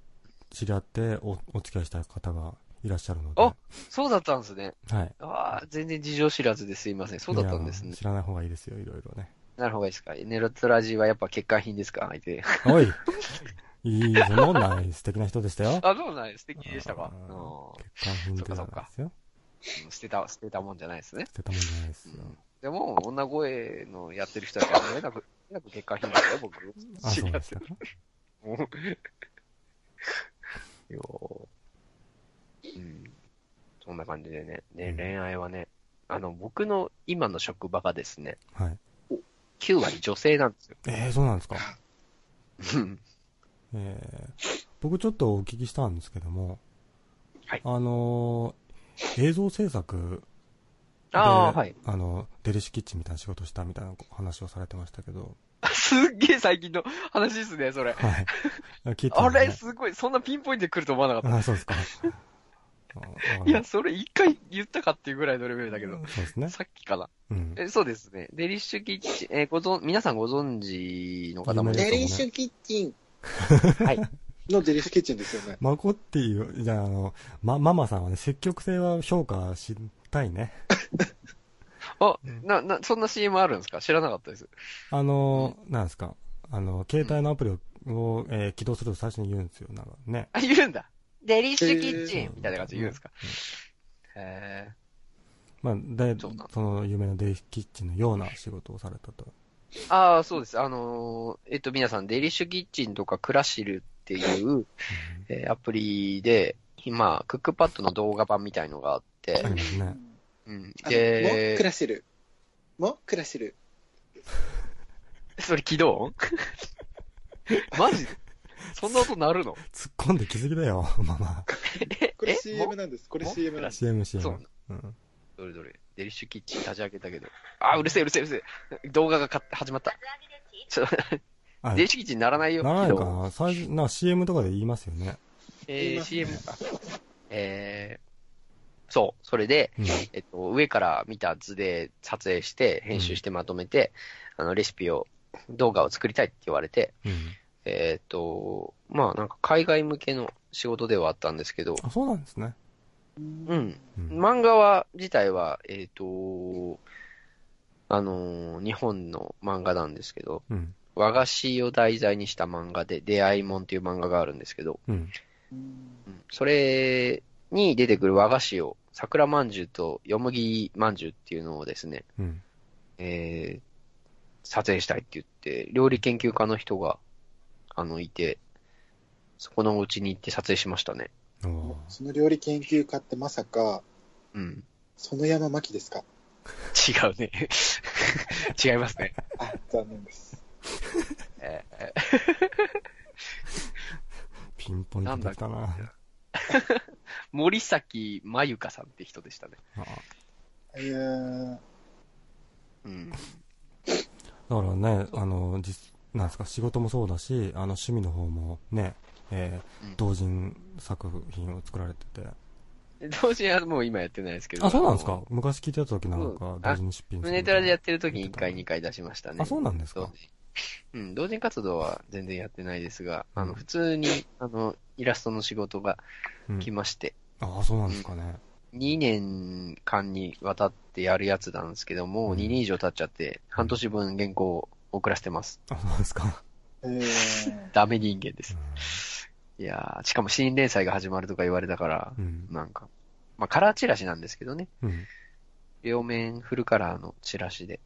[SPEAKER 2] 知り合っておお付き合いした方がいらっしゃるので、
[SPEAKER 4] あそうだったんですね。
[SPEAKER 2] はい、
[SPEAKER 4] ああ、全然事情知らずですいません。そうだったんです
[SPEAKER 2] い
[SPEAKER 4] ね
[SPEAKER 2] や。知らない方がいいですよいろいろ ね
[SPEAKER 4] なるほどですか。ネロトラジはやっぱ欠陥品ですか相手。
[SPEAKER 2] おいいいそんなことない素敵な人でしたよ
[SPEAKER 4] あ、そうなんです。素敵でしたか。
[SPEAKER 2] あー
[SPEAKER 4] う
[SPEAKER 2] 欠陥品ではないですよ
[SPEAKER 4] ん捨てた、捨てたもんじゃないですね。
[SPEAKER 2] 捨てたもんじゃないですよ
[SPEAKER 4] でも、女声のやってる人だから、えなく、えなく欠陥品ですよ、僕。
[SPEAKER 2] あ
[SPEAKER 4] 知
[SPEAKER 2] そう
[SPEAKER 4] り
[SPEAKER 2] で
[SPEAKER 4] 合 っ
[SPEAKER 2] してた
[SPEAKER 4] る。
[SPEAKER 2] か
[SPEAKER 4] よーうん。そんな感じでね。
[SPEAKER 2] う
[SPEAKER 4] ね、
[SPEAKER 2] ん
[SPEAKER 4] 恋愛はね、あの、僕の今の職場がですね、
[SPEAKER 2] はい
[SPEAKER 4] 9割女性なんですよ。
[SPEAKER 2] えー、そうなんですか、
[SPEAKER 4] うん
[SPEAKER 2] えー、僕ちょっとお聞きしたんですけども、
[SPEAKER 4] はい
[SPEAKER 2] あのー映像制作で
[SPEAKER 4] ああ、はい。
[SPEAKER 2] あのデリシキッチンみたいな仕事したみたいな話をされてましたけど、
[SPEAKER 4] すっげえ最近の話ですね、それ。
[SPEAKER 2] はい。聞いてた
[SPEAKER 4] あ
[SPEAKER 2] んだね
[SPEAKER 4] れ、すごい。そんなピンポイントで来ると思わなかっ
[SPEAKER 2] あ、そうですか。あ
[SPEAKER 4] た。いや、、それ一回言ったかっていうぐらいのレベルだけど
[SPEAKER 2] そう。ですね。
[SPEAKER 4] さっきかな。
[SPEAKER 2] うん。
[SPEAKER 4] えそうですね。デリッシュキッチン、えーご存、皆さんご存知の方もいる
[SPEAKER 1] デリッシュキッチ ン
[SPEAKER 4] はい。
[SPEAKER 1] のデリッシュキッチンですよね。
[SPEAKER 2] マコッティを、じゃあ、あの、ま、ママさんはね、積極性は評価したいね。
[SPEAKER 4] あ、な、な、そんな CM あるんですか知らなかったです。
[SPEAKER 2] あの、なんですか。あの、携帯のアプリを、をえー起動すると最初に言うんですよ。なんかね。
[SPEAKER 4] あ、言うんだ。デリッシュキッチンみたいな感じで言うんですか。へ
[SPEAKER 2] まあ、で
[SPEAKER 4] そうなん、
[SPEAKER 2] その有名なデリキッチンのような仕事をされたと。
[SPEAKER 4] ーああ、そうです。あのーえっと、皆さん、デリッシュキッチンとかクラシルっていう、えーアプリで、今、クックパッドの動画版みたいのがあって
[SPEAKER 2] あ、りますね。
[SPEAKER 4] うん。
[SPEAKER 1] あのもうク
[SPEAKER 4] で、
[SPEAKER 1] ラシル。もうクラシル。
[SPEAKER 4] それ起動音 マジそんな音鳴るの
[SPEAKER 2] 突っ込んできすぎだよ、 ママ。
[SPEAKER 4] え
[SPEAKER 1] これ
[SPEAKER 4] えも
[SPEAKER 1] CM なんです。これ
[SPEAKER 4] も
[SPEAKER 1] CM なんです。
[SPEAKER 2] CM、CM。
[SPEAKER 4] そうなの
[SPEAKER 2] うん。
[SPEAKER 4] どれどれ。デリッシュキッチン立ち上げたけど。あー、うるせえうるせえうるせえ。動画がか始まった。ちょっと
[SPEAKER 2] あ
[SPEAKER 4] 電子基地にならないよ。
[SPEAKER 2] ならないのか
[SPEAKER 4] 起動
[SPEAKER 2] な最初、なんか CM とかで言いますよね。
[SPEAKER 4] えー、CM、えー、そう、それで、
[SPEAKER 2] うん。
[SPEAKER 4] えっと、上から見た図で撮影して、編集してまとめて、あの、レシピを、動画を作りたいって言われて、
[SPEAKER 2] うん。
[SPEAKER 4] えーっと、まあなんか海外向けの仕事ではあったんですけど、
[SPEAKER 2] あ、そうなんですね。
[SPEAKER 4] うん。
[SPEAKER 2] うん。
[SPEAKER 4] 漫画は、自体は、えーっと、あのー日本の漫画なんですけど、
[SPEAKER 2] うん。
[SPEAKER 4] 和菓子を題材にした漫画で、出会いもんっていう漫画があるんですけど、
[SPEAKER 2] うん。
[SPEAKER 4] うんそれに出てくる和菓子を、桜まんじゅうとよむぎまんじゅうっていうのをですね、
[SPEAKER 2] うん。
[SPEAKER 4] えー撮影したいって言って、料理研究家の人が、あの、いて、そこのお家に行って撮影しましたね。
[SPEAKER 2] おー
[SPEAKER 1] その料理研究家ってまさか、
[SPEAKER 4] うん。
[SPEAKER 1] 園山真紀ですか
[SPEAKER 4] 違うね。 違いますね。
[SPEAKER 1] あ、残念です。
[SPEAKER 4] えー
[SPEAKER 2] ピンポイントできたな。
[SPEAKER 4] 森崎まゆかさんって人でしたね。
[SPEAKER 2] あ
[SPEAKER 1] えー、
[SPEAKER 4] うん。
[SPEAKER 2] だからね、あの、実、なんですか、仕事もそうだし、あの、趣味の方もね、えー
[SPEAKER 4] うん
[SPEAKER 2] 同人作品を作られてて。
[SPEAKER 4] 同時にあのもう今やってないですけど。
[SPEAKER 2] あ、そうなんですか昔聞いてた時なんか
[SPEAKER 4] う、ん
[SPEAKER 2] 同時に出品。
[SPEAKER 4] 胸トラでやっててる時に1回、2回出しましたね。
[SPEAKER 2] あそうなんですか
[SPEAKER 4] 同時うん、同人活動は全然やってないですが、あ
[SPEAKER 2] うん
[SPEAKER 4] の、普通に、あの、イラストの仕事が
[SPEAKER 2] うん
[SPEAKER 4] 来まして、
[SPEAKER 2] あ、そうなんですかね。
[SPEAKER 4] 2年間にわたってやるやつなんですけども、
[SPEAKER 2] うん
[SPEAKER 4] 2年以上経っちゃって、半年分原稿を送らせてます。
[SPEAKER 2] あ、そうですか。
[SPEAKER 1] えー、
[SPEAKER 4] ダメ人間で
[SPEAKER 2] う
[SPEAKER 4] す
[SPEAKER 2] ん。
[SPEAKER 4] いやー、しかも新連載が始まるとか言われたから、
[SPEAKER 2] うん。
[SPEAKER 4] なんか、まあ、カラーチラシなんですけどね、
[SPEAKER 2] うん。
[SPEAKER 4] 両面フルカラーのチラシで。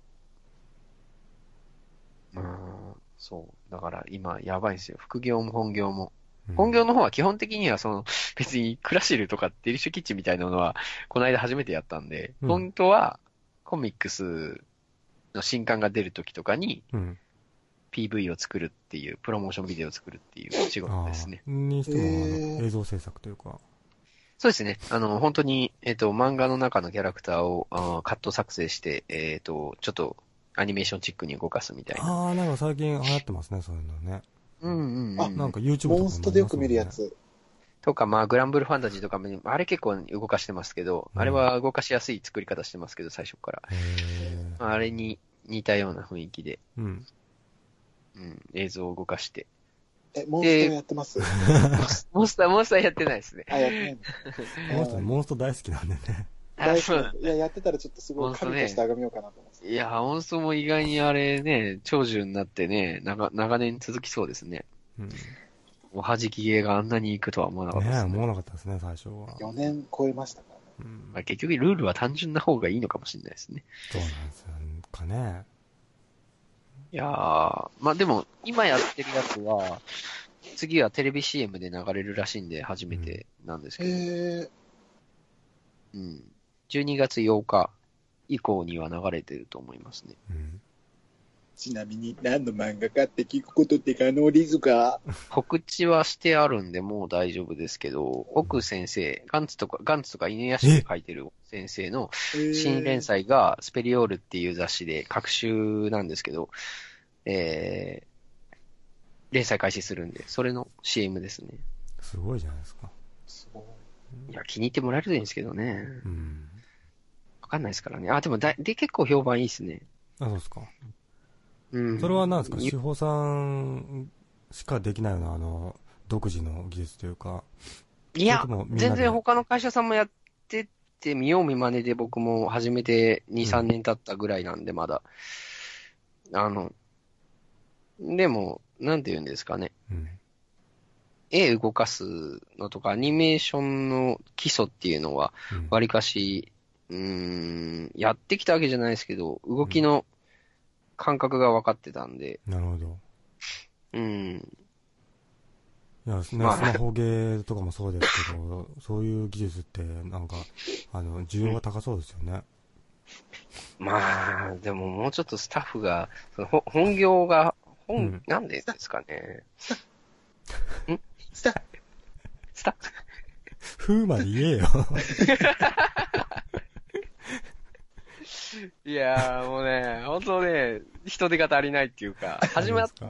[SPEAKER 4] まあ、そう。だから今、やばいんですよ。副業も本業も。
[SPEAKER 2] うん
[SPEAKER 4] 本業の方は基本的には、その、 別にクラシルとかデリシュキッチンみたいなのは、この間初めてやったんで、
[SPEAKER 2] うん
[SPEAKER 4] 本当は、コミックスの新刊が出る時とかに、
[SPEAKER 2] うん。
[SPEAKER 4] PV を作るっていう、プロモーションビデオを作るっていう仕事
[SPEAKER 2] あ
[SPEAKER 4] ですね。
[SPEAKER 2] ーにしても、あ
[SPEAKER 1] え
[SPEAKER 2] の、
[SPEAKER 1] ー
[SPEAKER 2] 映像制作というか。
[SPEAKER 4] そうですね。あの、本当に、えっ、と、漫画の中のキャラクターをあーカット作成して、えっ、と、ちょっとアニメーションチックに動かすみたいな。
[SPEAKER 2] ああ、なんか最近流行ってますね、そういうのね。
[SPEAKER 4] うんうん、うん。
[SPEAKER 1] あ
[SPEAKER 2] なんか YouTube とかも
[SPEAKER 1] モンストでよく見るやつ。
[SPEAKER 4] とか、まあ、グランブルファンタジーとかも、あれ結構動かしてますけど、
[SPEAKER 2] うん
[SPEAKER 4] あれは動かしやすい作り方してますけど、最初から。
[SPEAKER 2] へえ。
[SPEAKER 4] まああれに似たような雰囲気で、
[SPEAKER 2] うん。
[SPEAKER 4] うん、映像を動かして。
[SPEAKER 1] え、モンストやってます、
[SPEAKER 4] モンスター、モンスターやってないですね。
[SPEAKER 1] あ、やって ないの
[SPEAKER 2] この人、モンスト大好きなんでね。
[SPEAKER 4] あ
[SPEAKER 1] 大
[SPEAKER 4] そ
[SPEAKER 1] 好
[SPEAKER 4] う
[SPEAKER 1] き。いや、やってたらちょっとすごい神としてあがめようかなと思って。
[SPEAKER 4] いや、モンストも意外にあれね、長寿になってね、長長年続きそうですね。
[SPEAKER 2] うん。ね
[SPEAKER 4] おはじき芸があんなに行くとは思わなかったです
[SPEAKER 2] え、
[SPEAKER 4] ね。
[SPEAKER 2] 思わなかったですね、最初は。
[SPEAKER 1] 4年超えましたからね。
[SPEAKER 2] うん
[SPEAKER 4] まあ、結局ルールは単純な方がいいのかもしれないですね。
[SPEAKER 2] そうなんですよかね。
[SPEAKER 4] いやー、まあでも、今やってるやつは、次はテレビ CM で流れるらしいんで、初めてなんですけど、うん
[SPEAKER 1] へえ
[SPEAKER 4] 12月8日以降には流れてると思いますね。
[SPEAKER 2] うん。
[SPEAKER 1] ちなみに何の漫画かって聞くことって可能ですか
[SPEAKER 4] 告知はしてあるんで、もう大丈夫ですけど、奥先生、ガンツとか、ガンツとか犬屋敷で書いてる先生の新連。載がスペリオールっていう雑誌で、各週なんですけど、えー連載開始するんで、それの CM ですね。
[SPEAKER 2] すごいじゃないですか。
[SPEAKER 1] すごい。
[SPEAKER 4] いや、気に入ってもらえるといいんですけどね。
[SPEAKER 2] うん。
[SPEAKER 4] わかんないですからね。あ、でもだい、で、結構評判いいですね。
[SPEAKER 2] あ、そうですか。
[SPEAKER 4] うん。
[SPEAKER 2] それは何ですか
[SPEAKER 4] い
[SPEAKER 2] 志保さんしかできないような、あの、独自の技術というか。
[SPEAKER 4] いや
[SPEAKER 2] それとも、みんなで
[SPEAKER 4] 全然他の会社さんもやってて、見よう見真似で僕も始めて2、3年経ったぐらいなんで、まだ。あの、でも、なんて言うんですかね。
[SPEAKER 2] うん。
[SPEAKER 4] 絵動かすのとか、アニメーションの基礎っていうのは、
[SPEAKER 2] うん
[SPEAKER 4] わりかし、うーん、やってきたわけじゃないですけど、動きの感覚が分かってたんで、
[SPEAKER 2] なるほど。
[SPEAKER 4] うん、
[SPEAKER 2] いや、ね、ス
[SPEAKER 4] ま
[SPEAKER 2] マ
[SPEAKER 4] あ
[SPEAKER 2] ホゲーとかもそうですけど、そういう技術って、なんか、あの、需要が高そうですよね。
[SPEAKER 4] まあ、でももうちょっとスタッフが、そのほ本業が、
[SPEAKER 2] う
[SPEAKER 4] 本
[SPEAKER 2] ん、
[SPEAKER 4] なんでですかね。
[SPEAKER 1] スタッ
[SPEAKER 4] スタッフ、
[SPEAKER 2] ふうまで言えよ。
[SPEAKER 4] いやーもうね、本当ね、人手が足りないっていうか、始まっ
[SPEAKER 2] った。
[SPEAKER 4] っ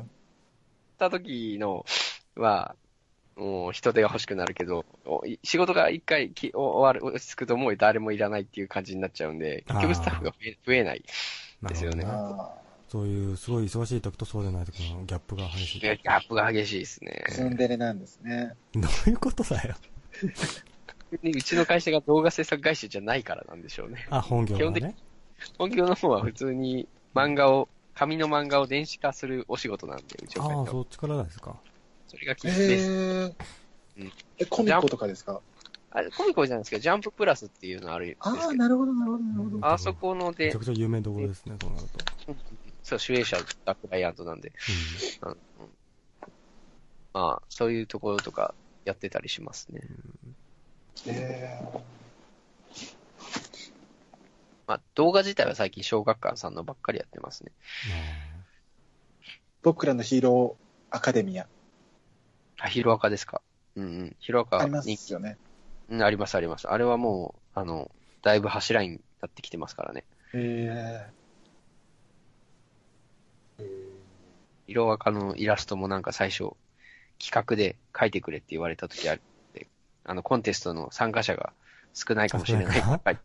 [SPEAKER 4] た時のは、もう人手が欲しくなるけど、おい仕事が一回きお終わる、落ち着くともう誰もいらないっていう感じになっちゃうんで、結局スタッフが増え増えない。
[SPEAKER 2] な
[SPEAKER 4] ですよね
[SPEAKER 2] るほど
[SPEAKER 1] あ
[SPEAKER 2] そういう、すごい忙しい時とそうじゃない時のギャップが激しい。
[SPEAKER 4] ギャップが激しいです
[SPEAKER 1] ーツン
[SPEAKER 4] ね。
[SPEAKER 1] デレなんですね。
[SPEAKER 2] どういうことだよ。
[SPEAKER 4] うちの会社が動画制作会社じゃないからなんでしょうね。
[SPEAKER 2] あ、本業が
[SPEAKER 4] 基本
[SPEAKER 2] ね。
[SPEAKER 4] 本業の方は普通に漫画を、紙の漫画を電子化するお仕事なんで、うちの会社
[SPEAKER 2] ああ、
[SPEAKER 4] は。
[SPEAKER 2] そっちからですか。
[SPEAKER 4] それが基
[SPEAKER 1] え
[SPEAKER 4] 本です。
[SPEAKER 1] ー
[SPEAKER 4] うん、
[SPEAKER 1] え、コミコとかですか
[SPEAKER 4] あコミコじゃないですけど、ジャンププラスっていうのあるんです
[SPEAKER 1] ああ、
[SPEAKER 4] けど、
[SPEAKER 1] なるほど、なるほど、なるほど。
[SPEAKER 4] あそこの
[SPEAKER 2] め
[SPEAKER 4] で
[SPEAKER 2] ちゃ、くちゃ有名どころですね、そうなると。
[SPEAKER 4] そう、主演者がクライアントなんで、まあ、そういうところとかやってたりしますね。
[SPEAKER 1] え
[SPEAKER 4] まあ、動画自体は最近小学館さんのばっかりやってますね。
[SPEAKER 2] う
[SPEAKER 1] ー僕らのヒーローアカデミア、
[SPEAKER 4] あ、ヒロアカですか。うんうん。ヒロアカ
[SPEAKER 1] ありま
[SPEAKER 4] に
[SPEAKER 1] すよね。
[SPEAKER 4] うん、ありますあります。あれはもう、あの、だいぶ柱になってきてますからね。
[SPEAKER 1] え
[SPEAKER 4] 色赤のイラストもなんか最初、企画で描いてくれって言われた時あって、あの、コンテストの参加者が少ないかもしれない。
[SPEAKER 2] 少ないか
[SPEAKER 4] 描い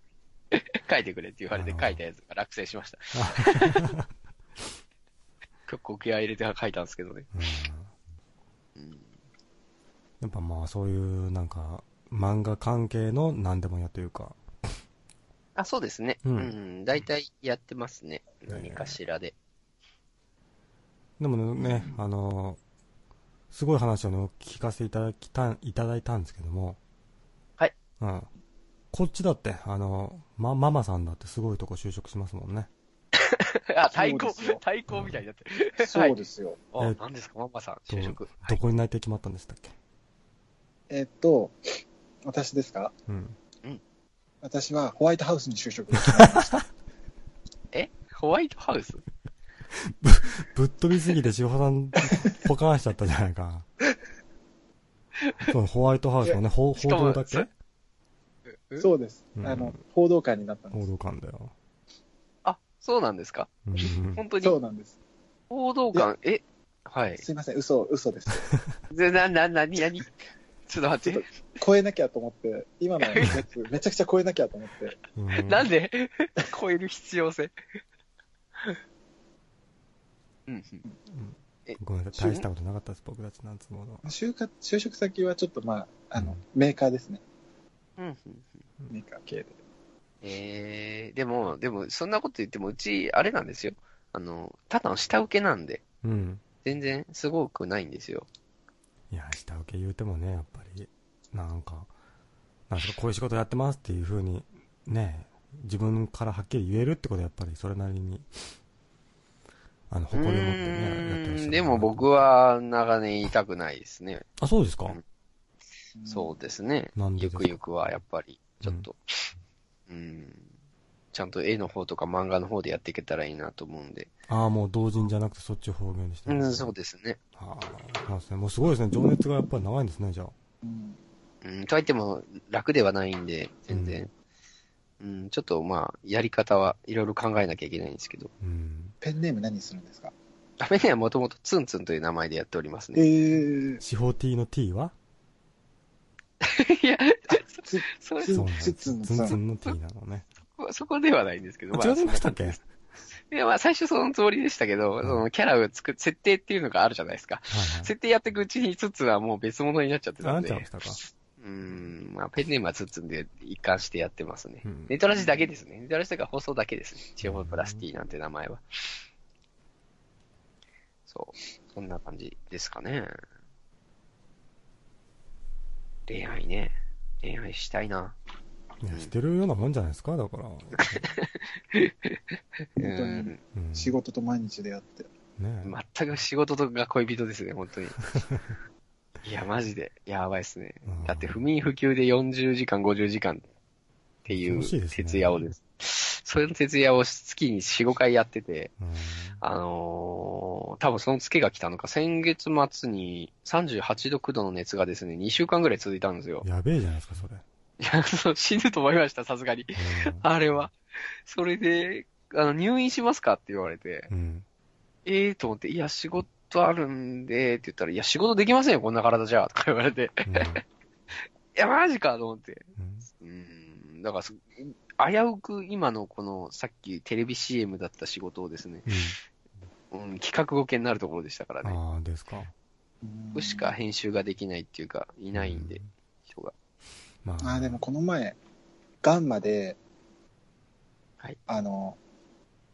[SPEAKER 4] 描いてく れって言われて描いたやつが落選しました。結構気合い入れて描いたんですけどね。
[SPEAKER 2] んうん
[SPEAKER 4] うん
[SPEAKER 2] やっぱまあそういうなんか漫画関係の何でもやというか、
[SPEAKER 4] あ、そうですね。
[SPEAKER 2] う
[SPEAKER 4] うんん。大体やってますね。
[SPEAKER 2] え
[SPEAKER 4] 何かしらで。
[SPEAKER 2] でもね、あの、すごい話をね聞かせていただきたん、いただいたんですけども、
[SPEAKER 4] はい。
[SPEAKER 2] うん。こっちだって、あの、ま、ママさんだってすごいとこ就職しますもんね。
[SPEAKER 4] あ、対
[SPEAKER 1] そ
[SPEAKER 4] 抗
[SPEAKER 1] うですよ、
[SPEAKER 4] 対抗みたいになってる。
[SPEAKER 1] ーそうですよ。
[SPEAKER 2] え
[SPEAKER 4] あ
[SPEAKER 2] っ、と
[SPEAKER 4] 何ですか、ママさん、
[SPEAKER 2] ど
[SPEAKER 4] 就職。は
[SPEAKER 2] ど
[SPEAKER 4] い。
[SPEAKER 2] こに内定決まったんでしたっけ
[SPEAKER 1] えっと、私ですか
[SPEAKER 2] うん。
[SPEAKER 1] 私はホワイトハウスに就職が決まりました。
[SPEAKER 4] ホワイトハウス
[SPEAKER 2] ぶっ飛びすぎて、千穂さん、ポカーンしちゃったじゃないか。そう、ホワイトハウスのね、報
[SPEAKER 4] し
[SPEAKER 2] 報
[SPEAKER 4] かも
[SPEAKER 2] 道だっけ
[SPEAKER 4] そ う。
[SPEAKER 1] そうです。
[SPEAKER 2] うん
[SPEAKER 1] あの、報道官になったんで
[SPEAKER 2] 報
[SPEAKER 1] す。
[SPEAKER 2] 道官だよ。
[SPEAKER 4] あ、そうなんですか
[SPEAKER 2] うんうん
[SPEAKER 4] 本当に
[SPEAKER 1] そうなんです。
[SPEAKER 4] 報道官、えはい。
[SPEAKER 1] すいません、嘘、嘘です。
[SPEAKER 4] で、な、な、なに、なに ちょっと待っ
[SPEAKER 1] ちょ
[SPEAKER 4] て
[SPEAKER 1] っ。超えなきゃと思って、今のやつ、めちゃくちゃ超えなきゃと思って、
[SPEAKER 2] うん。
[SPEAKER 4] なんで 超える必要性。うんうん。
[SPEAKER 2] ごめんなさい、大したことなかったです、僕たちなんつうものは。
[SPEAKER 1] 就活、就職先はちょっとまあ、あ
[SPEAKER 2] う
[SPEAKER 1] の
[SPEAKER 2] ん、
[SPEAKER 1] メーカーですね。
[SPEAKER 4] うんうん。
[SPEAKER 1] メーカー系で。
[SPEAKER 4] えー、でも、でも、そんなこと言っても、うち、あれなんですよ。あの、ただの下請けなんで、
[SPEAKER 2] うん。
[SPEAKER 4] 全然すごくないんですよ。
[SPEAKER 2] いや、下請け言うてもね、やっぱり、なんか、なんですか、こういう仕事やってますっていうふうに、ね、自分からはっきり言えるってことは、やっぱりそれなりに、あの、誇りを持ってね、やってらっしゃ
[SPEAKER 4] うー
[SPEAKER 2] る。
[SPEAKER 4] んでも僕。は長年いたくないですね。
[SPEAKER 2] あ、そうですか
[SPEAKER 4] うんそうですね。
[SPEAKER 2] なんでで
[SPEAKER 4] ゆ
[SPEAKER 2] すか
[SPEAKER 4] くゆくはやっぱり、ちょっと、うん、ちゃんと絵の方とか漫画の方でやっていけたらいいなと思うんで。
[SPEAKER 2] ああ、もう同人じゃなくてそっち方言でした
[SPEAKER 4] う
[SPEAKER 2] ね。
[SPEAKER 4] ん、そうですね。
[SPEAKER 2] ああ、なんですね。もうすごいですね。情熱がやっぱり長いんですね、じゃあ。
[SPEAKER 1] うん。
[SPEAKER 4] うん、とはいっても楽ではないんで、全然。うん、ちょっとまあ、やり方はいろいろ考えなきゃいけないんですけど。
[SPEAKER 2] うん。
[SPEAKER 1] ペンネーム何するんですか
[SPEAKER 4] ダメネはもともとツンツンという名前でやっております
[SPEAKER 1] え
[SPEAKER 4] ね。
[SPEAKER 1] ー、
[SPEAKER 2] 地方 T の T はい
[SPEAKER 4] や、
[SPEAKER 1] つ、
[SPEAKER 4] それ、
[SPEAKER 1] つ
[SPEAKER 2] そうなんです。
[SPEAKER 1] つつ
[SPEAKER 2] ツン
[SPEAKER 1] ん
[SPEAKER 2] ツ
[SPEAKER 1] さん。
[SPEAKER 2] ンの T なのね。
[SPEAKER 4] そこではないんですけど。
[SPEAKER 2] あ違いましたっ
[SPEAKER 4] い
[SPEAKER 2] けはい
[SPEAKER 4] や、まあ、最初そのつもりでしたけど、そのキャラを作る、設定っていうのがあるじゃないですか。
[SPEAKER 2] はい。
[SPEAKER 4] 設定やっていくうちにツンツンはもう別物になっちゃって
[SPEAKER 2] あ、
[SPEAKER 4] た
[SPEAKER 2] なんっちゃいま
[SPEAKER 4] で
[SPEAKER 2] し。たか。
[SPEAKER 4] うん、まあ、ペンネームはツンツンで一貫してやってますね。
[SPEAKER 2] うん
[SPEAKER 4] ネトラジだけですね。ネトラジとか放送だけですね。地方プラスティなんて名前は。そう。そんな感じですかね。恋愛ね。恋愛したいな。
[SPEAKER 2] いや、してるようなもんじゃないですか、だから。
[SPEAKER 4] う
[SPEAKER 1] 当に
[SPEAKER 4] ん。
[SPEAKER 2] うん
[SPEAKER 1] 仕事と毎日でやって。
[SPEAKER 2] ねえ
[SPEAKER 4] 全く仕事とか恋人ですね、本当に。いや、マジで。やばいっすね
[SPEAKER 2] うん。
[SPEAKER 4] だって不眠不休で40時間、50時間ってい
[SPEAKER 2] 恐ろ
[SPEAKER 4] う
[SPEAKER 2] しいですね
[SPEAKER 4] 徹夜をです。それの徹夜を月に4、5回やってて、
[SPEAKER 2] うん
[SPEAKER 4] あのー多分そのツケが来たのか、先月末に38度9度の熱がですね、2週間ぐらい続いたんですよ。
[SPEAKER 2] やべえじゃないですか、それ。
[SPEAKER 4] いや、そう死ぬと思いました、さすがに。あれは。それで、あの、入院しますかって言われて、
[SPEAKER 2] うん。
[SPEAKER 4] ええと思って、いや、仕事とあるんで、って言ったら、いや、仕事できませんよ、こんな体じゃ、とか言われて。 いや、マジか、と思って。
[SPEAKER 2] うん
[SPEAKER 4] うん、だからす、危うく今のこの、さっきテレビ CM だった仕事をですね、
[SPEAKER 2] うん
[SPEAKER 4] うん、企画ごけになるところでしたからね。
[SPEAKER 2] ああ、ですか。
[SPEAKER 4] ここしか編集ができないっていうか、いないんで
[SPEAKER 2] う、
[SPEAKER 4] 人が。
[SPEAKER 2] まあ、
[SPEAKER 1] あーでもこの前、ガンマで、
[SPEAKER 4] はい
[SPEAKER 1] あの、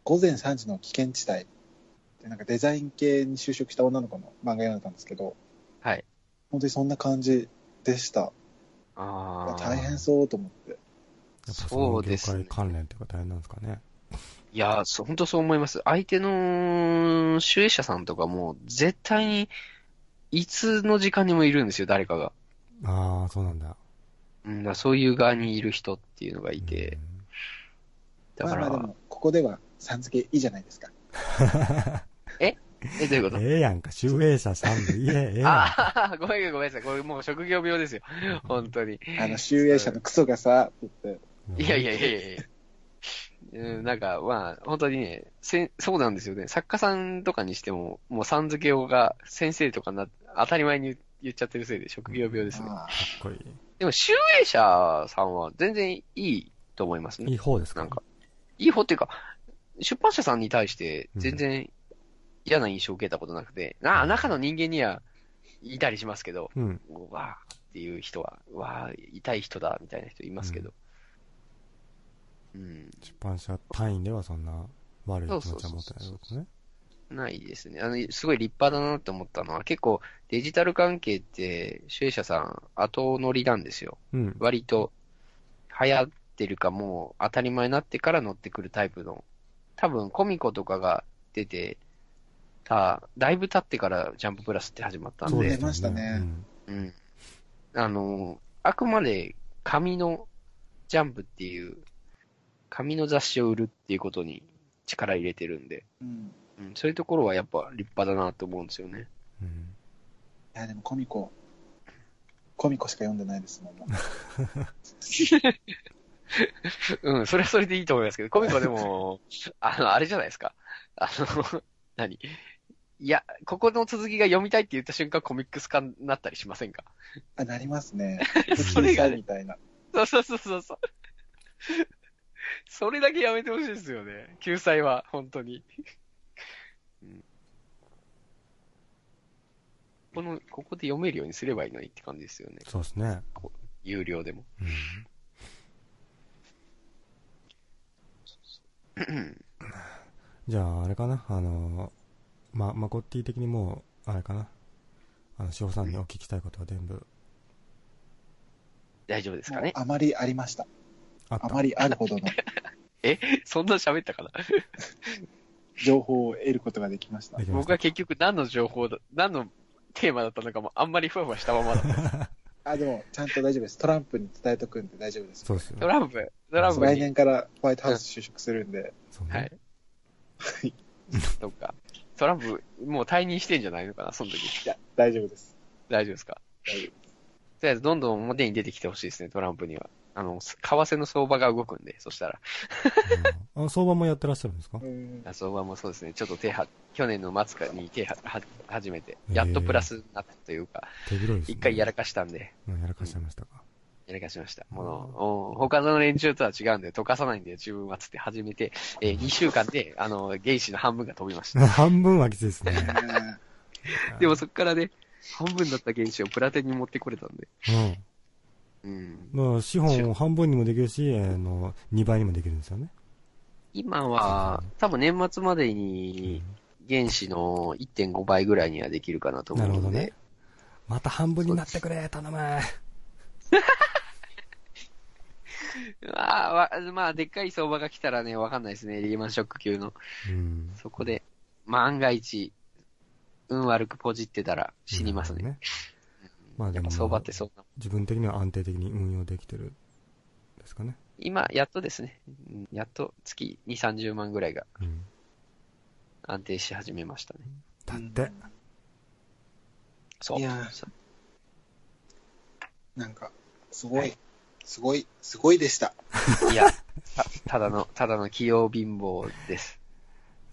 [SPEAKER 1] 午前3時の危険地帯って、なんかデザイン系に就職した女の子の漫画読んでたんですけど、
[SPEAKER 4] はい。
[SPEAKER 1] 本当にそんな感じでした。
[SPEAKER 4] ああ。
[SPEAKER 1] 大変そうと思って。
[SPEAKER 2] やっぱその
[SPEAKER 4] そうで
[SPEAKER 2] 業
[SPEAKER 4] すね
[SPEAKER 2] 界関連というか大変なんですかね。
[SPEAKER 4] いやー、そう、本当そう思います。相手の集英者さんとかも、絶対に、いつの時間にもいるんですよ、誰かが。
[SPEAKER 2] ああ、そうなんだ。
[SPEAKER 4] うん、だからそういう側にいる人っていうのがいて、だか
[SPEAKER 1] まあ
[SPEAKER 4] ら
[SPEAKER 1] まあ、でも、ここではさん付けいいじゃないですか。
[SPEAKER 2] うん
[SPEAKER 4] え、どういうこと
[SPEAKER 2] ええやんか、集英社さんで、いえ、ええやんか。
[SPEAKER 4] ああ、ごめんごめんなさい。これもう職業病ですよ。本当に。
[SPEAKER 1] あの、集英社のクソがさ、って言って、
[SPEAKER 4] いやいやいやいやいや。うん、なんか、まあ、本当にね、せん、そうなんですよね。作家さんとかにしても、もうさん付けをが先生とかな、当たり前に言っちゃってるせいで職業病ですね。
[SPEAKER 1] まあ
[SPEAKER 2] かっこい
[SPEAKER 4] でも、集英者さんは全然いいと思います
[SPEAKER 2] い。い
[SPEAKER 4] ね。
[SPEAKER 2] い方ですか
[SPEAKER 4] なんか、いい方っていうか、出版社さんに対して全然嫌な印象を受けたことなくて、なあ、中の人間にはいたりしますけど、
[SPEAKER 2] うん。
[SPEAKER 4] うわーっていう人は、うわー痛い人だみたいな人いますけど。うん、
[SPEAKER 2] 出版社単位ではそんな悪い気持ちは持ってない
[SPEAKER 4] そうそうそうそう
[SPEAKER 2] ことね。
[SPEAKER 4] ないですね。あの、すごい立派だなって思ったのは、結構デジタル関係って、主営者さん後乗りなんですよ。
[SPEAKER 2] うん。
[SPEAKER 4] 割と、流行ってるかもう当たり前になってから乗ってくるタイプの。多分、コミコとかが出てた、だいぶ経ってからジャンププラスって始まったん
[SPEAKER 1] そう
[SPEAKER 4] で
[SPEAKER 1] ね、出ましたね
[SPEAKER 2] うん
[SPEAKER 4] うん。あの、あくまで紙のジャンプっていう、紙の雑誌を売るっていうことに力入れてるんで、
[SPEAKER 1] うん。
[SPEAKER 4] うん、そういうところはやっぱ立派だなと思うんですよね。
[SPEAKER 2] うん。
[SPEAKER 1] いや、でもコミコ、コミコしか読んでないですもん。
[SPEAKER 4] うん、それはそれでいいと思いますけど、コミコでも、 あの、あれじゃないですか。あの、 何いや、ここの続きが読みたいって言った瞬間コミックス化になったりしませんか
[SPEAKER 1] あ、なりますね。
[SPEAKER 4] それがね
[SPEAKER 1] みたいな。
[SPEAKER 4] そうそうそうそう そう。それだけやめてほしいですよね。救済は、本当に。 うんこの、ここで読めるようにすればいいのにって感じですよね。
[SPEAKER 2] そうですね。
[SPEAKER 4] 有料でも。
[SPEAKER 2] うん。じゃあ、あれかなあの、ま、マコッティ的にもう、あれかなあの、志保さんにお聞きしたいことは全部
[SPEAKER 4] 大丈夫です
[SPEAKER 1] も
[SPEAKER 4] か
[SPEAKER 1] う
[SPEAKER 4] ね。
[SPEAKER 1] あまりありました。
[SPEAKER 2] あっ
[SPEAKER 1] あ
[SPEAKER 2] た。
[SPEAKER 1] まりあるほどの
[SPEAKER 4] そんな喋ったかな
[SPEAKER 1] 情報を得ることができました
[SPEAKER 2] で。きまし
[SPEAKER 4] 僕
[SPEAKER 2] た
[SPEAKER 4] は結局何の情報だ、何のテーマだったのかもあんまりふわふわしたまま だった。
[SPEAKER 1] あ、でも、ちゃんと大丈夫です。トランプに伝えとくんで大丈夫です。
[SPEAKER 2] そうです
[SPEAKER 4] ト
[SPEAKER 2] よ。
[SPEAKER 4] ランプ、トランプ
[SPEAKER 1] 来
[SPEAKER 4] に、
[SPEAKER 1] 年からホワイトハウス就職するんで、
[SPEAKER 2] そう
[SPEAKER 4] はい
[SPEAKER 2] ね。
[SPEAKER 1] はい。
[SPEAKER 4] とか、トランプもう退任してんじゃないのかな、その時。
[SPEAKER 1] いや、大丈夫です。
[SPEAKER 4] 大丈夫ですか
[SPEAKER 1] 大丈
[SPEAKER 4] とりあえず、どんどん表に出てきてほしいですね、トランプには。あの、す為替の相場が動くんで、そしたら。
[SPEAKER 2] うんあ、相場もやってらっしゃるんですか
[SPEAKER 1] 夫うん。
[SPEAKER 4] 相場もそうですね、ちょっと手は、去年の末かに手は、は、始めて、やっとプラスになったというか、
[SPEAKER 2] 手広いです
[SPEAKER 4] 一
[SPEAKER 2] ね。
[SPEAKER 4] 回やらかしたんで、
[SPEAKER 2] うんやらかしちゃいましたか。
[SPEAKER 4] やらかしました。もの、うん他の連中とは違うんで、溶かさないんで、自分はつって始めて、え2週間で、あの、原子の半分が飛びました。
[SPEAKER 2] 半分はきついですね。
[SPEAKER 1] ね
[SPEAKER 4] でもそっからね、半分だった原子をプラテンに持ってこれたんで。
[SPEAKER 2] うん。
[SPEAKER 4] うん。
[SPEAKER 2] だから資本を半分にもできるし、あの、2倍にもできるんですよね。
[SPEAKER 4] 今は、多分年末までに原子の1.5倍ぐらいにはできるかなと思
[SPEAKER 2] な
[SPEAKER 4] う
[SPEAKER 2] るほ
[SPEAKER 4] の
[SPEAKER 2] ど
[SPEAKER 4] で、
[SPEAKER 2] ね。また半分になってくれ、頼む。
[SPEAKER 4] ああ、わまあ、でっかい相場が来たらね、わかんないですね。リーマンショック級の。
[SPEAKER 2] うん。
[SPEAKER 4] そこで、万が一、運悪くポジってたら死にますね。
[SPEAKER 2] なるほどね。まあで
[SPEAKER 4] やっ
[SPEAKER 2] も、
[SPEAKER 4] ぱ相場ってそんな。
[SPEAKER 2] 自分的には安定的に運用できてるですかね。
[SPEAKER 4] 今、やっとですね。うんやっと月2、30万ぐらいが
[SPEAKER 2] うん。
[SPEAKER 4] 安定し始めましたね。
[SPEAKER 2] だって、
[SPEAKER 4] そう。
[SPEAKER 1] いやー
[SPEAKER 4] そう
[SPEAKER 1] なんか、すごい、すごい、すごいでした。
[SPEAKER 4] いや、たただの、ただの器用貧乏です。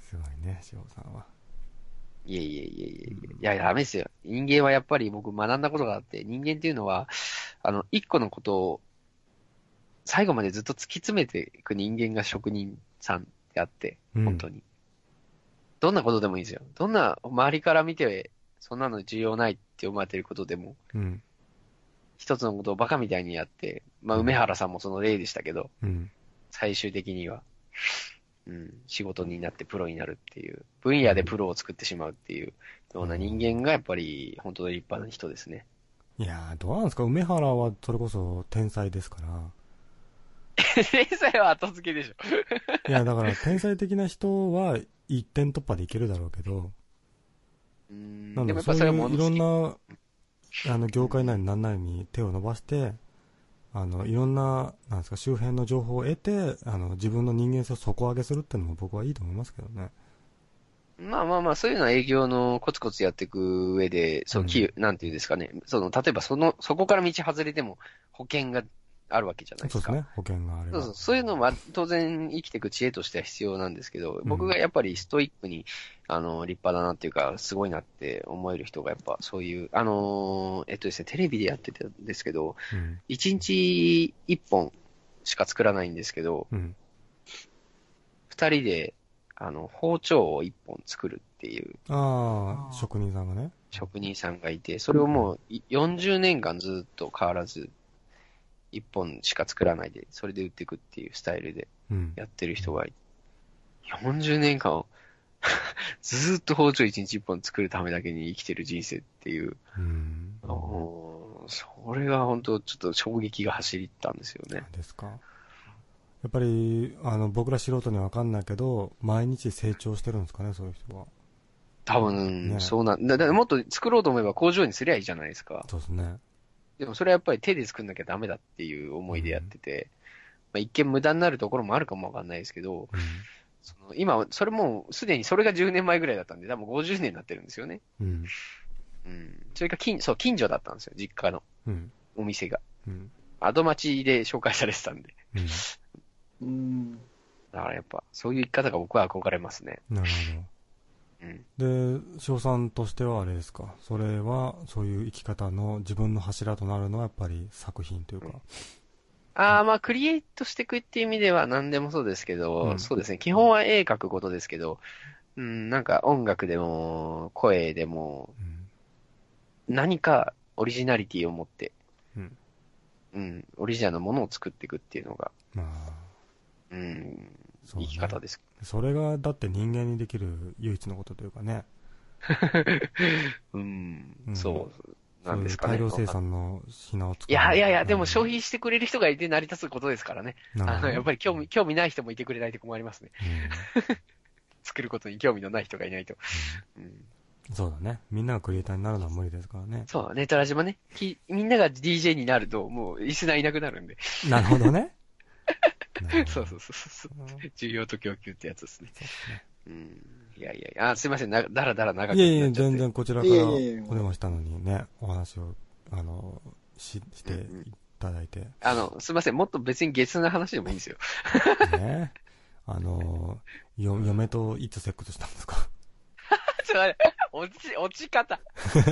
[SPEAKER 2] すごいね、志保さんは。
[SPEAKER 4] いえいえいえいえいえ。いや、ダメですよ。人間はやっぱり僕学んだことがあって、人間っていうのは、あの、一個のことを、最後までずっと突き詰めていく人間が職人さんであって、
[SPEAKER 2] うん
[SPEAKER 4] 本当に。どんなことでもいいですよ。どんな、周りから見て、そんなの重要ないって思われてることでも、
[SPEAKER 2] うん。
[SPEAKER 4] 一つのことをバカみたいにやって、まあ、
[SPEAKER 2] うん
[SPEAKER 4] 梅原さんもその例でしたけど、
[SPEAKER 2] うん。
[SPEAKER 4] 最終的には、うん、仕事になってプロになるっていう、分野でプロを作ってしまうっていうような人間がやっぱり本当に立派な人で すね。
[SPEAKER 2] いやー、どうなんですか梅原はそれこそ天才ですから。
[SPEAKER 4] 天才は後付けでしょ。
[SPEAKER 2] いや、だから天才的な人は一点突破でいけるだろうけど、
[SPEAKER 4] うん、で
[SPEAKER 2] なんだろう
[SPEAKER 4] もやっ
[SPEAKER 2] そ
[SPEAKER 4] ぱ
[SPEAKER 2] う
[SPEAKER 4] それ
[SPEAKER 2] い
[SPEAKER 4] は
[SPEAKER 2] う
[SPEAKER 4] 物
[SPEAKER 2] いろ
[SPEAKER 4] 好
[SPEAKER 2] ん
[SPEAKER 4] き。
[SPEAKER 2] な、あの、業界なり何なりに手を伸ばして、あの、いろんな、なんですか、周辺の情報を得て、あの、自分の人間性を底上げするっていうのも僕はいいと思いますけどね。
[SPEAKER 4] まあまあまあ、そういうのは営業のコツコツやっていく上で、そうの
[SPEAKER 2] ん
[SPEAKER 4] 企業、なんていうんですかね、その、例えばその、そこから道外れても保険があるわけじゃないで
[SPEAKER 2] そう
[SPEAKER 4] す
[SPEAKER 2] で
[SPEAKER 4] か
[SPEAKER 2] す。ね、保険があれ
[SPEAKER 4] そ
[SPEAKER 2] ば。
[SPEAKER 4] うそう、そういうのは当然生きていく知恵としては必要なんですけ
[SPEAKER 2] ん
[SPEAKER 4] ど、僕がやっぱりストイックに、あの、立派だなっていうか、すごいなって思える人がやっぱそういう、あのー、えっとですね、テレビでやってたんですけど、
[SPEAKER 2] うん。
[SPEAKER 4] 1日1本しか作らないんですけど、
[SPEAKER 2] うん。
[SPEAKER 4] 2人で、あの、包丁を1本作るっていう
[SPEAKER 2] ああ、職人さんがね。
[SPEAKER 4] 職人さんがいて、それをもうい40年間ずっと変わらず、1本しか作らないで、それで売っていくっていうスタイルで、
[SPEAKER 2] うん。
[SPEAKER 4] やってる人がいて、40年間、 ずーっと包丁1日1本作るためだけに生きてる人生っていう、
[SPEAKER 2] うん。
[SPEAKER 4] おーそれが本当ちょっと衝撃が走ったんですよね。
[SPEAKER 2] ですか。やっぱり、あの、僕ら素人にはわかんないけど、毎日成長してるんですかね、そういう人は。
[SPEAKER 4] 多分、
[SPEAKER 2] ね
[SPEAKER 4] そうなんだ、だからもっと作ろうと思えば工場にすりゃいいじゃないですか。
[SPEAKER 2] そうですね。
[SPEAKER 4] でもそれはやっぱり手で作んなきゃダメだっていう思いでやってて、まあ、一見無駄になるところもあるかもわかんないですけど、その今、それもうすでにそれが10年前ぐらいだったんで、多分50年になってるんですよね。
[SPEAKER 2] うん。うん。
[SPEAKER 4] うん。それか近、そう、近所だったんですよ、実家の
[SPEAKER 2] うん。
[SPEAKER 4] お店が。
[SPEAKER 2] うん。
[SPEAKER 4] アド町で紹介されてたんで。
[SPEAKER 2] うん。
[SPEAKER 1] うん。
[SPEAKER 4] だからやっぱ、そういう生き方が僕は憧れますね。
[SPEAKER 2] なる
[SPEAKER 4] うん。
[SPEAKER 2] ほど。で、翔さんとしてはあれですか。それは、そういう生き方の自分の柱となるのはやっぱり作品というか。
[SPEAKER 4] ああ、まあ、クリエイトしていくっていう意味では何でもそうですけど、
[SPEAKER 2] うん
[SPEAKER 4] そうですね。基本は絵描くことですけど、うん、なんか音楽でも、声でも、
[SPEAKER 2] うん。
[SPEAKER 4] 何かオリジナリティを持って、
[SPEAKER 2] うん。
[SPEAKER 4] うん、オリジナルのものを作っていくっていうのが、
[SPEAKER 2] まあ、
[SPEAKER 4] うん、
[SPEAKER 2] そう、ね。
[SPEAKER 4] 生き方です。
[SPEAKER 2] それが、だって人間にできる唯一のことというかね。
[SPEAKER 4] うん
[SPEAKER 2] う、ん
[SPEAKER 4] そう、なんですかね。
[SPEAKER 2] そういう大量生産の品を作る。
[SPEAKER 4] いやいやいや、でも消
[SPEAKER 2] 費
[SPEAKER 4] 費してくれる人がいて成り立つことですからね。あの、やっぱり興味、興味ない人もいてくれないと困りますね。作ることに興味のない人がいないと。うん、
[SPEAKER 2] うんそうだね。みんながクリエイターになるのは無理ですからね。
[SPEAKER 4] そう、ネタラジもね、きみんなが DJ になると、もうリスナーいなくなるんで。
[SPEAKER 2] なるほどね。
[SPEAKER 4] そうそううそうそう。
[SPEAKER 2] ん。
[SPEAKER 4] 需要と供給ってやつですね。
[SPEAKER 2] そうですね
[SPEAKER 4] うん。いやいやいや、あ、すいません、なだらだら長く
[SPEAKER 2] い
[SPEAKER 4] な
[SPEAKER 2] や
[SPEAKER 4] っ
[SPEAKER 2] い
[SPEAKER 4] ちゃ
[SPEAKER 2] や、
[SPEAKER 4] っ
[SPEAKER 2] 全。
[SPEAKER 4] て。
[SPEAKER 2] 然こちらか
[SPEAKER 1] い
[SPEAKER 2] ら
[SPEAKER 1] や
[SPEAKER 2] お
[SPEAKER 1] いやいや
[SPEAKER 2] 電話したのにね、お話を、あの、し、していただい て。
[SPEAKER 4] あの、すいません、もっと別にゲスな話でもいいん ですよ。
[SPEAKER 2] ね。あの、よ、嫁といつセックスしたんですか
[SPEAKER 4] ちょ、あれ、落ち、落ち 方。
[SPEAKER 2] 違う
[SPEAKER 4] あ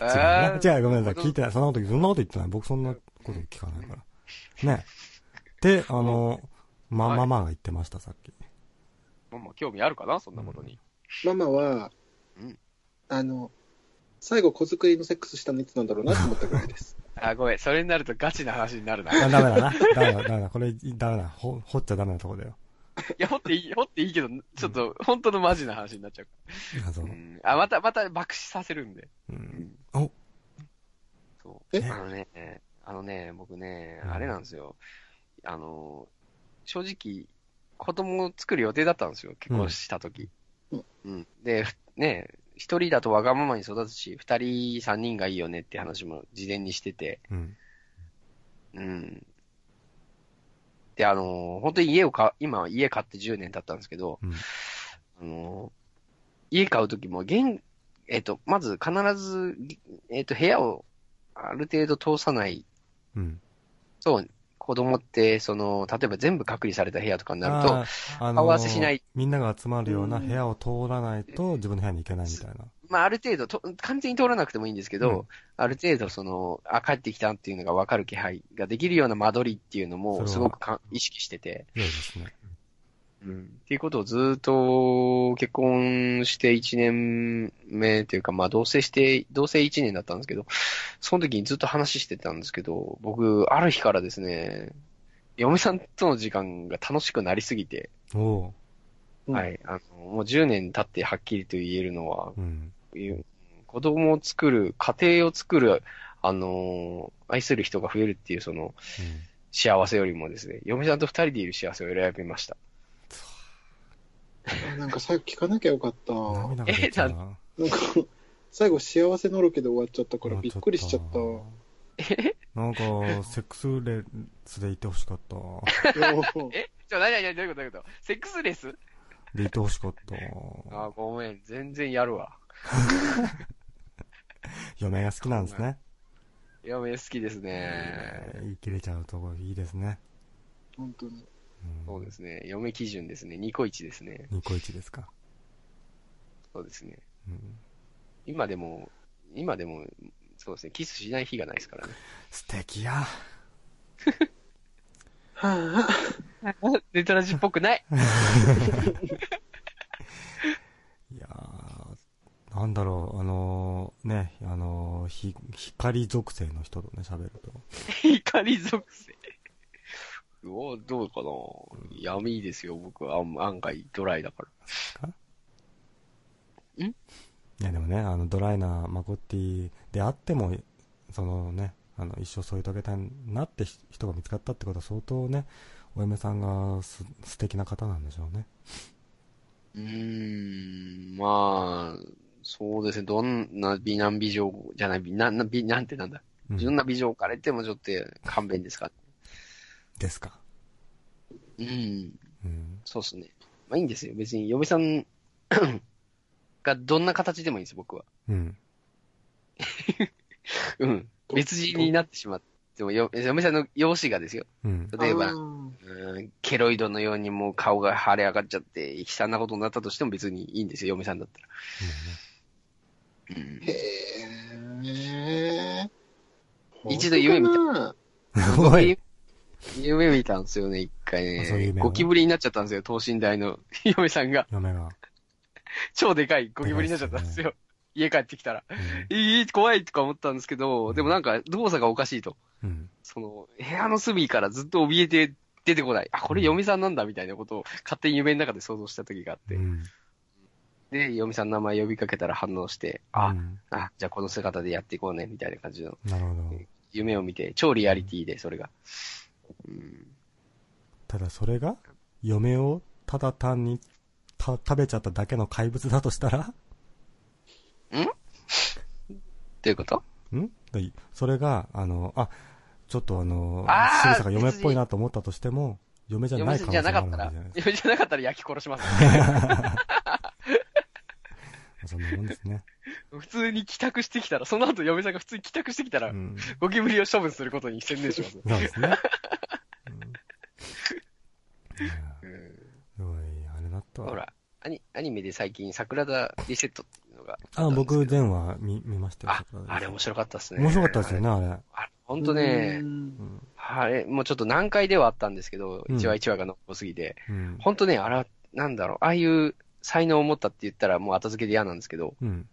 [SPEAKER 2] な。
[SPEAKER 4] ー
[SPEAKER 2] 違う、ごめんなさい。聞いてない。そんなこと、そんなこと言ってない。僕そんなこと聞かないから。ね。で、あの、ま、
[SPEAKER 4] はい
[SPEAKER 2] ママが言ってました、さっき。
[SPEAKER 4] まあまあ興味あるかな、そんなことに。
[SPEAKER 1] ママは、
[SPEAKER 4] うん
[SPEAKER 1] あの、最後、子作りのセックスしたのいつなんだろうなと思ったぐらい です。
[SPEAKER 4] あ、ごめん、それになるとガチな話になるな。
[SPEAKER 2] あ、ダメだな。ダメだ、ダメだ。これ、ダメだ。ほ、掘っちゃダメなとこだよ。
[SPEAKER 4] いや、掘っていい、掘っていいけど、ちょっと、本当のマジな話になっちゃうか
[SPEAKER 2] あ、そ
[SPEAKER 4] ら。
[SPEAKER 2] う
[SPEAKER 4] う。ん。あ、また、また爆死させるんで。
[SPEAKER 2] うん。お
[SPEAKER 4] おそう。
[SPEAKER 1] え
[SPEAKER 4] あのね、あのね、僕ね、
[SPEAKER 2] うん
[SPEAKER 4] あれなんですよ。あの、正直、子供を作る予定だったんですよ、結婚した時。
[SPEAKER 1] う
[SPEAKER 4] うん
[SPEAKER 1] ん。
[SPEAKER 4] で、ふね、一人だとわがままに育つし、二人、三人がいいよねって話も事前にしてて、
[SPEAKER 2] うん。
[SPEAKER 4] うん。で、あの、本当に家をか、今家買って10年経ったんですけど、
[SPEAKER 2] うん
[SPEAKER 4] あの、家買うときも、現、えっ、と、まず必ず、えっ、と、部屋をある程度通さない
[SPEAKER 2] うん。
[SPEAKER 4] と、こ子供って、その、例えば全部隔離された部屋とかになると、
[SPEAKER 2] あーあのー
[SPEAKER 4] 顔合わせしない
[SPEAKER 2] みんなが集まるような部屋を通らないと自分の部屋に行けないみたいな。
[SPEAKER 4] まあ、ある程度と、完全に通らなくてもいいんですけど、
[SPEAKER 2] うん
[SPEAKER 4] ある程度、その、あ、帰ってきたっていうのが分かる気配ができるような間取りっていう
[SPEAKER 2] そ
[SPEAKER 4] の
[SPEAKER 2] れ
[SPEAKER 4] も、
[SPEAKER 2] は
[SPEAKER 4] すごくか意識してて、
[SPEAKER 2] 良いですね。
[SPEAKER 4] うん、っていうことをずーっと結婚して1年目というか、まあ同棲して、同棲1年だったんですけど、その時にずっと話してたんですけど、僕、ある日からですね、嫁さんとの時間が楽しくなりすぎて、
[SPEAKER 2] おお
[SPEAKER 1] うん
[SPEAKER 4] はい、あの、もう10年経ってはっきりと言えるのは、
[SPEAKER 2] う、うん。
[SPEAKER 4] いう子供を作る、家庭を作る、あのー愛する人が増えるっていうその
[SPEAKER 2] うん
[SPEAKER 4] 幸せよりもですね、嫁さんと二人でいる幸せを選びました。
[SPEAKER 1] なんか最後聞かなきゃよかった。なん
[SPEAKER 2] 涙が出ちゃうな。
[SPEAKER 1] か、最後幸せのろけで終わっちゃったからびっくりしちゃった。
[SPEAKER 2] なんか、セックスレスでいてほしかった。
[SPEAKER 1] もう
[SPEAKER 4] えちょ、なになになにどういうことどういうことセックスレス
[SPEAKER 2] でいてほしかった。
[SPEAKER 4] あー、ごめん。全然やるわ。
[SPEAKER 2] 嫁が好きなんですね。
[SPEAKER 4] 嫁好きですね。
[SPEAKER 2] 言い切れちゃうとこいいですね。
[SPEAKER 1] 本当に。
[SPEAKER 2] ん
[SPEAKER 4] そうですね。嫁基準ですね。ニコイチですね。
[SPEAKER 2] ニコイチですか。
[SPEAKER 4] そうですね。
[SPEAKER 2] うん
[SPEAKER 4] 今でも、今でも、そうですね。キスしない日がないですからね。
[SPEAKER 2] 素敵や。
[SPEAKER 1] はあ、
[SPEAKER 4] ネトラジっぽく ない。
[SPEAKER 2] いやーなんだろう、あのーね、あのーひ、光属性の人とね、喋ると。
[SPEAKER 4] 怒り属性。うおどうかな闇ですよ、僕は。あん案外、ドライだか
[SPEAKER 2] いや、でもね、あの、ドライなマコッティであっても、そのね、あの、一生添い遂げたいなってひ人が見つかったってことは相当ね、お嫁さんがす素敵な方なんでしょうね。
[SPEAKER 4] ら。うーん、まあ、そうですね。どんな美男美女じゃない、美なな美なんてなんだ。
[SPEAKER 2] うん
[SPEAKER 4] どんな美女をかれてもちょっと勘弁ですか。
[SPEAKER 2] ですか。
[SPEAKER 4] うん、
[SPEAKER 2] うん。
[SPEAKER 4] そうっすね。まあいいんですよ。別に、嫁さん がどんな形でもいいんです、僕は。
[SPEAKER 2] うん。
[SPEAKER 4] うん。別人になってしまっても、よ嫁さんの容姿がですよ。
[SPEAKER 2] うん。
[SPEAKER 4] 例えば
[SPEAKER 1] あ、ー
[SPEAKER 4] うんケロイドのようにもう顔が腫れ上がっちゃって、悲惨なことになったとしても別にいいんですよ、嫁さんだったら。うん
[SPEAKER 1] へえ。
[SPEAKER 4] 一度夢見た
[SPEAKER 1] た。
[SPEAKER 2] もうね。おい。
[SPEAKER 4] 夢見たんですよね、一回
[SPEAKER 2] あそういう
[SPEAKER 4] ね。
[SPEAKER 2] 夢を
[SPEAKER 4] ゴキブリになっちゃったんですよ、等身大の 嫁さんが。
[SPEAKER 2] 嫁が。
[SPEAKER 4] 超でかいゴキブリになっちゃったんですよ。家帰ってきたら。
[SPEAKER 2] う
[SPEAKER 4] ええ怖いとか思ったんですけど、でもなんか動作がおかしいと。
[SPEAKER 2] ん。うん。
[SPEAKER 4] その、部屋の隅からずっと怯えて出てこない。あ、これ嫁さんなんだみたいなことを勝手に夢の中で想像した時があっ
[SPEAKER 2] う
[SPEAKER 4] て。
[SPEAKER 2] ん。
[SPEAKER 4] で、嫁さんの名前呼びかけたら反応して、あ、
[SPEAKER 2] うん
[SPEAKER 4] あ、じゃあこの姿でやっていこうね、みたいな感じの
[SPEAKER 2] なるほど。
[SPEAKER 4] 夢を見て、超リアリティで、それが。うん、
[SPEAKER 2] ただそれが、嫁をただ単にた食べちゃっただけの怪物だとしたら、
[SPEAKER 4] ということ
[SPEAKER 2] んでそれが、あの、あ、ちょっとあの、
[SPEAKER 4] あー
[SPEAKER 2] 仕草が嫁っぽいなと思ったとしても、嫁じゃな
[SPEAKER 4] 嫁
[SPEAKER 2] い可能
[SPEAKER 4] じゃ
[SPEAKER 2] 性が
[SPEAKER 4] な
[SPEAKER 2] あ
[SPEAKER 4] かっ
[SPEAKER 2] る
[SPEAKER 4] た
[SPEAKER 2] わ
[SPEAKER 4] ら
[SPEAKER 2] けじゃない、
[SPEAKER 4] 嫁じゃなかったら焼き殺します。
[SPEAKER 2] そんなもんです ね。
[SPEAKER 4] 普通に帰宅してきたら、その後嫁さんが普通に帰宅してきたら、
[SPEAKER 2] うん。
[SPEAKER 4] ゴキブリを処分することに専念します。
[SPEAKER 2] そうですね。うんいや
[SPEAKER 4] うん
[SPEAKER 2] すごい、あれだったわ
[SPEAKER 4] ほ。ら、アニアニメで最近、桜田リセットっていうのがった
[SPEAKER 2] あ、
[SPEAKER 4] んですけど
[SPEAKER 2] 僕、全話見、見ましたよ
[SPEAKER 4] あ、あれ面白かったですね。
[SPEAKER 2] 面白かったですよね、あれ。
[SPEAKER 4] あれ。あれ、ほんとね
[SPEAKER 1] う、ん
[SPEAKER 2] うん。
[SPEAKER 4] あれ、もうちょっと難解ではあったんですけど、
[SPEAKER 2] うん
[SPEAKER 4] 一話一話が濃すぎて、
[SPEAKER 2] うん。
[SPEAKER 4] 本当ね、あら、なんだろう、ああいう才能を持ったって言ったらもう後付けで嫌なんですけど、
[SPEAKER 2] うん。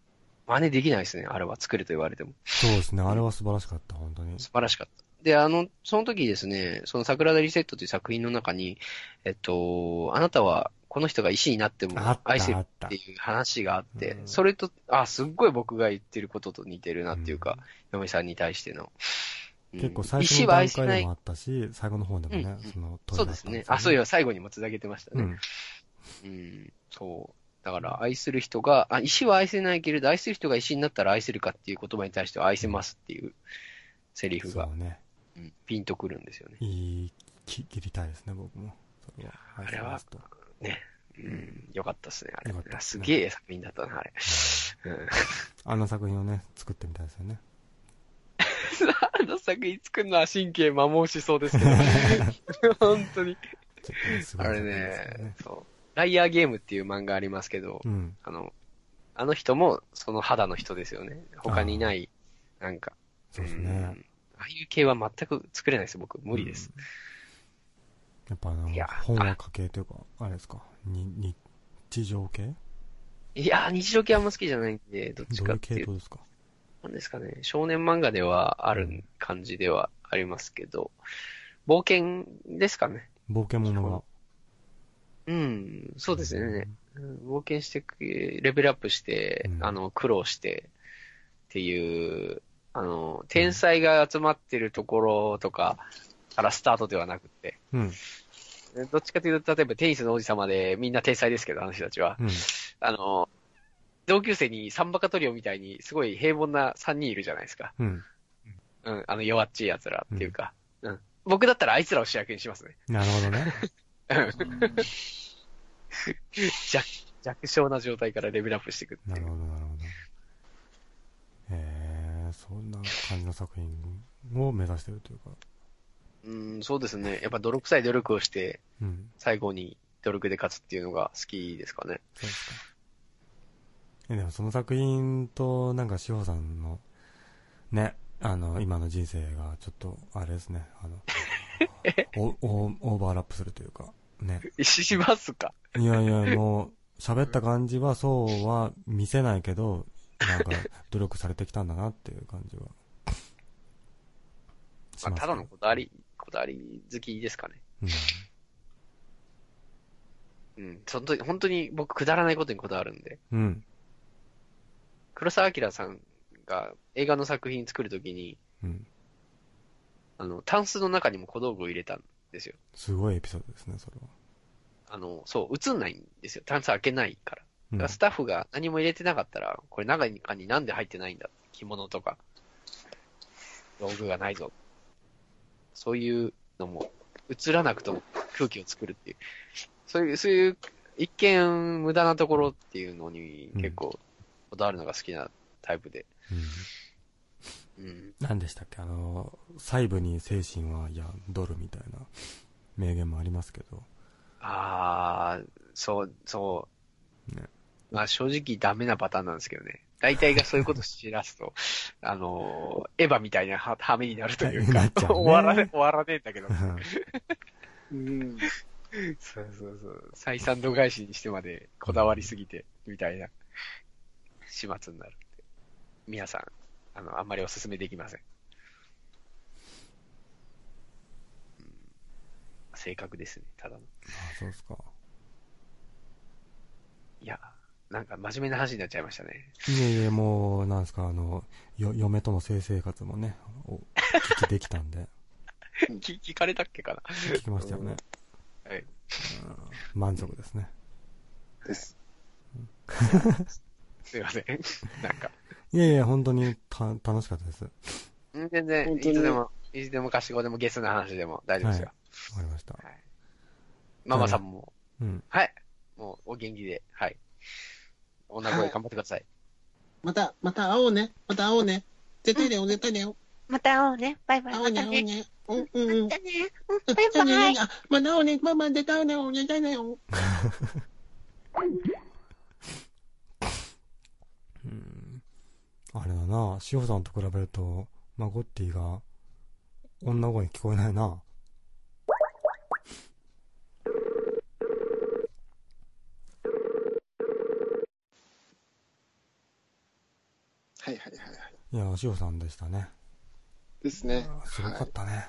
[SPEAKER 4] 真似できないですね、あれは。作ると言われても。
[SPEAKER 2] そうですね、あれは素晴らしかった、本当に。
[SPEAKER 4] 素晴らしかった。で、あの、その時ですね、その桜田リセットという作品の中に、えっと、あなたは、この人が石になっても
[SPEAKER 2] あっ
[SPEAKER 4] 愛せ
[SPEAKER 2] た、
[SPEAKER 4] る
[SPEAKER 2] あ
[SPEAKER 4] っ
[SPEAKER 2] った
[SPEAKER 4] て。いう話があって、
[SPEAKER 2] うん
[SPEAKER 4] それと、あ、すっごい僕が言ってることと似てるなっていうか、嫁さんに対しての。うん
[SPEAKER 2] 結構最初
[SPEAKER 4] 石
[SPEAKER 2] の
[SPEAKER 4] は
[SPEAKER 2] 段
[SPEAKER 4] 愛せな
[SPEAKER 2] 階で
[SPEAKER 4] い
[SPEAKER 2] もあ。ったし、最後の方でも
[SPEAKER 4] う
[SPEAKER 2] ね
[SPEAKER 4] んうん、
[SPEAKER 2] その、
[SPEAKER 4] そうですね。あ、そうい
[SPEAKER 2] や。
[SPEAKER 4] や、最後にも繋げてました
[SPEAKER 2] う
[SPEAKER 4] ね。
[SPEAKER 2] ん。
[SPEAKER 4] うん、そう。だから、愛する人が、あ、石は愛せないけれど、愛する人が石になったら愛せるかっていう言葉に対しては愛せますっていうセリフ
[SPEAKER 2] そ
[SPEAKER 4] が、
[SPEAKER 2] うね。
[SPEAKER 4] うんピンとくるんですよね。
[SPEAKER 2] いい、き切りたいですね、僕も。それは。
[SPEAKER 4] あれは
[SPEAKER 2] アイスダンスと
[SPEAKER 4] うん、よかったですね、あれ。
[SPEAKER 2] よかったっす
[SPEAKER 4] す
[SPEAKER 2] ね
[SPEAKER 4] げえ作品だったな、あれ。うん、
[SPEAKER 2] あの作品をね、作ってみたいですよね。
[SPEAKER 4] あの作品作るのは神経摩耗しそうですけど、 本当に。
[SPEAKER 2] ちょっとねすごい
[SPEAKER 4] あれ
[SPEAKER 2] 作品ですよ
[SPEAKER 4] ね、そう。ライアーゲームっていう漫画ありますけど、
[SPEAKER 2] うん。
[SPEAKER 4] あの、あの人もその肌の人ですよね。他にいない、なんか。
[SPEAKER 2] そうです
[SPEAKER 4] う
[SPEAKER 2] ね。
[SPEAKER 4] んああいう系は全く作れないです、僕。無理です。
[SPEAKER 2] やっぱあの
[SPEAKER 4] いや、
[SPEAKER 2] 本は家系というか、あれですか、に日常系
[SPEAKER 4] いやー、日常系あんま好きじゃないんで、どっち
[SPEAKER 2] どう
[SPEAKER 4] か
[SPEAKER 2] い
[SPEAKER 4] っ
[SPEAKER 2] う
[SPEAKER 4] て
[SPEAKER 2] 系
[SPEAKER 4] いうと
[SPEAKER 2] 統ですか
[SPEAKER 4] なんですかね、少年漫画ではある感じではありますけど、冒険ですかね。
[SPEAKER 2] 冒険者が。
[SPEAKER 4] うん、そうですね。うん冒険してく、レベルアップして、
[SPEAKER 2] うん
[SPEAKER 4] あの、苦労して、っていう、あの、天才が集まってるところとかからスタートではなくて、
[SPEAKER 2] うん。うん。
[SPEAKER 4] どっちかというと、例えばテニスの王子様でみんな天才ですけど、あの人たちは。
[SPEAKER 2] うん。
[SPEAKER 4] あの、同級生にサンバカトリオみたいにすごい平凡な3人いるじゃないですか。
[SPEAKER 2] うん。
[SPEAKER 4] うん、あの弱っちい奴らっていうか、うん。僕だったらあいつらを主役にしますね。
[SPEAKER 2] なるほどね。
[SPEAKER 4] 弱、弱小な状態からレベルアップしていくっ
[SPEAKER 2] な
[SPEAKER 4] てい
[SPEAKER 2] る
[SPEAKER 4] う
[SPEAKER 2] ほ。ど、なるほど。えー、そんな感じの作品を目指してるというか。
[SPEAKER 4] うん、そうですね。やっぱ泥臭い努力をして、
[SPEAKER 2] うん。
[SPEAKER 4] 最後に努力で勝つっていうのが好きですかね。
[SPEAKER 2] そうですか。え、でもその作品と、なんか、志保さんの、ね、あの、今の人生が、ちょっと、あれですね、あ の、おおオーバーラップするというか、ね。
[SPEAKER 4] しますか
[SPEAKER 2] いやいや、もう、喋った感じは、そうは見せないけど、なんか、努力されてきたんだなっていう感じは。し
[SPEAKER 4] まあ、
[SPEAKER 2] ます
[SPEAKER 4] ただのこだわり、こだわり好きですかね。
[SPEAKER 2] うん。
[SPEAKER 4] うん。その時本当に僕くだらないことにこだわるんで。
[SPEAKER 2] うん。
[SPEAKER 4] 黒沢明さんが映画の作品作るときに、
[SPEAKER 2] うん。
[SPEAKER 4] あの、タンスの中にも小道具を入れたんですよ。
[SPEAKER 2] すごいエピソードですね、それは。
[SPEAKER 4] あの、そう、映んないんですよ。タンス開けないから。
[SPEAKER 2] うん
[SPEAKER 4] だからスタッフが何も入れてなかったら、これ中になんで入ってないんだ着物とか、道具がないぞ。そういうのも、映らなくとも空気を作るっていう。そういう、そういう、一見無駄なところっていうのに結構、こだわるのが好きなタイプで。
[SPEAKER 2] うん。
[SPEAKER 4] うん。
[SPEAKER 2] 何でしたっけあの、細部に精神は宿るみたいな名言もありますけ ど。
[SPEAKER 4] ああ、そう、そう。
[SPEAKER 2] ね
[SPEAKER 4] まあ正直ダメなパターンなんですけどね。大体がそういうことを知らすと、 あのー、エヴァみたいなははめになるという
[SPEAKER 2] な
[SPEAKER 4] か
[SPEAKER 2] っ、ちゃうね
[SPEAKER 4] 終わらね、終わらねえんだけど。
[SPEAKER 1] うん。
[SPEAKER 4] そうそうそう。採算度外視にしてまでこだわりすぎて、みたいな、始末になるって。皆さん、あの、あんまりお勧めできません。うん性格ですね、ただの。
[SPEAKER 2] あそうですか。
[SPEAKER 4] いや、なんか真面目な話になっちゃいましたね。
[SPEAKER 2] いえいえ、もう、なんですか、あの、よ、嫁との性生活もね、お聞きできたんで、
[SPEAKER 4] 聞聞かれたっけかな
[SPEAKER 2] 聞きましたよね。
[SPEAKER 4] はい。
[SPEAKER 2] うん満足ですね。
[SPEAKER 1] です。
[SPEAKER 4] すい ません。なんか。
[SPEAKER 2] いえいえ、本当にた、楽しかったです。わ
[SPEAKER 4] うん全然、
[SPEAKER 1] 本
[SPEAKER 4] い
[SPEAKER 1] 当に
[SPEAKER 4] つでも、いつでも賢いでもゲスな話でも大丈夫ですよ。
[SPEAKER 2] かりました。
[SPEAKER 4] ママさんも、
[SPEAKER 2] うん。
[SPEAKER 4] はい。もう、お元気で、はい。女声頑張ってください。
[SPEAKER 1] また、また会おうね。また会おうね。絶対だよ、絶対だよ。
[SPEAKER 5] また会おうね。バイバイ。
[SPEAKER 1] 会おう
[SPEAKER 5] ま
[SPEAKER 1] ね、
[SPEAKER 5] た
[SPEAKER 1] 会おう
[SPEAKER 5] ね。
[SPEAKER 1] ね。うん、うん、うん
[SPEAKER 5] ま。たね。うんバイ
[SPEAKER 1] じゃあね
[SPEAKER 5] バイ。
[SPEAKER 1] あまた会おうね。ママ、絶対会うね。お願いだよ。
[SPEAKER 2] うんあれだな、しほさんと比べると、マゴッティが、女声に聞こえないな。
[SPEAKER 1] はいはいはいはい。
[SPEAKER 2] いや、しほさんでしたね。
[SPEAKER 1] ですね。
[SPEAKER 2] すごかったね。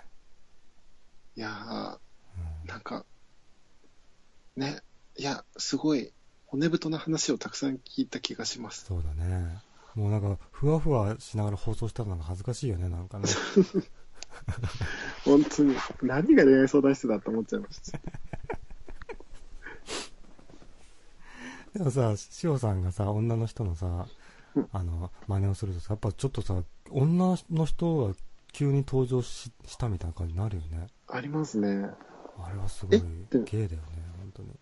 [SPEAKER 1] いやー、なんか、ね、いや、すごい、骨太な話をたくさん聞いた気がします。
[SPEAKER 2] そうだね。もうなんか、ふわふわしながら放送したのが恥ずかしいよね、なんかね。
[SPEAKER 1] 本当に、何が恋愛相談室だと思っちゃいました。
[SPEAKER 2] でもさ、しほさんがさ、女の人のさ、あの、真似をするとさ、やっぱちょっとさ、女の人が急に登場ししたみたいな感じになるよね。
[SPEAKER 1] ありますね。
[SPEAKER 2] あれはすごい
[SPEAKER 1] えでも、
[SPEAKER 2] 芸だよね、本当に。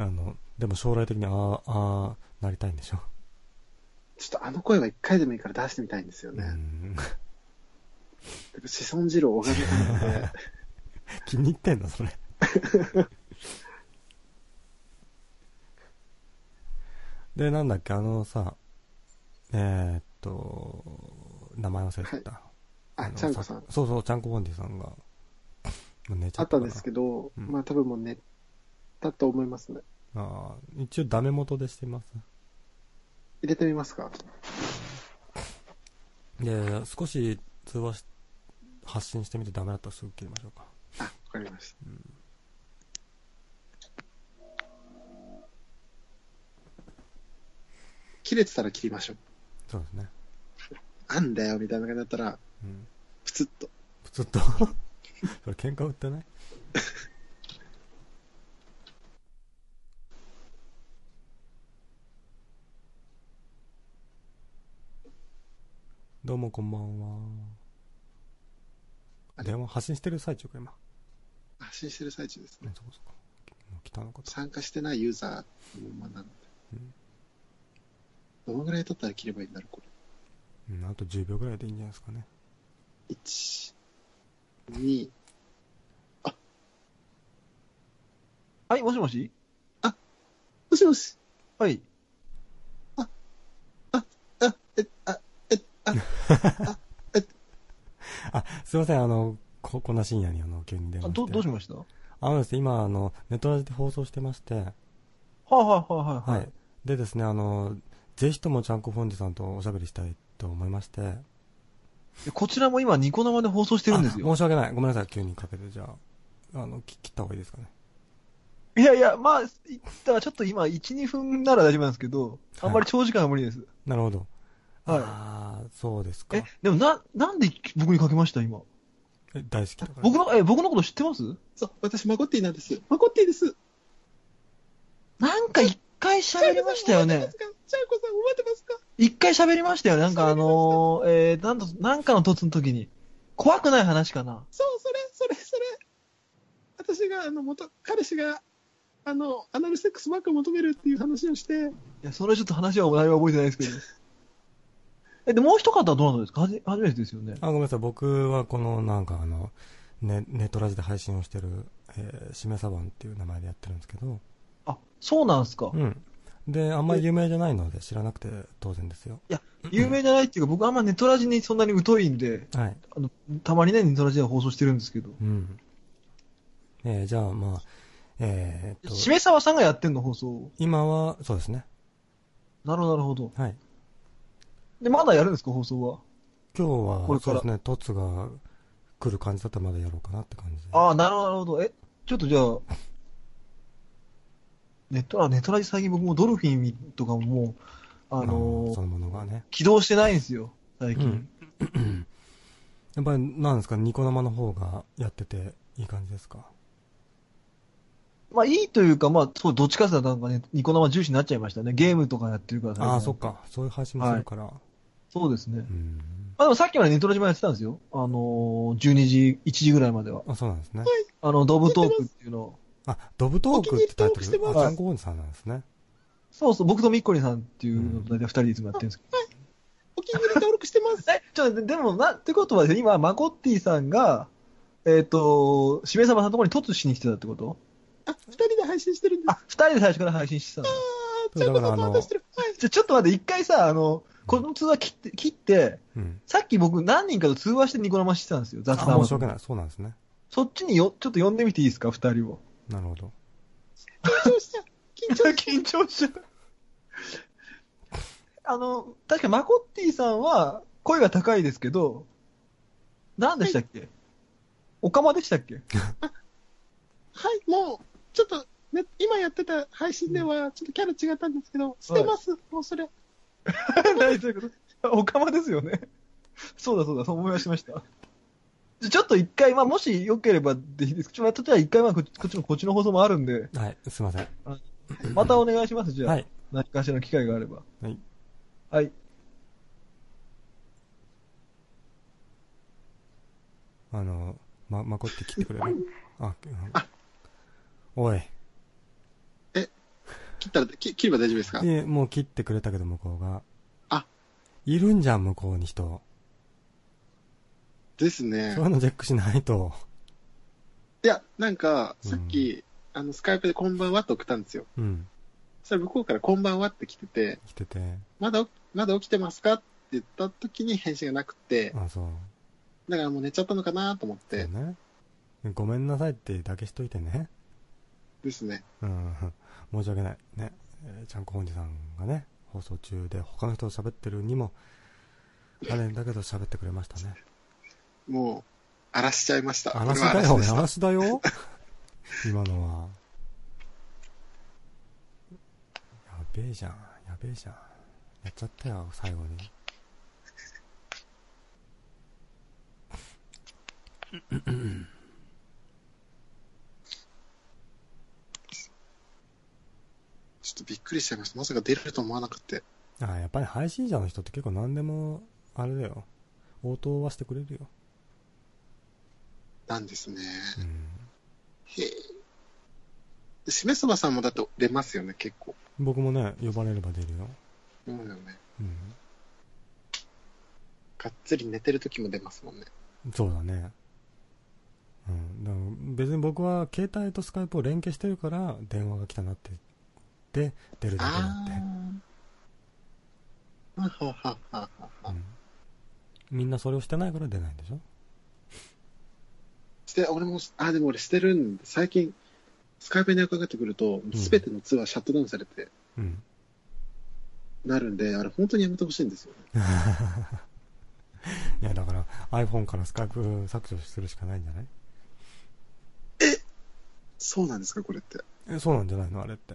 [SPEAKER 2] あの、でも将来的に、ああ、ああ、なりたいんでしょ。
[SPEAKER 1] ちょっとあの声は一回でもいいから出してみたいんですよ
[SPEAKER 2] う
[SPEAKER 1] ね。
[SPEAKER 2] ん。
[SPEAKER 1] だから子孫汁を拝みたいので、
[SPEAKER 2] 気に入ってんのそれ。 で、なんだっけ、あのさ、えーっと、名前忘れてた。
[SPEAKER 1] あ、
[SPEAKER 2] の
[SPEAKER 1] ちゃんこさん。
[SPEAKER 2] そうそう、ちゃんこボンディさんが、も う寝ちゃ
[SPEAKER 1] あっ
[SPEAKER 2] っ
[SPEAKER 1] たた
[SPEAKER 2] か
[SPEAKER 1] ん
[SPEAKER 2] ら。
[SPEAKER 1] ですけど、
[SPEAKER 2] うん
[SPEAKER 1] まあ多分もう寝たと思いますね。
[SPEAKER 2] あー一応ダメ元でしてます。
[SPEAKER 1] 入れてみますか
[SPEAKER 2] で、少し通話し、発信してみてダメだったらすぐ切りましょうか。
[SPEAKER 1] あ、わかりました。切れてたら切りましょう。
[SPEAKER 2] そうですね。
[SPEAKER 1] あんだよ、みたいな感じだったら、
[SPEAKER 2] うん。
[SPEAKER 1] プツッと。
[SPEAKER 2] プツッと。 それ喧嘩売ってないどうもこんばんは。電話発信してる最中か、今。
[SPEAKER 1] 発信してる最中です
[SPEAKER 2] う
[SPEAKER 1] ね
[SPEAKER 2] ん。そうかそうか。もう来たのかと。
[SPEAKER 1] 参加してないユーザーのままなので。
[SPEAKER 2] うん
[SPEAKER 1] どのぐらい経ったら切ればいいんだろう、こ
[SPEAKER 2] うん、あと10秒ぐらいでいいんじゃないですかね。
[SPEAKER 1] れ。1、2、
[SPEAKER 6] はい、もしもし
[SPEAKER 1] もしもし。
[SPEAKER 6] はい。
[SPEAKER 1] あ、え、あ、
[SPEAKER 2] すいません、あの、こ、こんな深夜にあの、急に電
[SPEAKER 6] あ
[SPEAKER 2] 話して。
[SPEAKER 6] どどうしましたは
[SPEAKER 2] あのですね、今、あの、ネットラジで放送してまして、
[SPEAKER 6] あ、はいはいはい
[SPEAKER 2] は
[SPEAKER 6] はい
[SPEAKER 2] い。。でですね、あの、ぜひともちゃんこフォンデュさんとおしゃべりしたいと思いまして。
[SPEAKER 6] でこちらも今ニコ生で放送してるんです
[SPEAKER 2] あ
[SPEAKER 6] よ。
[SPEAKER 2] 申し訳ない。ごめんなさい、急にかけて、じゃあ。あの、き切った方がいいですかね。
[SPEAKER 6] いやいや、まあ、いったらちょっと今1、2分なら大丈夫なんですけど、あんまり長時間は無理です。
[SPEAKER 2] なるほど。
[SPEAKER 6] はい
[SPEAKER 2] ああ、そうですか
[SPEAKER 6] え。、でもな、なんで僕にかけました今。
[SPEAKER 2] え大好きだから。
[SPEAKER 6] 僕の、え、僕のこと知ってます
[SPEAKER 1] そう、私、マコッティなんです。マコッティです。
[SPEAKER 6] なんか一回喋りましたよ
[SPEAKER 1] ち
[SPEAKER 6] ね。
[SPEAKER 1] ゃんこさん、ちゃんこさん、覚えてますか
[SPEAKER 6] 一回喋りましたよね。なんかあのー、えー、なんと、なんかの突の時に。怖くない話かな。
[SPEAKER 1] そう、それ、それ、それ。私が、あの、元、彼氏が、あの、アナルセックスばっか求めるっていう話をして、
[SPEAKER 6] いや、それちょっと話は、内容は覚えてないですけど。 え、で、もう一方はどうなんですかはじ、初めてですよね。
[SPEAKER 2] あ、ごめんなさい。僕はこの、なんかあの、ね、ネットラジで配信をしてる、えー、しめさばんっていう名前でやってるんですけど。
[SPEAKER 6] あ、そうなんですか
[SPEAKER 2] う。ん。で、あんまり有名じゃないので知らなくて当然ですよ。
[SPEAKER 6] 有名じゃないっていうか、僕あんまネトラジにそんなに疎いんで、
[SPEAKER 2] はい。
[SPEAKER 6] あの、たまにね、ネトラジでは放送してるんですけど。
[SPEAKER 2] うん。えー、じゃあ、まあ、えーっと、
[SPEAKER 6] しめさわさんがやってんの、放送を
[SPEAKER 2] 今は、そうですね。
[SPEAKER 6] なるほど、なるほど。
[SPEAKER 2] はい。
[SPEAKER 6] で、まだやるんですか、放送は。
[SPEAKER 2] 今日
[SPEAKER 6] こ
[SPEAKER 2] は、
[SPEAKER 6] れ
[SPEAKER 2] そ
[SPEAKER 6] か
[SPEAKER 2] う
[SPEAKER 6] ら
[SPEAKER 2] ですね、トツが来る感じだったらまだやろうかなって感じで。
[SPEAKER 6] ああ、なるほど、なるほど。え、ちょっとじゃあ、ネットラ、ネトラジ最近僕もドルフィンとかももう、あの
[SPEAKER 2] うん
[SPEAKER 6] ー
[SPEAKER 2] そのものがね。
[SPEAKER 6] 起動してないんですよ、最近。
[SPEAKER 2] うんやっぱり、なんですか、ニコ生の方がやってていい感じですか。
[SPEAKER 6] まあいいというか、まあそう、どっちかさなんかね、ニコ生重視になっちゃいましたね。ゲームとかやってるから最近
[SPEAKER 2] ああ、そっ。か。そういう配信もするから。
[SPEAKER 6] そうですね。
[SPEAKER 2] うん。
[SPEAKER 6] まあでもさっきまでネトラジもやってたんですよ。あのー、12時、1時ぐらいまでは。
[SPEAKER 2] あ、そうなんですね。
[SPEAKER 6] あの、ドブトークっていうのを。
[SPEAKER 2] あ、ドブトークってタイト
[SPEAKER 1] お気に入り登録して
[SPEAKER 2] ル、
[SPEAKER 1] ま
[SPEAKER 2] あ、
[SPEAKER 6] す
[SPEAKER 2] ちゃんこおじさんなんですね。
[SPEAKER 6] そうそう、僕とミッコリさんっていうのと大体二人でいつもやってるんですけど。
[SPEAKER 1] お気に入り登録してます。
[SPEAKER 6] え、ちょっと待って、でもな、ってことはですよ今、マコッティさんが、えっ、と、しめさまさんのところに突しに来てたってこと
[SPEAKER 1] あ、二人で配信してるんです。
[SPEAKER 6] あ、二人で最初から配信してたの。
[SPEAKER 1] あ、ちゃんこさんと話してる。はい。
[SPEAKER 6] じゃ、ちょっと待って、一回さ、あの、この通話切って、切って、
[SPEAKER 2] うん。
[SPEAKER 6] さっき僕何人かと通話してニコ生してたんですよ、雑
[SPEAKER 2] あ
[SPEAKER 6] 談を
[SPEAKER 2] 申し訳ない。そうなんですね。
[SPEAKER 6] そっちによ、ちょっと呼んでみていいですか、二人を。
[SPEAKER 2] なるほど。
[SPEAKER 1] 緊張した。緊張し
[SPEAKER 6] 緊張しちゃう。あの、確かマコッティさんは声が高いですけど、何でしたっけオカマでしたっけ
[SPEAKER 1] た。はい、もう、ちょっと、ね、今やってた配信では、ちょっとキャラ違ったんですけど、捨てます。もうそれ。
[SPEAKER 6] 何そういうことオカマですよね。そうだそうだ、そう思い出しました。じゃちょっと一回、まあ、もしよければでいいですちょっとじゃあ一回、まあ、こっちこっちの、こっちの放送もあるんで、
[SPEAKER 2] はい。すいません。
[SPEAKER 6] またお願いします、じゃあ。
[SPEAKER 2] はい。
[SPEAKER 6] 何かしらの機会があれば。
[SPEAKER 2] はい。
[SPEAKER 6] はい。
[SPEAKER 2] あの、ま、まこって切ってくれるあ、うんおい。
[SPEAKER 1] え切ったら、き切れば大丈夫ですか
[SPEAKER 2] いえ、もう切ってくれたけど、向こうが。
[SPEAKER 1] あ
[SPEAKER 2] いるんじゃん、向こうに人。
[SPEAKER 1] ですね
[SPEAKER 2] そうい。うのチェックしないと。
[SPEAKER 1] いや、なんか、さっき、あの、スカイプでこんばんはって送ったんですよ。
[SPEAKER 2] うん。
[SPEAKER 1] そしたら向こうからこんばんはって来てて、
[SPEAKER 2] 来てて。
[SPEAKER 1] まだ、まだ起きてますかって言った時に返信がなくて、
[SPEAKER 2] あ、そう。
[SPEAKER 1] だからもう寝ちゃったのかなと思っ
[SPEAKER 2] そう
[SPEAKER 1] て、
[SPEAKER 2] ね。ごめんなさいってだけしといてね。
[SPEAKER 1] ですね。
[SPEAKER 2] うん。 申し訳ない。ね。えーちゃんこ本じさんがね、放送中で他の人と喋ってるにも、あれだけど喋ってくれましたね。
[SPEAKER 1] もう、荒らしちゃいました。
[SPEAKER 2] 嵐
[SPEAKER 1] これ
[SPEAKER 2] だ
[SPEAKER 1] は嵐でし
[SPEAKER 2] よ、
[SPEAKER 1] た
[SPEAKER 2] 嵐だよ。今のは。やべえじゃん、やべえじゃん。やっちゃったよ、最後に。
[SPEAKER 1] ちょっとびっくりしちゃいました。まさか出ると思わなくて。
[SPEAKER 2] ああやっぱり配信者の人って結構何でも、あれだよ。応答はしてくれるよ。
[SPEAKER 1] なんですね。
[SPEAKER 2] うん。
[SPEAKER 1] へえ。しめそばさんもだって出ますよね、結構。
[SPEAKER 2] 僕もね、呼ばれれば出るよ。
[SPEAKER 1] そうだよね。
[SPEAKER 2] うん。
[SPEAKER 1] がっつり寝てる時も出ますもんね。
[SPEAKER 2] そうだね。うん。だから別に僕は携帯とスカイプを連携してるから、電話が来たなって、で、出るだけだ
[SPEAKER 1] あ
[SPEAKER 2] って。
[SPEAKER 1] あ。ははははは。
[SPEAKER 2] みんなそれをしてないから出ないんでしょ
[SPEAKER 1] して、俺も、あ、でも俺してるんで、最近、スカイプに伺ってくると、すべてのツアーシャットダウンされて、
[SPEAKER 2] うん。
[SPEAKER 1] なるんで、あれ本当にやめてほしいんですよね。
[SPEAKER 2] いや、だから iPhone からスカイプ削除するしかないんじゃない
[SPEAKER 1] そうなんですか、これって。い
[SPEAKER 2] え、そうなんじゃないのあれって。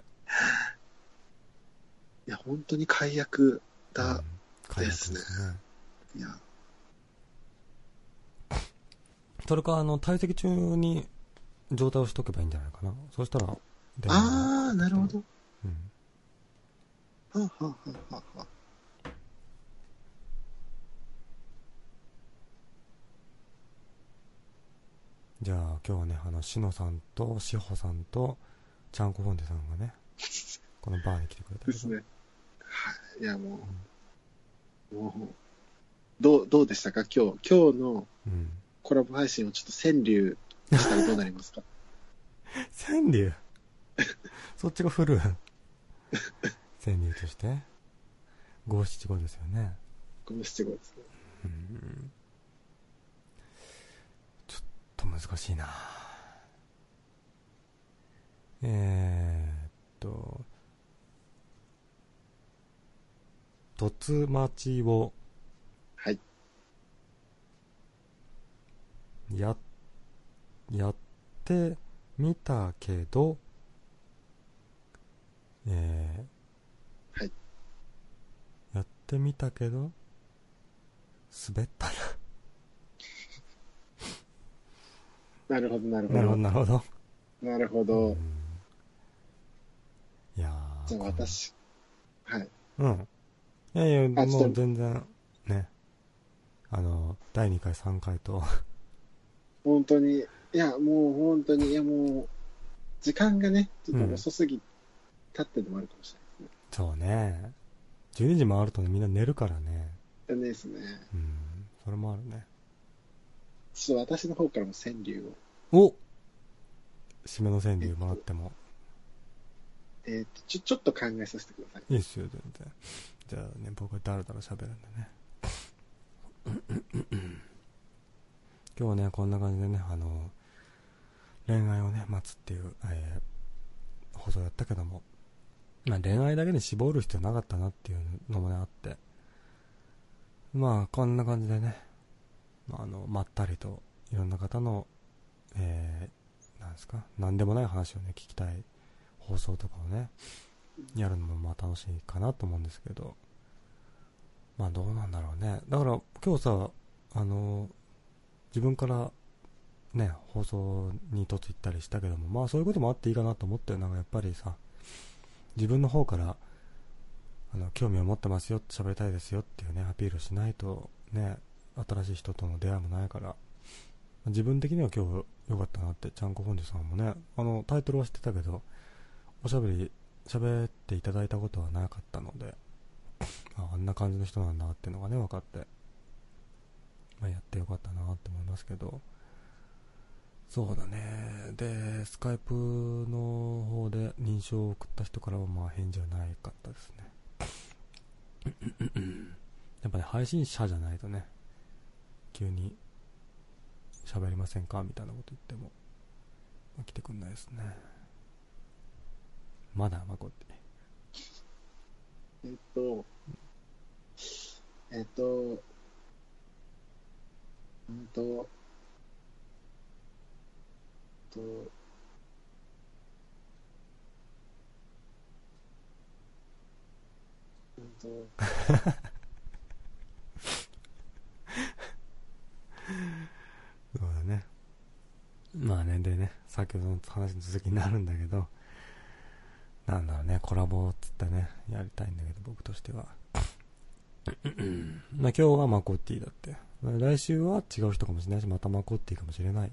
[SPEAKER 1] や、本当に解約
[SPEAKER 2] うん
[SPEAKER 1] だ。、
[SPEAKER 2] 解約ですね。
[SPEAKER 1] いや、
[SPEAKER 2] それか、あの、退席中に状態をしとけばいいんじゃないかな。そうしたら、電話が
[SPEAKER 1] ああ、なるほど。
[SPEAKER 2] うん。
[SPEAKER 1] はあ、はあはあはあはあ、
[SPEAKER 2] じゃあ、今日はね、あの、しのさんと、しほさんと、ちゃんこほんでさんがね、このバーに来てくれたけど
[SPEAKER 1] ですね。はい。いや、もう、もう、どう、どうでしたか今日、今日の
[SPEAKER 2] うん。
[SPEAKER 1] コラボ配信をちょっと川柳したらどうなりますか
[SPEAKER 2] 川柳そっちが振る川柳として五七五ですよね、
[SPEAKER 1] この七五ですね。
[SPEAKER 2] うん、ちょっと難しいなえー、っと「突待ちを
[SPEAKER 1] はい。
[SPEAKER 2] ややってみたけどえー、
[SPEAKER 1] はい
[SPEAKER 2] やってみたけど滑ったな
[SPEAKER 1] なるほど、なるほ
[SPEAKER 2] なるほど
[SPEAKER 1] ど。
[SPEAKER 2] なるほど
[SPEAKER 1] なるほ
[SPEAKER 2] う
[SPEAKER 1] ど
[SPEAKER 2] ん。いやー
[SPEAKER 1] じゃあ私、はい。
[SPEAKER 2] うん。いやいや、
[SPEAKER 1] あちょっ
[SPEAKER 2] も
[SPEAKER 1] と
[SPEAKER 2] う全然、ね。あの、第2回、3回と、
[SPEAKER 1] 本当に、いや、もう本当に、いや、もう、時間がね、ちょっと遅すぎたってのもあるかもしれ
[SPEAKER 2] そうね。12時回るとね、みんな寝るからね。
[SPEAKER 1] ないですね。ですね。
[SPEAKER 2] うん。それもあるね。
[SPEAKER 1] ちょっと私の方からも川柳を。
[SPEAKER 2] お締めの川柳もらっても。
[SPEAKER 1] えっ、と、ちょ、ちょっと考えさせてください。
[SPEAKER 2] いいっすよ、全然。じゃあね、僕はだらだら喋るんでね。今日はね、こんな感じでね、あの、恋愛をね、待つっていう、えー放送やったけども、まあ恋愛だけに絞る必要なかったなっていうのもね、あって。まあ、こんな感じでね、まああの、まったりと、いろんな方の、えー、なんですか、なんでもない話をね、聞きたい放送とかをね、やるのもまあ楽しいかなと思うんですけど、まあどうなんだろうね。だから今日さ、あの、自分からね、放送に突行ったりしたけども、まあそういうこともあっていいかなと思ったよ。なんかやっぱりさ、自分の方から、あの、興味を持ってますよ、喋りたいですよっていうね、アピールしないと、ね、新しい人との出会いもないから、自分的には今日良かったなって、ちゃんこ本庄さんもね、あの、タイトルは知ってたけど、おしゃべり喋っていただいたことはなかったので、 ああんな感じの人なんだっていうのがね、分かって、まあ、やってよかったなって思いますけど、そうだね。で、スカイプの方で認証を送った人からは、まあ、返事はなかったですね。 やっぱね、配信者じゃないとね、急に、喋りませんかみたいなこと言っても、まあ来てくんないですね。まだ、まこって。
[SPEAKER 1] えっと、えっと、うんと、えっと、うんと、
[SPEAKER 2] そうだね。まあね、でね、先ほどの話の続きになるんだけど、なんだろうね、コラボっつってね、やりたいんだけど、僕としては。まあ今日はマコッティだって。まあ来週は違う人かもしれないし、またマコッティかもしれないよ。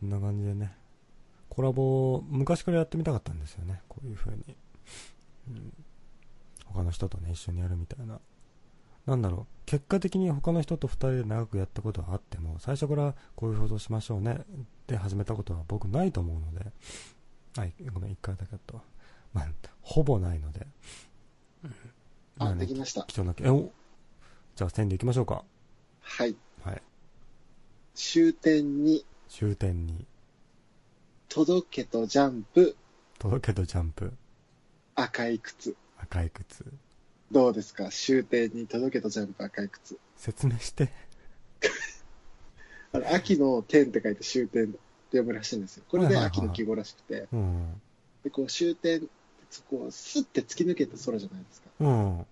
[SPEAKER 2] こんな感じでね、コラボ、昔からやってみたかったんですよね、こういう風に。うん、他の人とね、一緒にやるみたいな。なんだろう、結果的に他の人と2人で長くやったことはあっても、最初からこういうことしましょうねって始めたことは僕ないと思うので、あ、いごめん、1回だけだったわ。まあ、ほぼないので。ま
[SPEAKER 1] あ、で
[SPEAKER 2] ね
[SPEAKER 1] きました。
[SPEAKER 2] 貴重なえおじゃあ線でいきましょうか
[SPEAKER 1] はい。
[SPEAKER 2] はい
[SPEAKER 1] 終点に、
[SPEAKER 2] 終点に
[SPEAKER 1] 届けとジャンプ、
[SPEAKER 2] 届けとジャンプ
[SPEAKER 1] 赤い靴。
[SPEAKER 2] 赤い靴
[SPEAKER 1] どうですか終点に届けとジャンプ、赤い靴。
[SPEAKER 2] 説明して
[SPEAKER 1] あの秋の天って書いて終点って読むらしいんですよ。これ
[SPEAKER 2] はい
[SPEAKER 1] で
[SPEAKER 2] はいはい
[SPEAKER 1] 秋の季語らしくて、
[SPEAKER 2] うん
[SPEAKER 1] でこう終点ってこうスッて突き抜けた空じゃないですか。
[SPEAKER 2] うん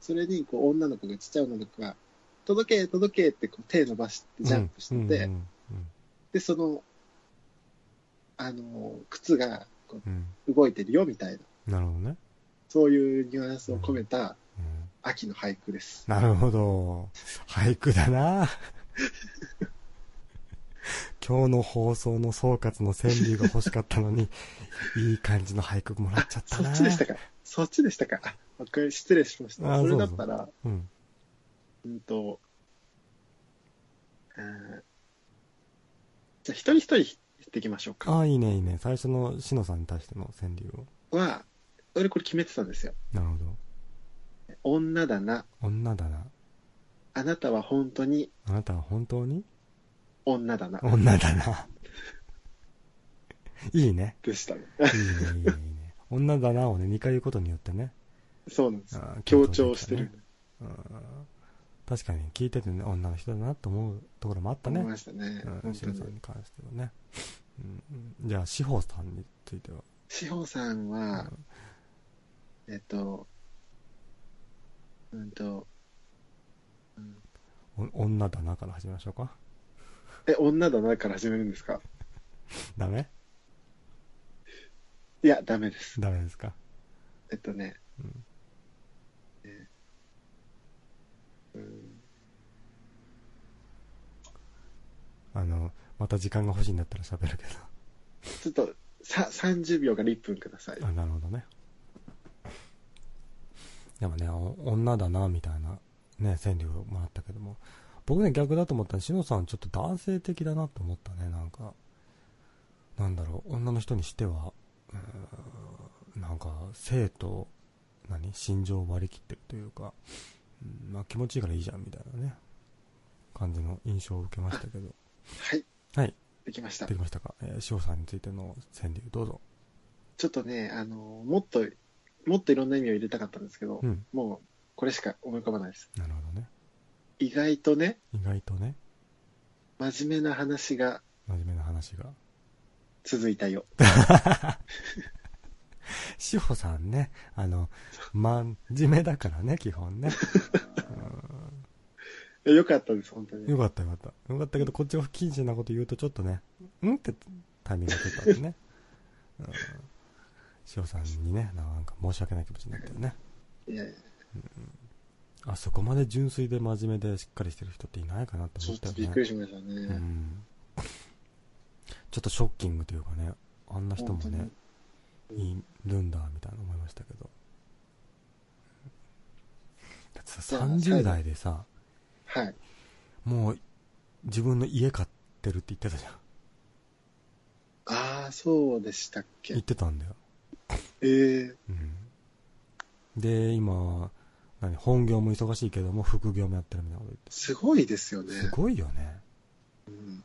[SPEAKER 1] それにこう女の子がちっちゃい女の子が届け届けってこう手伸ばしてジャンプしてて、
[SPEAKER 2] うん
[SPEAKER 1] でそのあのー靴がこ
[SPEAKER 2] うん、うん
[SPEAKER 1] う動いてるよみたいな
[SPEAKER 2] うん、なるほどね、
[SPEAKER 1] そういうニュアンスを込めた
[SPEAKER 2] うん、
[SPEAKER 1] 秋の俳句です。
[SPEAKER 2] なるほど俳句だな 今日の放送の総括の川柳が欲しかった のにいい感じの俳句もらっちゃった
[SPEAKER 1] そ
[SPEAKER 2] な
[SPEAKER 1] っちでしたかそっちでしたかあわかり失礼しました。
[SPEAKER 2] あ
[SPEAKER 1] それ
[SPEAKER 2] そう
[SPEAKER 1] だ
[SPEAKER 2] そう
[SPEAKER 1] ったら、
[SPEAKER 2] うん
[SPEAKER 1] うんと、えーじゃあ一人一人言っていきましょうか。
[SPEAKER 2] ああいいねいいね最初のしのさんに対しての川柳を
[SPEAKER 1] は、俺これ決めてたんですよ。
[SPEAKER 2] なるほど
[SPEAKER 1] 女だな。
[SPEAKER 2] 女だな
[SPEAKER 1] あなたは本当に
[SPEAKER 2] あなたは本当に
[SPEAKER 1] 女だな。
[SPEAKER 2] 女だな。いいね。
[SPEAKER 1] でしたね。
[SPEAKER 2] いいね、いいね、いいね。女だなをね、2回言うことによってね。
[SPEAKER 1] そうなんですよ。
[SPEAKER 2] あー
[SPEAKER 1] 強調してる。。
[SPEAKER 2] うん確かに聞いててね、女の人だなと思うところもあった
[SPEAKER 1] 思
[SPEAKER 2] ね
[SPEAKER 1] い。ましたね。
[SPEAKER 2] う
[SPEAKER 1] 本
[SPEAKER 2] ん、
[SPEAKER 1] 当
[SPEAKER 2] しのさん
[SPEAKER 1] に。
[SPEAKER 2] に関してはね。うんうんじゃあ、志保さんについては。
[SPEAKER 1] 志保さんは、えっと、うんと、
[SPEAKER 2] うんお女だなから始めましょうか。
[SPEAKER 1] え、女だなから始めるんですか
[SPEAKER 2] ダメ
[SPEAKER 1] いや、ダメです。
[SPEAKER 2] ダメですか
[SPEAKER 1] えっとね、
[SPEAKER 2] うん
[SPEAKER 1] えーうん
[SPEAKER 2] あの、また時間が欲しいんだったら喋るけ
[SPEAKER 1] ちょっとさ30秒から1分ください
[SPEAKER 2] ど。。あ、なるほどね。でもね、お女だな、みたいな、ね、川柳をもらったけども。僕ね、逆だと思ったら、しのさんちょっと男性的だなと思ったね、なんか。なんだろう、女の人にしては、うーんなんか、性と、何心情を割り切ってるというか、うんまあ気持ちいいからいいじゃん、みたいなね、感じの印象を受けました けど。
[SPEAKER 1] はい、
[SPEAKER 2] はい、
[SPEAKER 1] できました
[SPEAKER 2] で。きましたか。えー、しおさんについての川柳、どうぞ。
[SPEAKER 1] ちょっとね、あの、もっと、もっといろんな意味を入れたかったんですけど、
[SPEAKER 2] うん、
[SPEAKER 1] もう、これしか思い浮かばないです。
[SPEAKER 2] なるほどね。
[SPEAKER 1] 意外とね、
[SPEAKER 2] 意外とね、
[SPEAKER 1] 真面目な話が
[SPEAKER 2] 真面目な話が。
[SPEAKER 1] 続いたよ。
[SPEAKER 2] 志保さんね、あの、真面目だからね、基本ね。
[SPEAKER 1] えよかったです、本当
[SPEAKER 2] よ
[SPEAKER 1] に。
[SPEAKER 2] かったよかった。よかったけど、こっちが不謹慎なこと言うとちょっとね、んってタイミングが出たんでね。うん志保さんにね、なんか申し訳ない気持ちになったよね。
[SPEAKER 1] いやいや、
[SPEAKER 2] あそこまで純粋で真面目でしっかりしてる人っていないかなって
[SPEAKER 1] ちょ
[SPEAKER 2] 思っ
[SPEAKER 1] ったとび
[SPEAKER 2] よ
[SPEAKER 1] っ
[SPEAKER 2] ね
[SPEAKER 1] く。りしましたね。
[SPEAKER 2] うんちょっとショッキングというかね、あんな人も
[SPEAKER 1] 本当
[SPEAKER 2] ね
[SPEAKER 1] に、
[SPEAKER 2] いるんだみたいな思いましたけどだってさ
[SPEAKER 1] じゃあ最
[SPEAKER 2] 30
[SPEAKER 1] 後
[SPEAKER 2] 代でさ
[SPEAKER 1] はい。
[SPEAKER 2] もう自分の家買ってるって言ってたじゃん
[SPEAKER 1] ああ、そうでしたっ
[SPEAKER 2] 言っ
[SPEAKER 1] け。
[SPEAKER 2] てたんだよ、
[SPEAKER 1] ええ
[SPEAKER 2] うん、で今何本業も忙しいけども副業もやってるみたいなこと言
[SPEAKER 1] すごいですよね
[SPEAKER 2] っ。てすごいよね
[SPEAKER 1] うん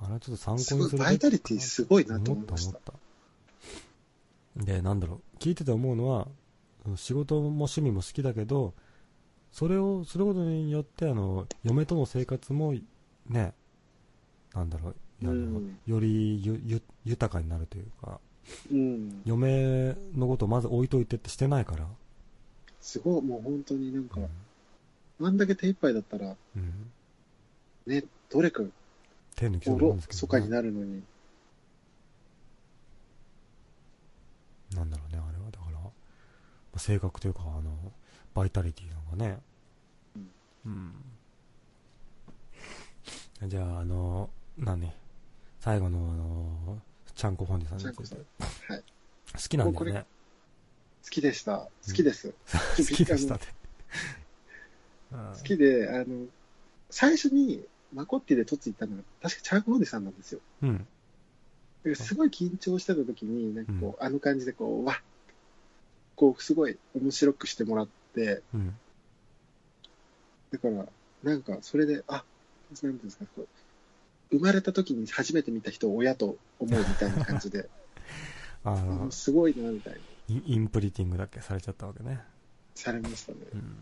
[SPEAKER 2] あれはちょっと参考に
[SPEAKER 1] す
[SPEAKER 2] す
[SPEAKER 1] ごい、
[SPEAKER 2] るべき
[SPEAKER 1] バイタリティすごいなと思
[SPEAKER 2] 思っ
[SPEAKER 1] い
[SPEAKER 2] た
[SPEAKER 1] ま
[SPEAKER 2] 思
[SPEAKER 1] し。
[SPEAKER 2] ったたでなんだろう聞いてて思うのはその仕事も趣味も好きだけどそれをすることによってあの嫁との生活もねなんだろうあの、
[SPEAKER 1] うん
[SPEAKER 2] よりゆゆ豊かになるというか
[SPEAKER 1] うん。
[SPEAKER 2] 嫁のことをまず置いといてってしてないから、
[SPEAKER 1] すごい、もう本当になんか
[SPEAKER 2] うん、
[SPEAKER 1] あんだけ手一杯だったら、
[SPEAKER 2] うん
[SPEAKER 1] ね、どれか
[SPEAKER 2] 手抜きそ
[SPEAKER 1] お
[SPEAKER 2] うになる
[SPEAKER 1] ろ
[SPEAKER 2] んです
[SPEAKER 1] そ
[SPEAKER 2] け
[SPEAKER 1] か
[SPEAKER 2] ど
[SPEAKER 1] に
[SPEAKER 2] ね、
[SPEAKER 1] なるのに。
[SPEAKER 2] なんだろうねあれはだから、まあ性格というかあのバイタリティなんかねうん、じゃああの何最後のあのちゃんこ本人さんについ
[SPEAKER 1] ちゃ
[SPEAKER 2] て
[SPEAKER 1] んこさんはい
[SPEAKER 2] 好きなんだよ
[SPEAKER 1] も
[SPEAKER 2] ね
[SPEAKER 1] 好きでした。好きです。
[SPEAKER 2] 好き でしたね
[SPEAKER 1] 好きで、あの、最初にマコッティでとついたのは、確かチャーコおじさんなんですよ。
[SPEAKER 2] うんうん
[SPEAKER 1] だからすごい緊張してた時に、なんかこう、あの感じでこう、わっこう、すごい面白くしてもらって、
[SPEAKER 2] うん
[SPEAKER 1] だから、なんか、それで、あ、なんていうんですか、こう、生まれた時に初めて見た人を親と思うみたいな感じで、
[SPEAKER 2] あ
[SPEAKER 1] う
[SPEAKER 2] の
[SPEAKER 1] んすごいな、みたいな、
[SPEAKER 2] インインプリティングだけされちゃったわけね、
[SPEAKER 1] されましたね。
[SPEAKER 2] うん、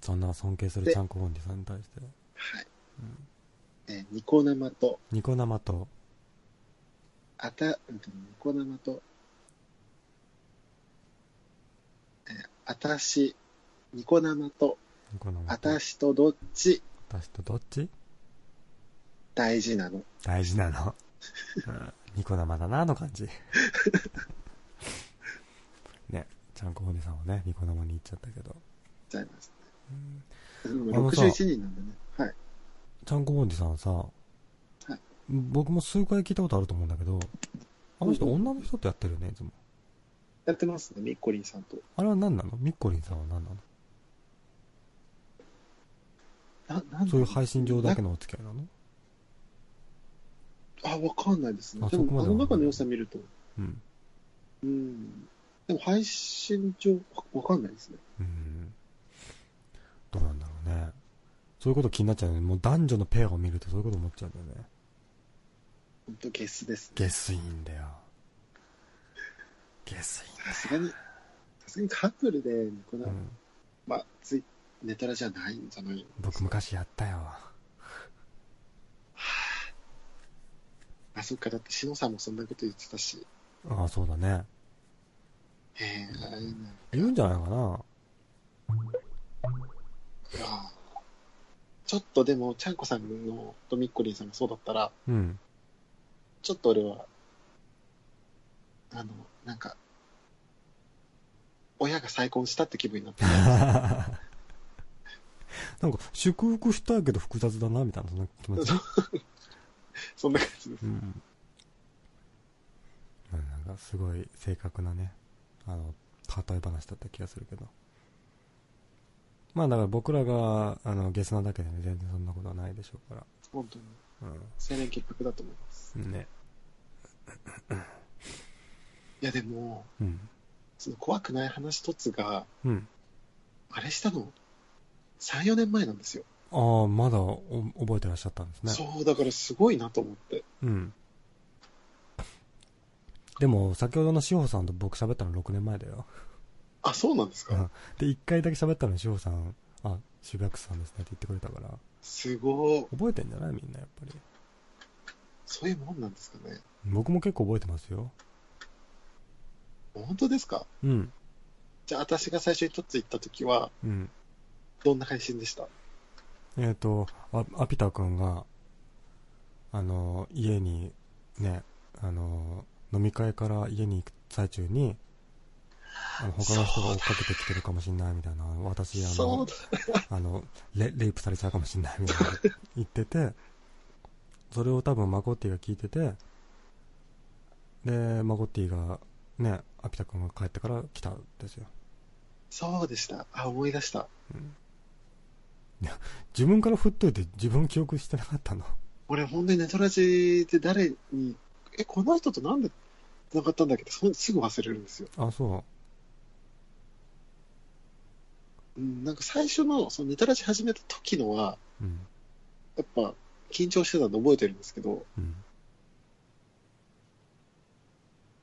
[SPEAKER 2] そんな尊敬する
[SPEAKER 1] で
[SPEAKER 2] ちゃんこ本人さんに対して、
[SPEAKER 1] はい。
[SPEAKER 2] うん、
[SPEAKER 1] えーニコ生と、
[SPEAKER 2] ニコ生と
[SPEAKER 1] あた、うんと、ニコ生と、えーあたし、ニコ生と、
[SPEAKER 2] ニコ生
[SPEAKER 1] あ
[SPEAKER 2] と
[SPEAKER 1] たしとどっち
[SPEAKER 2] 私とどっち
[SPEAKER 1] 大事なの。
[SPEAKER 2] 大事なの、うん、ニコ生だなあの感じ ねちゃんこ本人さんはねニコ生に行っちゃったけど
[SPEAKER 1] ちゃいます。
[SPEAKER 2] うん
[SPEAKER 1] 今
[SPEAKER 2] あのさ
[SPEAKER 1] 61人なんでね。はい。
[SPEAKER 2] ちゃんこボンディさんさ、
[SPEAKER 1] い
[SPEAKER 2] 僕も数回聞いたことあると思うんだけど、あの人
[SPEAKER 1] うんうん
[SPEAKER 2] 女の人とやってるよね、いつも。
[SPEAKER 1] やってますね、みっこりんさんと。
[SPEAKER 2] あれは何なのミッコリンさんは何なの
[SPEAKER 1] な、なん
[SPEAKER 2] そういう配信上だけのお付き合いなの
[SPEAKER 1] あ、わかんないですね
[SPEAKER 2] あ。
[SPEAKER 1] で
[SPEAKER 2] そこま
[SPEAKER 1] も、
[SPEAKER 2] で
[SPEAKER 1] あ
[SPEAKER 2] は
[SPEAKER 1] の中の良さ見ると。
[SPEAKER 2] うん。
[SPEAKER 1] うん。でも、配信上、わかんないですね。
[SPEAKER 2] うん。どうなんだろうね。そういうこと気になっちゃうよね。もう男女のペアを見るとそういうこと思っちゃうんだよね。
[SPEAKER 1] ほんと、ゲスですね。
[SPEAKER 2] 下水んだよ。下水
[SPEAKER 1] さすがに、さすがにカップルで、この、
[SPEAKER 2] うん。
[SPEAKER 1] まあ、つい、ネタラじゃないんじゃない
[SPEAKER 2] 僕昔やったよ。
[SPEAKER 1] あ、そっか、だって、しのさんもそんなこと言ってたし。
[SPEAKER 2] ああ、そうだね。
[SPEAKER 1] へえ、あれな。
[SPEAKER 2] 言うんじゃないかな。
[SPEAKER 1] あーちょっとでも、ちゃんこさんのとみっこりんさんがそうだったら、
[SPEAKER 2] うん。
[SPEAKER 1] ちょっと俺は、あの、なんか、親が再婚したって気分になってる。
[SPEAKER 2] なんか、祝福したいけど複雑だな、みたいな、そんな気持ち。
[SPEAKER 1] そんな感じです。
[SPEAKER 2] うん。なんか、すごい正確なね、あの、例え話だった気がするけど。まあ、だから僕らが、あの、ゲスなだけでね、全然そんなことはないでしょうか
[SPEAKER 1] 本当に。
[SPEAKER 2] ら。
[SPEAKER 1] 青年潔白だと思います。
[SPEAKER 2] うん。ね。
[SPEAKER 1] いや、でも、
[SPEAKER 2] うん。
[SPEAKER 1] その怖くない話一つが、
[SPEAKER 2] うん。
[SPEAKER 1] あれしたの、3、4年前なんですよ。
[SPEAKER 2] ああ、まだお覚えてらっしゃったんですね。
[SPEAKER 1] そう、だからすごいなと思って。
[SPEAKER 2] うん。でも、先ほどの志保さんと僕喋ったの6年前だよ。
[SPEAKER 1] あ、そうなんですか、
[SPEAKER 2] うんで、1回だけ喋ったのに志保さん、あ、シュビャクスさんですねって言ってくれたから、
[SPEAKER 1] すごい。
[SPEAKER 2] 覚えてんじゃないみんなやっぱり。
[SPEAKER 1] そういうもんなんですかね。
[SPEAKER 2] 僕も結構覚えてますよ。
[SPEAKER 1] 本当ですか
[SPEAKER 2] うん。
[SPEAKER 1] じゃあ、私が最初にとっつ行った時は、
[SPEAKER 2] うん。
[SPEAKER 1] どんな配信でした
[SPEAKER 2] えっ、と、あアピタ君が、あの、家に、ね、あの、飲み会から家に行く最中に、あの他の人が追っかけてきてるかもしんないみたいな、私、あ
[SPEAKER 1] そ
[SPEAKER 2] の
[SPEAKER 1] うだ、。
[SPEAKER 2] あのレ、レイプされちゃうかもしんないみたい な言ってて、それを多分マコッティが聞いてて、で、マゴッティが、ね、アピタ君が帰ってから来たんですよ。
[SPEAKER 1] そうでした。あ、思い出した。
[SPEAKER 2] 自分から振っといて自分記憶してなかったの。
[SPEAKER 1] 俺、本当にネトラジで誰に、え、この人となんで繋がったんだっけど、そすぐ忘れるんですよ。
[SPEAKER 2] あ、そ
[SPEAKER 1] うん、なんか最初の、そのネトラジ始めた時のは、
[SPEAKER 2] う。うん。
[SPEAKER 1] やっぱ、緊張してたの覚えてるんですけど、っ
[SPEAKER 2] うん。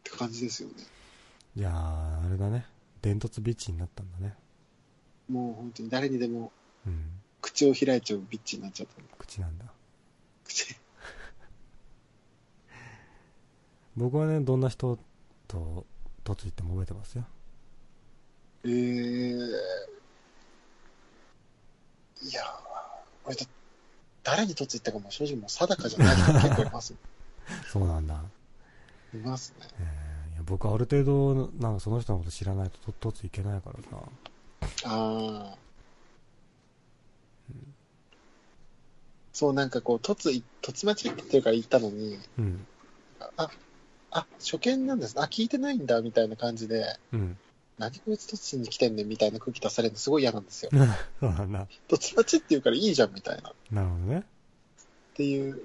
[SPEAKER 1] て感じですよね。
[SPEAKER 2] いやー、あれだね。伝突ビッチになったんだね。
[SPEAKER 1] もう本当に誰にでも
[SPEAKER 2] うん。
[SPEAKER 1] 口を開いちゃうビッチになっちゃったんだ。
[SPEAKER 2] 口なんだ。
[SPEAKER 1] 口。
[SPEAKER 2] 僕はね、どんな人と、とついても覚えてます よ。
[SPEAKER 1] えー、いやー、俺だ、誰にとついったかも正直もう定かじゃない人結構います。
[SPEAKER 2] そうなんだ。
[SPEAKER 1] いますね。
[SPEAKER 2] えー、いや僕はある程度、なんかその人のこと知らないとと、とついけないからさ。
[SPEAKER 1] ああ。そう、なんかこう、とつい、とつまちっていうから言ったのに、
[SPEAKER 2] うん。
[SPEAKER 1] あ、あ、初見なんです。あ、聞いてないんだ、みたいな感じで、
[SPEAKER 2] うん。
[SPEAKER 1] 何こいつとつに来てんねん、みたいな空気出されるのすごい嫌なんですよ。
[SPEAKER 2] そうなんだ。
[SPEAKER 1] とつまちっていうからいいじゃん、みたいな。っ
[SPEAKER 2] なるほどね。
[SPEAKER 1] ていう、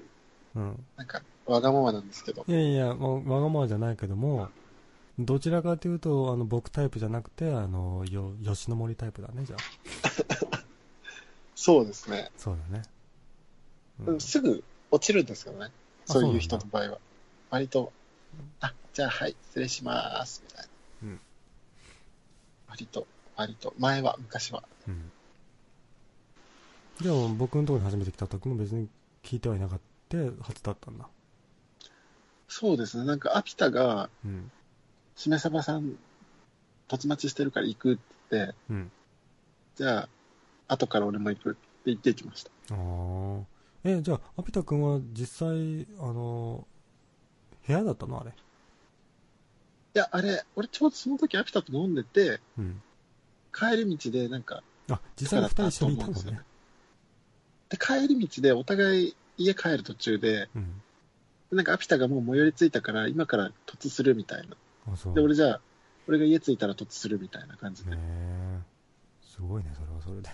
[SPEAKER 2] うん。
[SPEAKER 1] なんか、わがままなんですけど。
[SPEAKER 2] いやいや、ま、わがままじゃないけども、どちらかというと、あの、僕タイプじゃなくて、あの、よ、吉野森タイプだね、じゃあ。
[SPEAKER 1] そうですね。
[SPEAKER 2] そうだね。う
[SPEAKER 1] うんん、すぐ落ちるんですけどね。
[SPEAKER 2] あ
[SPEAKER 1] そういう
[SPEAKER 2] そう
[SPEAKER 1] 人
[SPEAKER 2] な
[SPEAKER 1] の
[SPEAKER 2] ん
[SPEAKER 1] 場合は。割と、あ、じゃあはい、失礼します、みたいな。
[SPEAKER 2] うん
[SPEAKER 1] 割と、割と、前は、昔は。
[SPEAKER 2] うん。でも、僕のところに初めて来た時も別に聞いてはいなかった、初だったんだ。
[SPEAKER 1] そうですね、なんか、秋田が、
[SPEAKER 2] うん。
[SPEAKER 1] しめさばさん、突待ちしてるから行くって言って、
[SPEAKER 2] うん。
[SPEAKER 1] じゃあ、後から俺も行くって言って行きました。
[SPEAKER 2] ああ。え、じゃあ、アピタ君は実際、あの、部屋だったのあれ。
[SPEAKER 1] いや、あれ、俺ちょうどその時秋田と飲んでて、
[SPEAKER 2] うん。
[SPEAKER 1] 帰り道で、なんか、
[SPEAKER 2] あ、実際に二人一緒にいたの
[SPEAKER 1] そうだ
[SPEAKER 2] ね
[SPEAKER 1] っ。で帰り道でお互い家帰る途中で、
[SPEAKER 2] うん。
[SPEAKER 1] なんか、アピタがもう最寄り着いたから、今から突するみたいな。
[SPEAKER 2] あ、そう。
[SPEAKER 1] で、
[SPEAKER 2] ね
[SPEAKER 1] 俺じゃあ、俺が家着いたら突するみたいな感じで、
[SPEAKER 2] え。すごいね、それはそれで。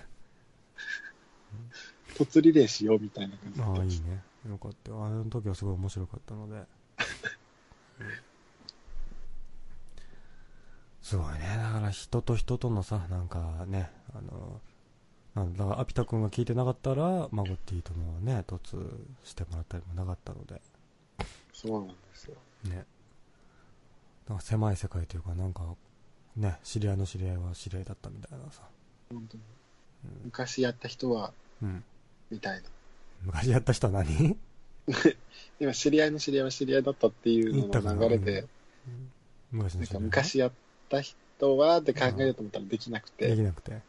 [SPEAKER 1] 突リレーしようみたいな感じで。
[SPEAKER 2] ああ、いいね。よかった。あの時はすごい面白かったので。うんすごいね。だから人と人とのさ、なんかね、あの、なんだだから、アピタ君が聞いてなかったら、マゴッティとのね、突してもらったりもなかったので、
[SPEAKER 1] そうなんですよ。
[SPEAKER 2] ね。なんか狭い世界というか、なんか、ね、知り合いの知り合いは知り合いだったみたいなさ。
[SPEAKER 1] 本当に。
[SPEAKER 2] うん。
[SPEAKER 1] 昔やった人は、
[SPEAKER 2] うん、
[SPEAKER 1] みたいな。
[SPEAKER 2] 昔やった人は何
[SPEAKER 1] 今、知り合いの知り合いは知り合いだったっていうのの流れで、
[SPEAKER 2] 昔
[SPEAKER 1] な
[SPEAKER 2] の
[SPEAKER 1] ん
[SPEAKER 2] 知り
[SPEAKER 1] か
[SPEAKER 2] 合いは
[SPEAKER 1] 昔やった人はって考えようと思ったらできなく
[SPEAKER 2] でき
[SPEAKER 1] て、
[SPEAKER 2] なくて。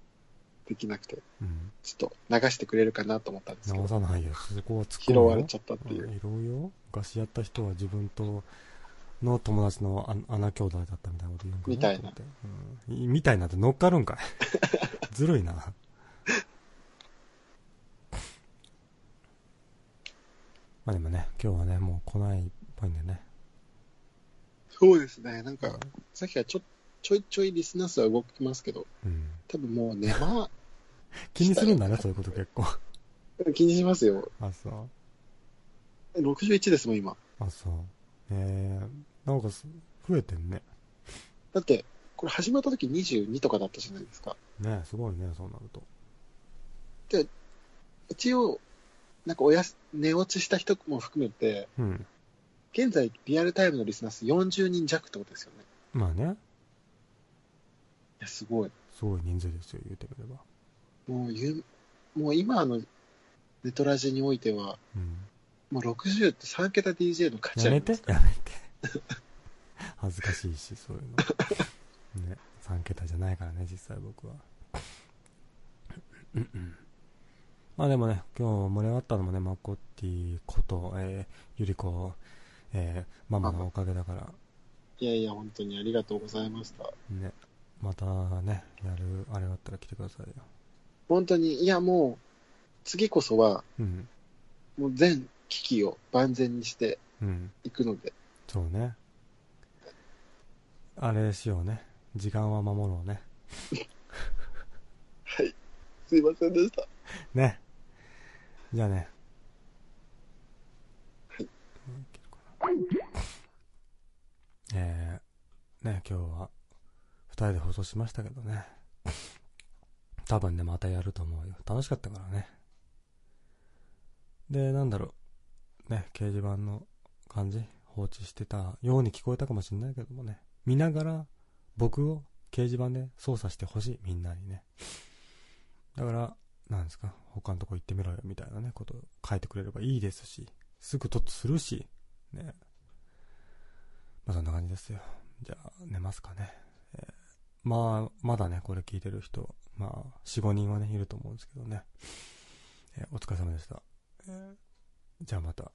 [SPEAKER 1] できなくて、
[SPEAKER 2] うん。
[SPEAKER 1] ちょっと流してくれるかなと思ったんですけど、
[SPEAKER 2] 直さないよ。そこは突っ込
[SPEAKER 1] 拾
[SPEAKER 2] むよ
[SPEAKER 1] われちゃったっていう。
[SPEAKER 2] いろいろ昔やった人は自分との友達のあ穴兄弟だったみたいなこと言うんかな
[SPEAKER 1] みたいな
[SPEAKER 2] と思って、うんいみたいなって乗っかるんか いずるいなまあでもね今日はねもう来ないっぽいんでね
[SPEAKER 1] そうですね。なんか、さっきからちょちょいちょいリスナー数は動きますけど、
[SPEAKER 2] うん
[SPEAKER 1] 多分もう寝ま、
[SPEAKER 2] 気にするんだねそういうこと結 構
[SPEAKER 1] 気にしますよ。
[SPEAKER 2] あそう
[SPEAKER 1] 61ですもん、今。
[SPEAKER 2] あそうえー、なんかす増えてんね
[SPEAKER 1] だって、これ始まった時22とかだったじゃないですか。
[SPEAKER 2] ねすごいねそうなると
[SPEAKER 1] 一応、なんかおやす、寝落ちした人も含めて、
[SPEAKER 2] うん
[SPEAKER 1] 現在リアルタイムのリスナー数40人弱ってことですよね。
[SPEAKER 2] まあね
[SPEAKER 1] いや、すごい。
[SPEAKER 2] すごい人数ですよ言うてみれば
[SPEAKER 1] もうゆ、もう今のネトラジにおいては、
[SPEAKER 2] うん
[SPEAKER 1] もう60って3桁 DJ の価値
[SPEAKER 2] や
[SPEAKER 1] あ
[SPEAKER 2] め
[SPEAKER 1] る
[SPEAKER 2] て、やめて。恥ずかしいし、そういうの。ね、3桁じゃないからね、実際僕は。うんうんまあでもね、今日盛り上がったのもね、マコッティこと、えー、ゆりこ、えー、ママのおかげだから、
[SPEAKER 1] いやいや、本当にありがとうございました。
[SPEAKER 2] ね、またね、やる、あれがあったら来てくださいよ。
[SPEAKER 1] 本当に、いやもう、次こそは、
[SPEAKER 2] うん、
[SPEAKER 1] もう全機器を万全にして
[SPEAKER 2] うん、
[SPEAKER 1] いくので、
[SPEAKER 2] そうね。あれしようね。時間は守ろうね。
[SPEAKER 1] すいませんでした。
[SPEAKER 2] ね。じゃあね。えー、ね、今日は、二人で放送しましたけどね。多分ね、またやると思うよ。楽しかったからね。で、なんだろう。ね、掲示板の感じ、放置してたように聞こえたかもしれないけどもね。見ながら、僕を掲示板で操作してほしい、みんなにね。だから、なんですか、他のとこ行ってみろよみたいなね、ことを書いてくれればいいですし、すぐとっとするし、ね。まあそんな感じですよ。じゃあ、寝ますかね。えーまあ、まだね、これ聞いてる人、まあ、4、5人はね、いると思うんですけどね。えーお疲れ様でした。えーじゃあまた、